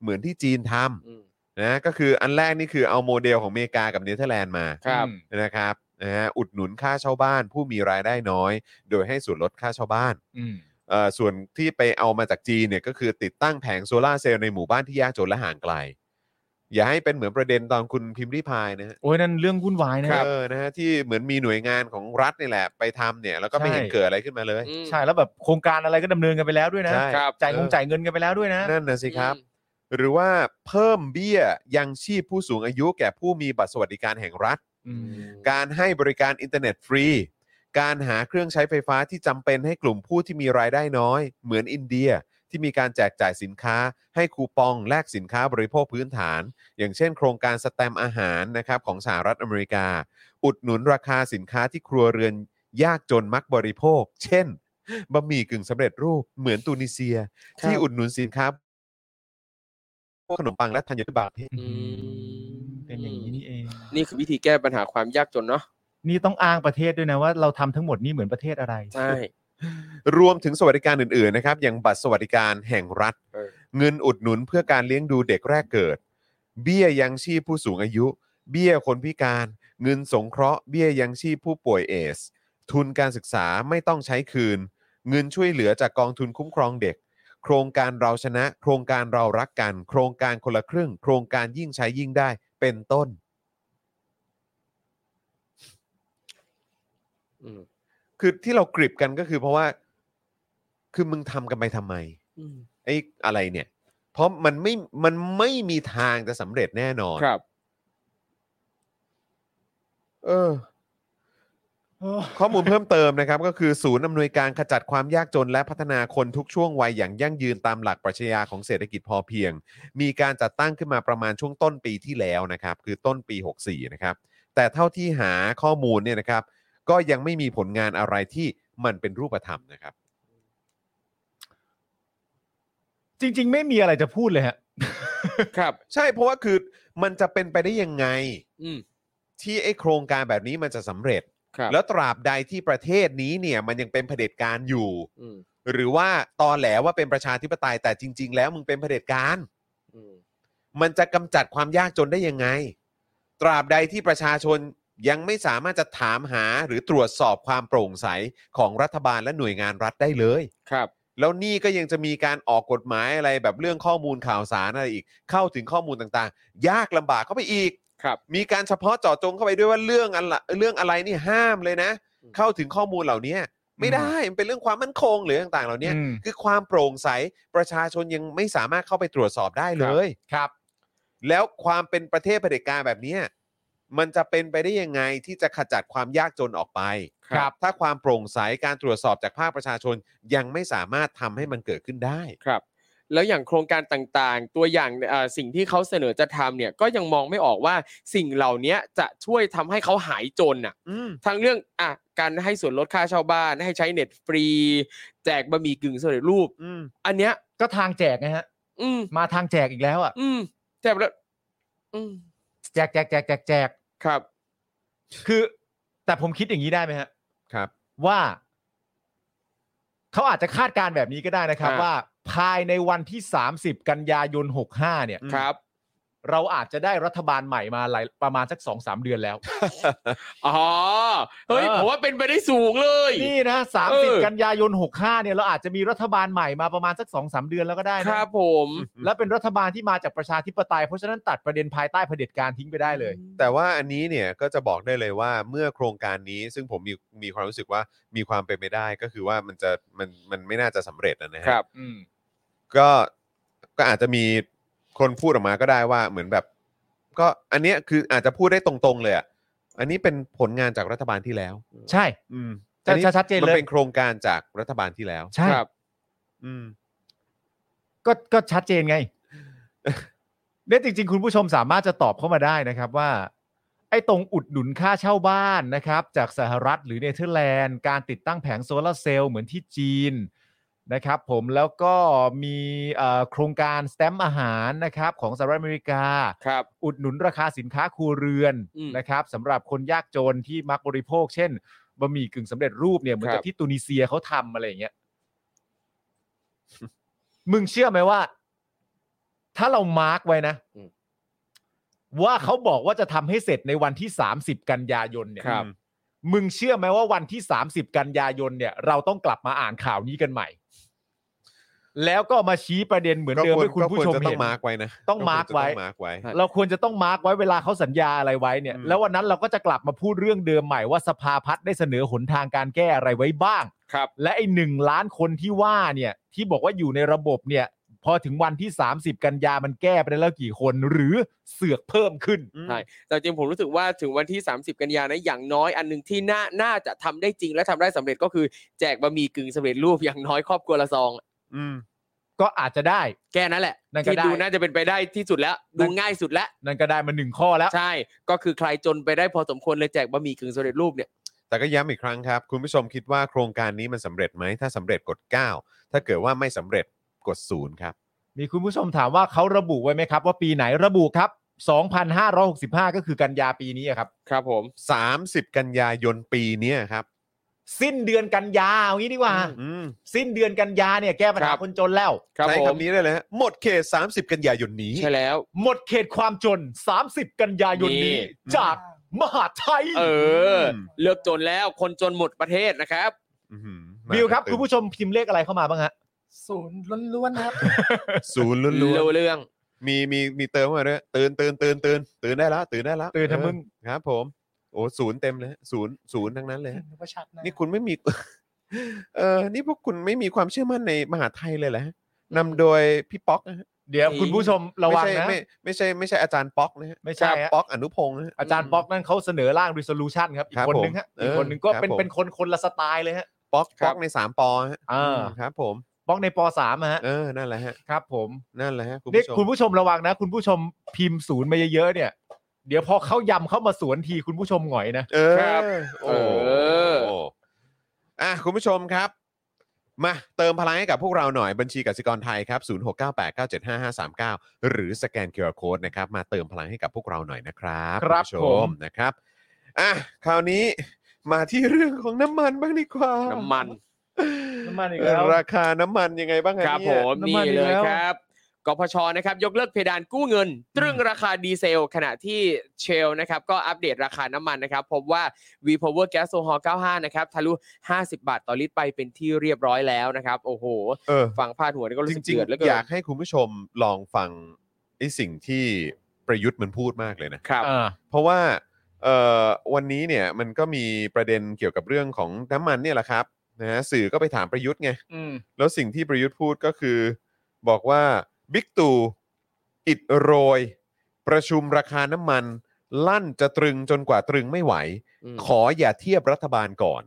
[SPEAKER 1] เหมือนที่จีนท
[SPEAKER 3] อืม
[SPEAKER 1] ำนะก็คืออันแรกนี่คือเอาโมเดลของอเมริกากับเนเธอร์แลนด์มา
[SPEAKER 3] ครับ
[SPEAKER 1] นะครับนะฮะอุดหนุนค่าเช่าบ้านผู้มีรายได้น้อย โดยให้ส่วนลดค่าเช่าบ้าน
[SPEAKER 2] อืม
[SPEAKER 1] เอ่อส่วนที่ไปเอามาจากจีนเนี่ยก็คือติดตั้งแผงโซลาร์เซลล์ในหมู่บ้านที่ยากจนและห่างไกล อย่าให้เป็นเหมือนประเด็นตอนคุณพิมพ์ริพายนะฮะ
[SPEAKER 2] โอ้ยนั่นเรื่องวุ่นวายนะฮะ
[SPEAKER 1] เออนะฮะที่เหมือนมีหน่วยงานของรัฐนี่แหละ ไปทำเนี่ยแล้วก็ไม่
[SPEAKER 2] ใช่
[SPEAKER 1] เห็นเกิดอะไรขึ้นมาเลย
[SPEAKER 3] อืม
[SPEAKER 2] ใช่แล้วแบบโครงการอะไรก็ดำเนินกันไปแล้วด้วยนะ
[SPEAKER 1] ใช่
[SPEAKER 3] ครับ
[SPEAKER 2] จ่ายงง
[SPEAKER 1] เออ
[SPEAKER 2] จ่ายเงินกันไปแล้วด้วยนะ
[SPEAKER 1] นั่นนะสิครับ หรือว่าเพิ่มเบี้ยยังชีพผู้สูงอายุแก่ผู้มีบัตรสวัสดิการแห่งรัฐ
[SPEAKER 2] อื
[SPEAKER 3] อื
[SPEAKER 2] ม
[SPEAKER 3] ม
[SPEAKER 1] การให้บริการอินเทอร์เน็ตฟรี การหาเครื่องใช้ไฟฟ้าที่จำเป็นให้กลุ่มผู้ที่มีรายได้น้อย เหมือนอินเดียที่มีการแจกจ่ายสินค้า ให้คูปองแลกสินค้าบริโภคพื้นฐาน อย่างเช่น โครงการสแตมป์อาหารนะครับของสหรัฐอเมริกา อุดหนุนราคาสินค้าที่ครัวเรือนยากจนมักบริโภค เช่นบะหมี่กึ่งสำเร็จรูปเหมือนตูนิเซีย
[SPEAKER 3] ครับ
[SPEAKER 1] ที่อุดหนุนสินค้าพวกขนมปังและธัญพืชบางประเภท
[SPEAKER 3] อืม
[SPEAKER 2] เป็นอย่างนี้นี่เอง
[SPEAKER 3] นี่คือวิธีแก้ปัญหาความยากจนเนาะ
[SPEAKER 2] นี่ต้องอ้างประเทศด้วยนะว่าเราทำทั้งหมดนี่เหมือนประเทศอะไร
[SPEAKER 3] ใช่
[SPEAKER 1] รวมถึงสวัสดิการอื่นๆนะครับ อย่างบัตรสวัสดิการแห่งรัฐ
[SPEAKER 3] เออ
[SPEAKER 1] เงินอุดหนุนเพื่อการเลี้ยงดูเด็กแรกเกิด เบี้ยยังชีพผู้สูงอายุ เบี้ยคนพิการ เงินสงเคราะห์เบี้ยยังชีพผู้ป่วยเอส ทุนการศึกษาไม่ต้องใช้คืน เงินช่วยเหลือจากกองทุนคุ้มครองเด็ก โครงการเราชนะ โครงการเรารักกัน โครงการคนละครึ่ง โครงการยิ่งใช้ยิ่งได้เป็นต้น
[SPEAKER 3] อืม
[SPEAKER 1] คือที่เรากริบกันก็คือเพราะว่า คือมึงทำกันไปทำไม
[SPEAKER 3] อืม
[SPEAKER 1] ไอ้อะไรเนี่ย เพราะมันไม่ มันไม่มีทางจะสำเร็จแน่นอน
[SPEAKER 3] ครับ
[SPEAKER 1] เออ ข้อมูลเพิ่มเติมนะครับ ก็คือศูนย์อำนวยการขจัดความยากจนและพัฒนาคนทุกช่วงวัยอย่างยั่งยืนตามหลักปรัชญาของเศรษฐกิจพอเพียง มีการจัดตั้งขึ้นมาประมาณช่วงต้นปีที่แล้วนะครับ คือต้นปี 64 นะครับ แต่เท่าที่หาข้อมูลเนี่ยนะครับ ก็ยังไม่มีผลงานอะไรที่มันเป็นรูปธรรมนะครับ
[SPEAKER 2] จริง ๆ ไม่มีอะไรจะพูดเลยฮะ
[SPEAKER 3] ครับ
[SPEAKER 1] ใช่เพราะว่าคือมันจะเป็นไปได้ยังไง
[SPEAKER 3] อืม
[SPEAKER 1] ที่ไอ้โครงการแบบนี้มันจะสำเร็จ
[SPEAKER 3] ครับ
[SPEAKER 1] แล้วตราบใดที่ประเทศนี้เนี่ยมันยังเป็นเผด็จการอยู่
[SPEAKER 3] อืม
[SPEAKER 1] หรือว่าตอแหลว่าเป็นประชาธิปไตยแต่จริง ๆ แล้วมึงเป็นเผด็จการ
[SPEAKER 3] อืม
[SPEAKER 1] มันจะกำจัดความยากจนได้ยังไง ตราบใดที่ประชาชนยังไม่สามารถจะถามหาหรือตรวจสอบความโปร่งใสของรัฐบาลและหน่วยงานรัฐได้เลย
[SPEAKER 3] ครับ
[SPEAKER 1] แล้วนี่ก็ยังจะมีการออกกฎหมายอะไรแบบเรื่องข้อมูลข่าวสารอะไรอีก เข้าถึงข้อมูลต่างๆ ยากลำบากเข้าไปอีก
[SPEAKER 3] ครับ
[SPEAKER 1] มีการเฉพาะเจาะจงเข้าไปด้วยว่าเรื่องอะไรเรื่องอะไรนี่ห้ามเลยนะ
[SPEAKER 3] อืม
[SPEAKER 1] เข้าถึงข้อมูลเหล่านี้ไม่ได้มันเป็นเรื่องความมั่นคงหรือต่างๆ เหล่านี้
[SPEAKER 2] อืม
[SPEAKER 1] คือความโปร่งใสประชาชนยังไม่สามารถเข้าไปตรวจสอบได้เลย
[SPEAKER 2] ครับ
[SPEAKER 1] แล้วความเป็นประเทศเผด็จการแบบเนี้ยมันจะเป็นไปได้ยังไงที่จะขจัดความยากจนออกไป
[SPEAKER 3] ครับ
[SPEAKER 1] ถ้าความโปร่งใสการตรวจสอบจากภาคประชาชนยังไม่สามารถทำให้มันเกิดขึ้นได้
[SPEAKER 3] ครับ แล้วอย่างโครงการต่างๆ ตัวอย่างเอ่อสิ่งที่เขาเสนอจะทำเนี่ยก็ยังมองไม่ออกว่าสิ่งเหล่านี้จะช่วยทำให้เขาหายจนน่ะ
[SPEAKER 1] อืม
[SPEAKER 3] ทั้งเรื่องอ่ะการให้ส่วนลดค่าเช่าบ้านให้ใช้เน็ตฟรี แจกบะหมี่กึ่งสำเร็จรูป
[SPEAKER 1] อืม
[SPEAKER 3] อันเนี้ย
[SPEAKER 2] ก็ทางแจกไงฮะ
[SPEAKER 3] อืม
[SPEAKER 2] มาทางแจกอีกแล้วอ่ะ
[SPEAKER 3] อืมแจกแล้ว อืม
[SPEAKER 2] แจกแจกแจกแจกแจก
[SPEAKER 3] ครับ
[SPEAKER 2] คือ แต่ผมคิดอย่างนี้ได้ไหมฮะ
[SPEAKER 1] ครับ
[SPEAKER 2] ว่าเขาอาจจะคาดการณ์แบบนี้ก็ได้นะครับ
[SPEAKER 3] อ่า
[SPEAKER 2] ว่า ภายในวันที่ 30 กันยายน 65 เนี่ย
[SPEAKER 3] ครับ
[SPEAKER 2] เราอาจจะได้รัฐบาลใหม่มาหลายประมาณสักสองสามเดือนแล้ว
[SPEAKER 3] อ๋อ เฮ้ย
[SPEAKER 2] เออ
[SPEAKER 3] ผมว่าเป็นไปได้สูงเลย
[SPEAKER 2] นี่นะสาม
[SPEAKER 3] เอ
[SPEAKER 2] สิบ
[SPEAKER 3] อ
[SPEAKER 2] กันยายนหกห้าเนี่ยเราอาจจะมีรัฐบาลใหม่มาประมาณสักสองสามเดือนแล้วก็ได้
[SPEAKER 3] ค
[SPEAKER 2] นะ
[SPEAKER 3] รับผม
[SPEAKER 2] และเป็นรัฐบาลที่มาจากประชาธิปไตยเพราะฉะนั้นตัดประเด็นภายใต้เผด็จการทิ้งไปได้เลย
[SPEAKER 1] แต่ว่าอันนี้เนี่ยก็จะบอกได้เลยว่าเมื่อโครงการนี้ซึ่งผมมีมีความรู้สึกว่ามีความเป็นไปได้ก็คือว่ามันจะมันมันไม่น่าจะสำเร็จนะฮะ
[SPEAKER 3] ครับ
[SPEAKER 2] อืม
[SPEAKER 1] ก็ก็อาจจะมีคนพูดออกมาก็ได้ว่าเหมือนแบบ ก็อันเนี้ยคืออาจจะพูดได้ตรงๆเลยอะอันนี้เป็นผลงานจากรัฐบาลที่แล้ว
[SPEAKER 2] ใช่
[SPEAKER 1] อืม
[SPEAKER 2] จะ
[SPEAKER 1] อันนี้
[SPEAKER 2] จะชัดเจน
[SPEAKER 1] มั
[SPEAKER 2] เลย
[SPEAKER 1] เป็นโครงการจากรัฐบาลที่แล้ว
[SPEAKER 2] ใช่
[SPEAKER 3] ครับ
[SPEAKER 1] อืม
[SPEAKER 2] ก็ก็ชัดเจนไง เนี่ยจริง ๆ คุณผู้ชมสามารถจะตอบเข้ามาได้นะครับว่า ไอ้ตรงอุดหนุนค่าเช่าบ้านนะครับ จากสหรัฐหรือเนเธอร์แลนด์การติดตั้งแผงโซลาร์เซลล์เหมือนที่จีนนะครับ ผมแล้วก็มีเอ่อโครงการสแตมป์อาหารนะครับของสหรัฐอเมริกา
[SPEAKER 3] ครับ
[SPEAKER 2] อุดหนุนราคาสินค้าครัวเรือน
[SPEAKER 3] อืม
[SPEAKER 2] นะครับสำหรับคนยากจนที่มักบริโภค เช่นบะหมี่กึ่งสำเร็จรูปเนี่ยเหมือน
[SPEAKER 3] ครั
[SPEAKER 2] กับบ ที่ตุนิเซียเขาทำอะไรอย่างเงี้ย มึงเชื่อไหมว่า ถ้าเรามาร์กไว้นะ
[SPEAKER 3] อืม
[SPEAKER 2] ว่าเขาบอกว่าจะทำให้เสร็จในวันที่ 30 กันยายนเนี่ย
[SPEAKER 3] ครับ
[SPEAKER 2] มึงเชื่อไหมว่าวันที่ 30 กันยายนเนี่ย เราต้องกลับมาอ่านข่าวนี้กันใหม่ แล้วก็มาชี้ประเด็นเหมือนเดิมให้คุณผู้ชม
[SPEAKER 1] ก็รจะต้อ
[SPEAKER 2] เห็น
[SPEAKER 1] งมาร์กไว้นะ
[SPEAKER 2] ต้องมาร์คไว้
[SPEAKER 1] ต้องมาร์คไว้
[SPEAKER 3] ใช่
[SPEAKER 2] เราควรจะต้องมาร์กไว้เวลาเขาสัญญาอะไรไว้เนี่ย
[SPEAKER 1] อืม
[SPEAKER 2] แล้ววันนั้นเราก็จะกลับมาพูดเรื่องเดิมใหม่ว่าสภาพัฒน์ได้เสนอหนทางการแก้อะไรไว้บ้าง
[SPEAKER 3] ครับ
[SPEAKER 2] และไอ้หนึ่งล้านคนที่ว่าเนี่ย ที่บอกว่าอยู่ในระบบเนี่ย พอถึงวันที่ 30 กันยามันแก้ไปได้แล้วกี่คน หรือเสือกเพิ่มขึ้น
[SPEAKER 3] ใช่ แต่จริงผมรู้สึกว่าถึงวันที่ 30 กันยายนนะอย่างน้อยอันหนึ่งที่น่าน่าจะทำได้จริงและทำได้สำเร็จก็คือแจกบะหมี่กึ่งสำเร็จรูปอย่างน้อยครอบครัวละซอง
[SPEAKER 1] อืม
[SPEAKER 2] ก็อาจจะได้
[SPEAKER 3] แค่นั้นแหละ
[SPEAKER 2] นั่นก็
[SPEAKER 3] ที่
[SPEAKER 2] ได้
[SPEAKER 3] ดูน่าจะเป็นไปได้ที่สุดแล้ว
[SPEAKER 2] นั่
[SPEAKER 3] ดู
[SPEAKER 2] น
[SPEAKER 3] ง่ายสุดแล้ว
[SPEAKER 2] นั่นก็ได้มาหนึ่งข้อแล้ว
[SPEAKER 3] ใช่ ก็คือใครจนไปได้พอสมควรเลยแจกบะหมี่กึ่งสำเร็จรูปเนี่ย
[SPEAKER 1] แต่ก็ย้ำอีกครั้งครับ คุณผู้ชมคิดว่าโครงการนี้มันสำเร็จไหม ถ้าสำเร็จกด 9 ถ้าเกิดว่าไม่สำเร็จกดศูนย์ครับ
[SPEAKER 2] มีคุณผู้ชมถามว่าเขาระบุไว้ไหมครับ ว่าปีไหนระบุครับ 2,565 ก็คือกันยาปีนี้อะครับ
[SPEAKER 3] ครับผม
[SPEAKER 1] 30 กันยายนปีเนี้ยครับ
[SPEAKER 2] สิ้นเดือนกันยาเอางี้ดีกว่า
[SPEAKER 1] อืม
[SPEAKER 2] สิ้นเดือนกันยาเนี่ยแก้ปัญ
[SPEAKER 3] ค
[SPEAKER 2] หา
[SPEAKER 3] รับ
[SPEAKER 2] คนจนแล้ว
[SPEAKER 3] ครับ
[SPEAKER 1] ใช้
[SPEAKER 3] ผม
[SPEAKER 1] คำนี้ได้เลยฮะหมดเขต 30 กันยายนนี้
[SPEAKER 3] ใช่แล้ว
[SPEAKER 2] หมดเขตความจน 30 กันยายน
[SPEAKER 3] นี่
[SPEAKER 2] นี้ จากมหาไทย
[SPEAKER 3] เออ
[SPEAKER 1] อืม
[SPEAKER 3] เลิกจนแล้วคนจนหมดประเทศนะครับ
[SPEAKER 1] อื้อหือ
[SPEAKER 2] บิวครับ
[SPEAKER 1] มา
[SPEAKER 2] คุณผู้ชมพิมพ์เลขอะไรเข้ามาบ้างฮะ
[SPEAKER 5] ศูนย์ล้วนๆนะครับ
[SPEAKER 1] ศูนย์ล้
[SPEAKER 3] รู้
[SPEAKER 1] วน
[SPEAKER 3] เรื่อง
[SPEAKER 1] ๆมีมีมีเติมเข้ามาด้วยตื่นตื่นตื่นตื่นตื่นได้แล้ว ตื่นได้แล้ว
[SPEAKER 2] ตื่นเถอะมึง
[SPEAKER 1] อครับ ผม โอ้ศูนย์เต็มเลยฮะศูนย์ศูนย์ทั้งนั้นเลยฮะ
[SPEAKER 5] นึกว่าชัดนะ
[SPEAKER 1] นี่คุณไม่มี เออ นี่พวกคุณไม่มีความเชื่อมั่นในมหาไทยเลยแหละนำโดยพี่ป๊อกนะฮะ
[SPEAKER 2] เดี๋ยว
[SPEAKER 3] นี่
[SPEAKER 2] คุณผู้ชมระวังนะ
[SPEAKER 1] ไม่ใช่ไม่ไม่ใช่ไม่ใช่อาจารย์ป๊อกนะฮะ
[SPEAKER 2] ไม่ใช่ฮะ
[SPEAKER 1] ป๊อกอนุพงศ์นะฮะ
[SPEAKER 2] อาจารย์ป๊อกนั่นเขาเสนอร่าง resolution ครับ อี
[SPEAKER 1] ค
[SPEAKER 2] ก
[SPEAKER 1] รับ
[SPEAKER 2] คนนึงฮะ
[SPEAKER 1] ผม
[SPEAKER 2] อีกคนนึงก็
[SPEAKER 1] ครับ
[SPEAKER 2] เป็น
[SPEAKER 1] ผม
[SPEAKER 2] เป็นคนคนละสไตล์เลยฮะ
[SPEAKER 1] ป๊อก
[SPEAKER 3] ครับ
[SPEAKER 1] ป๊อกในสามปอฮะ
[SPEAKER 2] อ่า
[SPEAKER 1] ครับ ผม
[SPEAKER 2] ป๊อกในปสามอะฮะ
[SPEAKER 1] เออ นั่นแหละฮะ
[SPEAKER 2] ครับ ผม
[SPEAKER 1] นั่นแหละฮะคุณ
[SPEAKER 2] นี่
[SPEAKER 1] ผู้ชม
[SPEAKER 2] คุณผู้ชมระวังนะ คุณผู้ชมพิมพ์ศูนย์มาเยอะๆเนี่ย เดี๋ยวพอเขายำเข้ามาสวนทีคุณผู้ชมหงอยนะ
[SPEAKER 1] เออ
[SPEAKER 3] ครับ
[SPEAKER 1] โอ้
[SPEAKER 3] เออ
[SPEAKER 1] โอ้อ่ะคุณผู้ชมครับ มาเติมพลังให้กับพวกเราหน่อยบัญชีกสิกรไทยครับ 0698975539 หรือสแกน QR Code นะครับ มาเติมพลังให้กับพวกเราหน่อยนะครับ
[SPEAKER 2] ครับ
[SPEAKER 1] ณผู้ช
[SPEAKER 2] ผม
[SPEAKER 1] นะครับอ่ะคราวนี้มาที่เรื่องของน้ำมันบ้างดีกว่า
[SPEAKER 3] น้ำมัน
[SPEAKER 5] น้ำมันอีก
[SPEAKER 1] เอ
[SPEAKER 5] แล้ว
[SPEAKER 1] อราคาน้ำมันยังไงบ้างฮะ
[SPEAKER 3] ครับ
[SPEAKER 1] เนี่ย
[SPEAKER 3] ผม
[SPEAKER 2] น้ำมัน
[SPEAKER 3] นี่
[SPEAKER 2] อีก
[SPEAKER 3] เลย
[SPEAKER 2] แล้ว
[SPEAKER 3] ครับกพชนะครับ ยกเลิกเพดานกู้เงิน ตรึงราคาดีเซล ขณะที่เชลนะครับ ก็อัปเดตราคาน้ำมันนะครับ พบว่า V Power Gas o h o l 95 นะครับ ทะลุ 50 บาทต่อลิตรไปเป็นที่เรียบร้อยแล้วนะครับ โอ้โห
[SPEAKER 1] เออ
[SPEAKER 3] ฟังพาดหัวนี่ก็รู้
[SPEAKER 1] จ
[SPEAKER 3] สึก
[SPEAKER 1] ริง
[SPEAKER 3] เดือดแล้ว
[SPEAKER 1] ๆ
[SPEAKER 3] ก็
[SPEAKER 1] อยากให้คุณผู้ชมลองฟังไอ้สิ่งที่ประยุทธ์มันพูดมากเลยนะ
[SPEAKER 3] ครับ
[SPEAKER 2] อ่า
[SPEAKER 1] เพราะว่าเอ่อวันนี้เนี่ยมันก็มีประเด็นเกี่ยวกับเรื่องของน้ำมันเนี่ยแหละครับนะฮะสื่อก็ไปถามประยุทธ์ไงแล้วสิ่งที่ประยุทธ์พูดก็คือ บอกว่าบิ๊กตู่อิดโรย ประชุมราคาน้ำมัน ลั่นจะตรึงจนกว่าตรึงไม่ไหว
[SPEAKER 3] อืม
[SPEAKER 1] ขออย่าเทียบรัฐบาลก่อน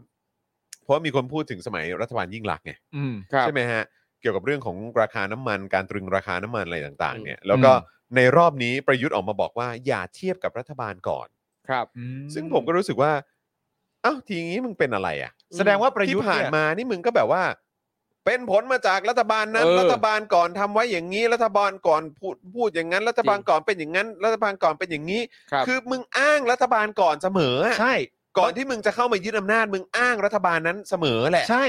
[SPEAKER 1] เพราะมีคนพูดถึงสมัยรัฐบาลยิ่งลักษณ์ไง
[SPEAKER 2] อืม
[SPEAKER 3] ครับ
[SPEAKER 1] ใช่ไหมฮะ เกี่ยวกับเรื่องของราคาน้ำมันการตรึงราคาน้ำมันอะไรต่างๆเนี่ยแล้วก็
[SPEAKER 2] อื
[SPEAKER 1] ในรอบนี้ประยุทธ์ออกมาบอกว่าอย่าเทียบกับรัฐบาลก่อน
[SPEAKER 3] ครับ
[SPEAKER 2] อื
[SPEAKER 1] ซึ่งผมก็รู้สึกว่าอ้าวทีนี้มึงเป็นอะไรอ่ะ
[SPEAKER 2] แสดงว่าประยุท
[SPEAKER 1] ที่
[SPEAKER 2] ธ์
[SPEAKER 1] ผ่าน
[SPEAKER 2] เนี่ย
[SPEAKER 1] มานี่มึงก็แบบว่า เป็นผลมาจากรัฐบาลนั้น
[SPEAKER 3] เออ
[SPEAKER 1] รัฐบาลก่อนทำไว้อย่างนี้ รัฐบาลก่อนพูดพูดอย่างนั้น รัฐบาล
[SPEAKER 3] จริง
[SPEAKER 1] ก่อนเป็นอย่างนั้น รัฐบาลก่อนเป็นอย่างนี้
[SPEAKER 3] ครับ
[SPEAKER 1] คือมึงอ้างรัฐบาลก่อนเสมออะ
[SPEAKER 2] ใช่
[SPEAKER 1] ก่อนที่มึงจะเข้ามายึดอำนาจ มึงอ้างรัฐบาลนั้นเสมอแหละ
[SPEAKER 2] ใช่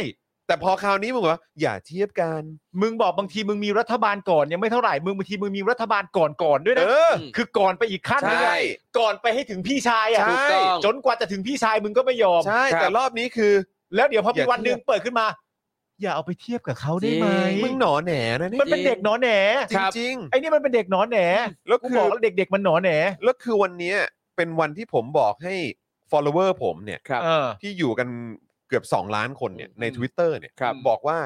[SPEAKER 1] แต่พอคราวนี้มึงบอกว่าอย่าเทียบกัน
[SPEAKER 2] มึงบอกบางทีมึงมีรัฐบาลก่อนยังไม่เท่าไหร่มึงบางทีมึงมีรัฐบาลก่อนก่อนด้วยนะ
[SPEAKER 1] เออ
[SPEAKER 2] คือก่อนไปอีกขั้นหนึงอะ
[SPEAKER 1] ใช่
[SPEAKER 2] ก่อนไปให้ถึงพี่ชายอ่ะ
[SPEAKER 1] ใช่
[SPEAKER 3] ถูกต้อง
[SPEAKER 2] จนกว่าจะถึงพี่ชายมึงก็ไม่ยอม
[SPEAKER 1] ใช่
[SPEAKER 3] ครับ
[SPEAKER 1] แต่รอบนี้คือ
[SPEAKER 2] แล้วเดี๋ยวพอ
[SPEAKER 1] อ
[SPEAKER 2] มี
[SPEAKER 1] ย่า
[SPEAKER 2] วันหนึ่งเปิดขึ้นมา อย่าเอาไปเทียบกับเขาได้ไหม
[SPEAKER 1] มึงหนอแหนนะ
[SPEAKER 2] มั
[SPEAKER 1] เนี่ย
[SPEAKER 2] นเป็นเด็กหนอแหน
[SPEAKER 1] จ
[SPEAKER 3] ครับ
[SPEAKER 1] ริง
[SPEAKER 2] ไอ้นี่มันเป็นเด็กหนอแหน
[SPEAKER 1] ๆแล้ว
[SPEAKER 2] กู
[SPEAKER 1] คื
[SPEAKER 2] บ
[SPEAKER 1] อ
[SPEAKER 2] อกแล้วเด็ก ๆ มันหนอแหน
[SPEAKER 1] แล้วคือวันเนี้ยเป็นวันที่ผมบอกให้ follower ผมเนี่ย
[SPEAKER 3] ครับ
[SPEAKER 2] เออ
[SPEAKER 1] ที่อยู่กันเกือบ 2 ล้านคนเนี่ยใน Twitter เนี่ย
[SPEAKER 3] ครับ
[SPEAKER 1] บอกว่า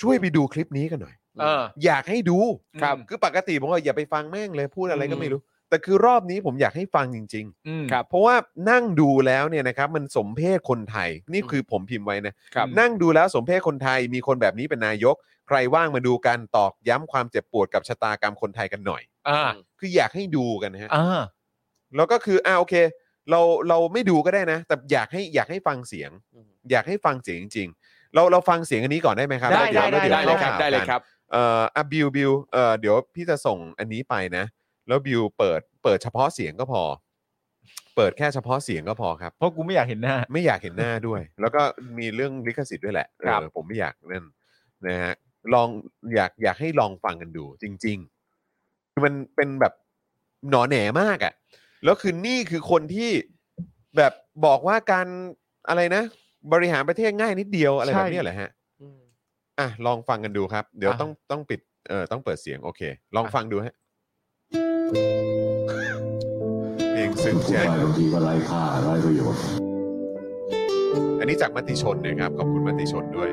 [SPEAKER 1] ช่วยไปดูคลิปนี้กันหน่อย
[SPEAKER 2] เออ
[SPEAKER 1] อยากให้ดู
[SPEAKER 3] ครับ
[SPEAKER 1] คือปกติผมก็อย่าไปฟังแม่งเลยพูดอะไรก็
[SPEAKER 3] อืม
[SPEAKER 1] ไม่รู้ แต่คือรอบนี้ผมอยากให้ฟังจริง
[SPEAKER 2] อืม
[SPEAKER 1] ๆ เพราะว่านั่งดูแล้วเนี่ยนะครับ มันสมเพศคนไทย นี่คือผมพิมพ์ไว้นะ
[SPEAKER 3] ครับ
[SPEAKER 1] นั่งดูแล้วสมเพศคนไทยมีคนแบบนี้เป็นนายก ใครว่างมาดูกันตอกย้ำความเจ็บปวดกับชะตากรรมคนไทยกันหน่อย
[SPEAKER 2] อ่า
[SPEAKER 1] คืออยากให้ดูกันนะฮะ
[SPEAKER 2] อ่า
[SPEAKER 1] แล้วก็คืออ่าโอเค เราเราไม่ดูก็ได้นะ แต่อยากให้อยากให้ฟังเสียง
[SPEAKER 3] อืม
[SPEAKER 1] อยากให้ฟังเสียงจริงๆ เราเราฟังเสียงอันนี้ก่อนได้ไหมครับ
[SPEAKER 2] ได้
[SPEAKER 1] แล้ว
[SPEAKER 2] ได้
[SPEAKER 1] เยว
[SPEAKER 3] ได้
[SPEAKER 1] ว
[SPEAKER 3] เล
[SPEAKER 1] ดี๋
[SPEAKER 3] ยว ครับ
[SPEAKER 1] ข้าข่าว
[SPEAKER 3] ได้เลย
[SPEAKER 1] กัน
[SPEAKER 3] ครับ
[SPEAKER 1] เอ่ออ่ะบิวบิวเอ่อเดี๋ยวพี่จะส่งอันนี้ไปนะ แล้วบิวเปิดเปิดเฉพาะเสียงก็พอ เปิดแค่เฉพาะเสียงก็พอครับ
[SPEAKER 2] เพราะกูไม่อยากเห็นหน้า
[SPEAKER 1] ไม่อยากเห็นหน้าด้วย แล้วก็มีเรื่องลิขสิทธิ์ด้วยแหละ
[SPEAKER 3] ครับ
[SPEAKER 1] เออผมไม่อยากนั่นนะฮะลองอยากอยากให้ลองฟังกันดู จริงๆคือมันเป็นแบบหนอแหนมากอะ่ะ แล้วคือนี่คือคนที่แบบบอกว่าการอะไรนะ บริหารประเทศง่ายนิดเดียวอะไร
[SPEAKER 2] ใช่
[SPEAKER 1] แบบเนี้ยเหรอฮะ อ่ะลองฟังกันดูครับ เดี๋ยวต้องต้องปิดเอ่อต้องเปิดเสียงโอเค ลองฟังดูฮะเพลงซึ้ง
[SPEAKER 6] ผู้
[SPEAKER 1] ใจ
[SPEAKER 6] ชายบางทีก็ไร้ค่าไร้ประโยชน์
[SPEAKER 1] อันนี้จากมติชนนะครับขอบคุณมติชนด้วย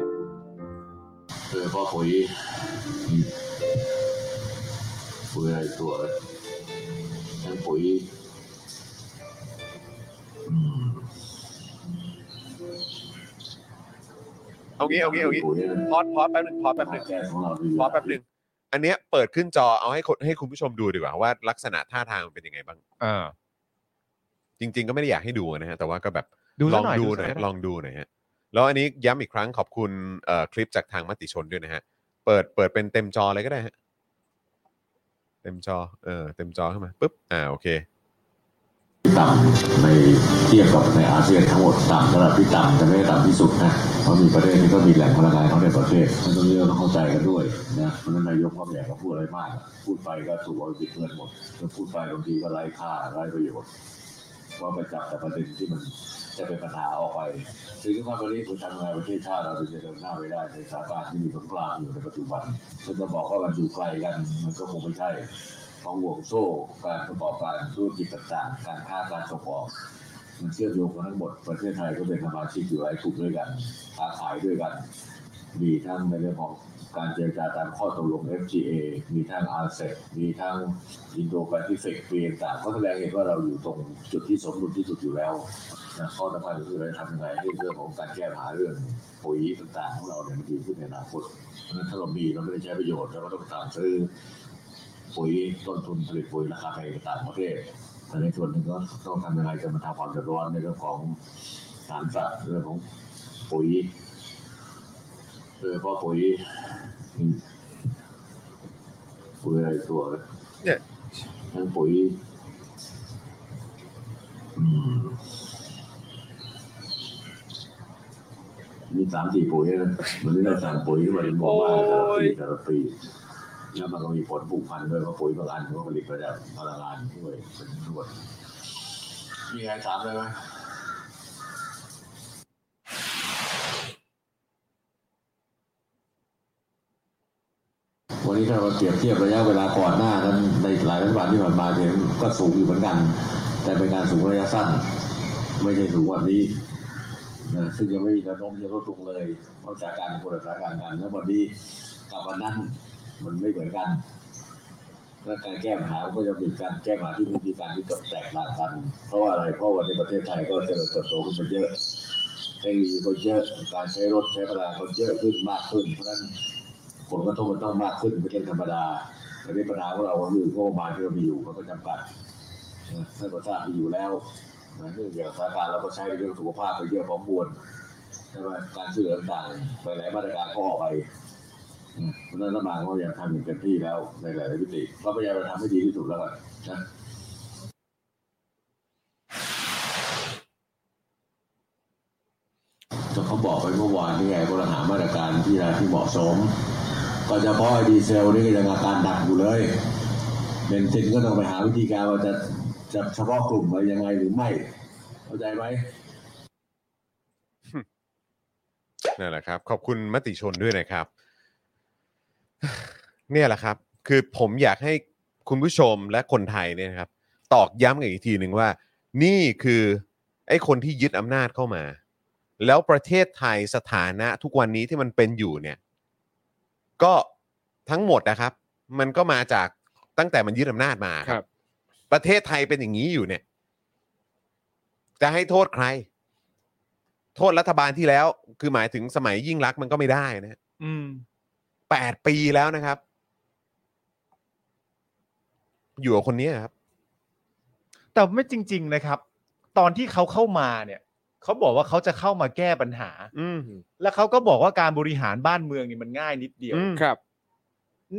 [SPEAKER 6] เพื่อพ่อคุยคุยอะไรตัวนั่นปุ๋ย
[SPEAKER 1] เอางี้เอางี้เอางี้
[SPEAKER 6] ปุ๋ยนะ
[SPEAKER 1] พอดพอดแป๊บหนึงพอดแป๊บหนึง
[SPEAKER 6] แก่ของเราดี
[SPEAKER 1] พอดแป๊บหนึงอันเนี้ยเปิดขึ้นจอเอาให้คนให้คุณผู้ชมดูดีกว่าว่าลักษณะท่าทางมันเป็นยังไงบ้าง
[SPEAKER 2] อ่า
[SPEAKER 1] จริง ๆ ก็ไม่ได้อยากให้ดูนะฮะแต่ว่าก็แบบ
[SPEAKER 2] ดู
[SPEAKER 1] ล
[SPEAKER 2] ซะ
[SPEAKER 1] อง
[SPEAKER 2] หน่อย
[SPEAKER 1] ดู
[SPEAKER 2] ดู
[SPEAKER 1] ห
[SPEAKER 2] ซะ
[SPEAKER 1] น่อย
[SPEAKER 2] หน่อย
[SPEAKER 1] ลองดูหน่อยฮะแล้วอันนี้ย้ำอีกครั้งขอบคุณเอ่อคลิปจากทางมติชนด้วยนะฮะเปิดเปิดเป็นเต็มจอเลยก็ได้ฮะเต็มจอเออเต็มจอขึ้นมาปุ๊บอ่าโอเค
[SPEAKER 6] ต่ำในเทียบกับในอาเซียนทั้งหมดต่ำระดับที่ต่ำแต่ไม่ได้ต่ำที่สุดนะเพราะมีประเทศที่ก็มีแหล่งพลังงานเขาในประเทศมันตรงนี้เราต้องเข้าใจกันด้วยนะเพราะฉะนั้นนายกก็ไม่อยากจะพูดอะไรมาก พูดไปก็ถูกเอาไปบิดเบือนหมดแล้วพูดไปบางทีก็ไร้ค่าไร้ประโยชน์ว่าไปจับแต่ประเด็นที่มันจะเป็นปัญหาออกไปซึ่งถ้าวันนี้คุณทำงานประเทศชาติเราถึงจะเดินหน้าไปได้ในสถานการณ์ที่มีสงครามอยู่ในปัจจุบันถ้าจะบอกว่ามันอยู่ไกลกันมันก็คงไม่ใช่ ของห่วงโซ่การประกอบการธุรกิจต่างๆ การค้าการส่งออกมันเชื่อมโยงกันทั้งหมดประเทศไทยก็เป็นสมาชิกอยู่หลายกลุ่มด้วยกันค้าขายด้วยกัน มีทั้งในเรื่องของการเจรจาตามข้อตกลง FTA มีทั้ง RCEP มีทั้งอินโดแปซิฟิกปีต่างๆก็แสดงเห็นว่าเราอยู่ตรงจุดที่สมดุลที่สุดอยู่แล้วนะข้อสำคัญก็คือเราจะทำยังไงให้เรื่องของการแก้ปัญหาเรื่องปุ๋ยต่างๆของเราเนี่ยมันดีขึ้นในอนาคตเพราะฉะนั้นถ้าเรามีเราไม่ได้ใช้ประโยชน์เราก็ต้องสั่งซื้อ ปุ๋ยต้นทุนผลิตปุ๋ยราคาแพงจากต่างประเทศแต่ในส่วนหนึ่งก็ต้องทำยังไงจะบรรเทาความเดือดร้อนในเรื่องของสารสัตว์เรื่องของปุ๋ยโดยเฉพาะปุ๋ยอืมปุ๋ยอะไรตัว
[SPEAKER 1] เนี่ย
[SPEAKER 6] ทั้งปุ๋ยอืมมีสามสี่ปุ๋ยนะวันนี้เราสั่งปุ๋ยมาเป็นบ่อมากแต่ละปีแต่ละปี แล้วมันก็มีผลผูกพันด้วยเพราะปุ๋ยบางอันก็ผลิตมาจากพลังงานด้วยเป็นส่วนมีอะไรถามเลยไหมวันนี้ถ้าเราเปรียบเทียบระยะเวลาก่อนหน้านั้นในหลายรัฐบาลที่ผ่านมาเห็นก็สูงอยู่เหมือนกัน แต่เป็นการสูงระยะสั้น ไม่ใช่สูงแบบนี้นะซึ่งยังไม่มีแนวโน้มที่จะลดลงเลยเพราะจากการบริหารการกันแล้ววันนี้กับวันนั้น มันไม่เหมือนกัน และการแก้ปัญหาก็จะเป็นการแก้ปัญหาที่มีวิธีการที่แตกต่างกัน เพราะว่าอะไร เพราะว่าในประเทศไทยก็เจริญเติบโตขึ้นมาเยอะเทคโนโลยีก็เยอะ การใช้รถใช้พลังงานก็เยอะขึ้นมากขึ้น เพราะฉะนั้นผลกระทบมันต้องมากขึ้นเป็นเรื่องธรรมดาแต่ในปัญหาของเราก็คืองบประมาณที่เรามีอยู่มันก็จำกัดนะท่านก็ทราบดีอยู่แล้วนะเรื่องเกี่ยวกับสถานการณ์เราก็ใช้เรื่องสุขภาพไปเยอะพอมบวน ช่ไหมการช่วยเหลือต่างๆหลายๆมาตรการก็ออกไปอืมเพราะฉะนั้นรัฐบาลก็พยายามทำอย่างเต็มที่แล้วในหลายๆมิติก็พยายามจะทำให้ดีที่สุดแล้วกันนะ ก็เขาบอกไปเมื่อวานนี่ไงบริหารมาตรการที่นะที่เหมาะสม ก็จะเพาะไอ้ดีเซลนี่ก็ยังอาการหนักอยู่เลยเบนซินก็ต้องไปหาวิธีการว่าจะจะเฉพาะกลุ่มอะไรยังไงหรือไม่ เข้าใจไหม
[SPEAKER 1] นั่นแหละครับ ขอบคุณมติชนด้วยนะครับ เนี่ยแหละครับ คือผมอยากให้คุณผู้ชมและคนไทยเนี่ยนะครับ ตอกย้ำกันอีกทีหนึ่งว่า นี่คือไอ้คนที่ยึดอำนาจเข้ามา แล้วประเทศไทยสถานะทุกวันนี้ที่มันเป็นอยู่เนี่ย ก็ทั้งหมดนะครับ มันก็มาจากตั้งแต่มันยึดอำนาจมา
[SPEAKER 3] ครับ
[SPEAKER 1] ประเทศไทยเป็นอย่างนี้อยู่เนี่ย จะให้โทษใคร โทษรัฐบาลที่แล้ว คือหมายถึงสมัยยิ่งรักษณ์มันก็ไม่ได้นะฮะ
[SPEAKER 2] อืม
[SPEAKER 1] แปดปีแล้วนะครับ อยู่กับคนเนี้ยครับ
[SPEAKER 2] แต่ไม่จริง ๆนะครับ ตอนที่เขาเข้ามาเนี่ย เขาบอกว่าเขาจะเข้ามาแก้ปัญหา
[SPEAKER 1] อืม
[SPEAKER 2] แล้วเขาก็บอกว่าการบริหารบ้านเมืองนี่มันง่ายนิดเดียว
[SPEAKER 1] อืม
[SPEAKER 3] ครับ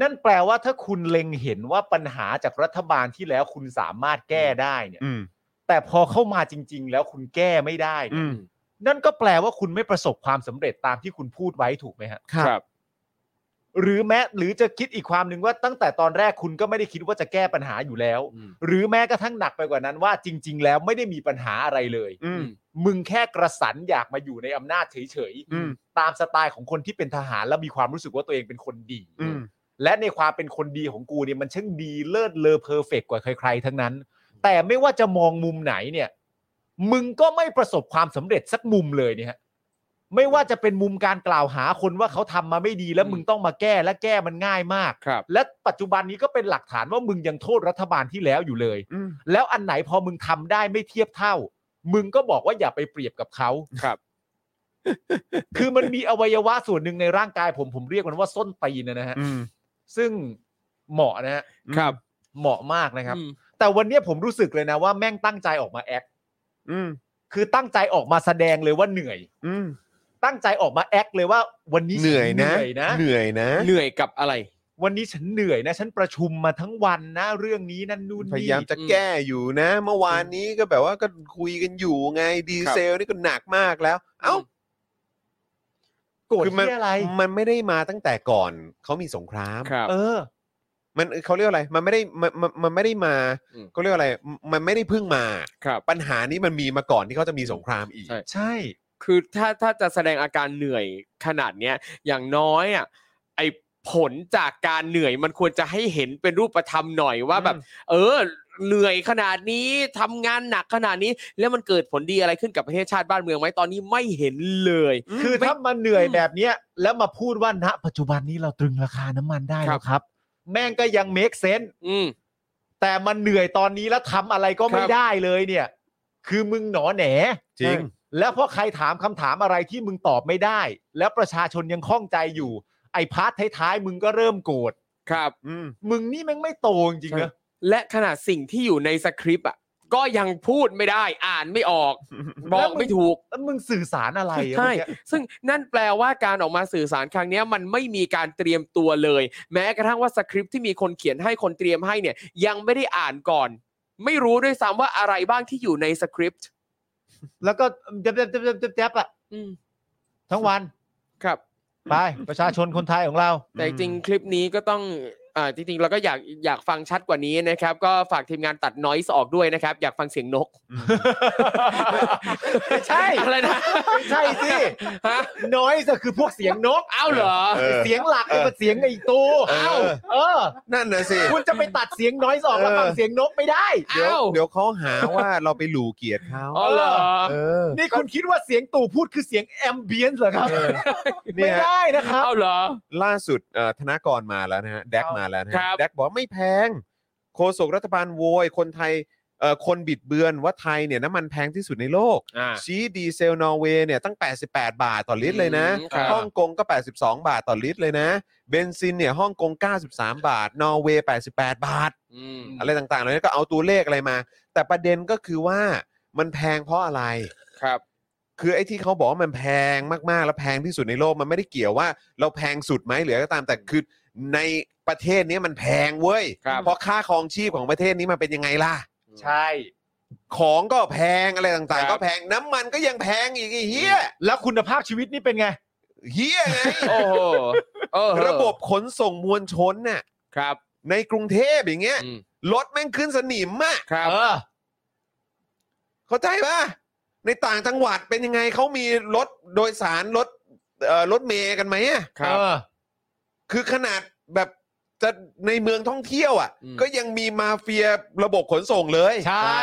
[SPEAKER 2] นั่นแปลว่าถ้าคุณเล็งเห็นว่าปัญหาจากรัฐบาลที่แล้วคุณสามารถแก้ได้เนี่ย
[SPEAKER 1] อืม
[SPEAKER 2] แต่พอเข้ามาจริง ๆ แล้วคุณแก้ไม่ได้
[SPEAKER 1] อื
[SPEAKER 2] เนี่ย
[SPEAKER 1] ม
[SPEAKER 2] นั่นก็แปลว่าคุณไม่ประสบความสำเร็จตามที่คุณพูดไว้ถูกไหมฮะ
[SPEAKER 3] ครับ
[SPEAKER 2] หรือแม้หรือจะคิดอีกความหนึ่งว่าตั้งแต่ตอนแรกคุณก็ไม่ได้คิดว่าจะแก้ปัญหาอยู่แล้ว
[SPEAKER 3] อืม
[SPEAKER 2] หรือแม้กระทั่งหนักไปกว่านั้นว่าจริง ๆ แล้วไม่ได้มีปัญหาอะไรเลย
[SPEAKER 1] อืม
[SPEAKER 2] มึงแค่กระสันอยากมาอยู่ในอำนาจเฉย
[SPEAKER 1] อืม
[SPEAKER 2] ๆตามสไตล์ของคนที่เป็นทหารและมีความรู้สึกว่าตัวเองเป็นคนดี
[SPEAKER 1] อืม
[SPEAKER 2] และในความเป็นคนดีของกูเนี่ยมันช่างดีเลิศเลอเพอร์เฟกต์กว่าใครๆทั้งนั้น แต่ไม่ว่าจะมองมุมไหนเนี่ย มึงก็ไม่ประสบความสำเร็จสักมุมเลยเนี่ยฮะไม่ว่าจะเป็นมุมการกล่าวหาคนว่าเขาทำมาไม่ดีแล้ว
[SPEAKER 3] อืม
[SPEAKER 2] มึงต้องมาแก้และแก้มันง่ายมาก
[SPEAKER 3] ครับ
[SPEAKER 2] และปัจจุบันนี้ก็เป็นหลักฐานว่ามึงยังโทษรัฐบาลที่แล้วอยู่เลย
[SPEAKER 1] อืม
[SPEAKER 2] แล้วอันไหนพอมึงทำได้ไม่เทียบเท่า มึงก็บอกว่าอย่าไปเปรียบกับเขา
[SPEAKER 3] ครับ
[SPEAKER 2] คือมันมีอวัยวะส่วนหนึ่งในร่างกายผมผมเรียกมันว่าส้นตีนนะฮะ
[SPEAKER 1] อืม
[SPEAKER 2] ซึ่งเหมาะนะฮะ
[SPEAKER 3] ครับ
[SPEAKER 2] เหมาะมากนะครับ
[SPEAKER 3] อืม
[SPEAKER 2] แต่วันเนี้ยผมรู้สึกเลยนะว่าแม่งตั้งใจออกมาแอค
[SPEAKER 1] อืม
[SPEAKER 2] คือตั้งใจออกมาแสดงเลยว่าเหนื่อย
[SPEAKER 1] อืม
[SPEAKER 2] ตั้งใจออกมาแอคเลยว่าวันนี้
[SPEAKER 1] เหนื่อยนะ
[SPEAKER 2] ฉัเหนื่อยนะ
[SPEAKER 1] เหนื่อยนะ
[SPEAKER 3] เหนื่อยกับอะไร
[SPEAKER 2] วันนี้ฉันเหนื่อยนะ ฉันประชุมมาทั้งวันนะ เรื่องนี้นั่นนู่นนี่
[SPEAKER 1] พยายามจะแก้อยู่นะ เมื่อวานนี้ก็แบบว่าก็คุยกันอยู่ไง ดีเซลนี่ก็หนักมากแล้ว เอ้า
[SPEAKER 2] โกรธ
[SPEAKER 1] คือมัน
[SPEAKER 2] ที่อะไร
[SPEAKER 1] มันไม่ได้มาตั้งแต่ก่อนเขามีสงคราม
[SPEAKER 3] ครับ
[SPEAKER 2] เออ
[SPEAKER 1] มันเขาเรียกอะไร มันไม่ได้มันมันมันไม่ได้มา
[SPEAKER 3] อืม
[SPEAKER 1] เขาเรียกอะไร มันไม่ได้เพิ่งมา
[SPEAKER 3] ครับ
[SPEAKER 1] ปัญหานี้มันมีมาก่อนที่เขาจะมีสงครามอีก
[SPEAKER 3] ใช่
[SPEAKER 2] ใช่
[SPEAKER 3] คือถ้าถ้าจะแสดงอาการเหนื่อยขนาดเนี้ยอย่างน้อยอ่ะไอผลจากการเหนื่อยมันควรจะให้เห็นเป็นรูปธรรมหน่อยว่าแบบ เออ เหนื่อยขนาดนี้ทำงานหนักขนาดนี้ แล้วมันเกิดผลดีอะไรขึ้นกับประเทศชาติบ้านเมืองไหมตอนนี้ไม่เห็นเลย
[SPEAKER 2] คือถ้ามาเหนื่อยแบบเนี้ยแล้วมาพูดว่าณปัจจุบันนี้เราตรึงราคาน้ำมันได้แล้วครับ แม่งก็ยังเมคเซน
[SPEAKER 3] อืม
[SPEAKER 2] แต่มันเหนื่อยตอนนี้แล้วทำอะไรก็ไม่
[SPEAKER 3] ครับ
[SPEAKER 2] ได้เลยเนี่ย คือมึงหนอแหน
[SPEAKER 1] จริง
[SPEAKER 2] แล้วพอใครถามคำถามอะไรที่มึงตอบไม่ได้ แล้วประชาชนยังข้องใจอยู่ ไอ้พาร์ทท้ายๆมึงก็เริ่มโกรธ
[SPEAKER 3] ครับ
[SPEAKER 1] อืม
[SPEAKER 2] มึงนี่แม่งไม่โตจริงๆนะ
[SPEAKER 3] และขนาดสิ่งที่อยู่ในสคริปต์อ่ะก็ยังพูดไม่ได้อ่านไม่ออก บอกไม่ถูก
[SPEAKER 2] แล้วมึงสื่อสารอะไรอะ
[SPEAKER 3] ใช่
[SPEAKER 2] เมื่อกี้
[SPEAKER 3] ซึ่งนั่นแปลว่าการออกมาสื่อสารครั้งเนี้ยมันไม่มีการเตรียมตัวเลย แม้กระทั่งว่าสคริปต์ที่มีคนเขียนให้คนเตรียมให้เนี่ย ยังไม่ได้อ่านก่อน ไม่รู้ด้วยซ้ำว่าอะไรบ้างที่อยู่ในสคริปต์
[SPEAKER 2] แล้วก็แจ๊บแจ๊บแจ๊บแจ๊บแจ๊บอะ
[SPEAKER 3] อืม
[SPEAKER 2] ทั้งวัน
[SPEAKER 3] ครับ
[SPEAKER 2] ไปประชาชนคนไทยของเรา
[SPEAKER 3] แต่จริงๆคลิปนี้ก็ต้องอ่าจริงๆเราก็อยากอยากฟังชัดกว่านี้นะครับ ก็ฝากทีมงานตัดน้อยออกด้วยนะครับ อยากฟังเสียงนก
[SPEAKER 2] ไม่ใช่
[SPEAKER 3] อะไรนะ
[SPEAKER 2] ไม่ใช่สิ
[SPEAKER 3] ฮะ
[SPEAKER 2] น้อยจะคือพวกเสียงนก
[SPEAKER 3] เอ้าเหรอ
[SPEAKER 1] เออ
[SPEAKER 2] เสียงหลักเนี่ยเป็นเสียงไอ้ตู
[SPEAKER 1] เออ
[SPEAKER 2] เอ้าเออ
[SPEAKER 1] นั่นนะสิ
[SPEAKER 2] คุณจะไปตัดเสียงน้อยสอง
[SPEAKER 1] เออ
[SPEAKER 2] แล้วฟังเสียงนกไม่ได้
[SPEAKER 1] เดี๋ยว
[SPEAKER 3] อ้าว
[SPEAKER 1] เดี๋ยวเขาหาว่าเราไปหลูเกียรติเขา
[SPEAKER 3] อ๋อเหรอ
[SPEAKER 1] เออ
[SPEAKER 2] นี่คุณคิดว่าเสียงตู่พูดคือเสียงแอมเบียนซ์เหรอครับ
[SPEAKER 1] เนี่
[SPEAKER 2] ไม่
[SPEAKER 1] ย
[SPEAKER 2] ได้นะครับ
[SPEAKER 3] เอ้าเหรอ
[SPEAKER 1] ล่าสุดเอ่อธนากรมาแล้วนะฮะแดกมาแล้วนะ
[SPEAKER 3] ครั
[SPEAKER 1] ฮะ
[SPEAKER 3] บ
[SPEAKER 1] แดกบอกไม่แพงโฆษกรัฐบาลโวย คนไทยเอ่อคนบิดเบือนว่าไทยเนี่ยน้ำมันแพงที่สุดในโลก ชี้ดีเซลนอร์เวย์เนี่ยตั้ง 88 บาทต่อลิตรเลยนะ
[SPEAKER 3] อืมครับ
[SPEAKER 1] ฮ่องกงก็ 82 บาทต่อลิตรเลยนะ เบนซินเนี่ยฮ่องกง 93 บาท นอร์เวย์ 88 บาท
[SPEAKER 3] อืม
[SPEAKER 1] อะไรต่างๆเหล่านี้ก็เอาตัวเลขอะไรมา แต่ประเด็นก็คือว่ามันแพงเพราะอะไร
[SPEAKER 3] ครับ
[SPEAKER 1] คือไอ้ที่เขาบอกว่ามันแพงมากๆ แล้วแพงที่สุดในโลกมันไม่ได้เกี่ยวว่า เราแพงสุดไหมหรืออะไรก็ตามแต่คือในประเทศนี้มันแพงเว้ย
[SPEAKER 3] ครับ
[SPEAKER 1] เพราะค่าครองชีพของประเทศนี้มันเป็นยังไงล่ะ
[SPEAKER 2] ใช่
[SPEAKER 1] ของก็แพงอะไรต่าง
[SPEAKER 3] ครั
[SPEAKER 1] ๆ
[SPEAKER 3] บ
[SPEAKER 1] ก็แพงน้ำมันก็ยังแพงอีกไอ้เฮีย
[SPEAKER 2] แล้วคุณภาพชีวิตนี่เป็นไง
[SPEAKER 1] เฮียไง
[SPEAKER 3] โอ้โหเออ
[SPEAKER 1] ระบบขนส่งมวลชนน่ะ
[SPEAKER 3] ครับ
[SPEAKER 1] ในกรุงเทพอย่างเงี้ย
[SPEAKER 3] อืม
[SPEAKER 1] รถแม่งขึ้นสนิมอะ
[SPEAKER 3] ครับ
[SPEAKER 2] เออ
[SPEAKER 1] เข้าใจป่ะ ในต่างจังหวัดเป็นยังไงเขามีรถโดยสารรถเอ่อรถเมย์กันไหมอะ
[SPEAKER 3] ครั
[SPEAKER 2] เอบ อ
[SPEAKER 1] คือขนาดแบบจะในเมืองท่องเที่ยวอะ่ะ
[SPEAKER 3] อืม
[SPEAKER 1] ก็ยังมีมาเฟียระบบขนส่งเลย
[SPEAKER 2] ใช่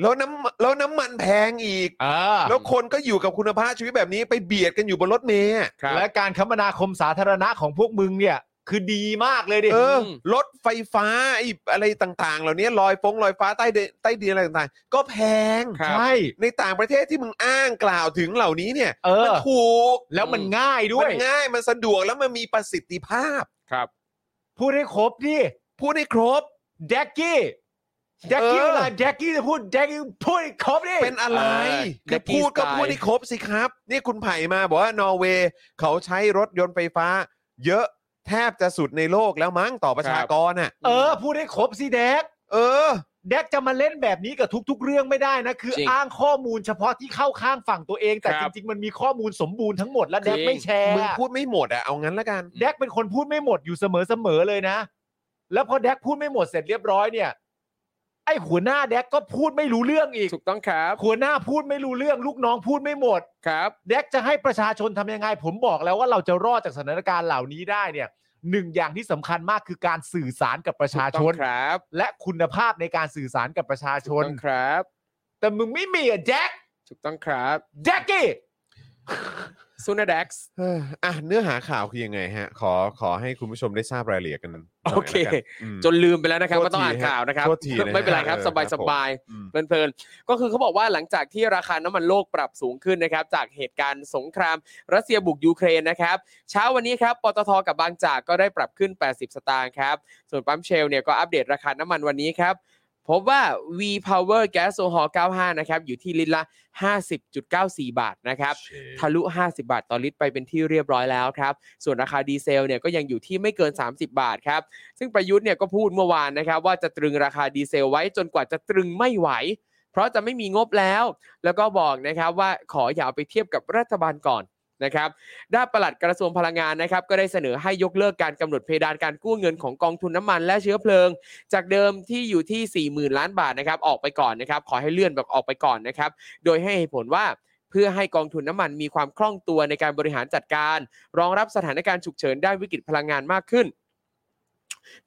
[SPEAKER 1] แล้วน้ำแล้วน้ำมันแพงอีก
[SPEAKER 2] เออ
[SPEAKER 1] แล้วคนก็อยู่กับคุณภาพชีวิตแบบนี้ไปเบียดกันอยู่บนรถเมย์อะ
[SPEAKER 3] ครับ
[SPEAKER 2] และการคมนาคมสาธารณะของพวกมึงเนี่ย คือดีมากเลยดิ
[SPEAKER 1] เออ
[SPEAKER 3] อืม
[SPEAKER 1] รถไฟฟ้าไอ้อะไรต่างๆ เหล่านี้ลอยฟงลอยฟ้าใต้ดินใต้ดินอะไรต่างๆ ก็แพง
[SPEAKER 3] ครับ
[SPEAKER 2] ใช่
[SPEAKER 1] ในต่างประเทศที่มึงอ้างกล่าวถึงเหล่านี้เนี่ย
[SPEAKER 2] เอ
[SPEAKER 1] มัน
[SPEAKER 2] อ
[SPEAKER 1] ถูก
[SPEAKER 2] แล้วมันง่ายด้วย
[SPEAKER 1] มันง่าย มันสะดวกแล้วมันมีประสิทธิภาพ
[SPEAKER 3] ครับ
[SPEAKER 2] พูดให้ครบดิ
[SPEAKER 1] พูดให้ครบ
[SPEAKER 2] แดกกี้แดกกี้
[SPEAKER 1] เออ
[SPEAKER 2] เวลาแดกกี้จะพูดแดกกี้พูดให้ครบดิ
[SPEAKER 1] เป็นอะไร
[SPEAKER 3] เออ
[SPEAKER 1] คือ
[SPEAKER 3] Ducky
[SPEAKER 1] พูดก็
[SPEAKER 3] style
[SPEAKER 1] พูดให้ครบสิครับ นี่คุณไผ่มาบอกว่านอร์เวย์เขาใช้รถยนต์ไฟฟ้า เยอะแทบจะสุดในโลกแล้วมั้งต่อประชากรน่ะ
[SPEAKER 2] เออ พูดให้ครบสิแดก
[SPEAKER 1] เออ
[SPEAKER 2] แดกจะมาเล่นแบบนี้กับทุก ๆ เรื่องไม่ได้นะ คือ
[SPEAKER 3] จริง
[SPEAKER 2] อ้างข้อมูลเฉพาะที่เข้าข้างฝั่งตัวเอง แต่
[SPEAKER 3] ค
[SPEAKER 2] จ
[SPEAKER 3] รับ
[SPEAKER 2] ริง ๆ มันมีข้อมูลสมบูรณ์ทั้งหมดและแดก
[SPEAKER 3] จริง
[SPEAKER 2] ไม่แชร์
[SPEAKER 1] มึงพูดไม่หมดอะเอางั้นละกัน
[SPEAKER 2] แดกเป็นคนพูดไม่หมดอยู่เสมอๆเลยนะ แล้วพอแดกพูดไม่หมดเสร็จเรียบร้อยเนี่ย ไอ้หัวหน้าแดกก็พูดไม่รู้เรื่องอีก
[SPEAKER 3] ถูกต้องครับ
[SPEAKER 2] หัวหน้าพูดไม่รู้เรื่อง ลูกน้องพูดไม่หมด
[SPEAKER 3] ครับ
[SPEAKER 2] แดกจะให้ประชาชนทำยังไง ผมบอกแล้วว่าเราจะรอดจากสถานการณ์เหล่านี้ได้เนี่ยหนึ่งอย่างที่สำคัญมากคือการสื่อสารกับประชาช
[SPEAKER 3] ถูกต้อน งครับ
[SPEAKER 2] และคุณภาพในการสื่อสารกับประชาช
[SPEAKER 3] ถูก
[SPEAKER 2] น
[SPEAKER 3] ต้องครับ
[SPEAKER 2] แต่มึงไม่มีอะแจ็ค
[SPEAKER 3] ถูกต้องครับ
[SPEAKER 2] แจ็คกี้
[SPEAKER 3] ซูนาเด็กซ์
[SPEAKER 1] เอออ่ะเนื้อหาข่าวคือยังไงฮะ ขอขอให้คุณผู้ชมได้ทราบรายละเอียดกันหน่ยละ
[SPEAKER 3] โอเค
[SPEAKER 1] กันม
[SPEAKER 3] จนลืมไปแล้วนะครับ
[SPEAKER 1] โทษ
[SPEAKER 3] ว่าต้อง
[SPEAKER 1] ที
[SPEAKER 3] อ่านข่าวนะครับ
[SPEAKER 1] โทษทีนะ
[SPEAKER 3] ไม่เป็นไรครับ
[SPEAKER 1] เออ
[SPEAKER 3] สบาย
[SPEAKER 1] ครั
[SPEAKER 3] ส
[SPEAKER 1] บผม
[SPEAKER 3] บาย
[SPEAKER 1] อืม
[SPEAKER 3] เพลินๆ ก็คือเขาบอกว่าหลังจากที่ราคาน้ำมันโลกปรับสูงขึ้นนะครับ จากเหตุการณ์สงครามรัสเซียบุกยูเครนนะครับ เช้าวันนี้ครับ ปตทกับบางจากก็ได้ปรับขึ้น 80 สตางค์ครับ ส่วนปั๊มเชลเนี่ยก็อัปเดตราคาน้ำมันวันนี้ครับ พบว่า V Power Gas o h o l 95 นะครับ อยู่ที่ลิตรละ 50.94 บาทนะครับ ทะลุ 50 บาทต่อลิตรไปเป็นที่เรียบร้อยแล้วครับ ส่วนราคาดีเซลเนี่ยก็ยังอยู่ที่ไม่เกิน 30 บาทครับ ซึ่งประยุทธ์เนี่ยก็พูดเมื่อวานนะครับ ว่าจะตรึงราคาดีเซลไว้จนกว่าจะตรึงไม่ไหว เพราะจะไม่มีงบแล้ว แล้วก็บอกนะครับว่าขออย่าเอาไปเทียบกับรัฐบาลก่อนนะครับ ด้านปลัดกระทรวงพลังงานนะครับ ก็ได้เสนอให้ยกเลิกการกำหนดเพดานการกู้เงินของกองทุนน้ำมันและเชื้อเพลิง จากเดิมที่อยู่ที่ 40,000 ล้านบาทนะครับ ออกไปก่อนนะครับ ขอให้เลื่อนแบบออกไปก่อนนะครับ โดยให้เหตุผลว่าเพื่อให้กองทุนน้ำมันมีความคล่องตัวในการบริหารจัดการ รองรับสถานการณ์ฉุกเฉินด้านวิกฤตพลังงานมากขึ้น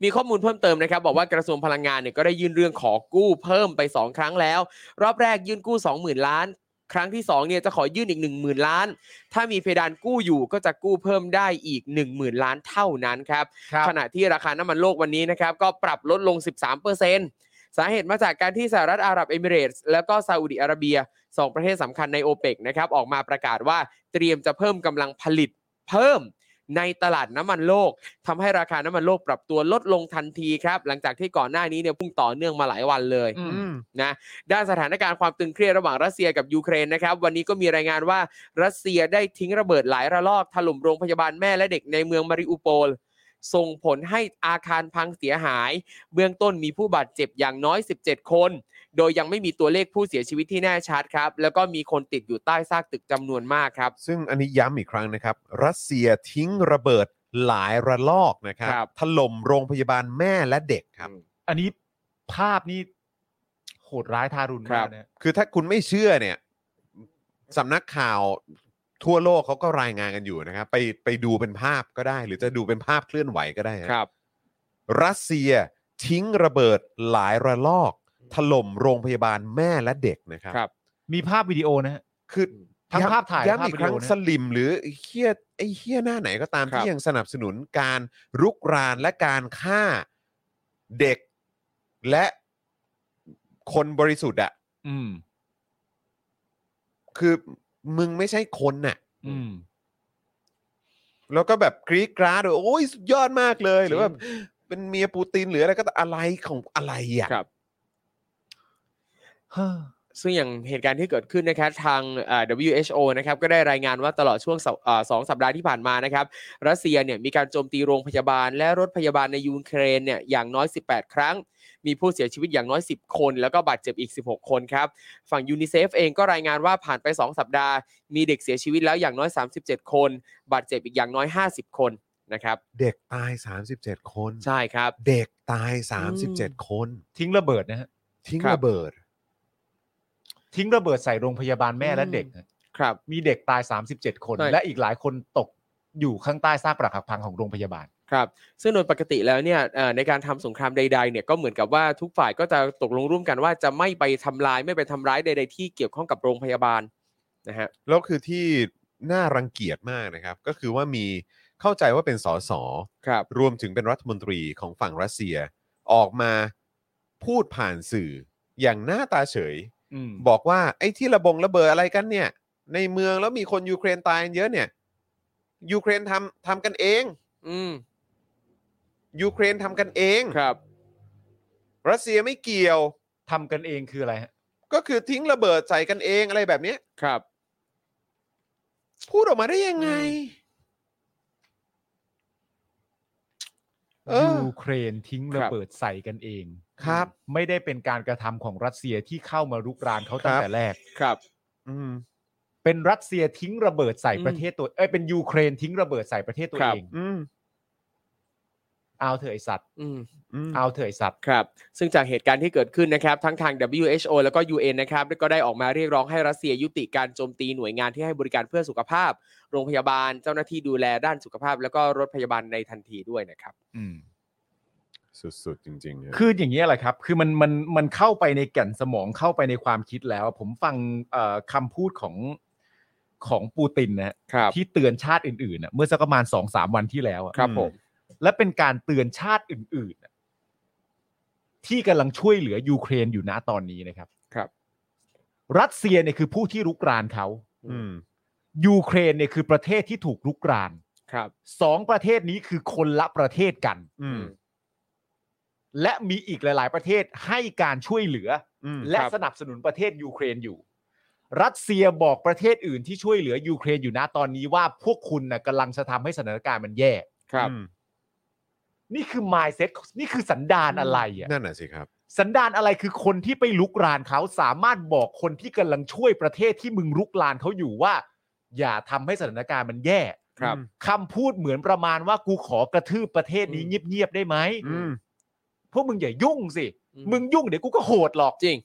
[SPEAKER 3] มีข้อมูลเพิ่มเติมนะครับ บอกว่ากระทรวงพลังงานเนี่ยก็ได้ยื่นเรื่องขอกู้เพิ่มไป 2 ครั้งแล้ว รอบแรกยื่นกู้ 20,000 ล้าน ครั้งที่2เนี่ยจะขอยื่นอีก 10,000 ล้าน ถ้ามีเพดานกู้อยู่ก็จะกู้เพิ่มได้อีก 10,000 ล้านเท่านั้นครับ ขณะที่ราคาน้ำมันโลกวันนี้นะครับ ก็ปรับลดลง 13%สาเหตุมาจากการที่สหรัฐอาหรับเอมิเรตส์แล้วก็ซาอุดิอาระเบีย สองประเทศสำคัญในโอเปกนะครับ ออกมาประกาศว่าเตรียมจะเพิ่มกำลังผลิตเพิ่มในตลาดน้ำมันโลกทำให้ราคาน้ำมันโลกปรับตัวลดลงทันทีครับ หลังจากที่ก่อนหน้านี้เนี่ยพุ่งต่อเนื่องมาหลายวันเลย
[SPEAKER 2] อืม
[SPEAKER 3] นะด้านสถานการณ์ความตึงเครียดระหว่างรัสเซียกับยูเครนนะครับ วันนี้ก็มีรายงานว่ารัสเซียได้ทิ้งระเบิดหลายระลอก ถล่มโรงพยาบาลแม่และเด็กในเมืองมาริอุโปล ส่งผลให้อาคารพังเสียหาย เบื้องต้นมีผู้บาดเจ็บอย่างน้อย 17 คน โดยยังไม่มีตัวเลขผู้เสียชีวิตที่แน่ชัดครับ แล้วก็มีคนติดอยู่ใต้ซากตึกจำนวนมากครับ
[SPEAKER 1] ซึ่งอันนี้ย้ำอีกครั้งนะครับ รัสเซียทิ้งระเบิดหลายระลอกนะครับ
[SPEAKER 3] ครับ
[SPEAKER 1] ถล่มโรงพยาบาลแม่และเด็กครับ
[SPEAKER 2] อันนี้ภาพนี่โหดร้ายทารุณมากนะ
[SPEAKER 1] คือถ้าคุณไม่เชื่อเนี่ยสำนักข่าวทั่วโลกเขาก็รายงานกันอยู่นะครับ ไปไปดูเป็นภาพก็ได้ หรือจะดูเป็นภาพเคลื่อนไหวก็ได้ฮะ
[SPEAKER 3] ครับ
[SPEAKER 1] รัสเซียทิ้งระเบิดหลายระลอกถล่มโรงพยาบาลแม่และเด็กนะครับ
[SPEAKER 3] ครับ
[SPEAKER 2] มีภาพวิดีโอนะฮะ
[SPEAKER 1] คือ
[SPEAKER 2] ทั้งภาพถ่าย
[SPEAKER 1] ย้ำอีก
[SPEAKER 2] ภาพวิ
[SPEAKER 1] ค
[SPEAKER 2] ดี
[SPEAKER 1] รั้ง
[SPEAKER 2] โอนะ
[SPEAKER 1] สลิมหรือเฮียไอเฮียหน้าไหนก็ตาม
[SPEAKER 3] ครับ
[SPEAKER 1] ที่ยังสนับสนุนการรุกรานและการฆ่าเด็กและคนบริสุทธิ์อะ
[SPEAKER 2] อืม
[SPEAKER 1] คือมึงไม่ใช่คนน่ะ
[SPEAKER 2] อืม
[SPEAKER 1] แล้วก็แบบกรี๊ดกราดโอ้ยสุดยอดมากเลย หรือว่าเป็นเมียปูตินหรืออะไรก็ตามอะไรของอะไรอ่ะ
[SPEAKER 3] ครับ
[SPEAKER 2] เฮ้อ
[SPEAKER 3] ซึ่งอย่างเหตุการณ์ที่เกิดขึ้นนะครับทางเอ่อ WHO นะครับก็ได้รายงานว่าตลอดช่วงสัปเอ่อสองสัปดาห์ที่ผ่านมานะครับรัสเซียเนี่ยมีการโจมตีโรงพยาบาล และรถพยาบาลในยูเครนเนี่ยอย่างน้อย 18 ครั้ง มีผู้เสียชีวิตอย่างน้อย 10 คน แล้วก็บาดเจ็บอีก 16 คนครับ ฝั่งยูนิเซฟเองก็รายงานว่าผ่านไป 2 สัปดาห์ มีเด็กเสียชีวิตแล้วอย่างน้อย 37 คน บาดเจ็บอีกอย่างน้อย 50 คนนะครับ
[SPEAKER 1] เด็กตาย 37 คน
[SPEAKER 3] ใช่ครับ
[SPEAKER 1] เด็กตาย
[SPEAKER 3] อืม
[SPEAKER 1] 37 คน
[SPEAKER 2] ทิ้งระเบิดนะฮะ
[SPEAKER 1] ทิ้ง
[SPEAKER 3] ครับ
[SPEAKER 1] ระเบิด
[SPEAKER 2] ทิ้งระเบิดใส่โรงพยาบาลแม่และเด็กฮะ
[SPEAKER 3] ครับ
[SPEAKER 2] มีเด็กตาย 37 คน
[SPEAKER 3] ใช่
[SPEAKER 2] และอีกหลายคนตกอยู่ข้างใต้ซากปรักหักพังของโรงพยาบาล
[SPEAKER 3] ครับซึ่งโดยปกติแล้วเนี่ยเอ่อในการทำสงครามใดๆเนี่ยก็เหมือนกับว่าทุกฝ่ายก็จะตกลงร่วมกันว่าจะไม่ไปทำลายไม่ไปทำร้ายใด ๆ ที่เกี่ยวข้องกับโรงพยาบาลนะฮะ
[SPEAKER 1] แล้วคือที่น่ารังเกียจมากนะครับ ก็คือว่ามีเข้าใจว่าเป็นสส
[SPEAKER 3] ครับ
[SPEAKER 1] รวมถึงเป็นรัฐมนตรีของฝั่งรัสเซีย ออกมาพูดผ่านสื่ออย่างหน้าตาเฉย บอกว่าไอ้ที่ระบงระเบิดอะไรกันเนี่ย ในเมืองแล้วมีคนยูเครนตายเยอะเนี่ยยูเครนทำทำกันเอง
[SPEAKER 3] อืม
[SPEAKER 1] ยูเครนทำกันเอง
[SPEAKER 3] ครับ
[SPEAKER 1] รัสเซียไม่เกี่ยว
[SPEAKER 2] ทำกันเองคืออะไรฮะ
[SPEAKER 1] ก็คือทิ้งระเบิดใส่กันเองอะไรแบบเนี้ย
[SPEAKER 3] ครับ
[SPEAKER 1] พูดออกมาได้ยังไง เออ
[SPEAKER 2] ยูเครนทิ้งระเบิดใส่กันเอง
[SPEAKER 1] ครับ
[SPEAKER 2] ไม่ได้เป็นการกระทำของรัสเซียที่เข้ามารุกรานเขาตั้งแต่แรก
[SPEAKER 3] ครับ
[SPEAKER 1] อืม
[SPEAKER 2] เป็นรัสเซียทิ้งระเบิดใส่
[SPEAKER 3] อืม
[SPEAKER 2] ประเทศตัวเอ้ยเป็นยูเครนทิ้งระเบิดใส่ประเทศตัว
[SPEAKER 3] ครับ
[SPEAKER 2] เอง
[SPEAKER 1] อืม
[SPEAKER 2] เอาเถอะไอสัตว์
[SPEAKER 3] อืม
[SPEAKER 1] อืม
[SPEAKER 2] เอาเถอะไอสัตว์
[SPEAKER 3] ครับ ซึ่งจากเหตุการณ์ที่เกิดขึ้นนะครับทั้งทาง WHO แล้วก็ UN นะครับก็ได้ออกมาเรียกร้องให้รัสเซียยุติการโจมตีหน่วยงานที่ให้บริการเพื่อสุขภาพ โรงพยาบาลเจ้าหน้าที่ดูแลด้านสุขภาพ แล้วก็รถพยาบาลในทันทีด้วยนะครับ
[SPEAKER 1] สุดๆ จริงๆฮะ
[SPEAKER 2] คืออย่างนี้ยแหละครับ คือมันมันมันเข้าไปในแก่นสมองเข้าไปในความคิดแล้ว ผมฟังเอ่อคำพูดของของปูตินนะฮะ
[SPEAKER 3] ครับ
[SPEAKER 2] ที่เตือนชาติอื่นๆน่ะเมื่อสักประมาณสองสามวันที่แล้วอะ
[SPEAKER 3] ครับผม
[SPEAKER 2] และเป็นการเตือนชาติอื่นๆน่ะที่กำลังช่วยเหลือยูเครนอยู่ณตอนนี้นะครับ
[SPEAKER 3] ครับ
[SPEAKER 2] รัสเซียเนี่ยคือผู้ที่รุกรานเขา
[SPEAKER 1] อืม
[SPEAKER 2] ยูเครนเนี่ยคือประเทศที่ถูกรุกราน
[SPEAKER 3] ครับ
[SPEAKER 2] สองประเทศนี้คือคนละประเทศกัน
[SPEAKER 1] อืม
[SPEAKER 2] และมีอีกหลาย ๆ ประเทศให้การช่วยเหลือ
[SPEAKER 1] อื
[SPEAKER 2] อ
[SPEAKER 1] ม
[SPEAKER 2] และ
[SPEAKER 3] ครับ
[SPEAKER 2] สนับสนุนประเทศยูเครนอยู่ รัสเซียบอกประเทศอื่นที่ช่วยเหลือยูเครนอยู่นะตอนนี้ว่าพวกคุณนะกำลังจะทำให้สถานการณ์มันแย่
[SPEAKER 3] ครับ
[SPEAKER 1] อืม
[SPEAKER 2] นี่คือ mindset นี่คือสันดานอะไรอ่ะ
[SPEAKER 1] นั่นน่ะสิครับ
[SPEAKER 2] สันดานอะไรคือคนที่ไปลุกรานเขาสามารถบอกคนที่กำลังช่วยประเทศที่มึงลุกรานเขาอยู่ว่า อย่าทำให้สถานการณ์มันแย่
[SPEAKER 3] ครับ
[SPEAKER 2] คำพูดเหมือนประมาณว่ากูขอกระทืบประเทศนี้
[SPEAKER 3] อืม
[SPEAKER 2] เงียบๆได้ไหม
[SPEAKER 1] อืม
[SPEAKER 2] พวกมึงอย่ายุ่งสิ
[SPEAKER 3] อื
[SPEAKER 2] มึงยุ่งเดี๋ยวกูก็โหดหรอก
[SPEAKER 3] จริง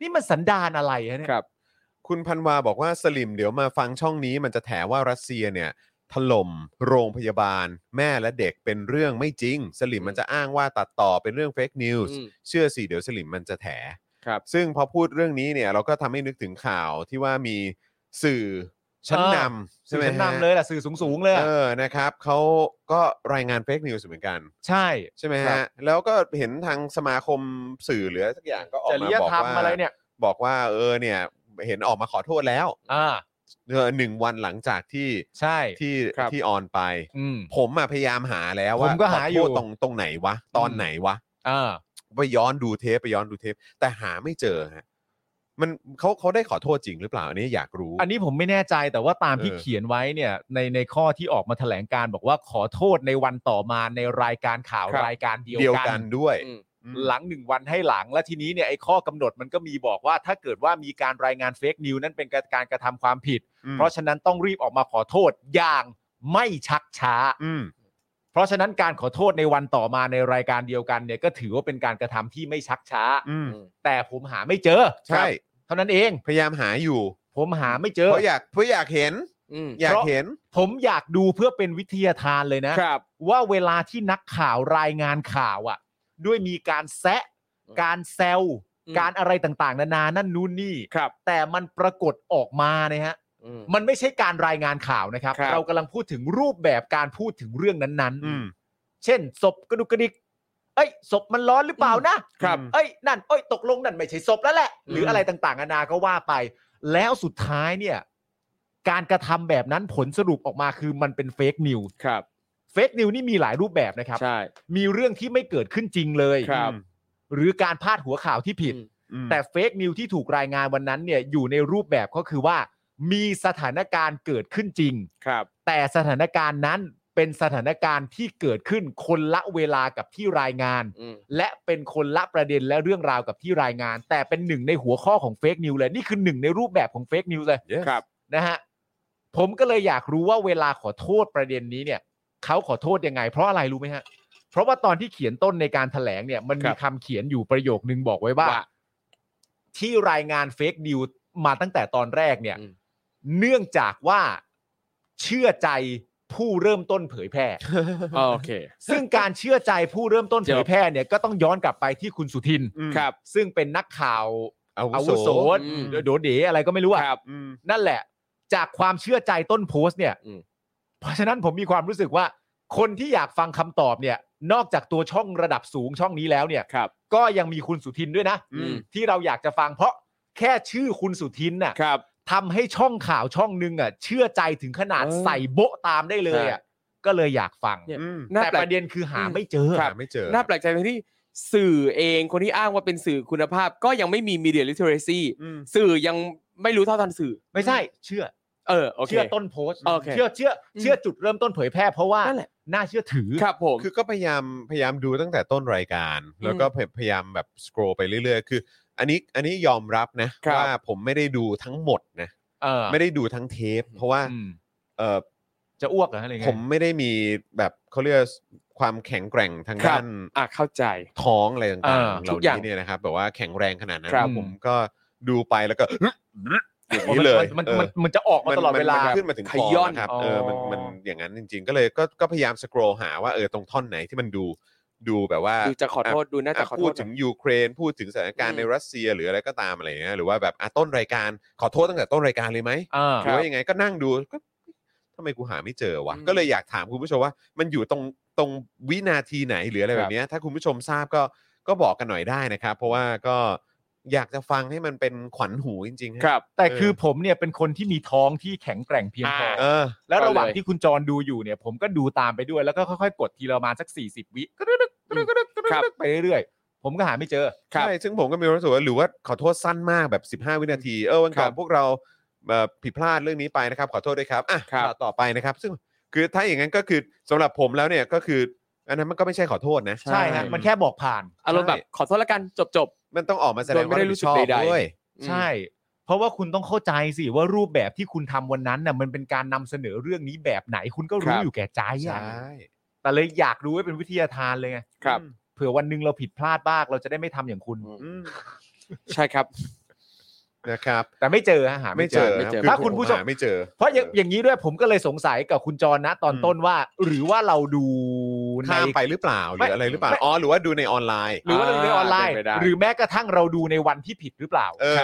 [SPEAKER 2] นี่มันสันดานอะไรฮะเนี่ย
[SPEAKER 3] ครับ
[SPEAKER 1] คุณพันวาบอกว่าสลิมเดี๋ยวมาฟังช่องนี้มันจะแถว่ารัสเซียเนี่ย ถล่มโรงพยาบาล แม่และเด็กเป็นเรื่องไม่จริง สลิมมันจะอ้างว่าตัดต่อเป็นเรื่องเฟกนิวส์
[SPEAKER 3] อืม
[SPEAKER 1] เชื่อสิเดี๋ยวสลิมมันจะแถ
[SPEAKER 3] ครับ
[SPEAKER 1] ซึ่งพอพูดเรื่องนี้เนี่ย เราก็ทำให้นึกถึงข่าวที่ว่ามีสื่อชั้นนำใช่
[SPEAKER 2] สื่อ
[SPEAKER 1] ไหม
[SPEAKER 2] ชั้น
[SPEAKER 1] ฮะ
[SPEAKER 2] นำเลยล่ะสื่อสูงๆเลยอะ
[SPEAKER 1] เออนะครับเขาก็รายงานเฟกนิวส์เหมือนกัน
[SPEAKER 2] ใช่
[SPEAKER 1] ใช่ไหม
[SPEAKER 2] ครั
[SPEAKER 1] ฮะ
[SPEAKER 2] บ
[SPEAKER 1] แล้วก็เห็นทางสมาคมสื่อหรือสักอย่างก็ออก
[SPEAKER 2] จริ
[SPEAKER 1] มาย บอก
[SPEAKER 2] ธรรม
[SPEAKER 1] ว่า
[SPEAKER 2] อะไรเนี่ย
[SPEAKER 1] บอกว่าเออเนี่ย เห็นออกมาขอโทษแล้ว
[SPEAKER 2] อ่า
[SPEAKER 1] เออหนึ่งวันหลังจากที่
[SPEAKER 2] ใช่
[SPEAKER 1] ที่
[SPEAKER 3] ครับ
[SPEAKER 1] ที่ออนไป
[SPEAKER 2] อืม
[SPEAKER 1] ผมอะพยายามหาแล้ว
[SPEAKER 2] ผ
[SPEAKER 1] ว่าม
[SPEAKER 2] ก็หา
[SPEAKER 1] ขโทษ
[SPEAKER 2] อยู่
[SPEAKER 1] ตรงตรงไหนวะ ตอนไหนวะ
[SPEAKER 2] อ่า
[SPEAKER 1] ไปย้อนดูเทปไปย้อนดูเทป แต่หาไม่เจอฮะมันเขาเขาได้ขอโทษจริงหรือเปล่า อันนี้อยากรู้
[SPEAKER 2] อันนี้ผมไม่แน่ใจแต่ว่าตามที่
[SPEAKER 1] เออ
[SPEAKER 2] เขียนไว้เนี่ย ในในข้อที่ออกมาแถลงการบอกว่าขอโทษในวันต่อมาในรายการข่าว
[SPEAKER 3] ครับ
[SPEAKER 2] รายการเดียว
[SPEAKER 1] เดียว
[SPEAKER 2] กั
[SPEAKER 1] กัน
[SPEAKER 2] น
[SPEAKER 1] ด้วย
[SPEAKER 3] อืม
[SPEAKER 1] อืม
[SPEAKER 2] หลังหนึ่งวันให้หลังและทีนี้เนี่ยไอ้ข้อกำหนดมันก็มีบอกว่าถ้าเกิดว่ามีการรายงานเฟกนิวนั้นเป็นการกระทำความผิด
[SPEAKER 1] อืม
[SPEAKER 2] เพราะฉะนั้นต้องรีบออกมาขอโทษอย่างไม่ชักช้า
[SPEAKER 1] อืม
[SPEAKER 2] เพราะฉะนั้นการขอโทษในวันต่อมาในรายการเดียวกันเนี่ยก็ถือว่าเป็นการกระทำที่ไม่ชักช้า
[SPEAKER 1] อืม
[SPEAKER 2] แต่ผมหาไม่เจอ
[SPEAKER 1] ใช่
[SPEAKER 2] ครับเท่านั้นเอง
[SPEAKER 1] พยายามหาอยู่
[SPEAKER 2] ผมหาไม่เจอ
[SPEAKER 1] เพราะอยากเพราะอยากเห็น
[SPEAKER 3] อืม
[SPEAKER 1] อยาก
[SPEAKER 2] เพราะ
[SPEAKER 1] เห็น
[SPEAKER 2] ผมอยากดูเพื่อเป็นวิทยาทานเลยนะ
[SPEAKER 3] ครับ
[SPEAKER 2] ว่าเวลาที่นักข่าวรายงานข่าวอ่ะ ด้วยมีการแซะ
[SPEAKER 3] อืม
[SPEAKER 2] การแซว
[SPEAKER 3] อืม
[SPEAKER 2] การอะไรต่างๆ นานานั่นนู่นนี่
[SPEAKER 3] ครับ
[SPEAKER 2] แต่มันปรากฏออกมานะฮะ
[SPEAKER 3] อืม
[SPEAKER 2] มันไม่ใช่การรายงานข่าวนะครับ
[SPEAKER 3] ครับ
[SPEAKER 2] เรากำลังพูดถึงรูปแบบการพูดถึงเรื่องนั้น
[SPEAKER 1] อืม
[SPEAKER 2] ๆ เช่นศพกระดุกกระดิก เอ้ยศพมันร้อนหรือเปล่านะ
[SPEAKER 3] ครับ
[SPEAKER 2] เอ้ยนั่นเอ้ยตกลงนั่นไม่ใช่ศพแล้วแหละ หรือ
[SPEAKER 3] ม
[SPEAKER 2] อะไรต่างๆนานาก็ว่าไป แล้วสุดท้ายเนี่ย การกระทำแบบนั้นผลสรุปออกมาคือมันเป็นเฟกนิว
[SPEAKER 3] ครับ
[SPEAKER 2] เฟกนิวนี่มีหลายรูปแบบนะครับ
[SPEAKER 3] ใช่
[SPEAKER 2] มีเรื่องที่ไม่เกิดขึ้นจริงเลย
[SPEAKER 3] ครับ
[SPEAKER 2] หรือการพาดหัวข่าวที่ผิด
[SPEAKER 3] อืม
[SPEAKER 1] อืม
[SPEAKER 2] แต่เฟกนิวที่ถูกรายงานวันนั้นเนี่ยอยู่ในรูปแบบก็คือว่า มีสถานการณ์เกิดขึ้นจริง
[SPEAKER 3] ครับ
[SPEAKER 2] แต่สถานการณ์นั้นเป็นสถานการณ์ที่เกิดขึ้นคนละเวลากับที่รายงาน
[SPEAKER 3] อืม
[SPEAKER 2] และเป็นคนละประเด็นและเรื่องราวกับที่รายงาน แต่เป็นหนึ่งในหัวข้อของเฟกนิวเลยนี่คือหนึ่งในรูปแบบของเฟกนิวเลย
[SPEAKER 1] Yes
[SPEAKER 3] ครับ
[SPEAKER 2] นะฮะผมก็เลยอยากรู้ว่าเวลาขอโทษประเด็นนี้เนี่ยเขาขอโทษยังไง เพราะอะไรรู้ไหมฮะ เพราะว่าตอนที่เขียนต้นในการถแถลงเนี่ย มัน
[SPEAKER 3] ครั
[SPEAKER 2] มี
[SPEAKER 3] บ
[SPEAKER 2] คำเขียนอยู่ประโยคนึงบอกไว้ว่า
[SPEAKER 3] ว่า
[SPEAKER 2] ที่รายงานเฟกนิวมาตั้งแต่ตอนแรกเนี่ย
[SPEAKER 3] อืม
[SPEAKER 2] เนื่องจากว่าเชื่อใจผู้เริ่มต้นเผยแพร่
[SPEAKER 3] โอเค
[SPEAKER 2] ซึ่งการเชื่อใจผู้เริ่มต้นเผยแพร่เนี่ยก็ต้องย้อนกลับไปที่คุณสุทิน
[SPEAKER 1] อืม
[SPEAKER 3] ครับ
[SPEAKER 2] ซึ่งเป็นนักข่าว
[SPEAKER 1] อา
[SPEAKER 2] อา
[SPEAKER 1] วุ
[SPEAKER 2] วุ
[SPEAKER 1] โส
[SPEAKER 2] โส
[SPEAKER 3] อืม
[SPEAKER 2] โดดเดอะไรก็ไม่รู้อะ
[SPEAKER 3] ครับ
[SPEAKER 1] อืม
[SPEAKER 2] นั่นแหละ จากความเชื่อใจต้นโพสต์เนี่ย
[SPEAKER 3] อืม
[SPEAKER 2] เพราะฉะนั้นผมมีความรู้สึกว่า คนที่อยากฟังคำตอบเนี่ย นอกจากตัวช่องระดับสูงช่องนี้แล้วเนี่ย
[SPEAKER 3] ครับ
[SPEAKER 2] ก็ยังมีคุณสุทินด้วยนะ
[SPEAKER 3] อืม
[SPEAKER 2] ที่เราอยากจะฟังเพราะแค่ชื่อคุณสุทินน่ะ
[SPEAKER 3] ครับ
[SPEAKER 2] ทำให้ช่องข่าวช่องนึงอ่ะเชื่อใจถึงขนาด
[SPEAKER 3] เออ
[SPEAKER 2] ใส่โบ๊ะตามได้เลยอ่ะก็เลยอยากฟัง
[SPEAKER 3] เนี่ย
[SPEAKER 1] อืม
[SPEAKER 3] น่า
[SPEAKER 2] แต่
[SPEAKER 3] แปล
[SPEAKER 2] ป
[SPEAKER 3] ก
[SPEAKER 2] ระเด็นคือหา
[SPEAKER 3] อืม
[SPEAKER 2] ไม่เจอ
[SPEAKER 3] ครับ
[SPEAKER 1] หาไม่เจอ
[SPEAKER 3] น่าแปลกใจตรงที่สื่อเองคนที่อ้างว่าเป็นสื่อคุณภาพ ก็ยังไม่มี media literacy
[SPEAKER 1] อืม
[SPEAKER 3] สื่อยังไม่รู้เท่าทันสื่อ
[SPEAKER 2] ไม่ใช่ เชื่อ
[SPEAKER 3] เออโอเค
[SPEAKER 2] เชื่อต้นโพสต์
[SPEAKER 3] โอเค
[SPEAKER 2] เชื่อเชื่อเชื่อจุดเริ่มต้นเผยแพร่เพราะว่า
[SPEAKER 3] นั่นแหละ
[SPEAKER 2] น่าเชื่อถือ
[SPEAKER 3] ครับผม
[SPEAKER 1] คือก็พยายามพยายามดูตั้งแต่ต้นรายการ แล้วก็พยพยายามแบบสครอไปเรื่อยๆ คือ อันนี้อันนี้ยอมรับนะครับ ว่าผมไม่ได้ดูทั้งหมดนะ
[SPEAKER 2] เออ
[SPEAKER 1] ไม่ได้ดูทั้งเทป เพราะว่า
[SPEAKER 2] อืม
[SPEAKER 1] เอ่อ
[SPEAKER 2] จะอ้วกเหรออะไรเงี้ย
[SPEAKER 1] ผมไม่ได้มีแบบเขาเรียกความแข็งแกร่งทาง
[SPEAKER 3] ครับ
[SPEAKER 1] ด้าน
[SPEAKER 3] อ่ะเข้าใจ
[SPEAKER 1] ท้องอะไร
[SPEAKER 2] เอ
[SPEAKER 1] ต่าง
[SPEAKER 2] อ
[SPEAKER 1] ๆเห
[SPEAKER 3] ทุ
[SPEAKER 1] ล่าก
[SPEAKER 3] อย่าง
[SPEAKER 1] นี้เนี่ยนะครับแบบว่าแข็งแรงขนาดนั้น
[SPEAKER 3] ครับ
[SPEAKER 1] ผมก็ดูไปแล้วก็ อย่างนี้เลย
[SPEAKER 2] มัน
[SPEAKER 1] เออ
[SPEAKER 2] มันมันจะออกมาตลอดเวลา
[SPEAKER 1] นนขึ้นมาถึง
[SPEAKER 3] ขย่อน
[SPEAKER 1] คอแล้วครับ
[SPEAKER 2] อ๋อ
[SPEAKER 1] เออมันมันอย่างนั้นจริง ๆ ก็เลยก็ก็พยายามสครอหาว่าเออตรงท่อนไหนที่มันดูดูแบบว่า
[SPEAKER 3] ดูจะขอโทษดูน่าจะ
[SPEAKER 1] อ่ะ
[SPEAKER 3] ขอโท
[SPEAKER 1] พูด
[SPEAKER 3] ษ
[SPEAKER 1] ถึงยูเครนพูดถึงสถานการ
[SPEAKER 3] อื
[SPEAKER 1] ณ์
[SPEAKER 3] ม
[SPEAKER 1] ในรัสเซียหรืออะไรก็ตามอะไรอย่างเงี้ยหรือว่าแบบอ่ะต้นรายการขอโทษตั้งแต่ต้นรายการเลยไหม
[SPEAKER 2] อ่า
[SPEAKER 1] หรือว่ายังไงก็นั่งดูก็ทำไมกูหาไม่เจอวะ
[SPEAKER 3] อืม
[SPEAKER 1] ก็เลยอยากถามคุณผู้ชมว่า มันอยู่ตรงตรงวินาทีไหนหรืออะไรแบบเนี้ยถ้าคุณผู้ชมทราบก็ก็บอกกันหน่อยได้นะครับ เพราะว่าก็อยากจะฟังให้มันเป็นขวัญหูจริงๆฮะ
[SPEAKER 3] ครับ
[SPEAKER 2] แต่คือผมเนี่ยเป็นคนที่มีท้องที่แข็งแกร่งเพียงพอ
[SPEAKER 3] อ่า
[SPEAKER 1] เออ
[SPEAKER 2] แล้วระหว่างที่คุณจรดูอยู่เนี่ย ผมก็ดูตามไปด้วยแล้วก็ค่อยๆ กดทีละประมาณสัก 40 วิกระดึกกระดึกกระดึกกระดึกไปเรื่อยๆ ผมก็หาไม่เจอ
[SPEAKER 3] ครับ
[SPEAKER 1] ใช่ ซึ่งผมก็มีความรู้สึกว่าหรือว่าขอโทษสั้นมากแบบ 15 วินาที เออวันก่อน
[SPEAKER 3] ครับ
[SPEAKER 1] พวกเราเอ่อผิดพลาดเรื่องนี้ไปนะครับ ขอโทษด้วยครับ อ่ะ
[SPEAKER 3] ครับ
[SPEAKER 1] ข่าวต่อไปนะครับ ซึ่งคือถ้าอย่างนั้นก็คือสำหรับผมแล้วเนี่ยก็คือ อันนั้นมันก็ไม่ใช่ขอโทษนะ
[SPEAKER 3] ใช่
[SPEAKER 2] ใช่ฮะมันแค่บอกผ่าน
[SPEAKER 3] อารมณ์แบบขอโทษละกันจบจบ
[SPEAKER 1] มันต้องออกมาแสดง
[SPEAKER 3] โดย
[SPEAKER 1] ว่า
[SPEAKER 3] ไม่ได้
[SPEAKER 1] รับ
[SPEAKER 3] รู้
[SPEAKER 1] ผิดชอ
[SPEAKER 3] สึก
[SPEAKER 1] บ
[SPEAKER 3] ใดๆ
[SPEAKER 1] ด้วย
[SPEAKER 3] ๆ
[SPEAKER 2] ใช่ เพราะว่าคุณต้องเข้าใจสิว่ารูปแบบที่คุณทำวันนั้นน่ะมันเป็นการนำเสนอเรื่องนี้แบบไหนคุณก็รู้
[SPEAKER 3] ครับ
[SPEAKER 2] อยู่แก่ใจ
[SPEAKER 1] ใช่
[SPEAKER 2] อ่ะแต่เลยอยากรู้ไว้เป็นวิทยาทานเลยไง
[SPEAKER 3] ครับ
[SPEAKER 2] เผื่อวันหนึงเราผิดพลาดบ้างเราจะได้ไม่ทำอย่างคุณ
[SPEAKER 3] อืม
[SPEAKER 1] อืม
[SPEAKER 3] ใช่ครับ
[SPEAKER 1] นะครับ
[SPEAKER 2] แต่ไม่เจอฮะหา
[SPEAKER 1] ไม่
[SPEAKER 2] ไม่
[SPEAKER 1] เจ
[SPEAKER 2] เจ
[SPEAKER 1] อรั
[SPEAKER 2] อ
[SPEAKER 1] บ
[SPEAKER 2] ถ้าคุณผู้ชม
[SPEAKER 1] หไม่เจอ
[SPEAKER 2] เพราะอย่างอย่างนี้ด้วยผมก็เลยสงสัยกับคุณจรนะตอน
[SPEAKER 1] อืม
[SPEAKER 2] ต้นว่า หรือว่าเราดูใน
[SPEAKER 1] ข้ามไปหรือเปล่าหรืออะไรหรือเปล่า
[SPEAKER 2] ไม่
[SPEAKER 1] อ๋อหรือว่าดูในออนไลน์
[SPEAKER 2] หรือว่าเราดูในออนไลน์
[SPEAKER 3] อ่าเป็นไปได้
[SPEAKER 2] หรือแม้กระทั่งเราดูในวันที่ผิดหรือเปล่า
[SPEAKER 1] เออ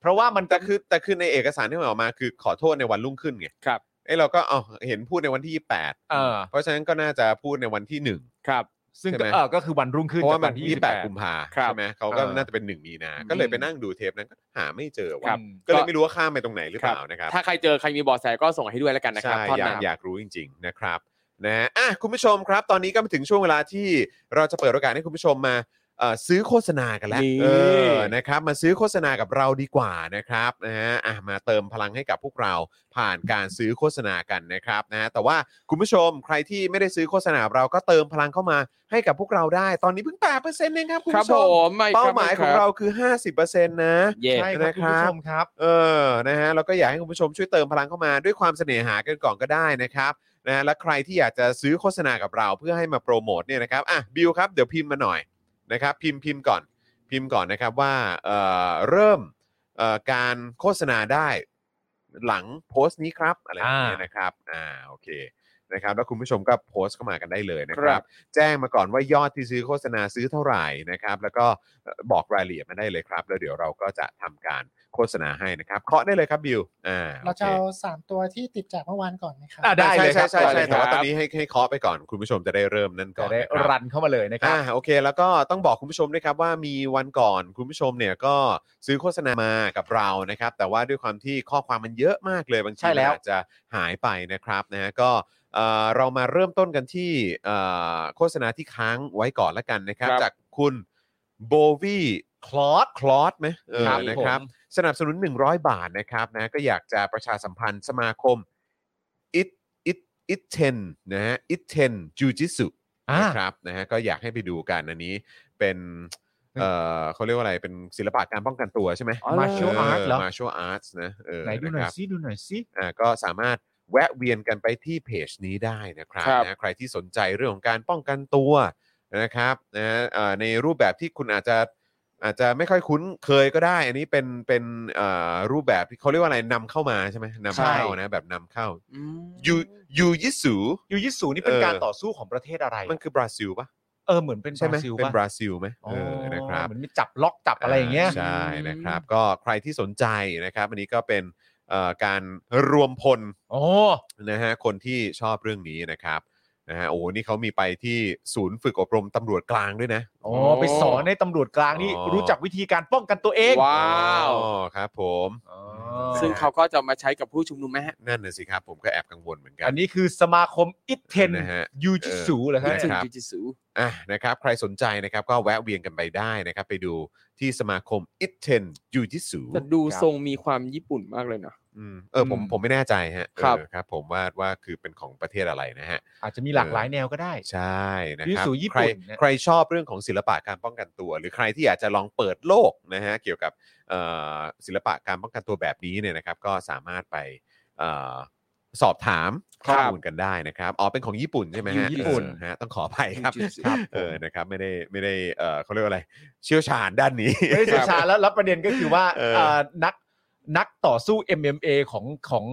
[SPEAKER 2] เพราะว่ามัน
[SPEAKER 1] แต่คือแต่คือในเอกสารที่มันออกมาคือขอโทษในวันรุ่งขึ้นไง
[SPEAKER 3] ครับ
[SPEAKER 1] ไอ้เราก็อ๋อเห็นพูดในวันที่ 28
[SPEAKER 2] เออ
[SPEAKER 1] เพราะฉะนั้นก็น่าจะพูดในวันที่หนึ่ง
[SPEAKER 3] ครับ
[SPEAKER 2] ซึ่ง
[SPEAKER 1] ใช่ไห
[SPEAKER 2] ก็
[SPEAKER 1] ม
[SPEAKER 2] เออก็คือวันรุ่งขึ้น
[SPEAKER 1] เพราะว่ามัน
[SPEAKER 2] จก
[SPEAKER 1] ที่8กุมภา
[SPEAKER 3] ครับ
[SPEAKER 1] ใช่ไหมเขาก็
[SPEAKER 3] เออ
[SPEAKER 1] น่าจะเป็นหนึ่งมีนา
[SPEAKER 3] อืม
[SPEAKER 1] ก็เลยไปนั่งดูเทปนั้นก็หาไม่เจอ
[SPEAKER 2] ครั
[SPEAKER 1] ว่า
[SPEAKER 2] บ
[SPEAKER 1] ก็เลยไม่รู้ว่าข้ามไปตรงไหนหรือเปล่านะครับ
[SPEAKER 3] ถ้าใครเจอใครมีเบอแสก็ส่งให้ด้วยแล้วกันนะครับ
[SPEAKER 1] ใช่
[SPEAKER 3] ท่อน
[SPEAKER 1] อยา
[SPEAKER 3] นั้
[SPEAKER 1] ก
[SPEAKER 3] น
[SPEAKER 1] อยากรู้จริง ๆนะครับนะฮะอ่ะคุณผู้ชมครับ ตอนนี้ก็มาถึงช่วงเวลาที่เราจะเปิดโอกาสให้คุณผู้ชมมาเอ่อซื้อโฆษณากันแล้ว
[SPEAKER 3] นี่
[SPEAKER 1] เออนะครับมาซื้อโฆษณากับเราดีกว่านะครับนะฮะอ่ะมาเติมพลังให้กับพวกเราผ่านการซื้อโฆษณากันนะครับนะฮะแต่ว่าคุณผู้ชมใครที่ไม่ได้ซื้อโฆษณาเราก็เติมพลังเข้ามาให้กับพวกเราได้ ตอนนี้เพิ่ง8%เองครับคุณ
[SPEAKER 3] ครับ
[SPEAKER 1] ผู้ช
[SPEAKER 3] ผม มไคบ
[SPEAKER 1] เป้าหมายของเราคือ 50%นะ
[SPEAKER 3] เย่
[SPEAKER 2] ใช่ครับคุณผู้ชมครับ
[SPEAKER 1] เออ นะฮะ เราก็อยากให้คุณผู้ชมช่วยเติมพลังเข้ามาด้วยความเสน่หากันก่อนก็ได้นะครับ นะฮะและใครที่อยากจะซื้อโฆษณากับเราเพื่อให้มาโปรโมทเนี่ยนะครับ อ่ะ บิวครับ เดี๋ยวพิมพ์มาหน่อยนะครับ พิมพ์พิมพ์ก่อน พิมพ์ก่อนนะครับว่า เอ่อ เริ่ม เอ่อ การโฆษณาได้หลังโพสต์นี้ครับ อะไรแบบนี้
[SPEAKER 2] อ่าน
[SPEAKER 1] นะครับ อ่า โอเค นะครับ แล้วคุณผู้ชมก็โพสต์เข้ามากันได้เลยนะครับ แจ้งมาก่อนว่ายอดที่ซื้อโฆษณาซื้อเท่าไหร่นะครับ แล้วก็เอ่อบอกรายละเอียดมาได้เลยครับ แล้วเดี๋ยวเราก็จะทำการโฆษณาให้นะครับเคาะได้เลยครับบิวอ่า
[SPEAKER 5] เราจะ
[SPEAKER 1] โอค
[SPEAKER 5] เอาสามตัวที่ติดจากเมื่อวานก่อนนะครับ
[SPEAKER 2] อ่ะได้
[SPEAKER 1] ใช่
[SPEAKER 2] เลยค
[SPEAKER 1] ใช่
[SPEAKER 2] รับ
[SPEAKER 1] ใช่
[SPEAKER 3] ได้
[SPEAKER 1] ใช่
[SPEAKER 3] เลย
[SPEAKER 1] แต่ว่า
[SPEAKER 3] ครับ
[SPEAKER 1] ตอนนี้ให้ให้เคาะไปก่อนคุณผู้ชมจะได้เริ่มนั่นก่
[SPEAKER 2] จะ
[SPEAKER 1] อน
[SPEAKER 2] ได้
[SPEAKER 1] นะครับ
[SPEAKER 2] รันเข้ามาเลยนะครั
[SPEAKER 1] อ่า
[SPEAKER 2] บ
[SPEAKER 1] โอเค แล้วก็ต้องบอกคุณผู้ชมด้วยครับว่ามีวันก่อนคุณผู้ชมเนี่ยก็ซื้อโฆษณามากับเรานะครับ แต่ว่าด้วยความที่ข้อความมันเยอะมากเลยบางที
[SPEAKER 2] ใช่แล้ว
[SPEAKER 1] มันอาจจะหายไปนะครับนะฮะก็เอ่อเรามาเริ่มต้นกันที่เอ่อโฆษณาที่ค้างไว้ก่อนละกันนะครับ
[SPEAKER 3] ครับ
[SPEAKER 1] จากคุณโบวี่
[SPEAKER 2] คลอส
[SPEAKER 1] คลอสไหมเออ
[SPEAKER 3] ครับผม
[SPEAKER 1] นะครับ สนับสนุน 100 บาทนะครับนะก็อยากจะประชาสัมพันธ์สมาคมอิตอิตอิตเทนนะฮะอิตเทนจูจิสุ
[SPEAKER 2] อ่าน
[SPEAKER 1] นะครับนะฮะก็อยากให้ไปดูกันอันนี้เป็นเออเขาเรียกว่าอะไรเป็นศิลปะการป้องกันตัวใช่ไหม
[SPEAKER 2] martial arts เหรอ
[SPEAKER 1] มาชัวอาร์ตนะเออ
[SPEAKER 2] ไหนดูหน่
[SPEAKER 1] ะค
[SPEAKER 2] อย
[SPEAKER 1] รับ
[SPEAKER 2] ซิดูหน่อยซิ
[SPEAKER 1] อ่าก็สามารถแวะเวียนกันไปที่เพจนี้ได้นะครับ
[SPEAKER 3] ครับ
[SPEAKER 1] นะใครที่สนใจเรื่องของการป้องกันตัวนะครับนะเอ่อในรูปแบบที่คุณอาจจะอาจจะไม่ค่อยคุ้นเคยก็ได้ อันนี้เป็นเป็นเอ่อรูปแบบที่เขาเรียกว่าอะไรนำเข้ามาใช่ไหมนำเข้า
[SPEAKER 2] ใช่
[SPEAKER 1] นะแบบนำเข้ายูยูยิสู
[SPEAKER 2] ยูยิสูนี่เป็น
[SPEAKER 1] เออ
[SPEAKER 2] การต่อสู้ของประเทศอะไร
[SPEAKER 1] มันคือบราซิลปะ
[SPEAKER 2] เออเหมือนเป็น
[SPEAKER 1] ใช่ไหม
[SPEAKER 2] บราซิล
[SPEAKER 1] เป็น
[SPEAKER 2] ปะ
[SPEAKER 1] บราซิลไหมเออนะครับ
[SPEAKER 2] เหมือนมีจับล็อกจับอะไรอย่างเงี้ย
[SPEAKER 1] ใช่นะครับ ก็ใครที่สนใจนะครับ อันนี้ก็เป็นเอ่อการรวมพล
[SPEAKER 2] โอ้
[SPEAKER 1] นะฮะคนที่ชอบเรื่องนี้นะครับนะฮะโอ้โหนี่เขามีไปที่ศูนย์ฝึกอบรมตำรวจกลางด้วยนะ
[SPEAKER 2] อ๋อไปสอนให้ตำรวจกลางนี่
[SPEAKER 1] อ๋อ
[SPEAKER 2] รู้จักวิธีการป้องกันตัวเอง
[SPEAKER 3] ว้าว
[SPEAKER 1] อ๋อครับ ผม
[SPEAKER 2] อ๋อ
[SPEAKER 3] ซึ่งเขาก็จะมาใช้กับผู้ชุมนุมไหมฮะ
[SPEAKER 1] นั่นน่ะสิครับ ผมก็แอบกังวลเหมือนกั
[SPEAKER 2] อันนี้คือสมาคมอิตเทน
[SPEAKER 1] นะฮะ
[SPEAKER 2] ยูจิสูเหรอครับ
[SPEAKER 1] นะ
[SPEAKER 3] ซึ่ง
[SPEAKER 1] ครับ
[SPEAKER 3] จิจิสู
[SPEAKER 1] อ่ะนะครับ ใครสนใจนะครับ ก็แวะเวียนกันไปได้นะครับ ไปดูที่สมาคมอิตเทนยูจิสู
[SPEAKER 3] แต่ดูทรงมีความญี่ปุ่นมากเลยนะ
[SPEAKER 1] เออผม
[SPEAKER 2] อืม
[SPEAKER 1] ผมไม่แน่ใจฮะ
[SPEAKER 3] ครับ
[SPEAKER 1] เออครับ ผมว่าว่าคือเป็นของประเทศอะไรนะฮะ
[SPEAKER 2] อาจจะมีหลากหลายแนวก็ได้
[SPEAKER 1] ใช่นะครับ
[SPEAKER 2] ยูสุญี่
[SPEAKER 1] ใค
[SPEAKER 2] ปุ่
[SPEAKER 1] ร
[SPEAKER 2] นนะ
[SPEAKER 1] ใครชอบเรื่องของศิลปะการป้องกันตัว หรือใครที่อยากจะลองเปิดโลกนะฮะเกี่ยวกับเอ่อศิลปะการป้องกันตัวแบบนี้เนี่ยนะครับ ก็สามารถไปเอ่อสอบถามข้อมูลกันได้นะครับอ๋อเป็นของญี่ปุ่นใช่ไหมฮะ
[SPEAKER 2] ญี่ปุ่น
[SPEAKER 1] เออฮะต้องขออภัยครับ
[SPEAKER 3] ยูจิสุ
[SPEAKER 1] เออนะครับไม่ได้ไม่ได้เออเขาเรียกว่าอะไร เชี่ยวชาญด้านนี้
[SPEAKER 2] ไม่ได้เชี่ยวชาญแล้วแล้วประเด็นก็คือว่า
[SPEAKER 1] เออ
[SPEAKER 2] เอ่อนักนักต่อสู้ MMA ของของ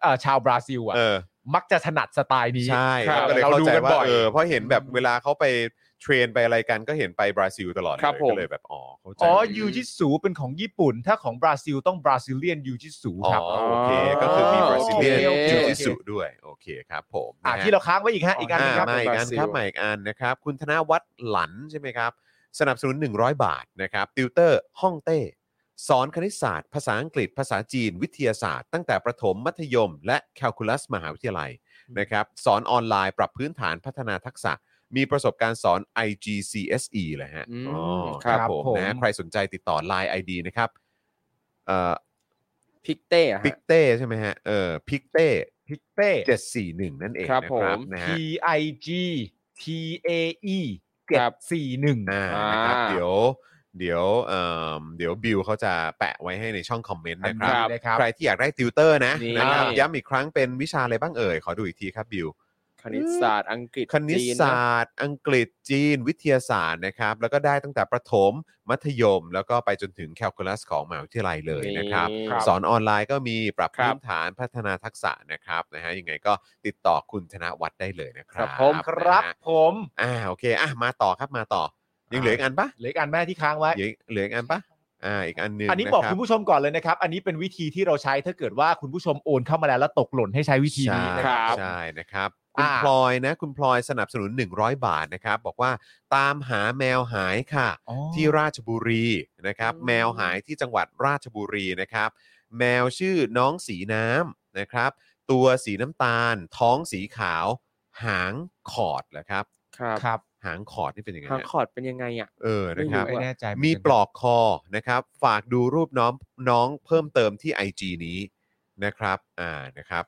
[SPEAKER 2] เอ่อชาวบราซิลอ่ะ
[SPEAKER 1] เออ
[SPEAKER 2] มักจะถนัดสไตล์นี้
[SPEAKER 1] ใช่
[SPEAKER 3] ครับ
[SPEAKER 1] ก็เลย
[SPEAKER 2] เรา
[SPEAKER 1] เข้า
[SPEAKER 2] ดู
[SPEAKER 1] ใจ
[SPEAKER 2] กัน
[SPEAKER 1] ว่า
[SPEAKER 2] บ่อย
[SPEAKER 1] เออเพราะเห็นแบบเวลาเขาไปเทรนไปอะไรกันก็เห็นไปบราซิลตลอดเลย
[SPEAKER 3] ครับผม
[SPEAKER 1] ก็เลยแบบอ๋อเข้าใจ
[SPEAKER 2] อ๋อยูจิสูเป็นของญี่ปุ่น ถ้าของบราซิลต้องบราซิเลียนยูจิสู
[SPEAKER 1] อ๋อ
[SPEAKER 2] ครับ
[SPEAKER 1] โอเค ก็คือมีบราซิเลียน
[SPEAKER 3] โอเค
[SPEAKER 1] จูจิสุด้วย โอเคครับผม
[SPEAKER 2] อ่ะ
[SPEAKER 1] นะฮะ
[SPEAKER 2] ที่เราค้างไว้อีกฮะอีกอันหนึงครับ
[SPEAKER 1] อ่ามาอีกอันครับมาอีกอันนะครับ คุณธนวัฒน์หลันใช่ไหมครับ สนับสนุน 100 บาทนะครับติวเตอร์ห้องเต้ สอนคณิตศาสตร์ ภาษาอังกฤษ ภาษาจีน วิทยาศาสตร์ ตั้งแต่ประถมมัธยม และแคลคูลัสมหาวิทยาลัยนะครับสอนออนไลน์ปรับพื้นฐานพัฒนาทักษะ มีประสบการณ์สอน IGCSE เลยฮะ
[SPEAKER 3] อืม
[SPEAKER 1] อ๋อค
[SPEAKER 3] ครั
[SPEAKER 1] รับบ ผม
[SPEAKER 2] ผม
[SPEAKER 1] นะใครสนใจติดต่อ Line ID นะครับเอ่อ
[SPEAKER 3] พิกเต้อะ
[SPEAKER 1] พิ
[SPEAKER 3] ฮะ
[SPEAKER 1] กเต้ใช่ไหมฮะ เออพิกเต้
[SPEAKER 2] พิกเต้
[SPEAKER 1] เจ็ดสี่หนึ่งนั่นเอง
[SPEAKER 3] ครับ
[SPEAKER 1] นะ
[SPEAKER 3] ผ
[SPEAKER 1] ครั
[SPEAKER 3] ม
[SPEAKER 1] นะ
[SPEAKER 2] P
[SPEAKER 1] ฮะ
[SPEAKER 2] I G T A E
[SPEAKER 3] ค
[SPEAKER 2] เจ็
[SPEAKER 3] รับ
[SPEAKER 2] ดสี่หนึ่ง
[SPEAKER 1] อ่านะครับ
[SPEAKER 3] อ่า
[SPEAKER 1] เดี๋ยวเดี๋ยวเอ่มเดี๋ยวบิวเขาจะแปะไว้ให้ในช่องคอมเมนต์นะครั
[SPEAKER 3] ครับ บ
[SPEAKER 2] นะครับ
[SPEAKER 1] ใครที่อยากได้ติวเตอร์นะ
[SPEAKER 3] นี่
[SPEAKER 1] นะครับย้ำอีกครั้งเป็นวิชาอะไรบ้างเอ่ย ขอดูอีกทีครับบิว
[SPEAKER 3] คณิตศาสตร์อังกฤษ
[SPEAKER 1] คณิต
[SPEAKER 3] จีนนะ
[SPEAKER 1] ศาสตร์ อังกฤษจีน วิทยาศาสตร์นะครับ แล้วก็ได้ตั้งแต่ประถมมัธยม แล้วก็ไปจนถึงแคลคูลัสของมหาวิทยาลัยเลยนะครับ
[SPEAKER 3] นี่
[SPEAKER 1] สอนออนไลน์ก็มีปรับ
[SPEAKER 3] ครับ
[SPEAKER 1] พื้นฐานพัฒนาทักษะนะครับนะฮะยังไงก็ติดต่อคุณธนวัฒน์ได้เลยนะครับ
[SPEAKER 2] ผมครับ
[SPEAKER 1] นะฮะ
[SPEAKER 2] ผม
[SPEAKER 1] อ่าโอเคอ่ะมาต่อครับมาต่อ ยังเหลืออีกอันปะ
[SPEAKER 2] เหลืออีกอันแม่ที่ค้างไว้
[SPEAKER 1] เหลือเหลืออีกอันปะอ่าอีกอันหนึง
[SPEAKER 2] อันนี้บอก
[SPEAKER 1] ะ
[SPEAKER 2] คุณผู้ชมก่อนเลยนะครับ อันนี้เป็นวิธีที่เราใช้ถ้าเกิดว่าคุณผู้ชมโอนเข้ามาแล้วแล้วตกหล่นให้ใช้วิธีนี้นะค
[SPEAKER 1] ใช่
[SPEAKER 2] รับ
[SPEAKER 1] ใช่นะครับ คุณ
[SPEAKER 2] อ่า
[SPEAKER 1] พลอยนะคุณพลอยสนับสนุน 100 บาทนะครับ บอกว่าตามหาแมวหายค่ะ
[SPEAKER 2] อ๋อ
[SPEAKER 1] ที่ราชบุรีนะครับ
[SPEAKER 3] อืม
[SPEAKER 1] แมวหายที่จังหวัดราชบุรีนะครับ แมวชื่อน้องสีน้ำนะครับ ตัวสีน้ำตาล ท้องสีขาว หางขอดเหรอครับ
[SPEAKER 3] ครับ
[SPEAKER 2] ครับ
[SPEAKER 1] หางขอดนี่เป็นยังไง
[SPEAKER 3] ทาง
[SPEAKER 1] ฮะ
[SPEAKER 3] คอร์ดเป็นยังไงอ่ะ
[SPEAKER 1] เออนะครับ
[SPEAKER 3] ไม่รู้
[SPEAKER 2] ไม่
[SPEAKER 3] อะ
[SPEAKER 2] แน่ใจเหนน
[SPEAKER 1] มีปลอกคอนะครับ ฝากดูรูปน้องน้องเพิ่มเติมที่ IG นี้นะครับ อ่านะครับ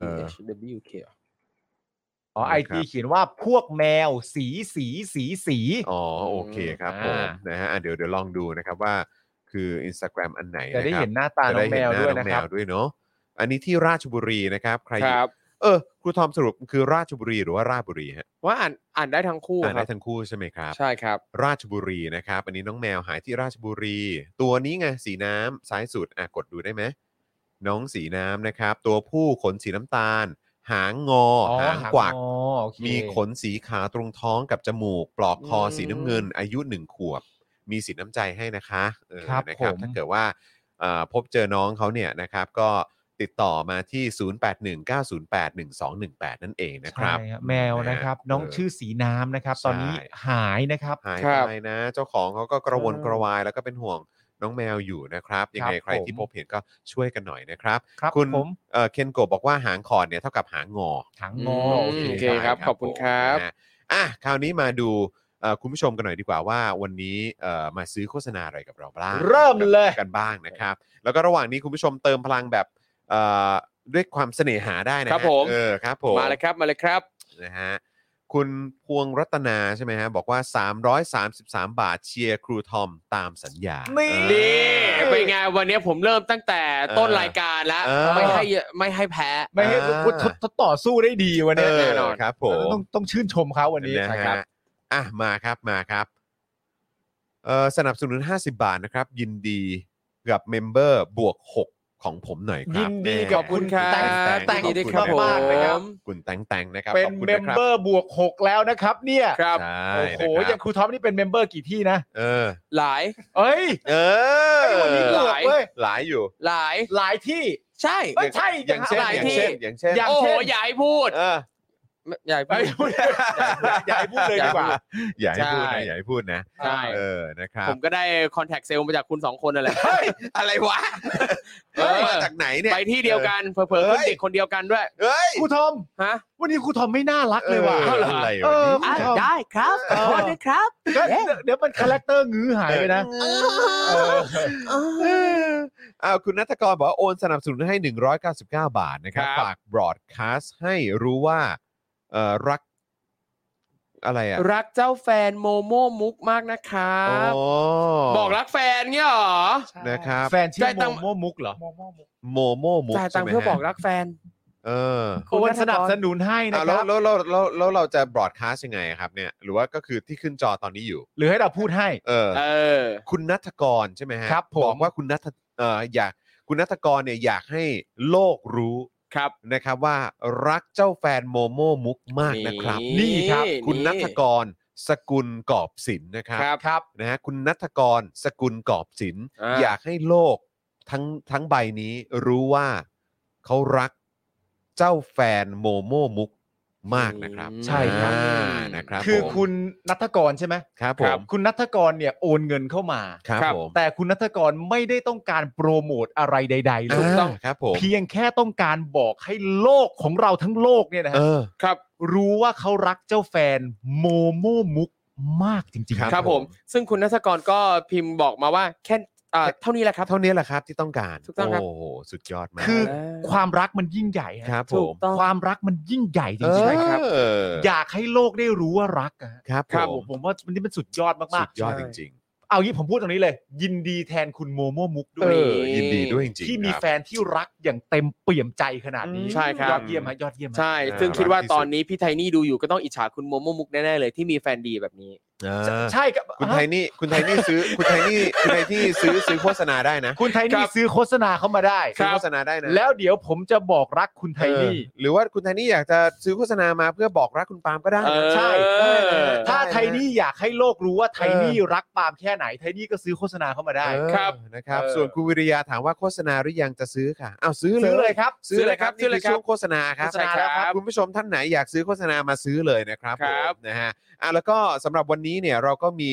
[SPEAKER 1] เออ
[SPEAKER 3] H W K
[SPEAKER 2] อ๋อไอ
[SPEAKER 1] ครั
[SPEAKER 2] จี
[SPEAKER 1] บ
[SPEAKER 2] เขียนว่าพวกแมวสีสีสีสี
[SPEAKER 1] อ๋อโอเคครับผม
[SPEAKER 2] อ่า
[SPEAKER 1] นะฮะอ่ะเดี๋ยวเดี๋ยวลองดูนะครับว่าคือ Instagram อันไหน
[SPEAKER 2] จะได้
[SPEAKER 1] นะครับ
[SPEAKER 2] เห็นหน้าตาน้องแมวด้วยนะครับ
[SPEAKER 1] จะไเห็หาองแมด้วยเนาะ อันนี้ที่ราชบุรีนะครับ ใครอ
[SPEAKER 3] ค
[SPEAKER 1] ยู่
[SPEAKER 3] รับ
[SPEAKER 1] เออ ครูทอมสรุปคือราชบุรีหรือว่าราชบุรีฮะ
[SPEAKER 3] ว่าอ่านอ่านได้ทั้งคู่
[SPEAKER 1] อ่าน
[SPEAKER 3] ครั
[SPEAKER 1] ได้
[SPEAKER 3] บ
[SPEAKER 1] ทั้งคู่ใช่ไหมครับ
[SPEAKER 3] ใช่ครับ
[SPEAKER 1] ราชบุรีนะครับ อันนี้น้องแมวหายที่ราชบุรี ตัวนี้ไงสีน้ำซ้ายสุดอ่ะกดดูได้ไหมน้องสีน้ำนะครับ ตัวผู้ขนสีน้ำตาล หางงออหางกวัก
[SPEAKER 2] อ๋อโอเค
[SPEAKER 1] มีขนสีขาวตรงท้องกับจมูก ปลอกคออ
[SPEAKER 3] ม
[SPEAKER 1] สีน้ำเงิน อายุหนึ่งขวบ มีสีน้ำใจให้นะคะเออ
[SPEAKER 2] ครับ
[SPEAKER 1] นะ
[SPEAKER 2] ผม
[SPEAKER 1] ถ้าเกิดว่าเอ่อพบเจอน้องเขาเนี่ยนะครับ ก็ติดต่อมาที่ 0819081218 นั่นเองนะครับ
[SPEAKER 2] ใช่แมวนะครับ
[SPEAKER 1] ฮ
[SPEAKER 2] น้อง
[SPEAKER 1] เ
[SPEAKER 2] ชื่อสีน้ำนะครับ ตอนนี้
[SPEAKER 1] ใช่
[SPEAKER 2] หายนะครับ
[SPEAKER 1] หาย
[SPEAKER 3] ครับ
[SPEAKER 1] ไปนะ เจ้าของเขาก็กระวน
[SPEAKER 3] ใช่
[SPEAKER 1] กระวายแล้วก็เป็นห่วงน้องแมวอยู่นะครับยังไง
[SPEAKER 2] ครับ
[SPEAKER 1] ใครที่
[SPEAKER 2] ผม
[SPEAKER 1] พบเห็นก็ช่วยกันหน่อยนะครับ
[SPEAKER 2] ครับ
[SPEAKER 1] คุณ
[SPEAKER 2] ผม
[SPEAKER 1] เอ่อเคนโกะบอกว่าหางคอนเนี่ยเท่ากับหางงอ
[SPEAKER 2] หาง
[SPEAKER 3] อื
[SPEAKER 2] งอ
[SPEAKER 3] ม
[SPEAKER 2] โอเค
[SPEAKER 3] โอเค รับ
[SPEAKER 1] ได้
[SPEAKER 3] ขอบคุณครับ
[SPEAKER 1] ผมนะฮะอ่ะคราวนี้มาดู อ่อคุณผู้ชมกันหน่อยดีกว่าว่าวันนี้เอ่อมาซื้อโฆษณาอะไรกับเราบ้าง
[SPEAKER 2] เริ่มเลย
[SPEAKER 1] กันบ้างนะครับ แล้วก็ระหว่างนี้คุณผู้ชมเติมพลังแบบเอ่อด้วยความเสน่หาได้นะฮะ
[SPEAKER 3] ครับผม
[SPEAKER 1] เออครับผม
[SPEAKER 3] มาเลยครับมาเลยครับ
[SPEAKER 1] นะฮะคุณพวงรัตนาใช่ไหมฮะบอกว่า 333 บาทเชียร์ครูทอมตามสัญญา
[SPEAKER 2] นี่
[SPEAKER 1] เอ
[SPEAKER 3] นี่
[SPEAKER 1] อ
[SPEAKER 3] เป็นไงวันนี้ผมเริ่มตั้งแต่ต้นรายการแล้ว
[SPEAKER 1] เออ
[SPEAKER 3] ไม่ให้ไม่ให้แพ้
[SPEAKER 2] ไม่ให้
[SPEAKER 1] อ่า
[SPEAKER 2] ทดทดต่อสู้ได้ดีวัน
[SPEAKER 1] เอ
[SPEAKER 2] นี้
[SPEAKER 1] อ
[SPEAKER 3] แน่นอน
[SPEAKER 1] ครับผม
[SPEAKER 2] ต้องต้องชื่นชมเขาวันนี้
[SPEAKER 1] นะ
[SPEAKER 2] ค
[SPEAKER 1] ฮะ
[SPEAKER 2] รับ
[SPEAKER 1] อ่ะมาครับมาครับเอ่อสนับสนุน 50 บาทนะครับ ยินดีกับเมมเบอร์บวก 6 ของผมหน่อยครั
[SPEAKER 2] ยินดี
[SPEAKER 1] แ
[SPEAKER 2] กับคุณ
[SPEAKER 1] แต
[SPEAKER 2] แตง
[SPEAKER 1] ง
[SPEAKER 2] แตง
[SPEAKER 3] ยินดีด้วยครับ
[SPEAKER 1] ขอณ
[SPEAKER 2] มากๆนะครับ
[SPEAKER 1] คุณแตงแตงนะครับ
[SPEAKER 2] เป็น
[SPEAKER 1] ขอบคุณ
[SPEAKER 2] เม
[SPEAKER 1] นะ
[SPEAKER 2] ม
[SPEAKER 1] ครั
[SPEAKER 2] เบอร์บวกหกแล้วนะครับ เนี่ย
[SPEAKER 3] ครับ
[SPEAKER 1] ใช่
[SPEAKER 2] โอ้โห
[SPEAKER 1] นะ
[SPEAKER 2] อ
[SPEAKER 1] ค
[SPEAKER 2] ย่า
[SPEAKER 1] รับ
[SPEAKER 2] งครูท็อปนี่เป็นเมมเบอร์กี่ที่นะ
[SPEAKER 1] เออ
[SPEAKER 3] หลาย
[SPEAKER 2] เอ้ย
[SPEAKER 1] เออ
[SPEAKER 2] ไอ้วันนี้เกือบเว้ย
[SPEAKER 1] หลายอยู่
[SPEAKER 3] หลาย
[SPEAKER 2] หลายที่
[SPEAKER 3] ใช่
[SPEAKER 2] เอ้ยใช่
[SPEAKER 1] อย่
[SPEAKER 2] อา
[SPEAKER 1] ย่าง งเช่น
[SPEAKER 3] หลาย
[SPEAKER 1] อย่าง
[SPEAKER 3] ที่
[SPEAKER 1] เช่นอย่างเช่น
[SPEAKER 2] อย่าง
[SPEAKER 3] โอ้โห
[SPEAKER 2] เช่น
[SPEAKER 3] อย่าให้พูด
[SPEAKER 1] เออ
[SPEAKER 3] อย่า
[SPEAKER 2] ไอ้
[SPEAKER 3] ให้พู
[SPEAKER 2] พู
[SPEAKER 3] ด
[SPEAKER 2] ดอย่าให้พูดเลยดีกว่า
[SPEAKER 1] อย่าให้พูด
[SPEAKER 3] ใช่
[SPEAKER 1] นะอย่าให้พูดนะ
[SPEAKER 3] ใช่
[SPEAKER 1] เออนะครับ
[SPEAKER 3] ผมก็ได้คอนแทคเซลมาจากคุณสองคนนั่นแหละ
[SPEAKER 1] อะไรวะ
[SPEAKER 3] เออ
[SPEAKER 1] มาจากไหนเนี่ย
[SPEAKER 3] ไปที่เดียวกันเผลอๆ
[SPEAKER 1] เฮ้ย
[SPEAKER 3] เพื่อนเด็กคนเดียวกันด้วย
[SPEAKER 1] เอ้ย
[SPEAKER 2] ครูทอม
[SPEAKER 3] ฮะ
[SPEAKER 2] วันนี้ครูทอมไม่น่ารักเลยว่ะ
[SPEAKER 1] ออ
[SPEAKER 3] เอาเหรอ
[SPEAKER 1] อะไร
[SPEAKER 2] เอ
[SPEAKER 1] วะ
[SPEAKER 2] อ
[SPEAKER 1] เนี่ย
[SPEAKER 2] อ่ะ
[SPEAKER 4] ได้ครับขอโทษนะครับ
[SPEAKER 2] ก็เดี๋ยวเดี๋ยวมันคาแรคเตอร์งื้อหายไปนะ
[SPEAKER 1] เอออาคุณนัทกรบอกว่า โอนสนับสนุนให้ 199 บาทนะครับ
[SPEAKER 3] ครับ
[SPEAKER 1] ฝากบรอดคาสต์ให้รู้ว่าเอ่อรักอะไรอ่ะ
[SPEAKER 3] รักเจ้าแฟนโมโมมุกมากนะครับ
[SPEAKER 1] อ๋อ
[SPEAKER 3] บอกรักแฟนเงี้ยเหรอ
[SPEAKER 5] ใช่
[SPEAKER 1] นะครับ
[SPEAKER 2] แฟนชื่
[SPEAKER 3] ได้
[SPEAKER 2] อ
[SPEAKER 3] ตังค์
[SPEAKER 2] โมโมมุกเหรอ
[SPEAKER 5] โมโมมุก
[SPEAKER 1] โมโมมุก
[SPEAKER 3] จ่ายตัง
[SPEAKER 1] ใช่ไห
[SPEAKER 3] ค์
[SPEAKER 1] ม
[SPEAKER 3] เพื่อ
[SPEAKER 1] ฮะ
[SPEAKER 3] บอกรักแฟน
[SPEAKER 1] เออ
[SPEAKER 2] โอนสนับสนุนให้นะ
[SPEAKER 1] อ้าว
[SPEAKER 2] ค
[SPEAKER 1] แล้ว
[SPEAKER 2] รับ
[SPEAKER 1] แล้วแล้วแล้วแล้วเราจะบรอดคาสต์ยังไงครับเนี่ย หรือว่าก็คือที่ขึ้นจอตอนนี้อยู่
[SPEAKER 2] หรือให้เราพูดให้
[SPEAKER 1] เออ
[SPEAKER 3] เออ
[SPEAKER 1] คุณนัทกรใช่ไหมฮะ
[SPEAKER 2] ครับผม
[SPEAKER 1] บอกว่าคุณนัทเอ่ออยากคุณนัทกรเนี่ยอยากให้โลกรู้
[SPEAKER 3] ครับ
[SPEAKER 1] นะครับว่ารักเจ้าแฟนโมโมมุกมากนะครับ
[SPEAKER 2] นี่ครับ
[SPEAKER 1] คุณนัทกรสกุลกอบศิลป์นะครับ
[SPEAKER 3] ครับ
[SPEAKER 2] ครับ
[SPEAKER 1] นะฮะคุณนัทกรสกุลกอบศิลป์
[SPEAKER 3] อ่า
[SPEAKER 1] อยากให้โลกทั้งทั้งใบนี้รู้ว่าเขารักเจ้าแฟนโมโมมุกมากนะครับ
[SPEAKER 2] ใช่ครับ
[SPEAKER 1] อ่านะครับ
[SPEAKER 2] คือ
[SPEAKER 1] ผม
[SPEAKER 2] คุณนัทกรใช่ไหม
[SPEAKER 1] ครับผม
[SPEAKER 2] คุณนัทกรเนี่ยโอนเงินเข้ามา
[SPEAKER 1] ครับ
[SPEAKER 3] ครับ
[SPEAKER 1] ผม
[SPEAKER 2] แต่คุณนัทกรไม่ได้ต้องการโปรโมทอะไรใด ๆ เลย
[SPEAKER 1] าครับผม
[SPEAKER 2] เพียงแค่ต้องการบอกให้โลกของเราทั้งโลกเนี่ยนะ
[SPEAKER 1] เอ
[SPEAKER 2] ฮะ
[SPEAKER 1] อ
[SPEAKER 3] ครับ
[SPEAKER 2] รู้ว่าเขารักเจ้าแฟนโมโมมุกมากจริง
[SPEAKER 1] ครับ
[SPEAKER 2] ๆ
[SPEAKER 3] ครับผม ซึ่งคุณนัทกรก็พิมพ์บอกมาว่าแค่อ่าเท่านี้แหละครับ
[SPEAKER 1] เท่านี้แหละครับที่ต้องการ
[SPEAKER 3] ถูกต้องครับ
[SPEAKER 1] โอ้โห สุดยอดมาก
[SPEAKER 2] คือ
[SPEAKER 3] อ่า
[SPEAKER 2] ความรักมันยิ่งใหญ่ฮะ
[SPEAKER 1] ครับผ
[SPEAKER 3] ถูก
[SPEAKER 1] ม
[SPEAKER 3] ต้อง
[SPEAKER 2] ความรักมันยิ่งใหญ่จริง
[SPEAKER 3] ใช่
[SPEAKER 2] ๆ
[SPEAKER 3] ครับ
[SPEAKER 1] เออ
[SPEAKER 2] อยากให้โลกได้รู้ว่ารักอะฮะ
[SPEAKER 1] ครับ
[SPEAKER 3] ครับ
[SPEAKER 1] ผ
[SPEAKER 2] โอ้
[SPEAKER 1] ม
[SPEAKER 2] ผมว่ามันนี่มันสุดยอดมา
[SPEAKER 1] สุด
[SPEAKER 2] ก
[SPEAKER 1] ยอดจริง
[SPEAKER 2] ๆ เอางี้ผมพูดตรงนี้เลย ยินดีแทนคุณโมโมมุก
[SPEAKER 1] ๆ
[SPEAKER 2] ด้ว
[SPEAKER 1] เอย อยินดีด้วยจริงๆ
[SPEAKER 2] ที่มี
[SPEAKER 1] ครับ
[SPEAKER 2] แฟนที่รักอย่างเต็มเปี่ยมใจขนาดนี้
[SPEAKER 3] อืมใช่ครับ
[SPEAKER 2] ยอดเยี่ยมฮะยอดเยี่ยมฮะ
[SPEAKER 3] ใช่
[SPEAKER 1] อ่า
[SPEAKER 3] ซึ่งคิดว่า
[SPEAKER 1] รักที่สุด
[SPEAKER 3] ตอนนี้พี่ไทนี่ดูอยู่ก็ต้องอิจฉาคุณโมโมมุกแน่ๆเลยที่มีแฟนดีแบบนี้
[SPEAKER 1] อ่า
[SPEAKER 2] ใช่ครับ
[SPEAKER 1] คุณไทยนี่ คุณไทยนี่ซื้อ คุณไทยนี่ คุณไทยที่ซื้อซื้อโฆษณาได้นะ
[SPEAKER 2] คุณไทยนี่ซื้อโฆษณาเข้ามาได้
[SPEAKER 1] ซื้อโฆษณาได้นะ
[SPEAKER 2] แล้วเดี๋ยวผมจะบอกรักคุณไทยนี่
[SPEAKER 1] เออหรือว่าคุณไทยนี่อยากจะซื้อโฆษณามาเพื่อบอกรักคุณปาล์มก็ได้
[SPEAKER 3] เอ
[SPEAKER 1] นะ
[SPEAKER 3] อ
[SPEAKER 2] ใช่ ถ้า
[SPEAKER 1] ได้นะ
[SPEAKER 2] ไทยนี่อยากให้โลกรู้ว่าไทยนี่รักปาล์มแค่ไหน ไทยนี่ก็ซื้อโฆษณาเข้ามาได้
[SPEAKER 1] เออ
[SPEAKER 3] ครับ
[SPEAKER 1] นะครับ
[SPEAKER 2] เออ
[SPEAKER 1] ส่วนคุณวิริยาถามว่าโฆษณาหรือยังจะซื้อค่ะอ้าวซื้อเล
[SPEAKER 2] ซื้อย เลยครับ
[SPEAKER 1] ซื้อเลยครับ
[SPEAKER 3] ซื้อเลย
[SPEAKER 1] นี่
[SPEAKER 3] ครับ
[SPEAKER 1] ช่วงโฆษณาครับ
[SPEAKER 3] โฆษณาแล้วครับ
[SPEAKER 1] คุณผู้ชมท่านไหนอยากซื้อโฆษณามาซื้อเลยนะครับ
[SPEAKER 3] ครับ
[SPEAKER 1] ผมนะฮะอ่ะแล้วก็สำหรับวันนี้เนี่ยเราก็มี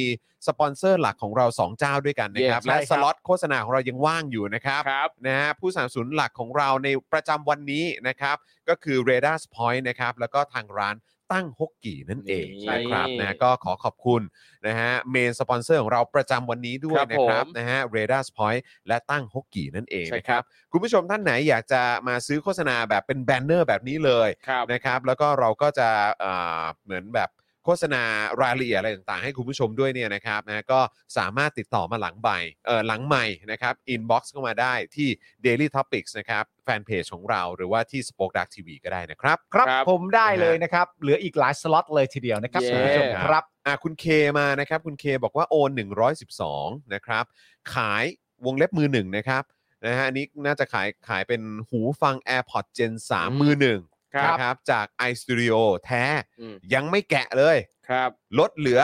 [SPEAKER 1] สปอนเซอร์หลักของเรา 2 เจ้าด้วยกันนะครับ
[SPEAKER 2] เย้ใช่
[SPEAKER 1] และ
[SPEAKER 2] ครับ
[SPEAKER 1] สล็อตโฆษณาของเรายังว่างอยู่นะครับ
[SPEAKER 3] ครับ
[SPEAKER 1] นะฮะผู้สนับสนุนหลักของเราในประจำวันนี้นะครับ ก็คือ r a d a r Point นะครับแล้วก็ทางร้านตั้งฮกกี่นั่นเอง
[SPEAKER 3] นี่
[SPEAKER 1] นะครับนะก็ขอขอบคุณนะฮะเมนสปอนเซอร์ของเราประจำวันนี้ด้วยนะค
[SPEAKER 3] ครั
[SPEAKER 1] รับบ
[SPEAKER 3] ผม
[SPEAKER 1] นะฮะ r a d a r Point และตั้งฮกกี่นั่นเอง
[SPEAKER 3] ใช่
[SPEAKER 1] นะ
[SPEAKER 3] ค
[SPEAKER 1] ครั
[SPEAKER 3] รับ บ
[SPEAKER 1] คุณผู้ชมท่านไหนอยากจะมาซื้อโฆษณาแบบเป็นแบนเนอร์แบบนี้เลย
[SPEAKER 3] ครับ
[SPEAKER 1] นะครับ แล้วก็เราก็จะเอ่อเหมือนแบบโฆษณารายละเอียดอะไรต่างๆ ให้คุณผู้ชมด้วยเนี่ยนะครับนะก็สามารถติดต่อมาหลังใบเอ่อหลังใหม่นะครับอินบ็อกซ์เข้ามาได้ที่ Daily Topics นะครับแฟนเพจของเราหรือว่าที่ Spoke Dark TV ก็ได้นะครับ
[SPEAKER 2] ครับ
[SPEAKER 3] ครับ
[SPEAKER 2] ผมได้เลยนะครับ เหลืออีกหลายสล็อตเลยทีเดียวนะครับ
[SPEAKER 3] เย้
[SPEAKER 2] คุณผู้ชมครับ
[SPEAKER 1] อ่ะคุณเคมานะครับ คุณเคบอกว่าโอน 112 นะครับ ขายวงเล็บมือหนึ่งนะครับนะฮะอันนี้น่าจะขายขายเป็นหูฟัง AirPods Gen 3 มือหนึ่ง
[SPEAKER 3] ครับ
[SPEAKER 1] นะครับ จาก iStudio แท้
[SPEAKER 3] อืม
[SPEAKER 1] ยังไม่แกะเลย
[SPEAKER 3] ครับ
[SPEAKER 1] ลดเหลือ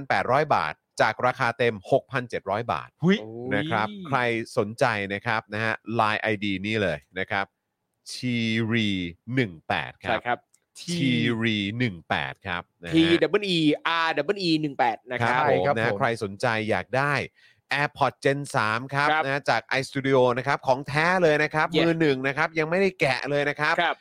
[SPEAKER 1] 5,800 บาท จากราคาเต็ม 6,700 บาท
[SPEAKER 2] หุย
[SPEAKER 3] โอ้ย
[SPEAKER 1] นะครับ ใครสนใจนะครับนะฮะ Line ID นี่เลยนะครับชีรี18 ค
[SPEAKER 3] ใช่
[SPEAKER 1] รับ
[SPEAKER 3] ครับ
[SPEAKER 1] ชีรี18 ครับนะ
[SPEAKER 3] T
[SPEAKER 1] ฮะ
[SPEAKER 3] W E R W E 1 8นะ
[SPEAKER 1] ค
[SPEAKER 3] ค
[SPEAKER 1] รั
[SPEAKER 3] รั
[SPEAKER 1] บบ ผม
[SPEAKER 2] ครับ
[SPEAKER 1] นะ
[SPEAKER 2] ผม
[SPEAKER 1] ใครสนใจอยากได้ AirPods Gen 3 ครับ
[SPEAKER 3] ครับ
[SPEAKER 1] นะจาก iStudio นะครับของแท้เลยนะครับ
[SPEAKER 3] Yes
[SPEAKER 1] มือหนึ่งนะครับ ยังไม่ได้แกะเลยนะครับ
[SPEAKER 3] ครับ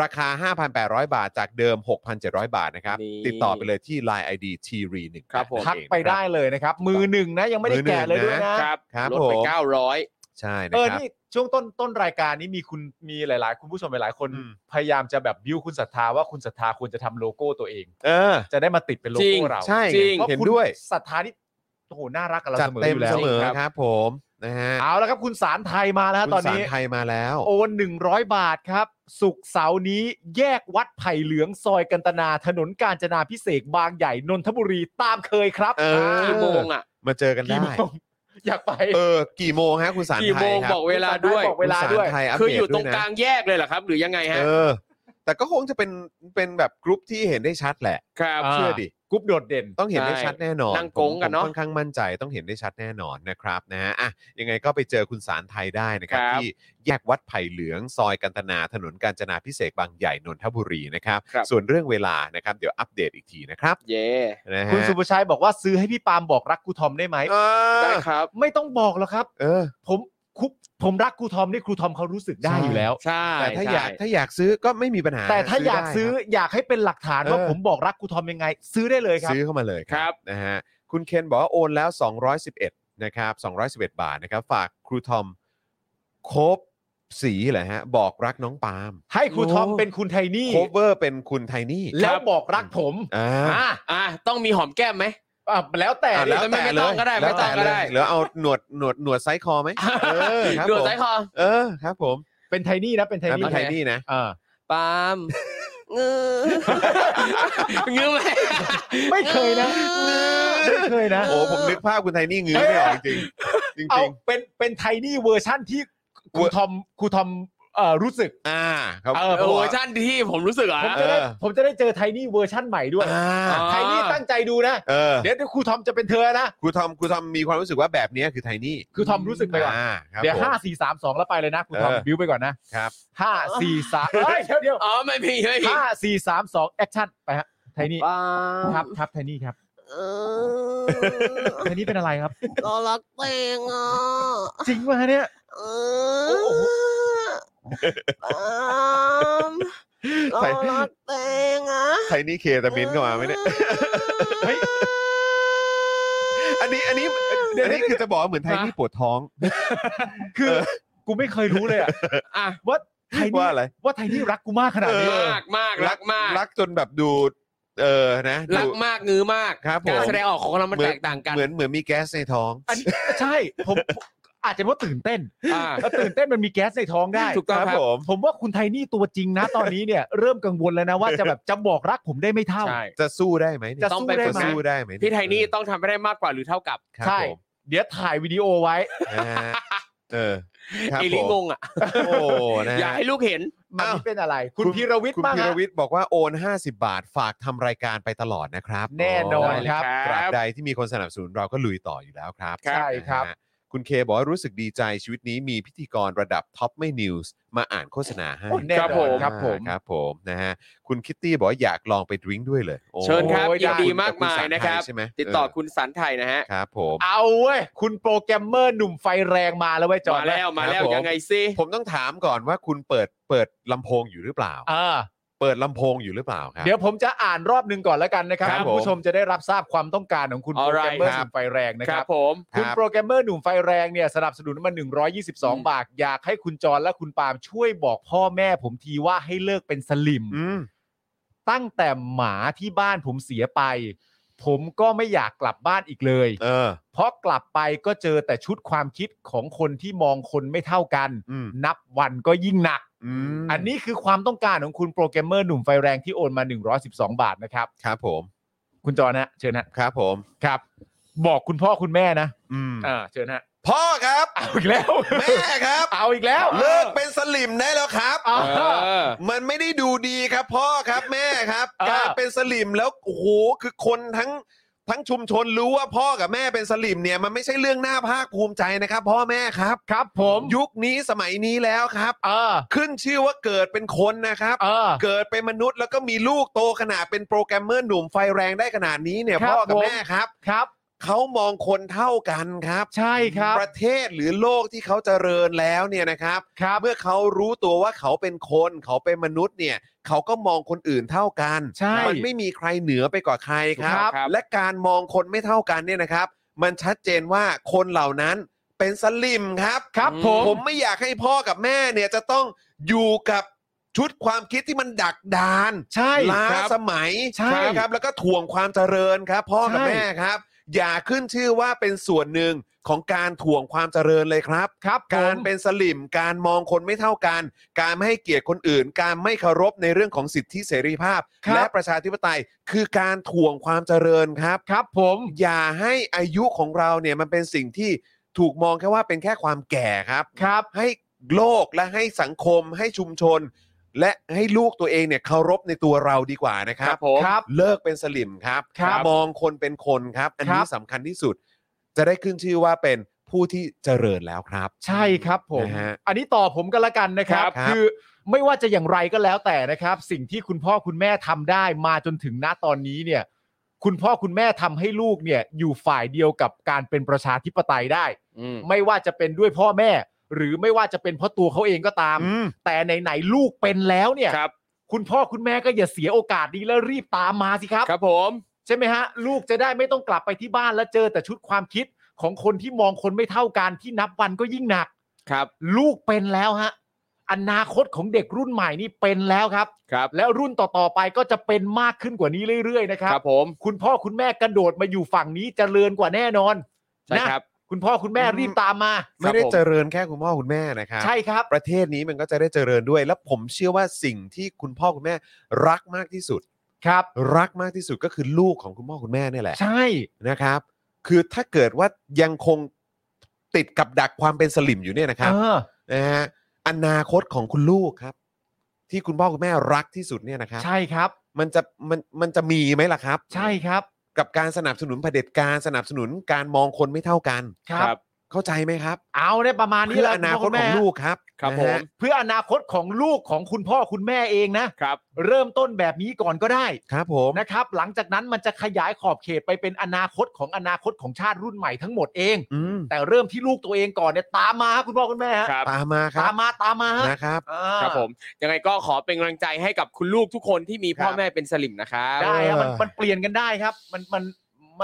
[SPEAKER 1] ราคา 5,800 บาทจากเดิม 6,700 บาทนะครับ
[SPEAKER 3] นี่
[SPEAKER 1] ติดต่อไปเลยที่ Line ID t r e 1
[SPEAKER 3] ครับผม
[SPEAKER 2] ทักไปได้เลยนะครับ มือหนึ่งนะ ยังไม่ได้แกะเลยด้วยนะ
[SPEAKER 3] ครับ
[SPEAKER 1] ครับ
[SPEAKER 3] ลด
[SPEAKER 1] ผ
[SPEAKER 3] ไป
[SPEAKER 1] ม
[SPEAKER 3] เก้าร้อย
[SPEAKER 1] ใช่นะ
[SPEAKER 2] เออ
[SPEAKER 1] ครับ
[SPEAKER 2] นี่ช่วงต้นต้นรายการนี้มีคุณมีหลาย ๆ คุณผู้ชมหลายๆคน
[SPEAKER 1] อืม
[SPEAKER 2] พยายามจะแบบบิ้วคุณศรัทธาว่าคุณศรัทธาควรจะทำโลโก้ตัวเอง
[SPEAKER 1] เออ
[SPEAKER 2] จะได้มาติดเป็นโล
[SPEAKER 3] จริ
[SPEAKER 2] โก้
[SPEAKER 3] ง
[SPEAKER 2] เรา
[SPEAKER 1] ใช่
[SPEAKER 3] จริง
[SPEAKER 2] เพราะ
[SPEAKER 1] เห็น
[SPEAKER 2] คุณ
[SPEAKER 1] ด้วย
[SPEAKER 2] ศรัทธานี่โอ้โหน่ารักกับเรา
[SPEAKER 1] จัด
[SPEAKER 2] เสมออ
[SPEAKER 1] เต็ม
[SPEAKER 2] ยู่แล้
[SPEAKER 1] เสม
[SPEAKER 2] ว
[SPEAKER 1] อ
[SPEAKER 3] ครับ
[SPEAKER 1] ครับผมนะฮะ
[SPEAKER 2] เอาแล้วครับคุณสารไทยมาแล้วฮะ
[SPEAKER 1] คุณ
[SPEAKER 2] ตอน
[SPEAKER 1] สาร
[SPEAKER 2] นี้
[SPEAKER 1] ไทยมาแล้ว
[SPEAKER 2] โอน100 บาทครับ สุกร์เสาร์นี้แยกวัดไผ่เหลืองซอยกันตนา ถนนกาญจนาพิเศษกบางใหญ่นนทบุรีตามเคยครับ
[SPEAKER 1] เออ
[SPEAKER 3] กี่โมงอ่ะ
[SPEAKER 1] มาเจอกัน
[SPEAKER 2] กี่
[SPEAKER 1] ได้
[SPEAKER 2] โมงอยากไป
[SPEAKER 1] เออ กี่โมงฮะคุณสาร
[SPEAKER 3] กี่
[SPEAKER 1] ไท
[SPEAKER 3] โม
[SPEAKER 1] ย
[SPEAKER 3] ง
[SPEAKER 1] ครับ
[SPEAKER 3] บอกเวลาด้วย
[SPEAKER 2] บอกเวลา
[SPEAKER 1] คุณส
[SPEAKER 2] ด้วย
[SPEAKER 1] ไทปเด
[SPEAKER 3] คืออยู่ตรง
[SPEAKER 1] ด้วนะ
[SPEAKER 3] กลางแยกเลยเหรอครับ หรือยังไงฮะ
[SPEAKER 1] เออ แต่ก็คงจะเป็นเป็นแบบกรุ๊ปที่เห็นได้ชัดแหละ
[SPEAKER 3] ครับ
[SPEAKER 2] อ่า
[SPEAKER 1] เชื่อดิ
[SPEAKER 2] กรุ๊ปโดดเด่น
[SPEAKER 1] ต้องเห็นได้ชัดแน่นอน
[SPEAKER 3] นั่งโก๊งกันเนอะ
[SPEAKER 1] ผมค่อนข้างมั่นใจต้องเห็นได้ชัดแน่นอนนะครับนะฮะอ่ะยังไงก็ไปเจอคุณสารไทยได้นะครับ
[SPEAKER 3] ครับ
[SPEAKER 1] ที่แยกวัดไผ่เหลืองซอยกันตนาถนนกาญจนาพิเศษกบางใหญ่นนทบุรีนะครับ
[SPEAKER 3] ครับ
[SPEAKER 1] ส่วนเรื่องเวลานะครับ เดี๋ยวอัปเดตอีกทีนะครับ
[SPEAKER 3] เย่
[SPEAKER 1] นะฮะ
[SPEAKER 2] คุณสุภชัยบอกว่าซื้อให้พี่ปาล์มบอกรักกูทอมได้ไหม
[SPEAKER 1] เออ
[SPEAKER 3] ได้ครับ
[SPEAKER 2] ไม่ต้องบอกหรอกครับ
[SPEAKER 1] เออ
[SPEAKER 2] ผมคุปผมรักครูทอมนี่ครูทอมเขารู้สึกได้อยู่แล้ว
[SPEAKER 3] ใช่
[SPEAKER 1] แต่ถ้า
[SPEAKER 3] ใช่
[SPEAKER 1] อยากถ้าอยากซื้อก็ไม่มีปัญหา
[SPEAKER 2] แต่ถ้าอยากซื้อ
[SPEAKER 1] ได้
[SPEAKER 2] อยากให้เป็นหลักฐานว่า
[SPEAKER 1] เออ
[SPEAKER 2] ผมบอกรักครูทอมยังไง ซื้อได้เลย
[SPEAKER 1] ค
[SPEAKER 2] ครับ รับ
[SPEAKER 1] ซื้อเข้ามาเลย
[SPEAKER 3] ครับ
[SPEAKER 1] นะฮะคุณเคนบอกว่าโอนแล้ว 211นะครับ211 บาทนะครับ ฝากครูทอมโคบสีเหรอฮะบอกรักน้องปาล์ม
[SPEAKER 2] ให้ครูทอมเป็นคุณไทนี่
[SPEAKER 1] โคเวอร์เป็นคุณไทนี่
[SPEAKER 2] แล้วบอกรักผม
[SPEAKER 1] อ่า
[SPEAKER 2] อ่ะ
[SPEAKER 3] อ่ะต้องมีหอมแก้มไหม
[SPEAKER 2] อ่ะแล้วแต่
[SPEAKER 1] อ่ะแล้วแต่
[SPEAKER 3] ไม่
[SPEAKER 1] เล
[SPEAKER 3] ต้อง
[SPEAKER 1] ย
[SPEAKER 3] ก็ได้
[SPEAKER 1] แล้วแต่
[SPEAKER 3] ไม่ต้องก็
[SPEAKER 1] เล
[SPEAKER 3] ได้
[SPEAKER 1] ยแล้วเอาหนวดหนวดหนวดไซส์คอไหมเออครับ
[SPEAKER 3] ดูด
[SPEAKER 1] ผม
[SPEAKER 3] สายคอ
[SPEAKER 1] เออครับผม
[SPEAKER 2] เป็นไทนี่นะเป็นไท
[SPEAKER 1] อ่ะ
[SPEAKER 2] นี่
[SPEAKER 1] เป็นไท
[SPEAKER 3] โอเค
[SPEAKER 1] นี่นะ
[SPEAKER 2] อ่า
[SPEAKER 3] ปาล์ม เงื้ อเงื้อไหม
[SPEAKER 2] ไม่เคยนะ ไม่เคยนะ
[SPEAKER 1] โอ้ผมนึกภาพคุณไทนี่งื้อไม่ออกจริงๆจริง
[SPEAKER 2] เอา
[SPEAKER 1] จริง
[SPEAKER 2] เป็นเป็นไทนี่เวอร์ชั่นที่ครูทอมครูทอมเอ่อรู้สึก
[SPEAKER 1] อ่าครับ
[SPEAKER 2] เออ
[SPEAKER 3] เวอร์ชันที่ผมรู้สึกอ่ะ
[SPEAKER 2] ผมจะได้ผมจะได้เจอไทนี่เวอร์ชั่นใหม่ด้วย
[SPEAKER 1] อ่า
[SPEAKER 3] อ๋อ
[SPEAKER 2] ไทนี่ตั้งใจดูนะ
[SPEAKER 1] เออ
[SPEAKER 2] เดี๋ยวเดี๋ยวครูทอมจะเป็นเธอนะ
[SPEAKER 1] ครูทอมครูทอมมีความรู้สึกว่าแบบเนี้ยคือไทนี่
[SPEAKER 2] ครูทอมรู้สึกไปก่อน
[SPEAKER 1] อ่าครับ
[SPEAKER 2] เดี๋ยว
[SPEAKER 1] ผม
[SPEAKER 2] ห้าสี่สามสองแล้วไปเลยนะครูทอม
[SPEAKER 1] เออ
[SPEAKER 2] บิวไปก่อนนะครับ ห้าสี่สามเฮ้ยเดี๋ยวเดี๋ยว
[SPEAKER 3] อ๋อไม่มีไม่มี
[SPEAKER 2] ห้าสี่สามสองแอคชั่นไปฮะไทนี่
[SPEAKER 3] ปาล์ม
[SPEAKER 2] ครับครับไทนี่ครับ
[SPEAKER 7] เออ
[SPEAKER 2] ไทนี่เป็นอะไรครับ
[SPEAKER 7] เรารักเตงอ่ะ
[SPEAKER 2] จริงวะเนี่ย
[SPEAKER 7] เอ
[SPEAKER 2] โอ้โห
[SPEAKER 7] อปามเรารักเตงอ่ะ
[SPEAKER 1] ไทนี่เคแต่มินท์เข้ามาไหมเนี่ย
[SPEAKER 2] เฮ้ย
[SPEAKER 1] อันนี้อันนี้อันนี้คือจะบอกว่าเหมือนไทนี่ปวดท้อง
[SPEAKER 2] คือกูไม่เคยรู้เลยอะ
[SPEAKER 3] อ่ะ
[SPEAKER 2] ว่าไทนี่
[SPEAKER 1] ว่าอะไร
[SPEAKER 2] ว่าไทนี่รักกูมากขนาดนี้
[SPEAKER 1] เออ
[SPEAKER 3] มากมากรักมาก
[SPEAKER 1] รักจนแบบดูเออนะดู
[SPEAKER 3] รักมากงื้อมาก
[SPEAKER 1] ครับผม
[SPEAKER 3] การแสดงออกของเรามันแตกต่างกัน
[SPEAKER 1] เหมือนเหมือนมีแก๊สในท้อง
[SPEAKER 2] อันใช่ผมผมอาจจะเพราะตื่นเต้น
[SPEAKER 3] อ่า
[SPEAKER 2] แล้วตื่นเต้นมันมีแก๊สในท้องได้
[SPEAKER 3] ถูกต้องครับ
[SPEAKER 1] ผม
[SPEAKER 2] ผมว่าคุณไทนี่ตัวจริงนะ ตอนนี้เนี่ย เริ่มกังวลแล้วนะว่าจะแบบจะบอกรักผมได้ไม่เท่า
[SPEAKER 3] ใช่
[SPEAKER 1] จะสู้ได้ไหมเนี่ย
[SPEAKER 2] จะ
[SPEAKER 3] ต้อง
[SPEAKER 2] สู้
[SPEAKER 3] ไป
[SPEAKER 2] ได้
[SPEAKER 3] ฝึก
[SPEAKER 2] ไหม
[SPEAKER 3] นะ
[SPEAKER 1] สู้ได้ไหม
[SPEAKER 3] พี่ไทยนี่ต้องทำให้ได้มากกว่าหรือเท่ากับ
[SPEAKER 1] ครับ
[SPEAKER 2] ใช่
[SPEAKER 1] ผม
[SPEAKER 2] เดี๋ยวถ่ายวิดีโอไว้
[SPEAKER 1] นะฮะเออครับ
[SPEAKER 3] อี
[SPEAKER 1] ผ
[SPEAKER 3] ลิ
[SPEAKER 1] ม
[SPEAKER 3] งงอ่ะ
[SPEAKER 1] โอ้นะ
[SPEAKER 3] อยาก
[SPEAKER 1] ฮะ
[SPEAKER 3] ให้ลูกเห็น
[SPEAKER 2] มัน
[SPEAKER 1] อ้าว
[SPEAKER 2] นี่เป็นอะไร คุณพีรวิทย์
[SPEAKER 1] คุณ
[SPEAKER 2] บ้าง
[SPEAKER 1] พีร
[SPEAKER 2] ฮะ
[SPEAKER 1] วิทย์บอกว่าโอน 50 บาท ฝากทำรายการไปตลอดนะครับ
[SPEAKER 2] แน่นอน
[SPEAKER 1] ได้เลย
[SPEAKER 2] ครับ
[SPEAKER 1] ตราบใดที่มีคนสนับสนุนเราก็ลุยต่ออยู่แล้วครับ
[SPEAKER 2] ใช่ครับ
[SPEAKER 1] นะฮะคุณเคบอกว่ารู้สึกดีใจชีวิตนี้มีพิธีกรระดับท็อปไม่นิวส์มาอ่านโฆษณาให้
[SPEAKER 2] โอ้แน่น
[SPEAKER 3] ครับ
[SPEAKER 2] อ
[SPEAKER 3] ผ
[SPEAKER 2] น
[SPEAKER 3] ม
[SPEAKER 2] ครับผม
[SPEAKER 1] ครับผมนะฮะคุณคิตตี้บอกว่าอยากลองไปดริงก์ด้วยเลยโอ้
[SPEAKER 3] เชิญครับ
[SPEAKER 2] โอ้ย
[SPEAKER 3] ยินดี
[SPEAKER 1] คุณ
[SPEAKER 3] มากมาย
[SPEAKER 1] แต่ณสรไท
[SPEAKER 3] นะครับ
[SPEAKER 1] ใช่ไหม
[SPEAKER 3] ติดต่อ
[SPEAKER 1] เ
[SPEAKER 3] คุณสันไทยนะฮะ
[SPEAKER 1] ครับผม
[SPEAKER 2] เอาเว้ย คุณโปรแกรมเมอร์หนุ่มไฟแรงมาแล้วไว้ยจอ
[SPEAKER 3] มา
[SPEAKER 2] ห์น
[SPEAKER 3] แล้วมาแล้
[SPEAKER 1] คว รับผม
[SPEAKER 3] ยังไงซิ
[SPEAKER 1] ผมต้องถามก่อนว่าคุณเปิดเปิดลำโพงอยู่หรือเปล่า
[SPEAKER 2] เออ
[SPEAKER 1] เปิดลำโพงอยู่หรือเปล่าครับ
[SPEAKER 2] เดี๋ยวผมจะอ่านรอบหนึ่งก่อนแล้วกันนะครับ
[SPEAKER 1] ครับ
[SPEAKER 2] คุณผู้ชมจะได้รับทราบความต้องการของคุณโปรแกรมเมอร์หนุ่มไฟแรงนะ
[SPEAKER 3] ค
[SPEAKER 2] ค
[SPEAKER 3] รั
[SPEAKER 2] รั
[SPEAKER 3] บบ ผม
[SPEAKER 1] ค
[SPEAKER 2] คุณ
[SPEAKER 1] รับ
[SPEAKER 2] โปรแกรมเมอร์หนุ่มไฟแรงเนี่ยสนับสนุนมา 122 บาท อยากให้คุณจรและคุณปาล์มช่วยบอกพ่อแม่ผมทีว่าให้เลิกเป็นสลิม
[SPEAKER 1] อืม
[SPEAKER 2] ตั้งแต่หมาที่บ้านผมเสียไป ผมก็ไม่อยากกลับบ้านอีกเลย
[SPEAKER 1] เออ
[SPEAKER 2] เพราะกลับไปก็เจอแต่ชุดความคิดของคนที่มองคนไม่เท่ากัน
[SPEAKER 1] อืม
[SPEAKER 2] นับวันก็ยิ่งหนัก
[SPEAKER 1] อืม
[SPEAKER 2] อันนี้คือความต้องการของคุณโปรแกรมเมอร์หนุ่มไฟแรงที่โอนมา 112 บาทนะครับ
[SPEAKER 1] ครับผม
[SPEAKER 2] คุณจรนะเชิญนะครับ
[SPEAKER 1] ผม
[SPEAKER 2] ครับ บอกคุณพ่อคุณแม่นะ
[SPEAKER 1] อืม
[SPEAKER 2] อ่าเชิญนะ
[SPEAKER 1] พ่อครับ
[SPEAKER 2] เอาอีกแล้ว
[SPEAKER 1] แม่ครับ
[SPEAKER 2] เอาอีกแล้ว
[SPEAKER 1] เลิกเป็นสลิมได้แล้วครับ
[SPEAKER 2] เอา
[SPEAKER 3] เออ
[SPEAKER 1] มันไม่ได้ดูดีครับพ่อครับแม่ครับ
[SPEAKER 2] เออ
[SPEAKER 1] การเป็นสลิมแล้วโอ้โหคือคนทั้งทั้งชุมชนรู้ว่าพ่อกับแม่เป็นสลิมเนี่ยมันไม่ใช่เรื่องน่าภาคภูมิใจนะครับ พ่อแม่ครับ
[SPEAKER 2] ครับผม
[SPEAKER 1] ยุคนี้สมัยนี้แล้วครับ
[SPEAKER 2] เออ
[SPEAKER 1] ขึ้นชื่อว่าเกิดเป็นคนนะครับ
[SPEAKER 2] เออ
[SPEAKER 1] เกิดเป็นมนุษย์แล้วก็มีลูกโตขนาดเป็นโปรแกรมเมอร์หนุ่มไฟแรงได้ขนาดนี้เนี่ย
[SPEAKER 2] ครับ
[SPEAKER 1] พ่อกับ
[SPEAKER 2] ผม
[SPEAKER 1] แม่ครับ
[SPEAKER 2] ครับ
[SPEAKER 1] เขามองคนเท่ากันครับ
[SPEAKER 2] ใช่ครับ
[SPEAKER 1] ประเทศหรือโลกที่เขาเจริญแล้วเนี่ยนะครับ
[SPEAKER 2] ครับ
[SPEAKER 1] เมื่อเขารู้ตัวว่าเขาเป็นคนเขาเป็นมนุษย์เนี่ยเขาก็มองคนอื่นเท่ากัน
[SPEAKER 2] ใช่
[SPEAKER 1] มันไม่มีใครเหนือไปกว่าใครครั
[SPEAKER 2] ครับ บครับ
[SPEAKER 1] และการมองคนไม่เท่ากันเนี่ยนะครับ มันชัดเจนว่าคนเหล่านั้นเป็นสลิมครับ
[SPEAKER 2] ครับผ
[SPEAKER 1] ผม มไม่อยากให้พ่อกับแม่เนี่ยจะต้องอยู่กับชุดความคิดที่มันดักดาน
[SPEAKER 2] ใช่
[SPEAKER 1] ล้า
[SPEAKER 2] ครับ
[SPEAKER 1] สมัย
[SPEAKER 2] ใช่
[SPEAKER 1] ครับแล้วก็ถ่วงความเจริญครับ พ่อกับ
[SPEAKER 2] ใช่
[SPEAKER 1] แม่ครับ อย่าขึ้นชื่อว่าเป็นส่วนหนึ่งของการถ่วงความเจริญเลยครับ
[SPEAKER 2] ครับผม
[SPEAKER 1] การเป็นสลิมการมองคนไม่เท่ากัน การไม่ให้เกียรติคนอื่น การไม่เคารพในเรื่องของสิทธิเสรีภาพ
[SPEAKER 2] ครับ
[SPEAKER 1] และประชาธิปไตยคือการถ่วงความเจริญครับ
[SPEAKER 2] ครับผม
[SPEAKER 1] อย่าให้อายุของเราเนี่ยมันเป็นสิ่งที่ถูกมองแค่ว่าเป็นแค่ความแก่ครับ
[SPEAKER 2] ครับ
[SPEAKER 1] ให้โลกและให้สังคมให้ชุมชน และให้ลูกตัวเองเนี่ยเคารพในตัวเราดีกว่านะครับ
[SPEAKER 3] ครับผม
[SPEAKER 2] ครับ
[SPEAKER 1] เลิกเป็นสลิมครับ
[SPEAKER 2] ครับ
[SPEAKER 1] มองคนเป็นคนครับ อันนี้
[SPEAKER 2] ครับ
[SPEAKER 1] สำคัญที่สุด จะได้ขึ้นชื่อว่าเป็นผู้ที่เจริญแล้วครับ
[SPEAKER 2] ใช่ครับผม
[SPEAKER 1] นะฮะ
[SPEAKER 2] อันนี้ต่อผมก็แล้วกันนะครับ
[SPEAKER 1] ครับ
[SPEAKER 2] คือไม่ว่าจะอย่างไรก็แล้วแต่นะครับ สิ่งที่คุณพ่อคุณแม่ทำได้มาจนถึงณตอนนี้เนี่ย คุณพ่อคุณแม่ทำให้ลูกเนี่ยอยู่ฝ่ายเดียวกับการเป็นประชาธิปไตยได้
[SPEAKER 3] อืม
[SPEAKER 2] ไม่ว่าจะเป็นด้วยพ่อแม่ หรือไม่ว่าจะเป็นเพราะตัวเขาเองก็ตาม
[SPEAKER 1] อืม
[SPEAKER 2] แต่ไหนๆลูกเป็นแล้วเนี่ย
[SPEAKER 3] ครับ
[SPEAKER 2] คุณพ่อคุณแม่ก็อย่าเสียโอกาสนี้แล้วรีบตามมาสิครับ
[SPEAKER 3] ครับผม
[SPEAKER 2] ใช่ไหมฮะ ลูกจะได้ไม่ต้องกลับไปที่บ้านแล้วเจอแต่ชุดความคิดของคนที่มองคนไม่เท่ากันที่นับวันก็ยิ่งหนัก
[SPEAKER 3] ครับ
[SPEAKER 2] ลูกเป็นแล้วฮะ อนาคตของเด็กรุ่นใหม่นี่เป็นแล้วครับ
[SPEAKER 3] ครับ
[SPEAKER 2] แล้วรุ่นต่อๆไปก็จะเป็นมากขึ้นกว่านี้เรื่อยๆนะครั
[SPEAKER 3] ค
[SPEAKER 2] บ
[SPEAKER 3] รับผม
[SPEAKER 2] คุณพ่อคุณแม่กระโดดมาอยู่ฝั่งนี้จเจริญกว่าแน่นอน
[SPEAKER 3] ใช่
[SPEAKER 2] นะครับ คุณพ่อคุณแม่รีบตามมา
[SPEAKER 1] ไม่ได้
[SPEAKER 3] ผม
[SPEAKER 1] เจริญแค่คุณพ่อคุณแม่นะครับ
[SPEAKER 2] ใช่ครับ
[SPEAKER 1] ประเทศนี้มันก็จะได้เจริญด้วย และผมเชื่อว่าสิ่งที่คุณพ่อคุณแม่รักมากที่สุด
[SPEAKER 2] ครับ
[SPEAKER 1] รักมากที่สุดก็คือลูกของคุณพ่อคุณแม่เนี่ยแหละ
[SPEAKER 2] ใช่
[SPEAKER 1] นะครับ คือถ้าเกิดว่ายังคงติดกับดักความเป็นสลิมอยู่เนี่ยนะค
[SPEAKER 2] เอ
[SPEAKER 1] รับ
[SPEAKER 2] อ
[SPEAKER 1] นะฮะอนาคตของคุณลูกครับ ที่คุณพ่อคุณแม่รักที่สุดเนี่ยนะครับ
[SPEAKER 2] ใช่ครับ
[SPEAKER 1] มันจะมันมันจะมีไหมล่ะครับ
[SPEAKER 2] ใช่ครับ
[SPEAKER 1] กับการสนับสนุนเผด็จการสนับสนุนการมองคนไม่เท่ากัน
[SPEAKER 2] ครับ
[SPEAKER 1] เข้าใจไหมครับ
[SPEAKER 2] เอาได้ประมาณนี้
[SPEAKER 1] เพื่อ
[SPEAKER 2] แล้ว
[SPEAKER 1] อนาคตขอ
[SPEAKER 2] ณพ่
[SPEAKER 1] ง
[SPEAKER 2] ณแม่
[SPEAKER 1] ลูกครับ
[SPEAKER 3] ครับ
[SPEAKER 1] นะ
[SPEAKER 3] ผม
[SPEAKER 1] ฮะ
[SPEAKER 2] เพื่ออนาคตของลูกของคุณพ่อคุณแม่เองนะ
[SPEAKER 3] ครับ
[SPEAKER 2] เริ่มต้นแบบนี้ก่อนก็ได้
[SPEAKER 1] ครับผม
[SPEAKER 2] นะครับหลังจากนั้นมันจะขยายขอบเขตไปเป็นอนาคตของอนาคตของชาติรุ่นใหม่ทั้งหมดเอง
[SPEAKER 1] อืม
[SPEAKER 2] แต่เริ่มที่ลูกตัวเองก่อนเนี่ยตามมาฮะคุณพ่อคุณแม่ฮะ
[SPEAKER 3] ครับ
[SPEAKER 1] ตามมาค
[SPEAKER 2] ตา
[SPEAKER 1] รับ
[SPEAKER 2] มมาตามมาฮะ
[SPEAKER 1] นะครับ
[SPEAKER 2] อ่า
[SPEAKER 3] ครับผม ยังไงก็ขอเป็นกำลังใจให้กับคุณลูกทุกคนที่มีพ่อ
[SPEAKER 1] ครับ
[SPEAKER 3] แม่เป็นสลิมนะครับ
[SPEAKER 2] ได้ครับมัน
[SPEAKER 1] เออ
[SPEAKER 2] มันเปลี่ยนกันได้ครับ มันมัน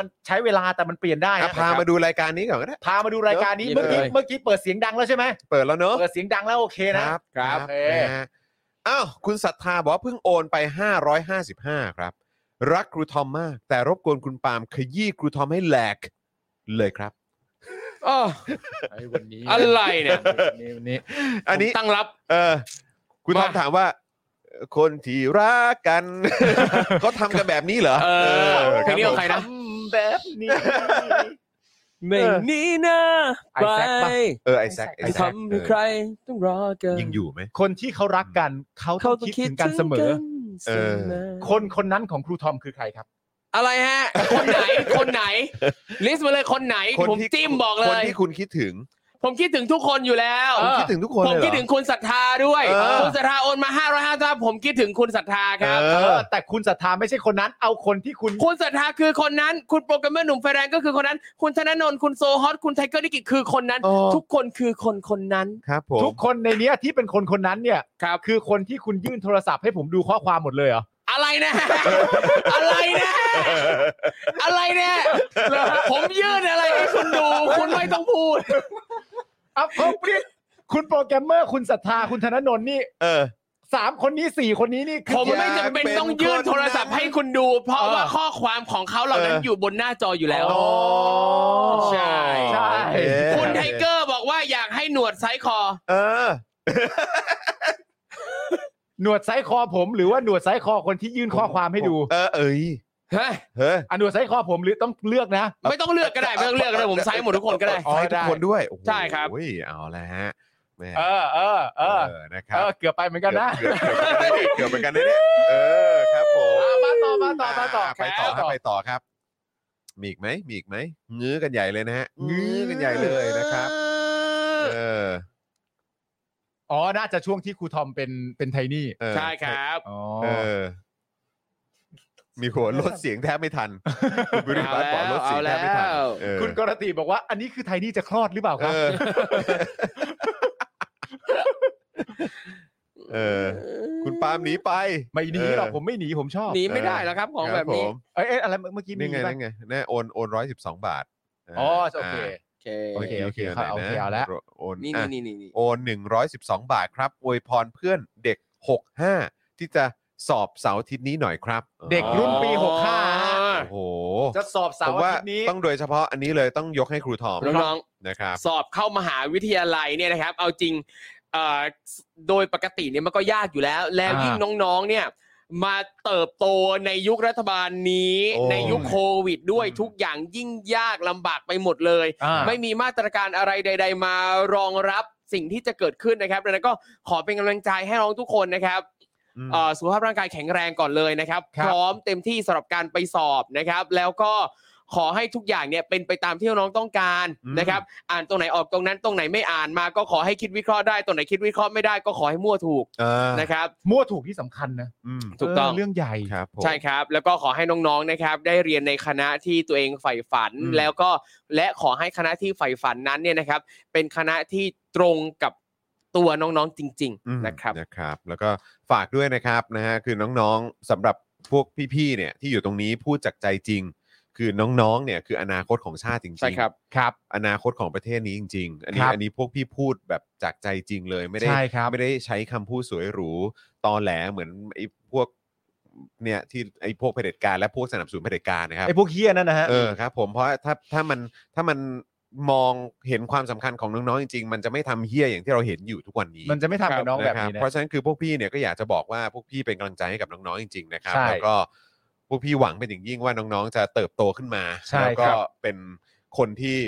[SPEAKER 2] มันใช้เวลาแต่มันเปลี่ยนได้
[SPEAKER 1] อ่ะ
[SPEAKER 2] นะ
[SPEAKER 1] พามาดูรายการนี้ก่อนก็ได้
[SPEAKER 2] พามาดูรายการนี้
[SPEAKER 3] เนอะ
[SPEAKER 2] เมื่อกี้
[SPEAKER 3] เลย
[SPEAKER 2] เมื่อกี้เปิดเสียงดังแล้วใช่ไหม
[SPEAKER 1] เปิดแล้วเนอะ
[SPEAKER 2] เปิดเสียงดังแล้วโอเคนะ
[SPEAKER 1] ครับ
[SPEAKER 3] ครับ
[SPEAKER 2] โอเค
[SPEAKER 1] นะฮะอ้าวคุณศรัทธาบอกว่าเพิ่งโอนไป 555 ครับ รักครูทอมมาก แต่รบกวนคุณปาล์มขยี้ครูทอมให้แหลกเลยครับ
[SPEAKER 3] อ้อ
[SPEAKER 2] วันนี้
[SPEAKER 3] อะไรเนี่ย
[SPEAKER 2] วันนี้
[SPEAKER 1] อันนี้
[SPEAKER 3] ผมตั้งรับ
[SPEAKER 1] เออครูทอม
[SPEAKER 3] มา
[SPEAKER 1] ถามว่า คนที่รักกัน เขาทำกันแบบนี้เหรอ
[SPEAKER 3] เออ
[SPEAKER 1] เออ
[SPEAKER 3] เพลงนี้ของใครนะ
[SPEAKER 2] แบบนี้
[SPEAKER 3] ไม่นีนะ
[SPEAKER 2] ไอ้
[SPEAKER 3] ไป
[SPEAKER 2] แซคปะ
[SPEAKER 1] เออไอแซคไอ
[SPEAKER 5] ไอ้
[SPEAKER 1] แซค
[SPEAKER 5] แซค
[SPEAKER 3] ทำให้ใครต้องรอเกิน
[SPEAKER 1] ยังอยู่ไหม
[SPEAKER 2] คนที่เขารักกันเขาต้
[SPEAKER 3] เขา
[SPEAKER 2] อง
[SPEAKER 3] ต้อง
[SPEAKER 2] คิด
[SPEAKER 3] คิ
[SPEAKER 2] ถึงกั
[SPEAKER 3] ด
[SPEAKER 2] นเสมอ
[SPEAKER 3] เออ
[SPEAKER 2] คนคนนั้นของครูทอมคือใครครับ
[SPEAKER 3] อะไรฮะ คนไหนคนไหน ลิสต์มาเลยคนไหน
[SPEAKER 1] คน
[SPEAKER 3] ผม
[SPEAKER 1] ที่
[SPEAKER 3] จิ้มบอกเล
[SPEAKER 1] คน
[SPEAKER 3] ย
[SPEAKER 1] ที่คุณคิดถึง
[SPEAKER 3] ผมคิดถึงทุกคนอยู่แล้ว
[SPEAKER 1] คุณคิดถึงทุกคน
[SPEAKER 3] ผ
[SPEAKER 1] เล
[SPEAKER 3] ม
[SPEAKER 1] ยเหรอ
[SPEAKER 3] คิดถึงคุณศรัทธาด้วย
[SPEAKER 1] เออ
[SPEAKER 3] คุณศรัทธาโอนมา5 5 5ผมคิดถึงคุณศรัทธาค
[SPEAKER 1] เอ
[SPEAKER 3] รับ
[SPEAKER 2] เอ
[SPEAKER 1] อ
[SPEAKER 2] อแต่คุณศรัทธาไม่ใช่คนนั้น เอาคนที่คุณ
[SPEAKER 3] คุณศรัทธาคือคนนั้น คุณโปรแกรมเมอร์หนุ่มไฟแรงก็คือคนนั้น คุณธนนนท์คุณโซฮอต คุณไทเกอร์นิกิคือคนนั้น
[SPEAKER 1] อ๋อ
[SPEAKER 3] ทุกคนคือคนคนนั้น
[SPEAKER 1] ครับผม
[SPEAKER 2] ทุกคนในเนี้ยที่เป็นคนคนนั้นเนี่ย
[SPEAKER 3] ครับ
[SPEAKER 2] คือคนที่คุณยื่นโทรศัพท์ให้ผมดูข้อความหมดเลยเหรอ
[SPEAKER 3] อะไรนะ อะไรนะ อะไรเนี่ยผมยื่นอะไรให้คุณดู คุณไม่ต้องพูด
[SPEAKER 2] อ่ะเขาเปลี่ยนคุณโปรแกรมเมอร์คุณศรัทธาคุณธนนนท์นี่
[SPEAKER 1] เออ
[SPEAKER 2] สามคนนี้สี่คนนี้นี่คือ
[SPEAKER 3] ผมไม่จำเป็นต้องยื่นโทรศัพท์ให้คุณดู เพราะว่าข้อความของเขาเหล่านั้น
[SPEAKER 1] เออ
[SPEAKER 3] อ
[SPEAKER 1] อ
[SPEAKER 3] ยู่บนหน้าจออยู่แล้ว
[SPEAKER 1] อ๋อ
[SPEAKER 3] ใช่
[SPEAKER 2] ใช่
[SPEAKER 1] เอ๊ะ
[SPEAKER 3] คุณไทเกอร์บอกว่าอยากให้หนวดไซส์คอ
[SPEAKER 1] เออ
[SPEAKER 2] หนวดไซส์คอผม หรือว่าหนวดไซส์คอคนที่ยื่นข้อความให้ดู
[SPEAKER 1] เออเอ้ย
[SPEAKER 3] ฮะ
[SPEAKER 1] เฮ้ย
[SPEAKER 2] อ่ะหนวดไซส์คอผมหรือต้องเลือกนะ
[SPEAKER 3] ไม่ต้องเลือกก็ได้ ไม่ต้องเลือกก็ได้ผมไซส์หมดทุกคนก็ได้
[SPEAKER 1] อ๋อให้ทุกคนด้วยโอ้โห
[SPEAKER 3] ใช่ครับ
[SPEAKER 1] โอ้ยเอาละฮะแหม่
[SPEAKER 2] เออเออเออ
[SPEAKER 1] นะค
[SPEAKER 2] เอ
[SPEAKER 1] รับ
[SPEAKER 2] อเกือบไปเหมือนกันนะ
[SPEAKER 1] เกือบเกือบเหมือนกันนะเนี่ยเออครับผม
[SPEAKER 2] อ่ะมาต่อมาต่อมาต่อ
[SPEAKER 1] ไปต่อ
[SPEAKER 2] ค
[SPEAKER 1] ครั
[SPEAKER 2] รั
[SPEAKER 1] บบ ไปต่อครับ มีอีกไหมมีอีกไหมงื้อกันใหญ่เลยนะฮะงื้อกันใหญ่
[SPEAKER 3] ไป
[SPEAKER 1] เลยนะครับ เออ
[SPEAKER 2] อ๋อน่าจะช่วงที่ครูทอมเป็นเป็นไทนี่
[SPEAKER 1] เออ
[SPEAKER 3] ใช่ครับ
[SPEAKER 2] อ๋อ
[SPEAKER 1] เออ มีหัวลดเสียงแทบไม่ทันคุณบริ
[SPEAKER 3] เอา
[SPEAKER 1] บัต
[SPEAKER 3] แล้
[SPEAKER 1] บอก
[SPEAKER 3] ว
[SPEAKER 1] ลดเสียงแทบไม่ทัน
[SPEAKER 3] เอาแล้ว
[SPEAKER 1] เออ
[SPEAKER 2] คุณกรติบอกว่าอันนี้คือไทนี่จะคลอดหรือเปล่าค
[SPEAKER 1] เอ
[SPEAKER 2] รับ
[SPEAKER 1] อ เออ คุณปาล์มหนีไป
[SPEAKER 2] ไม่หนีหรอก
[SPEAKER 1] เ
[SPEAKER 2] ผมไม่หนีผมชอบ
[SPEAKER 3] หนีไม่ได้แล้วครับ ของแบบนี้
[SPEAKER 1] ครัผม
[SPEAKER 2] เอ้ยเอ้ยอะไรเมื่อกี้มี
[SPEAKER 1] นี่ไง
[SPEAKER 2] ปะ
[SPEAKER 1] นี่ไงนี่โอนโอนร้อยสิบสองบาท
[SPEAKER 2] อ๋อโอเค
[SPEAKER 3] โอเค
[SPEAKER 1] า
[SPEAKER 2] โอเคโอเค
[SPEAKER 1] โอเค
[SPEAKER 2] เอา
[SPEAKER 1] ไหนนะ
[SPEAKER 2] โอเคเอาแล้ว
[SPEAKER 1] โอน
[SPEAKER 3] นี่
[SPEAKER 1] อ่ะ
[SPEAKER 3] นี่นี่นี่
[SPEAKER 1] โอน 112 บาทครับอวยพรเพื่อนเด็ก 65 ที่จะสอบเสาร์อาทิตย์นี้หน่อยครับ
[SPEAKER 2] เด็กรุ่นปี
[SPEAKER 3] อ๋อ
[SPEAKER 2] 65
[SPEAKER 1] โอ้โห
[SPEAKER 2] จะสอบเสา
[SPEAKER 1] ผม
[SPEAKER 2] ร์อา
[SPEAKER 1] ว่า
[SPEAKER 2] ทิตย์นี้
[SPEAKER 1] ต้องโดยเฉพาะอันนี้เลยต้องยกให้ครูทอม
[SPEAKER 3] น้อง
[SPEAKER 1] นะครับ
[SPEAKER 3] ๆ สอบเข้ามหาวิทยาลัยเนี่ยนะครับ เอาจริงเอ่อโดยปกติเนี่ยมันก็ยากอยู่แล้ว แล้ว
[SPEAKER 2] อ่ายิ่
[SPEAKER 3] ยิ่งน้องๆ เนี่ย มาเติบโตในยุครัฐบาลนี้
[SPEAKER 1] โอ้
[SPEAKER 3] ในยุคโควิดด้วย
[SPEAKER 2] อืม
[SPEAKER 3] ทุกอย่างยิ่งยากลำบากไปหมดเลย
[SPEAKER 2] อ่า
[SPEAKER 3] ไม่มีมาตรการอะไรใด ๆ มารองรับสิ่งที่จะเกิดขึ้นนะครับดังนั้นก็ขอเป็นกำลังใจให้น้องทุกคนนะครับ
[SPEAKER 1] อืม
[SPEAKER 3] เอ่อสุขภาพร่างกายแข็งแรงก่อนเลยนะครับ
[SPEAKER 2] ครั
[SPEAKER 3] พ
[SPEAKER 2] บ
[SPEAKER 3] ร้อมเต็มที่สำหรับการไปสอบนะครับ แล้วก็ขอให้ทุกอย่างเนี่ยเป็นไปตามที่น้องต้องการ
[SPEAKER 1] อืม
[SPEAKER 3] นะครับ อ่านตรงไหนออกตรงนั้นตรงไหนไม่อ่านมา ก็ขอให้คิดวิเคราะห์ได้ตรงไหนคิดวิเคราะห์ไม่ได้ก็ขอให้มั่วถูก
[SPEAKER 1] เออ
[SPEAKER 3] นะครับ
[SPEAKER 2] มั่วถูกที่สำคัญนะ
[SPEAKER 1] อืม
[SPEAKER 3] ถูกต้อง
[SPEAKER 2] เเรื่องใหญ่
[SPEAKER 1] ครับผม
[SPEAKER 3] ใช่ครับ แล้วก็ขอให้น้องๆนะครับได้เรียนในคณะที่ตัวเองใฝ่ฝัน
[SPEAKER 1] อืม
[SPEAKER 3] แล้วก็และขอให้คณะที่ใฝ่ฝันนั้นเนี่ยนะครับ เป็นคณะที่ตรงกับตัวน้องๆจริง
[SPEAKER 1] อืม
[SPEAKER 3] ๆ นะครับ
[SPEAKER 1] นะครับ แล้วก็ฝากด้วยนะครับนะฮะคือน้องๆสำหรับพวกพี่ๆเนี่ยที่อยู่ตรงนี้พูดจากใจจริง คือน้องๆเนี่ยคืออนาคตของชาติจริงๆ
[SPEAKER 3] ใช่ครับ
[SPEAKER 2] ครับ
[SPEAKER 1] อนาคตของประเทศนี้จริง ๆ อันนี้
[SPEAKER 2] ครับ
[SPEAKER 1] อันนี้พวกพี่พูดแบบจากใจจริงเลยไม่ได้
[SPEAKER 2] ใช่ครับ
[SPEAKER 1] ไม่ได้ใช้คำพูดสวยหรูตอแหลเหมือนไอ้พวกเนี่ยที่ไอ้พวกเผด็จการและพวกสนับสนุนเผด็จการนะครับ
[SPEAKER 2] ไอ้พวกเฮี้ยนั่นนะฮะ
[SPEAKER 1] เออครับ ผมเพราะถ้าถ้ามันถ้ามันมองเห็นความสำคัญของน้องๆจริง ๆ มันจะไม่ทำเฮี้ยอย่างที่เราเห็นอยู่ทุกวันนี้
[SPEAKER 2] มันจะไม่ทำกับน้องแบบนี้
[SPEAKER 1] ะครั
[SPEAKER 2] นะ
[SPEAKER 1] เพราะฉะนั้นคือพวกพี่เนี่ยก็อยากจะบอกว่าพวกพี่เป็นกำลังใจให้กับน้องๆจริงๆนะครับ
[SPEAKER 2] ใช่
[SPEAKER 1] แล้วก็พวกพี่หวังเป็นอย่างยิ่งว่าน้องๆจะเติบโตขึ้นมา
[SPEAKER 2] ใช่
[SPEAKER 1] แล้วก็
[SPEAKER 2] ครับ
[SPEAKER 1] เป็นคนที่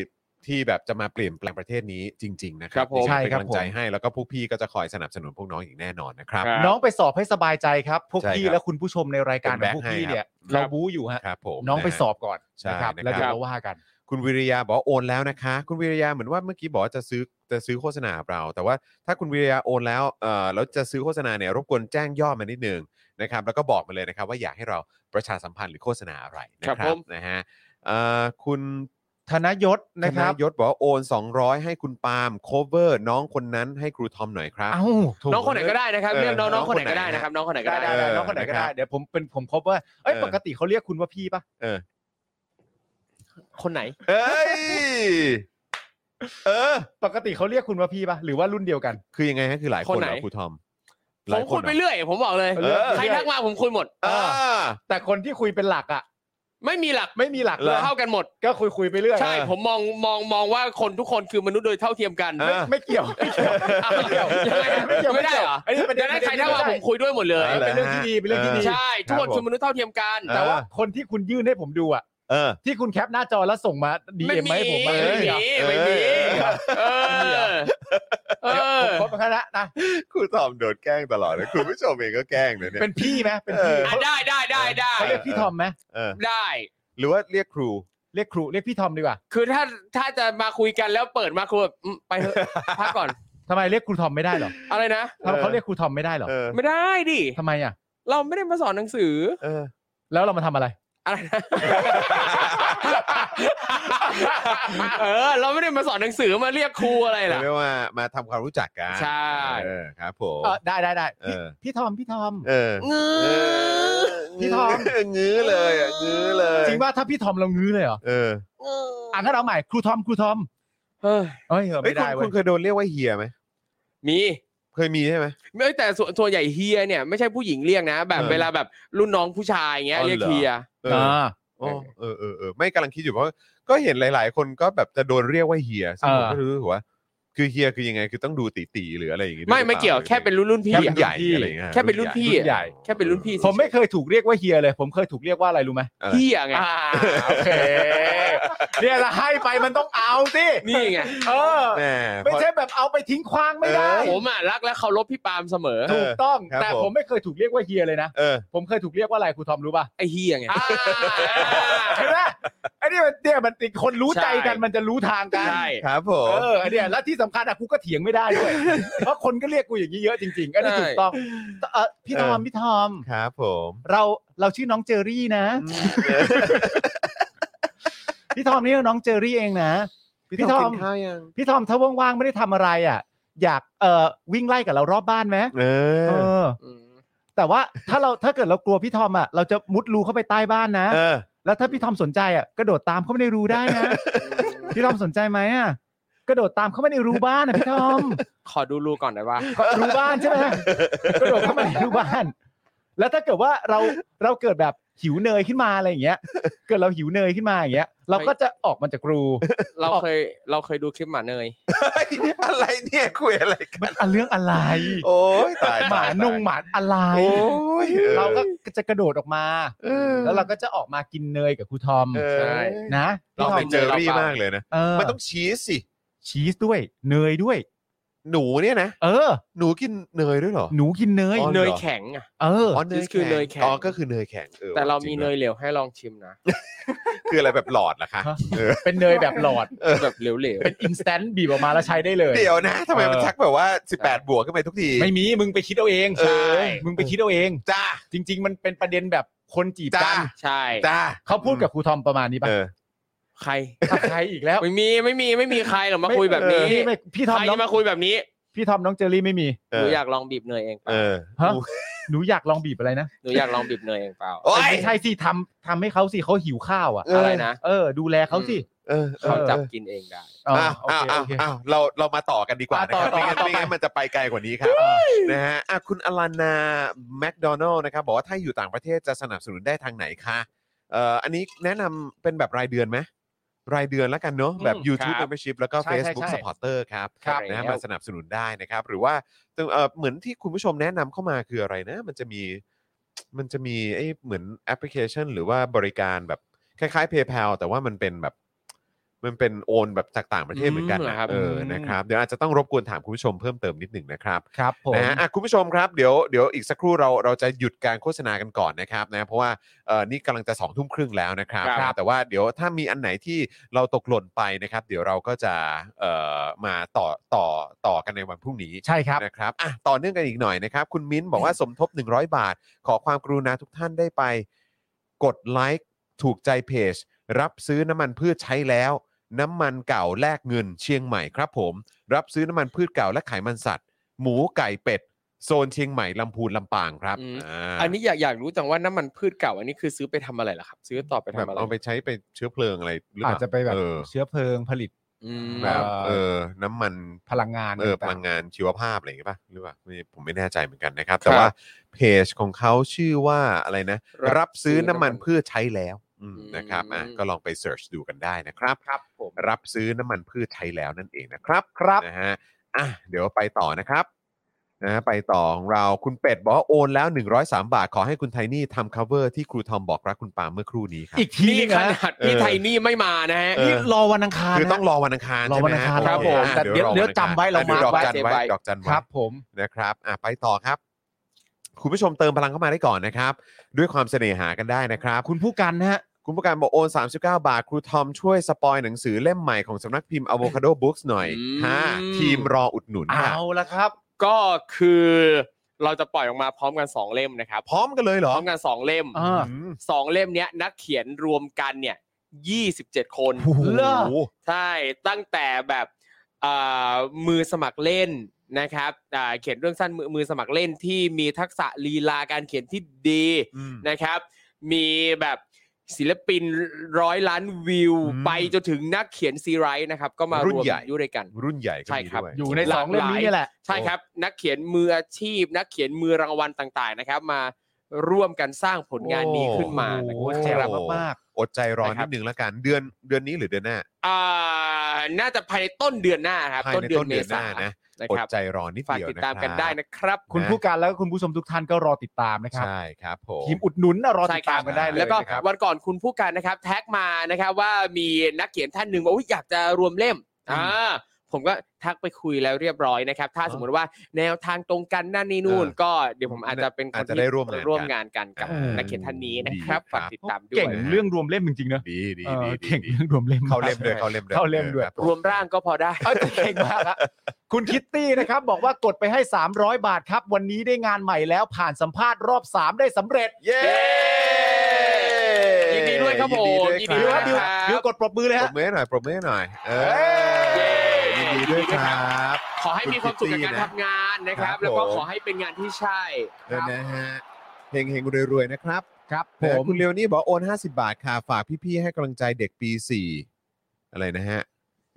[SPEAKER 1] ที่แบบจะมาเปลี่ยนแปลงประเทศนี้จริง ๆ นะครั
[SPEAKER 3] ครับผม
[SPEAKER 1] นี่
[SPEAKER 2] ใช่
[SPEAKER 1] เป็น
[SPEAKER 2] ครับ
[SPEAKER 1] กำลังใจ
[SPEAKER 2] ผม
[SPEAKER 1] ให้แล้วก็พวกพี่ก็จะคอยสนับสนุนพวกน้องอย่างแน่นอนนะครับ
[SPEAKER 3] ครับ
[SPEAKER 2] น้องไปสอบให้สบายใจครับ พวก
[SPEAKER 1] ใช่
[SPEAKER 2] พี่
[SPEAKER 1] ครับ
[SPEAKER 2] และคุณผู้ชมในรายการ
[SPEAKER 1] เป็น
[SPEAKER 2] ขอ
[SPEAKER 1] แบ็ค
[SPEAKER 2] งพวกพี่
[SPEAKER 1] ให้ครับ
[SPEAKER 2] เนี่ยเราบู๊อยู่ฮะ
[SPEAKER 1] ครับผม
[SPEAKER 2] น้องไป
[SPEAKER 1] ะฮะ
[SPEAKER 2] สอบก่อน
[SPEAKER 1] ใช่
[SPEAKER 2] นะครับ
[SPEAKER 1] นะครับ
[SPEAKER 2] แล้วเดี๋ยวเราว่ากัน
[SPEAKER 1] คุณวิริยาบอกว่าโอนแล้วนะคะ คุณวิริยาเหมือนว่าเมื่อกี้บอกว่าจะซื้อจะซื้อโฆษณาเรา แต่ว่าถ้าคุณวิริยาโอนแล้วเอ่อแล้วจะซื้อโฆษณาเนี่ยรบกวนแจ้งยอดมานิดนึงนะครับ แล้วก็บอกมาเลยนะครับ ว่าอยากให้เราประชาสัมพันธ์หรือโฆษณาอะไรนะค
[SPEAKER 3] ค
[SPEAKER 1] รั
[SPEAKER 3] รั
[SPEAKER 1] บบ
[SPEAKER 3] ผม
[SPEAKER 1] นะฮะเอ่อคุณ
[SPEAKER 2] ธนยศนะครับ
[SPEAKER 1] ธยศบอกว่าโอน 200 ให้คุณปาล์มโคเวอร์ น้องคนนั้นให้ครูทอมหน่อยครับ
[SPEAKER 2] เอ้าถูก
[SPEAKER 3] น้องคนไหนก็ได้นะครับ
[SPEAKER 1] เออ
[SPEAKER 3] เรียกน้อง
[SPEAKER 1] น้
[SPEAKER 3] น้
[SPEAKER 1] อ
[SPEAKER 3] อง
[SPEAKER 1] ค
[SPEAKER 3] งคนน
[SPEAKER 1] ไหน
[SPEAKER 3] ไหนก็ได้นะครับ น้องคนไหนก็
[SPEAKER 2] ได้
[SPEAKER 3] ได้
[SPEAKER 2] ได้ได้น้องคนไหนก็ได้
[SPEAKER 1] นะครับ
[SPEAKER 2] เดี๋ยวผมเป็นผมครบว่าเอ้ย
[SPEAKER 1] เออ
[SPEAKER 2] ปกติเขาเรียกคุณว่าพี่ปะ
[SPEAKER 1] เออ
[SPEAKER 3] คนไหน
[SPEAKER 1] เอ้ยเออ
[SPEAKER 2] ปกติเขาเรียกคุณว่าพี่ปะหรือว่ารุ่นเดียวกัน
[SPEAKER 1] คือยังไงฮะคือหลายคน
[SPEAKER 3] คน
[SPEAKER 1] เห
[SPEAKER 3] ไห
[SPEAKER 1] ร
[SPEAKER 3] น
[SPEAKER 1] อครูทอมห
[SPEAKER 3] ผ
[SPEAKER 1] ลาย
[SPEAKER 3] ม
[SPEAKER 1] น
[SPEAKER 3] คุยไป
[SPEAKER 1] เหรอ
[SPEAKER 3] เรื่อยผมบอกเลย
[SPEAKER 1] เออ
[SPEAKER 3] ใครทักมาผมคุยหมด
[SPEAKER 1] อ่า
[SPEAKER 2] แต่คนที่คุยเป็นหลักอ่ะ
[SPEAKER 3] ไม่มีหลัก
[SPEAKER 2] ไม่มีหลัก
[SPEAKER 1] หร
[SPEAKER 2] เล
[SPEAKER 3] เรา
[SPEAKER 2] ย
[SPEAKER 1] อ
[SPEAKER 3] เท่ากันหมด
[SPEAKER 2] ก็คุยคุยๆไปเรื่อย
[SPEAKER 3] ใช่ผมมองมองมองว่าคนทุกคนคือมนุษย์โดยเท่าเทียมกัน
[SPEAKER 1] เออ
[SPEAKER 2] ไม่เกี่ยวไม่เกี่ยวไม่เกี่ยว
[SPEAKER 3] ยังไง
[SPEAKER 2] ไม่เกี่ยว
[SPEAKER 3] ไม่ได้เหรอ
[SPEAKER 2] อันนี้เป็น
[SPEAKER 3] ดังนั้นใครทักมาผมคุยด้วยหมดเลย
[SPEAKER 1] เออ
[SPEAKER 2] เป็นเรื่องที่ดีเป็นเรื่องที่ดี
[SPEAKER 3] ใช่ทุกคนคือมนุษย์เท่าเทียมกัน
[SPEAKER 1] เออ
[SPEAKER 2] แต่ว่าคนที่คุณยื่นให้ผมดูอ่ะ
[SPEAKER 1] เออ
[SPEAKER 2] ที่คุณแคปหน้าจอแล้วส่งมาดี
[SPEAKER 3] ไม่
[SPEAKER 2] เอ็ม
[SPEAKER 3] มี
[SPEAKER 2] มาให้ผมมา
[SPEAKER 3] ไม่
[SPEAKER 2] เลย
[SPEAKER 3] มี
[SPEAKER 2] เหรอ
[SPEAKER 3] ไม่มีเออเออ
[SPEAKER 2] ผมครบเป็นคณะนะ
[SPEAKER 1] ครูทอมโดนแกล้งตลอดเลยคุณผู้ชมเองก็แกล้งนะเนี่ย
[SPEAKER 2] เป็นพี่ไหมเป็นพี่
[SPEAKER 1] เออ
[SPEAKER 3] อ่ะได้ได้ได้ได้
[SPEAKER 2] เขาเรียกพี่ทอมไหม
[SPEAKER 1] เออ
[SPEAKER 3] ได้
[SPEAKER 1] หรือว่าเรียกครู
[SPEAKER 2] เรียกครูเรียกพี่ทอมดีกว่า
[SPEAKER 3] คือถ้าถ้าจะมาคุยกันแล้วเปิดมาคุยแบบอืมไปเถอะพักก่อน
[SPEAKER 2] ทำไมเรียกครูทอมไม่ได้เหรอ
[SPEAKER 3] อะไรนะ
[SPEAKER 2] ทำไมเขาเรียกครูทอมไม่ได้เหรอ
[SPEAKER 1] เออ
[SPEAKER 3] ไม่ได้ดิ
[SPEAKER 2] ทำไมอ่ะ
[SPEAKER 3] เราไม่ได้มาสอนหนังสือ
[SPEAKER 1] เออ
[SPEAKER 2] แล้วเรามาทำอะไร
[SPEAKER 3] อะไรนะ เออ เราไม่ได้มาสอนหนังสือมาเรียกครูอะไรล่ะ
[SPEAKER 1] เรียกว่ามาทำความรู้จักกัน
[SPEAKER 3] ใช่
[SPEAKER 1] เออครับผม
[SPEAKER 2] เออได้ได้ได้พี่
[SPEAKER 1] เออ
[SPEAKER 2] พี่ทอมพี่ทอม
[SPEAKER 1] เออ
[SPEAKER 3] เงื้
[SPEAKER 1] เอ
[SPEAKER 3] อ
[SPEAKER 1] อ
[SPEAKER 2] พี่ทอม
[SPEAKER 1] งื้อเลยอ่ะงื้อเลย
[SPEAKER 2] จริงว่าถ้าพี่ทอมเรางื้อเลยเหรอ
[SPEAKER 1] เออ
[SPEAKER 2] อ่ะงั้นเอาใหม่ครูทอมครูทอม
[SPEAKER 3] เฮ้ย
[SPEAKER 2] เอ้ยเออ
[SPEAKER 1] เฮ้ยคุณ
[SPEAKER 2] ไม่ได้เว้
[SPEAKER 1] คุ
[SPEAKER 2] ย
[SPEAKER 1] ณเคยโดนเรียกว่าเฮียไหม
[SPEAKER 3] มี
[SPEAKER 1] เคยมีใช่ไหม
[SPEAKER 3] ไม่แต่ส่วนส่วนใหญ่เฮียเนี่ยไม่ใช่ผู้หญิงเรียกนะ แบบ
[SPEAKER 1] เออ
[SPEAKER 3] เวลาแบบรุ่นน้องผู้ชายเงี้ย
[SPEAKER 1] อ๋อเหรอ
[SPEAKER 3] เรียกเฮีย
[SPEAKER 1] เออ
[SPEAKER 2] อ่า
[SPEAKER 1] โอ้เออเออเออไม่กำลังคิดอยู่เพราะก็เห็นหลาย ๆ คนก็แบบจะโดนเรียกว่าเฮียซึ่งผม
[SPEAKER 2] เออ
[SPEAKER 1] ก็รู้สึกว่า คือเฮียคือยังไงคือต้องดูตีๆหรืออะไรอย่างงี้ด้วย
[SPEAKER 3] ไม่
[SPEAKER 1] หรือ
[SPEAKER 3] ไม่เกี่ยว
[SPEAKER 1] ปล่า
[SPEAKER 3] แค่เป็นรุ่นรุ่นพี่
[SPEAKER 1] แค่เป็น
[SPEAKER 3] อะ
[SPEAKER 1] ใหญ่อะไรอย่างเงี้ย
[SPEAKER 3] แค่เป็นรุ่นพี่อะ
[SPEAKER 1] รุ่นใหญ่
[SPEAKER 3] แค่เป็นรุ่นพี่
[SPEAKER 2] ผมไม่เคยถูกเรียกว่าเฮียเลย ผมเคยถูกเรียกว่าอะไรรู้ไหม
[SPEAKER 1] เออ
[SPEAKER 3] เฮียไง
[SPEAKER 2] อ่าโอเคเนี่ยละให้ไปมันต้องเอาสิ
[SPEAKER 3] นี่ไง
[SPEAKER 2] เออ
[SPEAKER 1] แห
[SPEAKER 2] ไม่
[SPEAKER 1] พอ
[SPEAKER 2] ใช่แบบเอาไปทิ้งคว้างไม่ได้
[SPEAKER 1] เออ
[SPEAKER 3] ผมอ่ะรักและเคารพพี่ปาล์มเสมอ
[SPEAKER 1] เอ
[SPEAKER 2] ถู
[SPEAKER 1] อก
[SPEAKER 2] ต้อง
[SPEAKER 1] ครับ
[SPEAKER 2] แต่
[SPEAKER 1] ผม
[SPEAKER 2] ผมไม่เคยถูกเรียกว่าเฮียเลยนะ
[SPEAKER 1] เออ
[SPEAKER 2] ผมเคยถูกเรียกว่าอะไรครูทอมรู้ป่ะ
[SPEAKER 3] ไอเฮียไง
[SPEAKER 2] เห็นไหมไอ อ้เนี่ยมันเนี่ยมันติดคนรู้ใจกัน
[SPEAKER 3] ใช่
[SPEAKER 2] มันจะรู้ทางกัน
[SPEAKER 3] ใช่
[SPEAKER 1] ครับผม
[SPEAKER 2] เออไอ้เนี่ยแล้วที่สำคัญอะกูก็เถียงไม่ได้ด้วย เพราะคนก็เรียกกูอย่างนี้เยอะจริงๆอันนี้ถูกต้องเอ่อพี่ทอมพี่ทอม
[SPEAKER 1] ครับผม
[SPEAKER 2] เราเราชื่อน้องเจอรี่นะ พี่ทอมนี่น้องเจอรี่เองนะพี่ทอมพี่ทอมถ้าว่างๆไม่ได้ทำอะไรอ่ะ อยากเอ่อวิ่งไล่กับเรารอบบ้านไหม
[SPEAKER 1] เออ
[SPEAKER 2] เออ
[SPEAKER 3] อืม
[SPEAKER 2] แต่ว่าถ้าเราถ้าเกิดเรากลัวพี่ทอมอ่ะเราจะมุดรูเข้าไปใต้บ้านนะ
[SPEAKER 1] เออ
[SPEAKER 2] แล้วถ้าพี่ทอมสนใจอ่ะกระโดดตามเข้าไปในรูได้นะ พี่ทอมสนใจไหมอ่ะกระโดดตามเข้าไปในรูบ้านนะพี่ทอม
[SPEAKER 3] ขอดูรูก่อนได้ปะ
[SPEAKER 2] รูบ้านใช่ไหมกระโดดเข้ามาในรูบ้าน แล้วถ้าเกิดว่าเราเราเกิดแบบหิวเนยขึ้นมาอะไรอย่างเงี้ย เกิดเราหิวเนยขึ้นมาอย่างเงี้ย เราก็จะออกมาจากรู
[SPEAKER 3] เราเคยเราเคยดูคลิปหมาเนย
[SPEAKER 1] อะไรเนี่ยคุยอะไรกัน
[SPEAKER 2] มันอะเรื่องอะไร
[SPEAKER 1] โอ้ยตาย
[SPEAKER 2] หมาหนงหมาอะไร
[SPEAKER 1] โอ้ยออ
[SPEAKER 2] เราก็จะกระโดดออกมา
[SPEAKER 1] เออ
[SPEAKER 2] แล้วเราก็จะออกมากินเนยกับครูทอม
[SPEAKER 1] เออ
[SPEAKER 3] ใช่
[SPEAKER 2] นะ
[SPEAKER 1] เราไป
[SPEAKER 2] พี่ทอม
[SPEAKER 1] เจอรี่มากเลยนะ
[SPEAKER 2] เออ
[SPEAKER 1] มันต้องชีสสิ
[SPEAKER 2] ชีสด้วย เนยด้วย
[SPEAKER 1] หนูเนี่ยนะ
[SPEAKER 2] เออ
[SPEAKER 1] หนูกินเนยด้วยเหรอ
[SPEAKER 2] หนูกินเนย
[SPEAKER 1] อ๋อ
[SPEAKER 3] เนยแข็งอ่ะ
[SPEAKER 2] เออ
[SPEAKER 1] อ๋อเนย
[SPEAKER 3] คือเนยแข็ง
[SPEAKER 1] อ๋อก็คือเนยแข็งออ
[SPEAKER 3] แต่เรา
[SPEAKER 1] จ
[SPEAKER 3] มี
[SPEAKER 1] ง
[SPEAKER 3] เน
[SPEAKER 1] ด้วย
[SPEAKER 3] เหลวให้ลองชิมนะ
[SPEAKER 1] คืออะไรแบบหลอดล่ะคะ
[SPEAKER 2] ฮะ
[SPEAKER 1] เออ
[SPEAKER 2] เป็นเนยแบบหลอด
[SPEAKER 3] แบบเหลว
[SPEAKER 2] เป็นอินสแตนต์บีบออกมาแล้วใช้ได้เลย
[SPEAKER 1] เดี๋ยวนะทำไมมัน
[SPEAKER 2] เออ
[SPEAKER 1] ชักแบบว่า 18 บวกขึ้นไปทุกที
[SPEAKER 2] ไม่มีมึงไปคิดเอาเอง
[SPEAKER 1] ใช่
[SPEAKER 2] มึงไปคิดเอาเอง
[SPEAKER 1] จ้า
[SPEAKER 2] จริง ๆ มันเป็นประเด็นแบบคนจีบกั
[SPEAKER 1] จ้า
[SPEAKER 2] น
[SPEAKER 3] ๆ ใช่
[SPEAKER 1] จ้า
[SPEAKER 2] เขาพูดกับครูทอมประมาณนี้ป่ะ
[SPEAKER 1] เออ
[SPEAKER 3] ใคร
[SPEAKER 2] กับใครอีกแล้ว
[SPEAKER 3] ไม่มีไม่มีไม่มีใครหรอกมาคุยแบบนี้
[SPEAKER 2] พี่ไม่พี่ทอม
[SPEAKER 3] ใคร
[SPEAKER 2] น้อ
[SPEAKER 3] จะ
[SPEAKER 2] ง
[SPEAKER 3] มาคุยแบบนี้
[SPEAKER 2] พี่ทอมน้องเจอรี่ไม่มี
[SPEAKER 3] หนูอยากลองบีบเนยเองเป
[SPEAKER 1] เอ
[SPEAKER 3] ล่า
[SPEAKER 1] อ
[SPEAKER 2] ฮะ หนูอยากลองบีบอะไรนะ
[SPEAKER 3] หนูอยากลองบีบเนยเองเปล่า
[SPEAKER 1] โอ้ย
[SPEAKER 2] ไม่ใช่สิทำทำให้เขาสิเขาหิวข้าวอ่ะ
[SPEAKER 1] เอออ
[SPEAKER 3] ะไรนะ
[SPEAKER 2] เออ ดูแลเขาสิ
[SPEAKER 1] เออออ
[SPEAKER 3] เขาจับกินเองได้
[SPEAKER 2] อ๋อ
[SPEAKER 1] อ้าว
[SPEAKER 2] โอ
[SPEAKER 1] อ้าว
[SPEAKER 2] เค
[SPEAKER 1] อ้า
[SPEAKER 2] โอ
[SPEAKER 1] ว
[SPEAKER 2] เค
[SPEAKER 1] อ้าวเราเรามาต่อกันดีกว่านะค
[SPEAKER 2] ต่อ
[SPEAKER 1] รับ
[SPEAKER 2] ต่อ
[SPEAKER 1] ไม่งั้น
[SPEAKER 2] ต่อ
[SPEAKER 1] ไม่งั้นมันจะไปไกลกว่านี้ครับนะฮะอ่ะคุณอลานาแมคโดนัลล์นะครับ บอกว่าถ้าอยู่ต่างประเทศจะสนับสนุนได้ทางไหนคะเอ่ออันนี้แนะนำเป็นแบบรายเดือนไหมรายเดือนแล้วกันเนาะแบบ
[SPEAKER 3] อืม
[SPEAKER 1] YouTube
[SPEAKER 3] ครับ
[SPEAKER 1] Membership แล้วก็
[SPEAKER 2] ใช่ใช่
[SPEAKER 1] Facebook
[SPEAKER 2] ใช่
[SPEAKER 1] Supporter ครับ
[SPEAKER 3] ครับ
[SPEAKER 1] นะฮะ
[SPEAKER 3] แล้ว
[SPEAKER 1] มาสนับสนุนได้นะครับ หรือว่าเอ่อเหมือนที่คุณผู้ชมแนะนำเข้ามาคืออะไรนะ มันจะมีมันจะมีไอ้เหมือนแอปพลิเคชัน หรือว่าบริการแบบคล้ายๆ PayPal แต่ว่ามันเป็นแบบมันเป็นโอนแบบจากต่างประเทศเหมือนกัน
[SPEAKER 3] อืมเหร
[SPEAKER 1] นะ
[SPEAKER 3] อครับ
[SPEAKER 1] เออ
[SPEAKER 2] อืม
[SPEAKER 1] นะครับเดี๋ยวอาจจะต้องรบกวนถามคุณผู้ชมเพิ่มเติมนิดหนึ่งนะครับ
[SPEAKER 2] ครับผม
[SPEAKER 1] นะฮะอ่ะคุณผู้ชมครับเดี๋ยวเดี๋ยวอีกสักครู่เราเราจะหยุดการโฆษณากันก่อนนะครับนะเพราะว่าเอ่อนี่กำลังจะ2องทุ่มครึ่งแล้วนะครับ
[SPEAKER 3] ครับ
[SPEAKER 1] นะแต่ว่าเดี๋ยวถ้ามีอันไหนที่เราตกหล่นไปนะครับ เดี๋ยวเราก็จะเอ่อมาต่อต่อต่อกันในวันพรุ่งนี้
[SPEAKER 2] ใช่ครับ
[SPEAKER 1] นะครับอ่ะต่อเนื่องกันอีกหน่อยนะครับ คุณมิ้นบอกว่าสมทบ 100 บาท ขอความกรุณาทุกท่านได้ไป กดไลค์ถูกใจเพจ รับซื้อน้ำมันพืชใช้แล้ว น้ำมันเก่าแลกเงินเชียงใหม่ครับผม รับซื้อน้ำมันพืชเก่าและไขมันสัตว์ หมูไก่เป็ด โซนเชียงใหม่ลำพูนลำปางครับ
[SPEAKER 3] อืม
[SPEAKER 1] า
[SPEAKER 3] อันนี้อยากอยากรู้จังว่าน้ำมันพืชเก่า อันนี้คือซื้อไปทำอะไรล่ะครับ ซื้อต่อไปทำ
[SPEAKER 1] แบบ
[SPEAKER 3] อะไร
[SPEAKER 1] เอาไปใช้ไปเชื้อเพลิงอะไรหรือ
[SPEAKER 2] อา
[SPEAKER 1] เปล่า
[SPEAKER 2] จจะไปแบบ
[SPEAKER 1] เออ
[SPEAKER 2] เชื้อเพลิงผลิต
[SPEAKER 3] อืม
[SPEAKER 1] แบบ
[SPEAKER 2] เอ่อ
[SPEAKER 1] เออน้ำมัน
[SPEAKER 2] พลังงาน
[SPEAKER 1] เออพ
[SPEAKER 2] ต่าๆ
[SPEAKER 1] ลังงานชีวภาพอะไรอย่างเงี้ยป่ะหรือเปล่าไม่ผมไม่แน่ใจเหมือนกันนะครับ แต่ว่าเพจของเขาชื่อว่าอะไรนะ รับซื้อน้ำมันพืชใช้แล้วอืมนะครับอ่ะก็ลองไปเสิร์ชดูกันได้นะครับ
[SPEAKER 3] ครับผม
[SPEAKER 1] รับซื้อน้ำมันพืชใช้แล้วนั่นเองนะครับ
[SPEAKER 2] ครับ
[SPEAKER 1] นะฮะอ่ะเดี๋ยวไปต่อนะครับนะฮะไปต่อของเราคุณเป็ดบอกว่าโอนแล้ว 103 บาทขอให้คุณไทนี่ทำ cover ที่ครูทอมบอกรักคุณปาเมื่อครู่นี้ครับ
[SPEAKER 2] อีกที
[SPEAKER 3] นี่ข
[SPEAKER 2] นะ
[SPEAKER 3] นาดพี่ไทยนี่ไม่มานะฮะ
[SPEAKER 1] เอ
[SPEAKER 2] นี่รอวันอังคาร
[SPEAKER 1] คือ
[SPEAKER 2] นะ
[SPEAKER 1] ต้องรอวันอังคาร
[SPEAKER 2] รอวันอังคาร
[SPEAKER 1] ใช่ไหฮะ
[SPEAKER 3] ครับผม
[SPEAKER 1] อ่ะ
[SPEAKER 2] แต่เดี๋ยว
[SPEAKER 1] รอ
[SPEAKER 2] เดี๋ยวน
[SPEAKER 1] อังค
[SPEAKER 2] จำไว้เรา
[SPEAKER 1] อ่ะดี๋ยวดอก
[SPEAKER 2] มาร์ค
[SPEAKER 1] จั
[SPEAKER 2] ไว้
[SPEAKER 1] นไว้ดอกจันไว้
[SPEAKER 2] ครับผม
[SPEAKER 1] นะครับอ่ะไปต่อครับ คุณผู้ชมเติมพลังเข้ามาได้ก่อนนะครับ ด้วยความเสน่หากันได้นะครับ
[SPEAKER 2] คุณผู้กันนะฮะ
[SPEAKER 1] คุณผู้การบอกโอน 39 บาท ครูทอมช่วยสปอยหนังสือเล่มใหม่ของสำนักพิมพ์ Avocado Books หน่อย
[SPEAKER 3] อืม
[SPEAKER 1] ค่ะทีมรออุดหนุนค่ะ
[SPEAKER 2] เอาละครับ
[SPEAKER 3] ก็คือเราจะปล่อยออกมาพร้อมกันสองเล่มนะครับ
[SPEAKER 1] พร้อมกันเลยเหร
[SPEAKER 3] พ
[SPEAKER 1] อ
[SPEAKER 3] ร้อมกันสองเล่ม
[SPEAKER 2] อ่า
[SPEAKER 1] อืม
[SPEAKER 3] สองเล่มเนี้ยนักเขียนรวมกันเนี่ยยี่สิบเจ็ดคน
[SPEAKER 1] โอ้โห
[SPEAKER 2] เลิศ
[SPEAKER 3] ใช่ตั้งแต่แบบอ่ามือสมัครเล่นนะครับอ่าเขียนเรื่องสั้นมือมือสมัครเล่นที่มีทักษะลีลาการเขียนที่ดี
[SPEAKER 1] อืม
[SPEAKER 3] นะครับ มีแบบศิลปินร้อยล้านวิว
[SPEAKER 1] อืม
[SPEAKER 3] ไปจนถึงนักเขียนซีไรต์นะครับ ก็มาร
[SPEAKER 1] รุ่
[SPEAKER 3] วน ม
[SPEAKER 1] ใหญ่
[SPEAKER 3] อยู่ด้วยกัน
[SPEAKER 1] รุ่นใหญ่ก็
[SPEAKER 3] ใช่
[SPEAKER 1] มี
[SPEAKER 3] ครับ
[SPEAKER 1] ด้วย
[SPEAKER 2] อยู่ใน
[SPEAKER 3] ห
[SPEAKER 2] ส
[SPEAKER 3] ลา
[SPEAKER 2] อกงเล่ม
[SPEAKER 3] หลาย
[SPEAKER 2] นี้เนี่ยแหละ
[SPEAKER 3] ใช่ครับ นักเขียนมืออาชีพ นักเขียนมือรางวัลต่างๆนะครับ มาร่วมกันสร้างผลงานนี้ขึ้นมา
[SPEAKER 2] โอ้
[SPEAKER 3] นะ
[SPEAKER 2] โห
[SPEAKER 3] ครับ
[SPEAKER 2] แจ๋วมาก
[SPEAKER 1] อดใจรอ
[SPEAKER 3] นะครั
[SPEAKER 1] นิ
[SPEAKER 3] บ
[SPEAKER 1] ดนึงละกันเดือนเดือนนี้หรือเดือนหน้า
[SPEAKER 3] อ่าน่าจะภายในต้นเดือนหน้าครับ
[SPEAKER 1] ภาย
[SPEAKER 3] ต้น
[SPEAKER 1] ใน
[SPEAKER 3] เดือน
[SPEAKER 1] ต้น
[SPEAKER 3] เม
[SPEAKER 1] เดือนห
[SPEAKER 3] ษา
[SPEAKER 1] น้านะอ
[SPEAKER 3] นะค
[SPEAKER 1] ด
[SPEAKER 3] รับ
[SPEAKER 1] ใจรอนิด
[SPEAKER 3] ฝาก
[SPEAKER 1] เดียว
[SPEAKER 3] ติด
[SPEAKER 1] นะ
[SPEAKER 3] ตามกัน
[SPEAKER 1] รับ
[SPEAKER 3] ได้นะครับ
[SPEAKER 2] คุณผู้การแล้วก็คุณผู้ชมทุกท่านก็รอติดตามนะครับ
[SPEAKER 1] ใช่ครับผม
[SPEAKER 2] ทีมอุดหนุนน่ะรอ
[SPEAKER 3] ใช่
[SPEAKER 2] ติด
[SPEAKER 3] ครับ
[SPEAKER 2] ตามกันได้เลย
[SPEAKER 3] แล้วก็
[SPEAKER 2] นะครับ
[SPEAKER 3] วันก่อนคุณผู้การนะครับ แท็กมานะครับว่ามีนักเขียนท่านหนึ่งบอกว่าอุ๊ยอยากจะรวมเล่มอ่า ผมก็ทักไปคุยแล้วเรียบร้อยนะครับ ถ้า
[SPEAKER 1] อ๋อ
[SPEAKER 3] สมมติว่าแนวทางตรงกันนั่นนี่นู่น
[SPEAKER 1] เออ
[SPEAKER 3] ก็เดี๋ยวผมอาจจะเป็นค
[SPEAKER 1] อาจ
[SPEAKER 3] น
[SPEAKER 1] จะ
[SPEAKER 3] ที่
[SPEAKER 1] ได้ร่วมงานกัน
[SPEAKER 3] ร่วมงานกันกับ
[SPEAKER 1] เออ
[SPEAKER 3] นักเขียนท่านนี้นะครับ
[SPEAKER 1] ดีครับ
[SPEAKER 3] ฝากติดตามด้วย
[SPEAKER 2] เก่งเรื่องรวมเล่มจริงๆเนอะ
[SPEAKER 1] ดีดี
[SPEAKER 2] เอ
[SPEAKER 1] ดี
[SPEAKER 2] อ
[SPEAKER 1] ดี
[SPEAKER 2] เก่ง
[SPEAKER 1] ดี
[SPEAKER 2] เรื่องรวมเล่ม
[SPEAKER 1] เข้าเล่มด้วยเข้าเล่มด้วย
[SPEAKER 2] เข้าเล่มด้วย
[SPEAKER 1] ออคบผ
[SPEAKER 3] รวมร่างก็พอได้
[SPEAKER 2] เอ้ยเก่งมากครับ คุณคิตตี้นะครับ บอกว่ากดไปให้ 300 บาทครับ วันนี้ได้งานใหม่แล้วผ่านสัมภาษณ์รอบ 3 ได้สำเร็จ
[SPEAKER 1] เย้
[SPEAKER 3] ยินดีด้วยครับผมยินดี
[SPEAKER 2] บิวค
[SPEAKER 3] ด้วย
[SPEAKER 2] รับบิว
[SPEAKER 3] ครับ
[SPEAKER 2] บิวกดปรบมือเลย
[SPEAKER 1] ปร
[SPEAKER 2] ฮะ
[SPEAKER 1] บมือให้หน่อยปรบมือให้หน่อย เออ
[SPEAKER 3] เย้
[SPEAKER 1] ยินดีด้วยครับ
[SPEAKER 3] ขอให้มีความสุขกับการทำงานนะค
[SPEAKER 1] ครั
[SPEAKER 3] รั
[SPEAKER 1] บบ ผม
[SPEAKER 3] แล้วก็ขอให้เป็นงานที่ใช่
[SPEAKER 1] เออนะฮะเฮงเฮงๆรวยๆนะครับ
[SPEAKER 2] ครับผ
[SPEAKER 1] นะ
[SPEAKER 2] ม
[SPEAKER 1] คุณเลียวนี่บอกโอน 50 บาทค่ะ ฝากพี่ๆให้กำลังใจเด็กปี 4 อะไรนะฮะ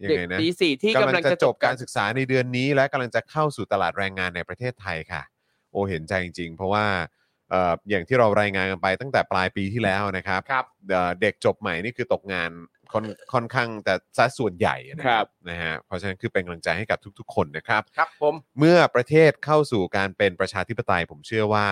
[SPEAKER 1] ยัง
[SPEAKER 3] เด็ก
[SPEAKER 1] ไงนะ
[SPEAKER 3] ปีสี่ที่กำลังจะ
[SPEAKER 1] จ
[SPEAKER 3] จ
[SPEAKER 1] บบ กา
[SPEAKER 3] การ ร
[SPEAKER 1] ศึกษาในเดือนนี้ และกำลังจะเข้าสู่ตลาดแรงงานในประเทศไทยค่ะ โอเห็นใจจริง ๆ เพราะว่าเอ่ออย่างที่เรารายงานกันไปตั้งแต่ปลายปีที่แล้วนะครับ
[SPEAKER 3] ครับ
[SPEAKER 1] เอ่อเด็กจบใหม่นี่คือตกงานค่อนค่อนข้างแต่สัดส่วนใหญ่นะค
[SPEAKER 3] ครั
[SPEAKER 1] รับบ นะฮะเพราะฉะนั้นคือเป็นกำลังใจให้กับทุกๆ คนนะครับ
[SPEAKER 3] ครับผม
[SPEAKER 1] เมื่อประเทศเข้าสู่การเป็นประชาธิปไตย ผมเชื่อว่า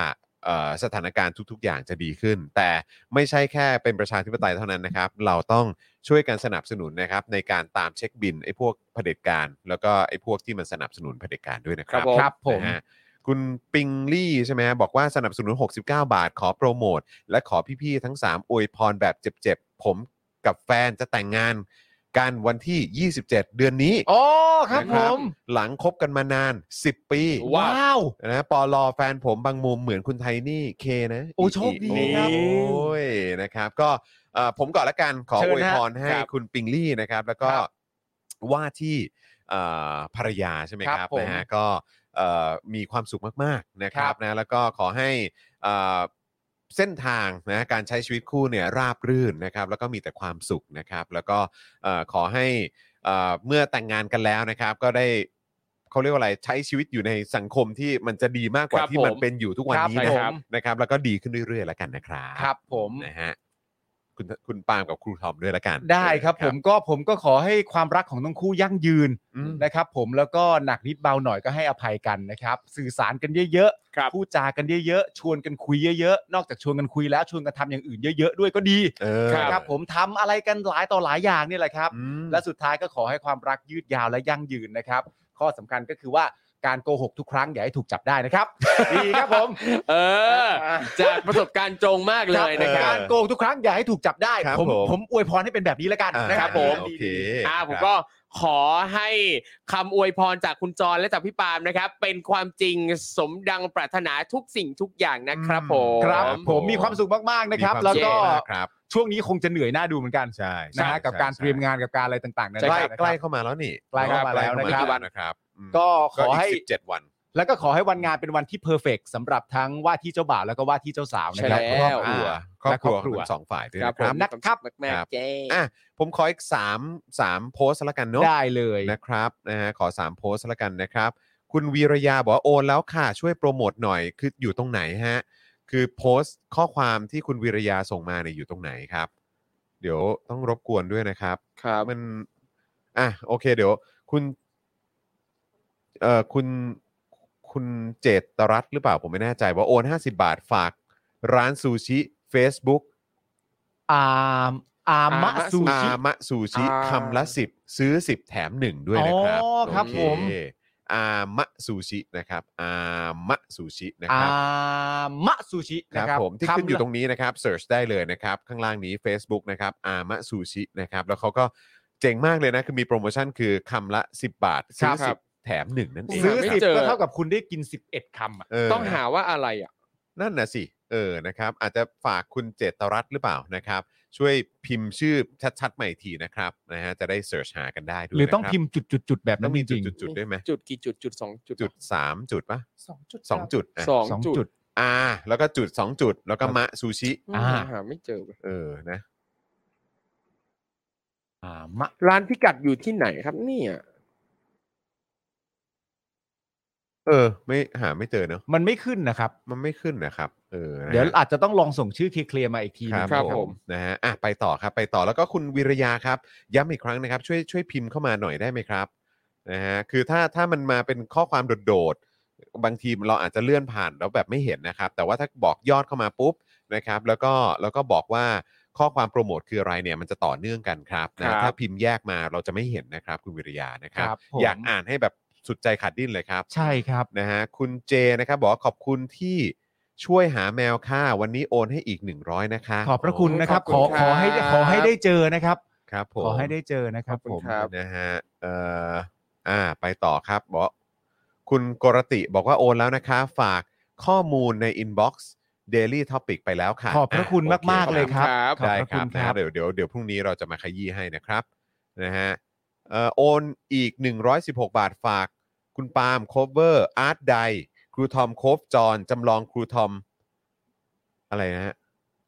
[SPEAKER 1] เอ่อสถานการณ์ทุก ๆ อย่างจะดีขึ้น แต่ไม่ใช่แค่เป็นประชาธิปไตยเท่านั้นนะครับ เราต้องช่วยกันสนับสนุนนะครับ ในการตามเช็คบินไอ้พวกเผด็จการ แล้วก็ไอ้พวกที่มันสนับสนุนเผด็จการด้วยนะครับ
[SPEAKER 3] ค
[SPEAKER 2] ครั
[SPEAKER 3] รับผม
[SPEAKER 2] บผม
[SPEAKER 1] นะฮะคุณปิงลี่ใช่ไหมฮะบอกว่าสนับสนุน 69 บาทขอโปรโมท และขอพี่ๆทั้ง 3 อวยพรแบบเจ็บๆ ผมกับแฟนจะแต่งงานกันวันที่ 27 เดือนนี้
[SPEAKER 2] อ๋อครับ
[SPEAKER 1] นะค
[SPEAKER 2] ผ
[SPEAKER 1] รับ
[SPEAKER 2] ม
[SPEAKER 1] หลังคบกันมานาน 10 ปี
[SPEAKER 3] ว้าว
[SPEAKER 2] ว้าว
[SPEAKER 1] นะปอลอแฟนผมบางมุมเหมือนคุณไทนี่เคนะ
[SPEAKER 2] โอ้โชคดี
[SPEAKER 1] ค
[SPEAKER 2] ครั
[SPEAKER 1] รับบ โอ้ยนะครับก็เอ่อผมก่อนละกันขอ
[SPEAKER 2] เชิ
[SPEAKER 1] อ
[SPEAKER 2] ญ
[SPEAKER 1] วยพรให้
[SPEAKER 2] ครับ
[SPEAKER 1] คุณปิงลี่นะครับ แล้วก็
[SPEAKER 2] ครับ
[SPEAKER 1] ว่าที่เอ่อภรรยาใช่ไหมค
[SPEAKER 2] ครั
[SPEAKER 1] รับบ
[SPEAKER 2] ผม
[SPEAKER 1] นะฮะก็เอ่อมีความสุขมากๆนะครั
[SPEAKER 2] ครับ บ
[SPEAKER 1] นะแล้วก็ขอให้เอ่อเส้นทางนะการใช้ชีวิตคู่เนี่ยราบรื่นนะครับ แล้วก็มีแต่ความสุขนะครับ แล้วก็เอ่อขอให้ เอ่อเมื่อแต่งงานกันแล้วนะครับ ก็ได้เขาเรียกว่าอะไรใช้ชีวิตอยู่ในสังคมที่มันจะดีมากกว่า
[SPEAKER 3] ครับ
[SPEAKER 1] ที่มัน
[SPEAKER 3] ผม
[SPEAKER 1] เป็นอยู่ทุกวันนี้นะค
[SPEAKER 3] ครั
[SPEAKER 1] รับบ
[SPEAKER 3] ผม
[SPEAKER 1] นะครับ แล้วก็ดีขึ้นเรื่อยๆแล้วกันนะครับ
[SPEAKER 2] ครับผม
[SPEAKER 1] นะฮะคุณคุณปาล์มกับครูทอมด้วยละกัน
[SPEAKER 2] ได้ครับผมก็ผมก็ขอให้ความรักของทั้งคู่ยั่งยืน
[SPEAKER 1] อืม
[SPEAKER 2] นะครับผมแล้วก็หนักนิดเบาหน่อยก็ให้อภัยกันนะครับ สื่อสารกันเยอะ
[SPEAKER 3] ครับ
[SPEAKER 2] พูดจากันเยอะๆชวนกันคุยเยอะๆนอกจากชวนกันคุยแล้วชวนกันทำอย่างอื่นเยอะๆด้วยก็ดี
[SPEAKER 1] เออ
[SPEAKER 2] นะครับผมทำอะไรกันหลายต่อหลายอย่างนี่แหละครับ
[SPEAKER 1] อืม
[SPEAKER 2] และสุดท้ายก็ขอให้ความรักยืดยาวและยั่งยืนนะครับ ข้อสำคัญก็คือว่าการโกหกทุกครั้งอย่าให้ถูกจับได้นะครับ ดีครับผม
[SPEAKER 3] เออ จากประสบการณ์ตรงมากเลยนะค
[SPEAKER 2] กา
[SPEAKER 3] รับ
[SPEAKER 2] รโกงทุกครั้งอย่าให้ถูกจับได้
[SPEAKER 1] ครับ
[SPEAKER 2] ผม
[SPEAKER 1] ผม
[SPEAKER 2] ผมอวยพรให้เป็นแบบนี้แล้วกัน
[SPEAKER 1] อ่า
[SPEAKER 2] นะครับผม
[SPEAKER 1] โอเค
[SPEAKER 3] อ่าผม
[SPEAKER 1] ครับ
[SPEAKER 3] ก็ขอให้คำอวยพรจากคุณจรและจากพี่ปาล์มนะครับ เป็นความจริงสมดังปรารถนาทุกสิ่งทุกอย่างนะครับผม
[SPEAKER 2] ครับ
[SPEAKER 1] ผ
[SPEAKER 2] ผม มมีความสุขมากๆนะครับ
[SPEAKER 1] มีาม
[SPEAKER 2] แล้ว
[SPEAKER 1] สุ
[SPEAKER 2] ก็
[SPEAKER 1] ขมากครับ
[SPEAKER 2] ช่วงนี้คงจะเหนื่อยหน้าดูเหมือนกัน
[SPEAKER 1] ใช่
[SPEAKER 2] นะฮะ
[SPEAKER 1] ใช่
[SPEAKER 2] กับการ
[SPEAKER 1] ใช่
[SPEAKER 2] เตรียมงานกับการอะไรต่างๆนา
[SPEAKER 1] ใช่
[SPEAKER 2] นา
[SPEAKER 1] ใกล้
[SPEAKER 2] นะค
[SPEAKER 1] ใกล้
[SPEAKER 2] รับ
[SPEAKER 1] เข้ามาแล้วนี่
[SPEAKER 2] ใกล้เข้ามาแล้วนะค
[SPEAKER 1] ใก
[SPEAKER 2] รับ
[SPEAKER 1] เข้ามานะครับอืม
[SPEAKER 2] ก็ขอ
[SPEAKER 1] ก็ก
[SPEAKER 2] ให้
[SPEAKER 1] สิบเจ็ดวัน
[SPEAKER 2] แล้วก็ขอให้วันงานเป็นวันที่เพอร์เฟกสำหรับทั้งว่าที่เจ้าบ่าวแล้วก็ว่าที่เจ้าสาวนะ
[SPEAKER 3] ใช่
[SPEAKER 2] ครับ
[SPEAKER 3] แล้
[SPEAKER 2] ครอบ
[SPEAKER 3] ว
[SPEAKER 2] ครัว
[SPEAKER 1] อ่าครอบครัว
[SPEAKER 2] และครอบครัว
[SPEAKER 1] ทั้งสองฝ่ายด้วย
[SPEAKER 3] ครั
[SPEAKER 1] นะ
[SPEAKER 3] บ
[SPEAKER 1] ค
[SPEAKER 3] ผ
[SPEAKER 1] รับ
[SPEAKER 3] ม
[SPEAKER 2] นะครับ
[SPEAKER 3] มาก
[SPEAKER 1] ครับ
[SPEAKER 3] ๆเจ้
[SPEAKER 1] อ่ะผมขออีก3 3โพสต์ละกันเนาะ
[SPEAKER 2] ได้เลย
[SPEAKER 1] นะครับนะฮะขอ 3 โพสต์ละกันนะครับ คุณวีระยาบอกว่าโอนแล้วค่ะ ช่วยโปรโมทหน่อยคืออยู่ตรงไหนฮะ คือโพสต์ข้อความที่คุณวีระยาส่งมาเนี่ยอยู่ตรงไหนครับ เดี๋ยวต้องรบกวนด้วยนะครับ
[SPEAKER 3] ครับ
[SPEAKER 1] มันอ่ะโอเคเดี๋ยว คุณเอ่อคุณคุณเจตรัตน์หรือเปล่าผมไม่แน่ใจว่าโอน 50 บาทฝากร้านซูชิ Facebook
[SPEAKER 2] อามอามะ
[SPEAKER 3] อามะ
[SPEAKER 2] ซู
[SPEAKER 1] อา
[SPEAKER 2] ชิ
[SPEAKER 1] มะซูชิ
[SPEAKER 3] อ่า
[SPEAKER 1] คำละ 10 ซื้อ 10 แถม 1 ด้วยนะครับ
[SPEAKER 2] อ๋อครับ
[SPEAKER 1] โอเ
[SPEAKER 2] ผม
[SPEAKER 1] อามะซูชินะครับอามะซูชินะค
[SPEAKER 2] อา
[SPEAKER 1] รับ
[SPEAKER 2] มะซูชิ
[SPEAKER 1] ค
[SPEAKER 2] นะ
[SPEAKER 1] รับ
[SPEAKER 2] ครับ
[SPEAKER 1] ผมที่ขึ้นอยู่ตรงนี้นะครับเ e ิร์ชได้เลยนะครับ ข้างล่างนี้ Facebook นะครับอามะซูชินะครับ แล้วเขาก็เจ๋งมากเลยนะ คือมีโปรโมชั่นคือคำละ 10 บาท ซื้อ
[SPEAKER 3] ครับ
[SPEAKER 1] 10 แถม 1 นั่นเอง
[SPEAKER 2] ซื้อ
[SPEAKER 3] ไม่
[SPEAKER 2] สิบ
[SPEAKER 3] เจอ
[SPEAKER 2] ก็เท่ากับคุณได้กิน 11คำอ่ะ
[SPEAKER 1] เออ
[SPEAKER 3] ต้องหาว่าอะไรอ่ะ
[SPEAKER 1] นั่นน่ะสิเออนะครับ อาจจะฝากคุณเจตรัตน์หรือเปล่านะครับ ช่วยพิมพ์ชื่อชัดๆใหม่อีกทีนะครับนะฮะจะได้เสิร์ชหากันได้ด้วย
[SPEAKER 2] หรือต้อง
[SPEAKER 1] นะคบ
[SPEAKER 2] พิมพ์จุดๆๆแบบ
[SPEAKER 1] ต้อ
[SPEAKER 2] นั้
[SPEAKER 1] ง
[SPEAKER 2] น
[SPEAKER 1] มี
[SPEAKER 2] จ
[SPEAKER 1] จุด
[SPEAKER 2] ริง
[SPEAKER 1] จุดจุดด้วยไหม
[SPEAKER 3] จุดกี่จุดจุดสองจุด
[SPEAKER 1] จุดสามจุดปะ
[SPEAKER 5] สองจุด
[SPEAKER 1] สองจุดอ่ะ
[SPEAKER 3] สอ
[SPEAKER 2] ๆ
[SPEAKER 3] ง
[SPEAKER 2] สอง
[SPEAKER 3] จุ
[SPEAKER 2] จุด
[SPEAKER 3] ด
[SPEAKER 1] อ่า แล้วก็จุดสองจุด แล้วก็มะซูชิ
[SPEAKER 2] อ่า
[SPEAKER 3] หาไม่เจอเว้ย
[SPEAKER 1] เออนะ
[SPEAKER 2] อามะ
[SPEAKER 3] ร้านพิกัดอยู่ที่ไหนครับเนี่ย
[SPEAKER 1] เออ ไม่หาไม่เจอเนอะ
[SPEAKER 2] มันไม่ขึ้นนะครับ
[SPEAKER 1] มันไม่ขึ้นนะครับ เออนะฮะ
[SPEAKER 2] เดี๋ยวอาจจะต้องลองส่งชื่อเคลียร์ๆมาอีกทีห
[SPEAKER 1] ค
[SPEAKER 2] นึ
[SPEAKER 1] รั
[SPEAKER 2] ง
[SPEAKER 1] บผมนะฮะอ่ะไปต่อครับ ไปต่อแล้วก็คุณวิรยาครับ ย้ำอีกครั้งนะครับ ช่วยช่วยพิมพ์เข้ามาหน่อยได้ไหมครับนะฮะคือถ้าถ้ามันมาเป็นข้อความโดดๆบางทีเราอาจจะเลื่อนผ่านแล้วแบบไม่เห็นนะครับ แต่ว่าถ้าบอกยอดเข้ามาปุ๊บนะครับ แล้วก็แล้วก็บอกว่า ข้อความโปรโมทคืออะไรเนี่ยมันจะต่อเนื่องกันครับ
[SPEAKER 8] ครั
[SPEAKER 1] นะ
[SPEAKER 8] บ
[SPEAKER 1] ถ้าพิมพ์แยกมาเราจะไม่เห็นนะครับคุณวิริยานะครับ
[SPEAKER 2] ครับผม
[SPEAKER 1] อยากอ่านให้แบบสุดใจขาดดิ้นเลยครับ
[SPEAKER 2] ใช่ครับ
[SPEAKER 1] นะฮะคุณเจนะครับบอกว่าขอบคุณที่ช่วยหาแมวค่ะ วันนี้โอนให้อีก 100 นะคะ
[SPEAKER 2] ขอบพระคุณนะครับ ข
[SPEAKER 8] ขอ
[SPEAKER 2] อขอบ
[SPEAKER 8] คุณครับ
[SPEAKER 2] ให้ได้ขอให้ได้เจอนะครับ
[SPEAKER 1] ครับผม
[SPEAKER 2] ขอให้ได้เจอนะครับผม
[SPEAKER 8] ครับ
[SPEAKER 1] นะฮะเอ่ออ่าไปต่อครับบอกว่าคุณกรติบอกว่าโอนแล้วนะคะ ฝากข้อมูลใน Inbox Daily Topic ไปแล้วค่ะ
[SPEAKER 2] ขอบพระคุณ
[SPEAKER 1] โอ
[SPEAKER 2] มากๆเลยครับ
[SPEAKER 1] ขอณได้ค
[SPEAKER 2] ขอบพระคุ
[SPEAKER 1] รับ
[SPEAKER 2] ณ
[SPEAKER 1] นะ
[SPEAKER 2] ครั
[SPEAKER 1] ฮะ
[SPEAKER 2] บ
[SPEAKER 1] เดี๋ยวเดี๋ยวเดี๋ยวพรุ่งนี้เราจะมาขยี้ให้นะครับนะฮะเอ่อโอนอีก 116 บาทฝากคุณปาล์มโคเวอร์อาร์ตไดครูทอมโคฟจอนจำลองครูทอม อะไรนะฮะ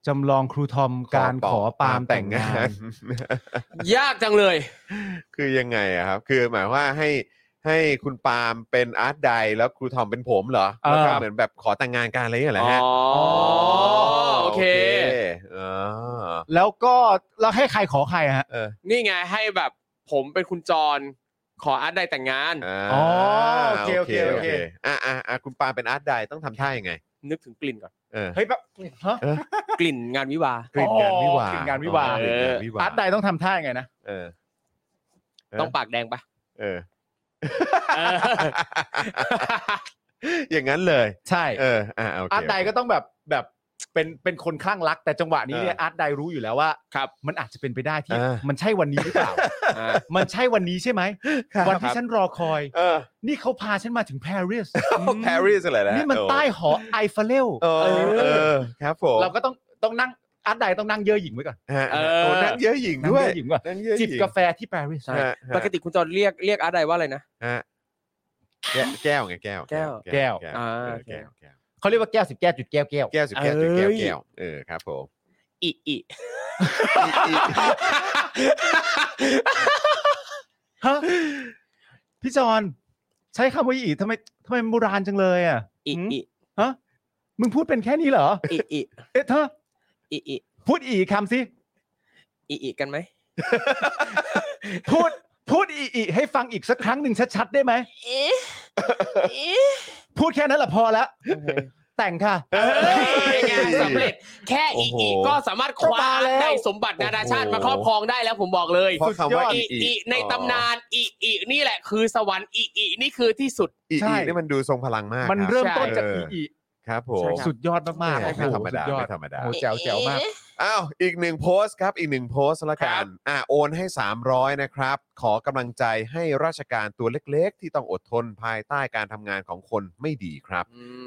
[SPEAKER 2] จำลองครูทอมการขอปาล์มแต่งงาน
[SPEAKER 3] ยากจังเลย
[SPEAKER 1] คือยังไงอะครับ คือหมายว่าให้ให้คุณปาล์มเป็นอาร์ตไดแล้วครูทอมเป็นผมเหรอ
[SPEAKER 2] เออ
[SPEAKER 1] แล้วก็เหมือนแบบขอแต่งงานกันอะไรอย่างเงี้ยเหรอฮะ
[SPEAKER 3] อ๋อโอเค
[SPEAKER 1] โอเคอ๋อ
[SPEAKER 2] แล้วก็แล้วให้ใครขอใครอะฮะ
[SPEAKER 1] เออ
[SPEAKER 3] นี่ไงให้แบบผมเป็นคุณจร ขออาร์ตได้แต่งงาน
[SPEAKER 1] อ่า
[SPEAKER 2] อ๋อโอเคโอเคโอเค
[SPEAKER 1] อ่ะอ่ะอ่ะคุณปาล์มเป็นอาร์ตไดต้องทำท่ายังไง
[SPEAKER 3] นึกถึงกลิ่นก่อน
[SPEAKER 1] เออ
[SPEAKER 2] เฮ้ยแบบฮะ
[SPEAKER 3] กลิ่นงานวิวาห์
[SPEAKER 1] กลิ่นงานวิวาห์
[SPEAKER 2] กลิ่นงานวิวาห์
[SPEAKER 1] อ๋อกลิ่นงานวิวา
[SPEAKER 2] อาร์ตใดต้องทำท่ายังไงนะ
[SPEAKER 1] เออ เออ
[SPEAKER 3] ต้องปากแดงปะ
[SPEAKER 1] เออ
[SPEAKER 3] เออ
[SPEAKER 1] อย่างนั้นเลย
[SPEAKER 2] ใช่
[SPEAKER 1] เอออ่ะโอเค
[SPEAKER 2] อาร์ตใดก็ต้องแบบแบบเป็นเป็นคนข้างรัก แต่จังหวะนี้เนี่ย
[SPEAKER 1] เออ
[SPEAKER 2] อาร์ตใดรู้อยู่แล้วว่า
[SPEAKER 3] ครับ
[SPEAKER 2] มันอาจจะเป็นไปได้ที่
[SPEAKER 1] อ่ามั
[SPEAKER 2] มันใช่วันนี้หรือเปล่า
[SPEAKER 3] อ่า
[SPEAKER 2] มันใช่วันนี้ใช่ไหม
[SPEAKER 1] ครับ
[SPEAKER 2] วันที่ฉันรอคอย
[SPEAKER 1] เออ
[SPEAKER 2] นี่เขาพาฉันมาถึงปารีส
[SPEAKER 1] แพรรี่อะไรนะ
[SPEAKER 2] นี่มันใต้หอไอเฟลเล
[SPEAKER 1] เออเออครับผม
[SPEAKER 2] เราก็ต้องต้องนั่งอาร์ตใดต้องนั่งเยอะหยิ่งไว้ก่อน
[SPEAKER 1] ฮะ
[SPEAKER 3] เออ
[SPEAKER 1] โนั่งเยอะหญิง
[SPEAKER 2] นั่ง
[SPEAKER 1] ด้วย
[SPEAKER 2] เยอะหยิ่งก่อน
[SPEAKER 1] นั่งเยอะห
[SPEAKER 2] จิ
[SPEAKER 1] ญิ
[SPEAKER 2] บ
[SPEAKER 1] ง
[SPEAKER 2] กาแฟที่ปารีส
[SPEAKER 1] ฮะฮะ
[SPEAKER 3] ปกติคุณจรเรียกเรียกอาร์ตได้ว่าอะไรนะ
[SPEAKER 1] ฮะแก้วแก้วไงแก้ว
[SPEAKER 2] แก้ว
[SPEAKER 1] แก้ว
[SPEAKER 3] อ่า
[SPEAKER 1] เออแก้วแก้ว
[SPEAKER 2] เขาเรียกว่าแก้วสิบแก้วจุดแก้วแก้ว
[SPEAKER 1] แก้วสิบแก้วสิบแก้ว
[SPEAKER 3] เอ้ย
[SPEAKER 1] แก้วเออครับผม
[SPEAKER 3] อิอิ
[SPEAKER 2] ฮะพี่จอนใช้คำว่าอีทำไมทำไมมันโบราณจังเลยอ่ะ
[SPEAKER 3] อิ
[SPEAKER 2] หืม
[SPEAKER 3] อิ
[SPEAKER 2] ฮะมึงพูดเป็นแค่นี้เหรอ
[SPEAKER 3] อิอิ
[SPEAKER 2] เอ๊ะเธอ
[SPEAKER 3] อิอิ
[SPEAKER 2] พูดอีกคำสิ
[SPEAKER 3] อิอิกันไหม
[SPEAKER 2] พูดพูดอีอีให้ฟังอีกสักครั้งหนึ่งชัดๆได้ไหม
[SPEAKER 9] อีอี
[SPEAKER 2] พูดแค่นั้นแหละพอแล้ว แต่งค่ะ
[SPEAKER 3] เฮ้ยงานสำเร็จแค่อิอิก็สามารถคว้า
[SPEAKER 2] ก็มาแล้ว
[SPEAKER 3] ได้สมบัตินานาชาติมาครอบครองได้แล้วผมบอกเลย
[SPEAKER 1] เพราะคำว่า
[SPEAKER 3] อิอิในตำนานอิอินี่แหละคือสวรรค์อิอินี่คือที่สุด
[SPEAKER 1] อี
[SPEAKER 2] ใช่
[SPEAKER 1] อีนี่มันดูทรงพลังมาก
[SPEAKER 2] มัน
[SPEAKER 1] ครับ
[SPEAKER 2] เริ่มต้นจาก
[SPEAKER 1] เอออี
[SPEAKER 2] อี
[SPEAKER 1] ครับผ
[SPEAKER 2] อี
[SPEAKER 1] ม
[SPEAKER 2] สุดยอดมากๆ
[SPEAKER 1] ใช่ไม่
[SPEAKER 2] โอ้โห
[SPEAKER 1] ธรรมดา
[SPEAKER 2] สุยอ
[SPEAKER 1] ไม่ธรรมดา
[SPEAKER 2] โอ้แจ๋วแจ๋วมาก
[SPEAKER 1] อ้าวอีกหนึ่งโพสต์ครับ อีกหนึ่งโพสต์ละกั
[SPEAKER 3] ครั
[SPEAKER 1] น
[SPEAKER 3] บ
[SPEAKER 1] อ่ะโอนให้ 300 นะครับ ขอกำลังใจให้ราชการตัวเล็กๆ ที่ต้องอดทนภายใต้การทำงานของคนไม่ดีครับ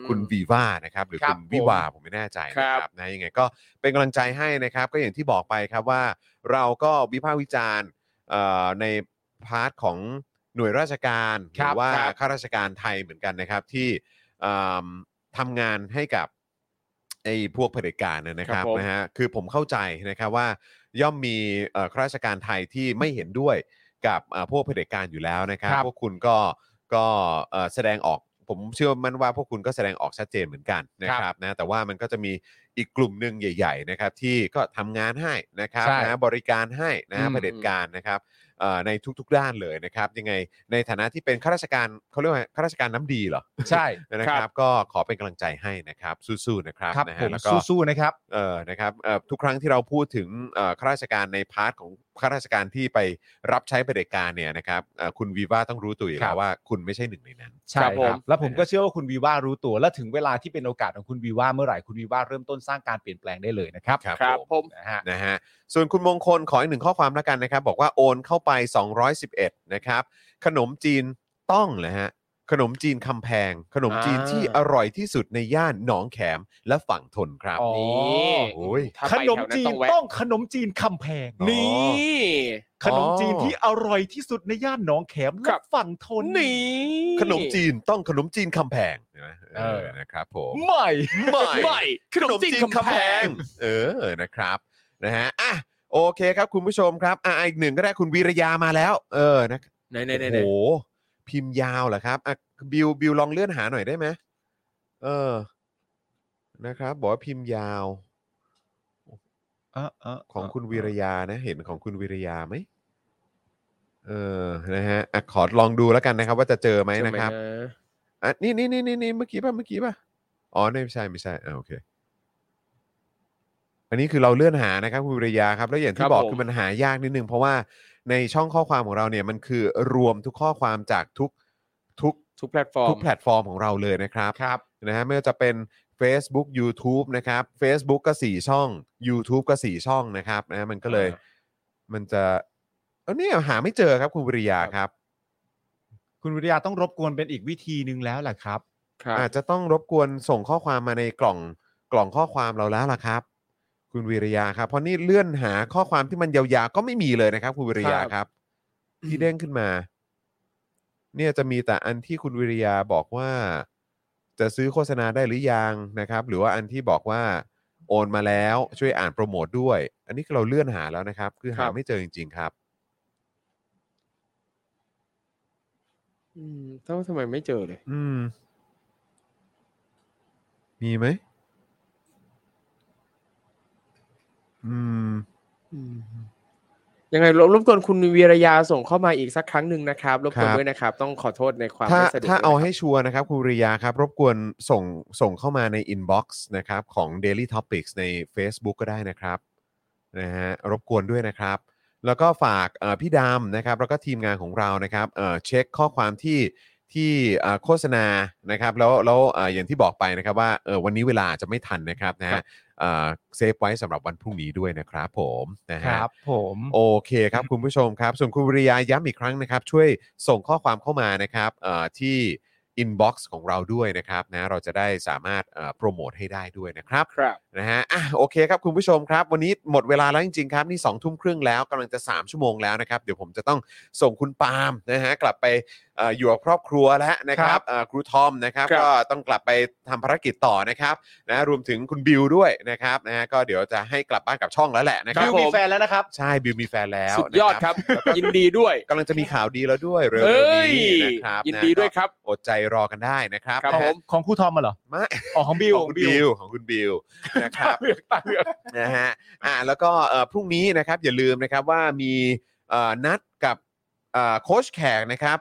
[SPEAKER 1] คุณวีว่านะครับหรือ
[SPEAKER 2] ครั
[SPEAKER 1] คุ
[SPEAKER 2] บ
[SPEAKER 1] ณวิวาผมไม่แน่ใจนะค
[SPEAKER 3] ครั
[SPEAKER 1] รับบ นะยังไงก็เป็นกำลังใจให้นะครับ ก็อย่างที่บอกไปครับว่า เราก็วิพากษ์วิจารณ์เอ่อในพาร์ทของหน่วยราชการห
[SPEAKER 2] ครั
[SPEAKER 1] รื
[SPEAKER 2] บ
[SPEAKER 1] อว่า
[SPEAKER 2] ครับ
[SPEAKER 1] ข้าราชการไทยเหมือนกันนะครับที่เอ่อทำงานให้กับไอ้พวกเผด็จการนะนะค
[SPEAKER 3] ครั
[SPEAKER 1] รับบ
[SPEAKER 3] ผม
[SPEAKER 1] นะฮะคือผมเข้าใจนะครับว่าย่อมมีเอ่อข้าราชการไทยที่ไม่เห็นด้วยกับเอ่อพวกเผด็จการอยู่แล้วนะครับ
[SPEAKER 2] ครับ
[SPEAKER 1] พวกคุณก็ ก็เอ่อแสดงออกผมเชื่อมั่นว่าพวกคุณก็แสดงออกชัดเจนเหมือนกันนะครับนะแต่ว่ามันก็จะมีอีกกลุ่มหนึ่งใหญ่ ๆ นะครับ ที่ก็ทำงานให้นะครับ
[SPEAKER 2] ใช่
[SPEAKER 1] นะบริการให้นะฮะ
[SPEAKER 2] อืม
[SPEAKER 1] เผด็จการนะครับเอ่อในทุกๆด้านเลยนะครับ ยังไงในฐานะที่เป็นข้าราชการเขาเรียกว่าข้าราชการน้ำดีเหรอ
[SPEAKER 2] ใช่
[SPEAKER 1] นะครับ ก็ขอเป็นกำลังใจให้นะครับสู้ๆนะครับ
[SPEAKER 2] ครับ
[SPEAKER 1] นะ
[SPEAKER 2] ผ
[SPEAKER 1] ฮะ
[SPEAKER 2] ม
[SPEAKER 1] แล้วก็
[SPEAKER 2] สู้ๆนะครับ
[SPEAKER 1] เออนะครับเอ่อทุกครั้งที่เราพูดถึงเอ่อข้าราชการในพาร์ทของข้าราชการที่ไปรับใช้เผด็จการเนี่ยนะครับเอ่อคุณวีว่าต้องรู้ตัวอยู่
[SPEAKER 2] ครั
[SPEAKER 1] แล้ว
[SPEAKER 2] บ
[SPEAKER 1] ว่าคุณไม่ใช่หนึ่งในนั้น
[SPEAKER 2] ใช่
[SPEAKER 3] ค
[SPEAKER 2] ค
[SPEAKER 3] รับ
[SPEAKER 2] รับ
[SPEAKER 3] ผม
[SPEAKER 2] แล้วผมก็เชื่อว่าคุณวีว่ารู้ตัว และถึงเวลาที่เป็นโอกาสของคุณวีว่าเมื่อไหร่คุณวีว่าเริ่มต้นสร้างการเปลี่ยนแปลงได้เลยนะครับ
[SPEAKER 1] ครับ
[SPEAKER 3] ครับผม
[SPEAKER 2] นะฮะ
[SPEAKER 1] นะฮะส่วนคุณมงคลขออีกหนึ่งข้อความแล้วกันนะครับ บอกว่าโอนเข้าไป 211 นะครับ ขนมจีนต้องเลยฮะขนมจีนคำแพง ขนมจีน
[SPEAKER 3] อ่า
[SPEAKER 1] ที่อร่อยที่สุดในย่านหนองแขมและฝั่งทนครับ
[SPEAKER 2] อ๋อ
[SPEAKER 3] นี่
[SPEAKER 1] โอ้ย
[SPEAKER 3] ถ้า
[SPEAKER 2] ข
[SPEAKER 3] ไป
[SPEAKER 2] นม
[SPEAKER 3] แถว
[SPEAKER 2] จีน
[SPEAKER 3] ต้องแวะ
[SPEAKER 2] ต้องขนมจีนคำแพง
[SPEAKER 1] อ๋อ
[SPEAKER 3] นี่
[SPEAKER 2] ขนมจีนที่อร่อยที่สุดในย่านหนองแขม
[SPEAKER 3] ครั
[SPEAKER 2] และ
[SPEAKER 3] บ
[SPEAKER 2] ฝั่งทน
[SPEAKER 3] นี่
[SPEAKER 1] ขนมจีนต้องขนมจีนคำแพงใช่ไหมเอ
[SPEAKER 2] เออ
[SPEAKER 1] อนะครับผม
[SPEAKER 2] ใหม่
[SPEAKER 3] ใหม่ขนมจีนกำแพง
[SPEAKER 1] เออนะครับนะฮะอ่ะโอเคครับคุณผู้ชมครับอ่ะอีกหนึ่งก็ได้คุณวีระยามาแล้ว เออนะ
[SPEAKER 3] ไหนไห
[SPEAKER 1] โอ้
[SPEAKER 3] นไหน
[SPEAKER 1] โหพิมพ์ยาวเหรอครับอ่ะบิวบิวลองเลื่อนหาหน่อยได้ไหมเออนะครับ บอกว่าพิมพ์ยาวของคุณวีระยานะ เห็นของคุณวีระยาไหมเออนะฮะอ่ะขอลองดูแล้วกันนะครับ ว่าจะเจอไหมนะครับ อ่ะนี่นี่นี่นี่นี่เมื่อกี้ป่ะเมื่อกี้ป่ะอ๋อไม่ใช่ไม่ใช่อ่าโอเค อันนี้คือเราเลื่อนหานะครับคุณวิริยาครับ แล้วอย่าง
[SPEAKER 3] ค
[SPEAKER 1] ที่
[SPEAKER 3] รับ
[SPEAKER 1] บอก
[SPEAKER 3] ผม
[SPEAKER 1] คือมันหายากนิดนึง เพราะว่าในช่องข้อความของเราเนี่ยมันคือรวมทุกข้อความจากทุกทุก
[SPEAKER 3] ทุกแพลตฟอร์ม
[SPEAKER 1] ทุกแพลตฟอร์มของเราเลยนะครับ
[SPEAKER 2] ครับ
[SPEAKER 1] นะฮะไม่ว่าจะเป็น Facebook YouTube นะครับ Facebook ก็ 4 ช่อง YouTube ก็ 4 ช่องนะครับนะฮะมันก็เลย
[SPEAKER 3] อ่า
[SPEAKER 1] มันจะเออเนี่ยหาไม่เจอครับคุณวิริยาครับ
[SPEAKER 2] คุณวิริยาต้องรบกวนเป็นอีกวิธีหนึ่งแล้วแหละครับ
[SPEAKER 3] ครับ
[SPEAKER 1] อาจจะต้องรบกวนส่งข้อความมาในกล่องกล่องข้อความเราแล้วล่ะครับ คุณวิริยาครับ เพราะนี่เลื่อนหาข้อความที่มันยาวๆก็ไม่มีเลยนะครับ คุณวิริยา
[SPEAKER 3] ครับ
[SPEAKER 1] ครับ ที่เด้งขึ้นมา เนี่ยจะมีแต่อันที่คุณวิริยาบอกว่า จะซื้อโฆษณาได้หรือยังนะครับ หรือว่าอันที่บอกว่าโอนมาแล้วช่วยอ่านโปรโมทด้วย อันนี้คือเราเลื่อนหาแล้วนะครับ คือหาไม่เจอจริงๆครับ
[SPEAKER 3] อืมแล้วทำไมไม่เจอเลย
[SPEAKER 1] อืม มีไหมอืม
[SPEAKER 3] ยังไงรบรบกวนคุณวีรยาส่งเข้ามาอีกสักครั้งหนึ่งนะครับ รบกวน
[SPEAKER 1] ครับ
[SPEAKER 3] ด้วยนะครับ ต้องขอโทษในความ
[SPEAKER 1] ถ้า
[SPEAKER 3] ไม่สะดวก
[SPEAKER 1] ถ้าเอา
[SPEAKER 3] ด้วย
[SPEAKER 1] ให้
[SPEAKER 3] นะครั
[SPEAKER 1] ชัวร์นะครับคุณริยาครับ รบกวนส่งส่งเข้ามาใน inbox นะครับของ daily topics ใน Facebook ก็ได้นะครับนะฮะรบกวนด้วยนะครับ แล้วก็ฝากเอ่อพี่ดำนะครับ แล้วก็ทีมงานของเรานะครับเอ่อเช็คข้อความที่ที่เอ่อโฆษณานะครับแล้วแล้วเอ่ออย่างที่บอกไปนะครับว่าเอ่อวันนี้เวลาอาจจะไม่ทันนะครับนะฮะเอ่อเซฟไว้สำหรับวันพรุ่งนี้ด้วยนะครับผมนะฮะ
[SPEAKER 2] ผม
[SPEAKER 1] โอเคครับคุณผู้ชมครับ ส่วนคุณวิริยาย้ำอีกครั้งนะครับ ช่วยส่งข้อความเข้ามานะครับเอ่อที่อินบ็อกซ์ของเราด้วยนะครับนะเราจะได้สามารถเอ่อโปรโมทให้ได้ด้วยนะครับ
[SPEAKER 3] ครับ
[SPEAKER 1] นะฮะอ่ะโอเคครับคุณผู้ชมครับ วันนี้หมดเวลาแล้วจริงๆครับนี่2องทุ่มครึ่งแล้วกำลังจะ 3 ชั่วโมงแล้วนะครับ เดี๋ยวผมจะต้องส่งคุณปาล์มนะฮะกลับไปเอ่ออยู่กับครอบครัวแล้วนะครับเอ่อครูทอมนะครับ
[SPEAKER 3] ครับ
[SPEAKER 1] ก็ต้องกลับไปทำภารกิจต่อนะครับนะรวมถึงคุณบิวด้วยนะครับนะฮะก็เดี๋ยวจะให้กลับบ้านกลับช่องแล้วแหละนะค
[SPEAKER 2] บิ
[SPEAKER 1] รับ
[SPEAKER 2] ว
[SPEAKER 3] ผม
[SPEAKER 2] มีแฟนแล้วนะครับ
[SPEAKER 1] ใช่บิวมีแฟนแล้ว
[SPEAKER 3] สุดยอด
[SPEAKER 1] นะครับ
[SPEAKER 3] ยินดีด้วย
[SPEAKER 1] กำลังจะมีข่าวดีแล้วด้วยเร็ว
[SPEAKER 3] เอ้
[SPEAKER 1] ๆ
[SPEAKER 3] ย
[SPEAKER 1] นี้นะครับ
[SPEAKER 3] ยินดีด้วย
[SPEAKER 1] ะ
[SPEAKER 3] ครับ
[SPEAKER 1] ก็อดใจรอกันได้นะครับ
[SPEAKER 3] ครับ
[SPEAKER 1] นะ
[SPEAKER 3] ผ
[SPEAKER 1] ฮะ
[SPEAKER 2] ข
[SPEAKER 3] ม
[SPEAKER 2] องครู่ทอมมาเหรอ
[SPEAKER 1] มา
[SPEAKER 2] อ๋อของบิว
[SPEAKER 1] ของคุณบิวของคุณบิวนะครับ
[SPEAKER 2] เลือกตั้งเลือก
[SPEAKER 1] นะฮะอ่าแล้วก็เอ่อพรุ่งนี้นะครับอย่าลืมนะครับว่ามีเอ่อนัดกับเอ่อโค้ชแขกนะครับ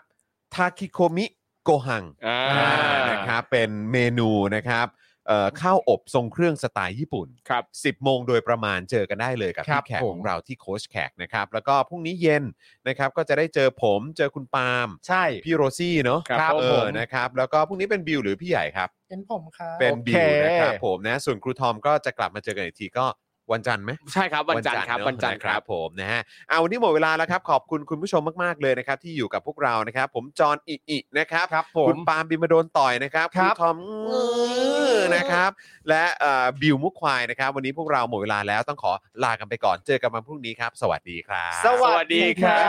[SPEAKER 1] ทาคิโคมิโกหัง
[SPEAKER 3] อ่า
[SPEAKER 1] อ่านะครับเป็นเมนูนะครับเอ่อข้าวอบทรงเครื่องสไตล์ญี่ปุ่น
[SPEAKER 3] ครับ
[SPEAKER 1] 10 โมงโดยประมาณเจอกันได้เลยกับ
[SPEAKER 2] ครับ
[SPEAKER 1] พี่แขก
[SPEAKER 2] ผ
[SPEAKER 1] ข
[SPEAKER 2] ม
[SPEAKER 1] องเราที่โค้ชแขกนะครับ แล้วก็พรุ่งนี้เย็นนะครับก็จะได้เจอผมเจอคุณปาล์ม
[SPEAKER 2] ใช่
[SPEAKER 1] พี่โรซี่เนาะ
[SPEAKER 3] ครับ
[SPEAKER 1] เอ
[SPEAKER 3] ผ
[SPEAKER 1] อ
[SPEAKER 3] ม
[SPEAKER 1] นะครับแล้วก็พรุ่งนี้เป็นบิวหรือพี่ใหญ่ครับ
[SPEAKER 5] เป็นผมครับ
[SPEAKER 1] เป็น
[SPEAKER 2] โอเค
[SPEAKER 1] บิวนะครับผมนะส่วนครูทอมก็จะกลับมาเจอกันอีกทีก็วันจันทร์ไหม
[SPEAKER 3] ใช่ครับวันจันทร์ครับ
[SPEAKER 1] เอะ
[SPEAKER 3] วันจันทร์ครับ
[SPEAKER 1] ผมนะฮะเอาวันนี้หมดเวลาแล้วครับขอบคุณคุณผู้ชมมากๆเลยนะครับ ที่อยู่กับพวกเรานะครับ ผมจอห์นอิอินะครับ
[SPEAKER 2] ครับผ
[SPEAKER 1] คุ
[SPEAKER 2] ม
[SPEAKER 1] ณปาล์มบิมมาโดนต่อยนะครับ
[SPEAKER 2] ครับ
[SPEAKER 1] ณทอมอื้อนะครับ และเอ่อบิวมุกควายนะครับ วันนี้พวกเราหมดเวลาแล้วต้องขอลากันไปก่อนเจอกันวันพรุ่งนี้ครับ สวัสดีครับ
[SPEAKER 2] สวัสดีครั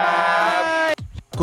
[SPEAKER 2] บ
[SPEAKER 10] ค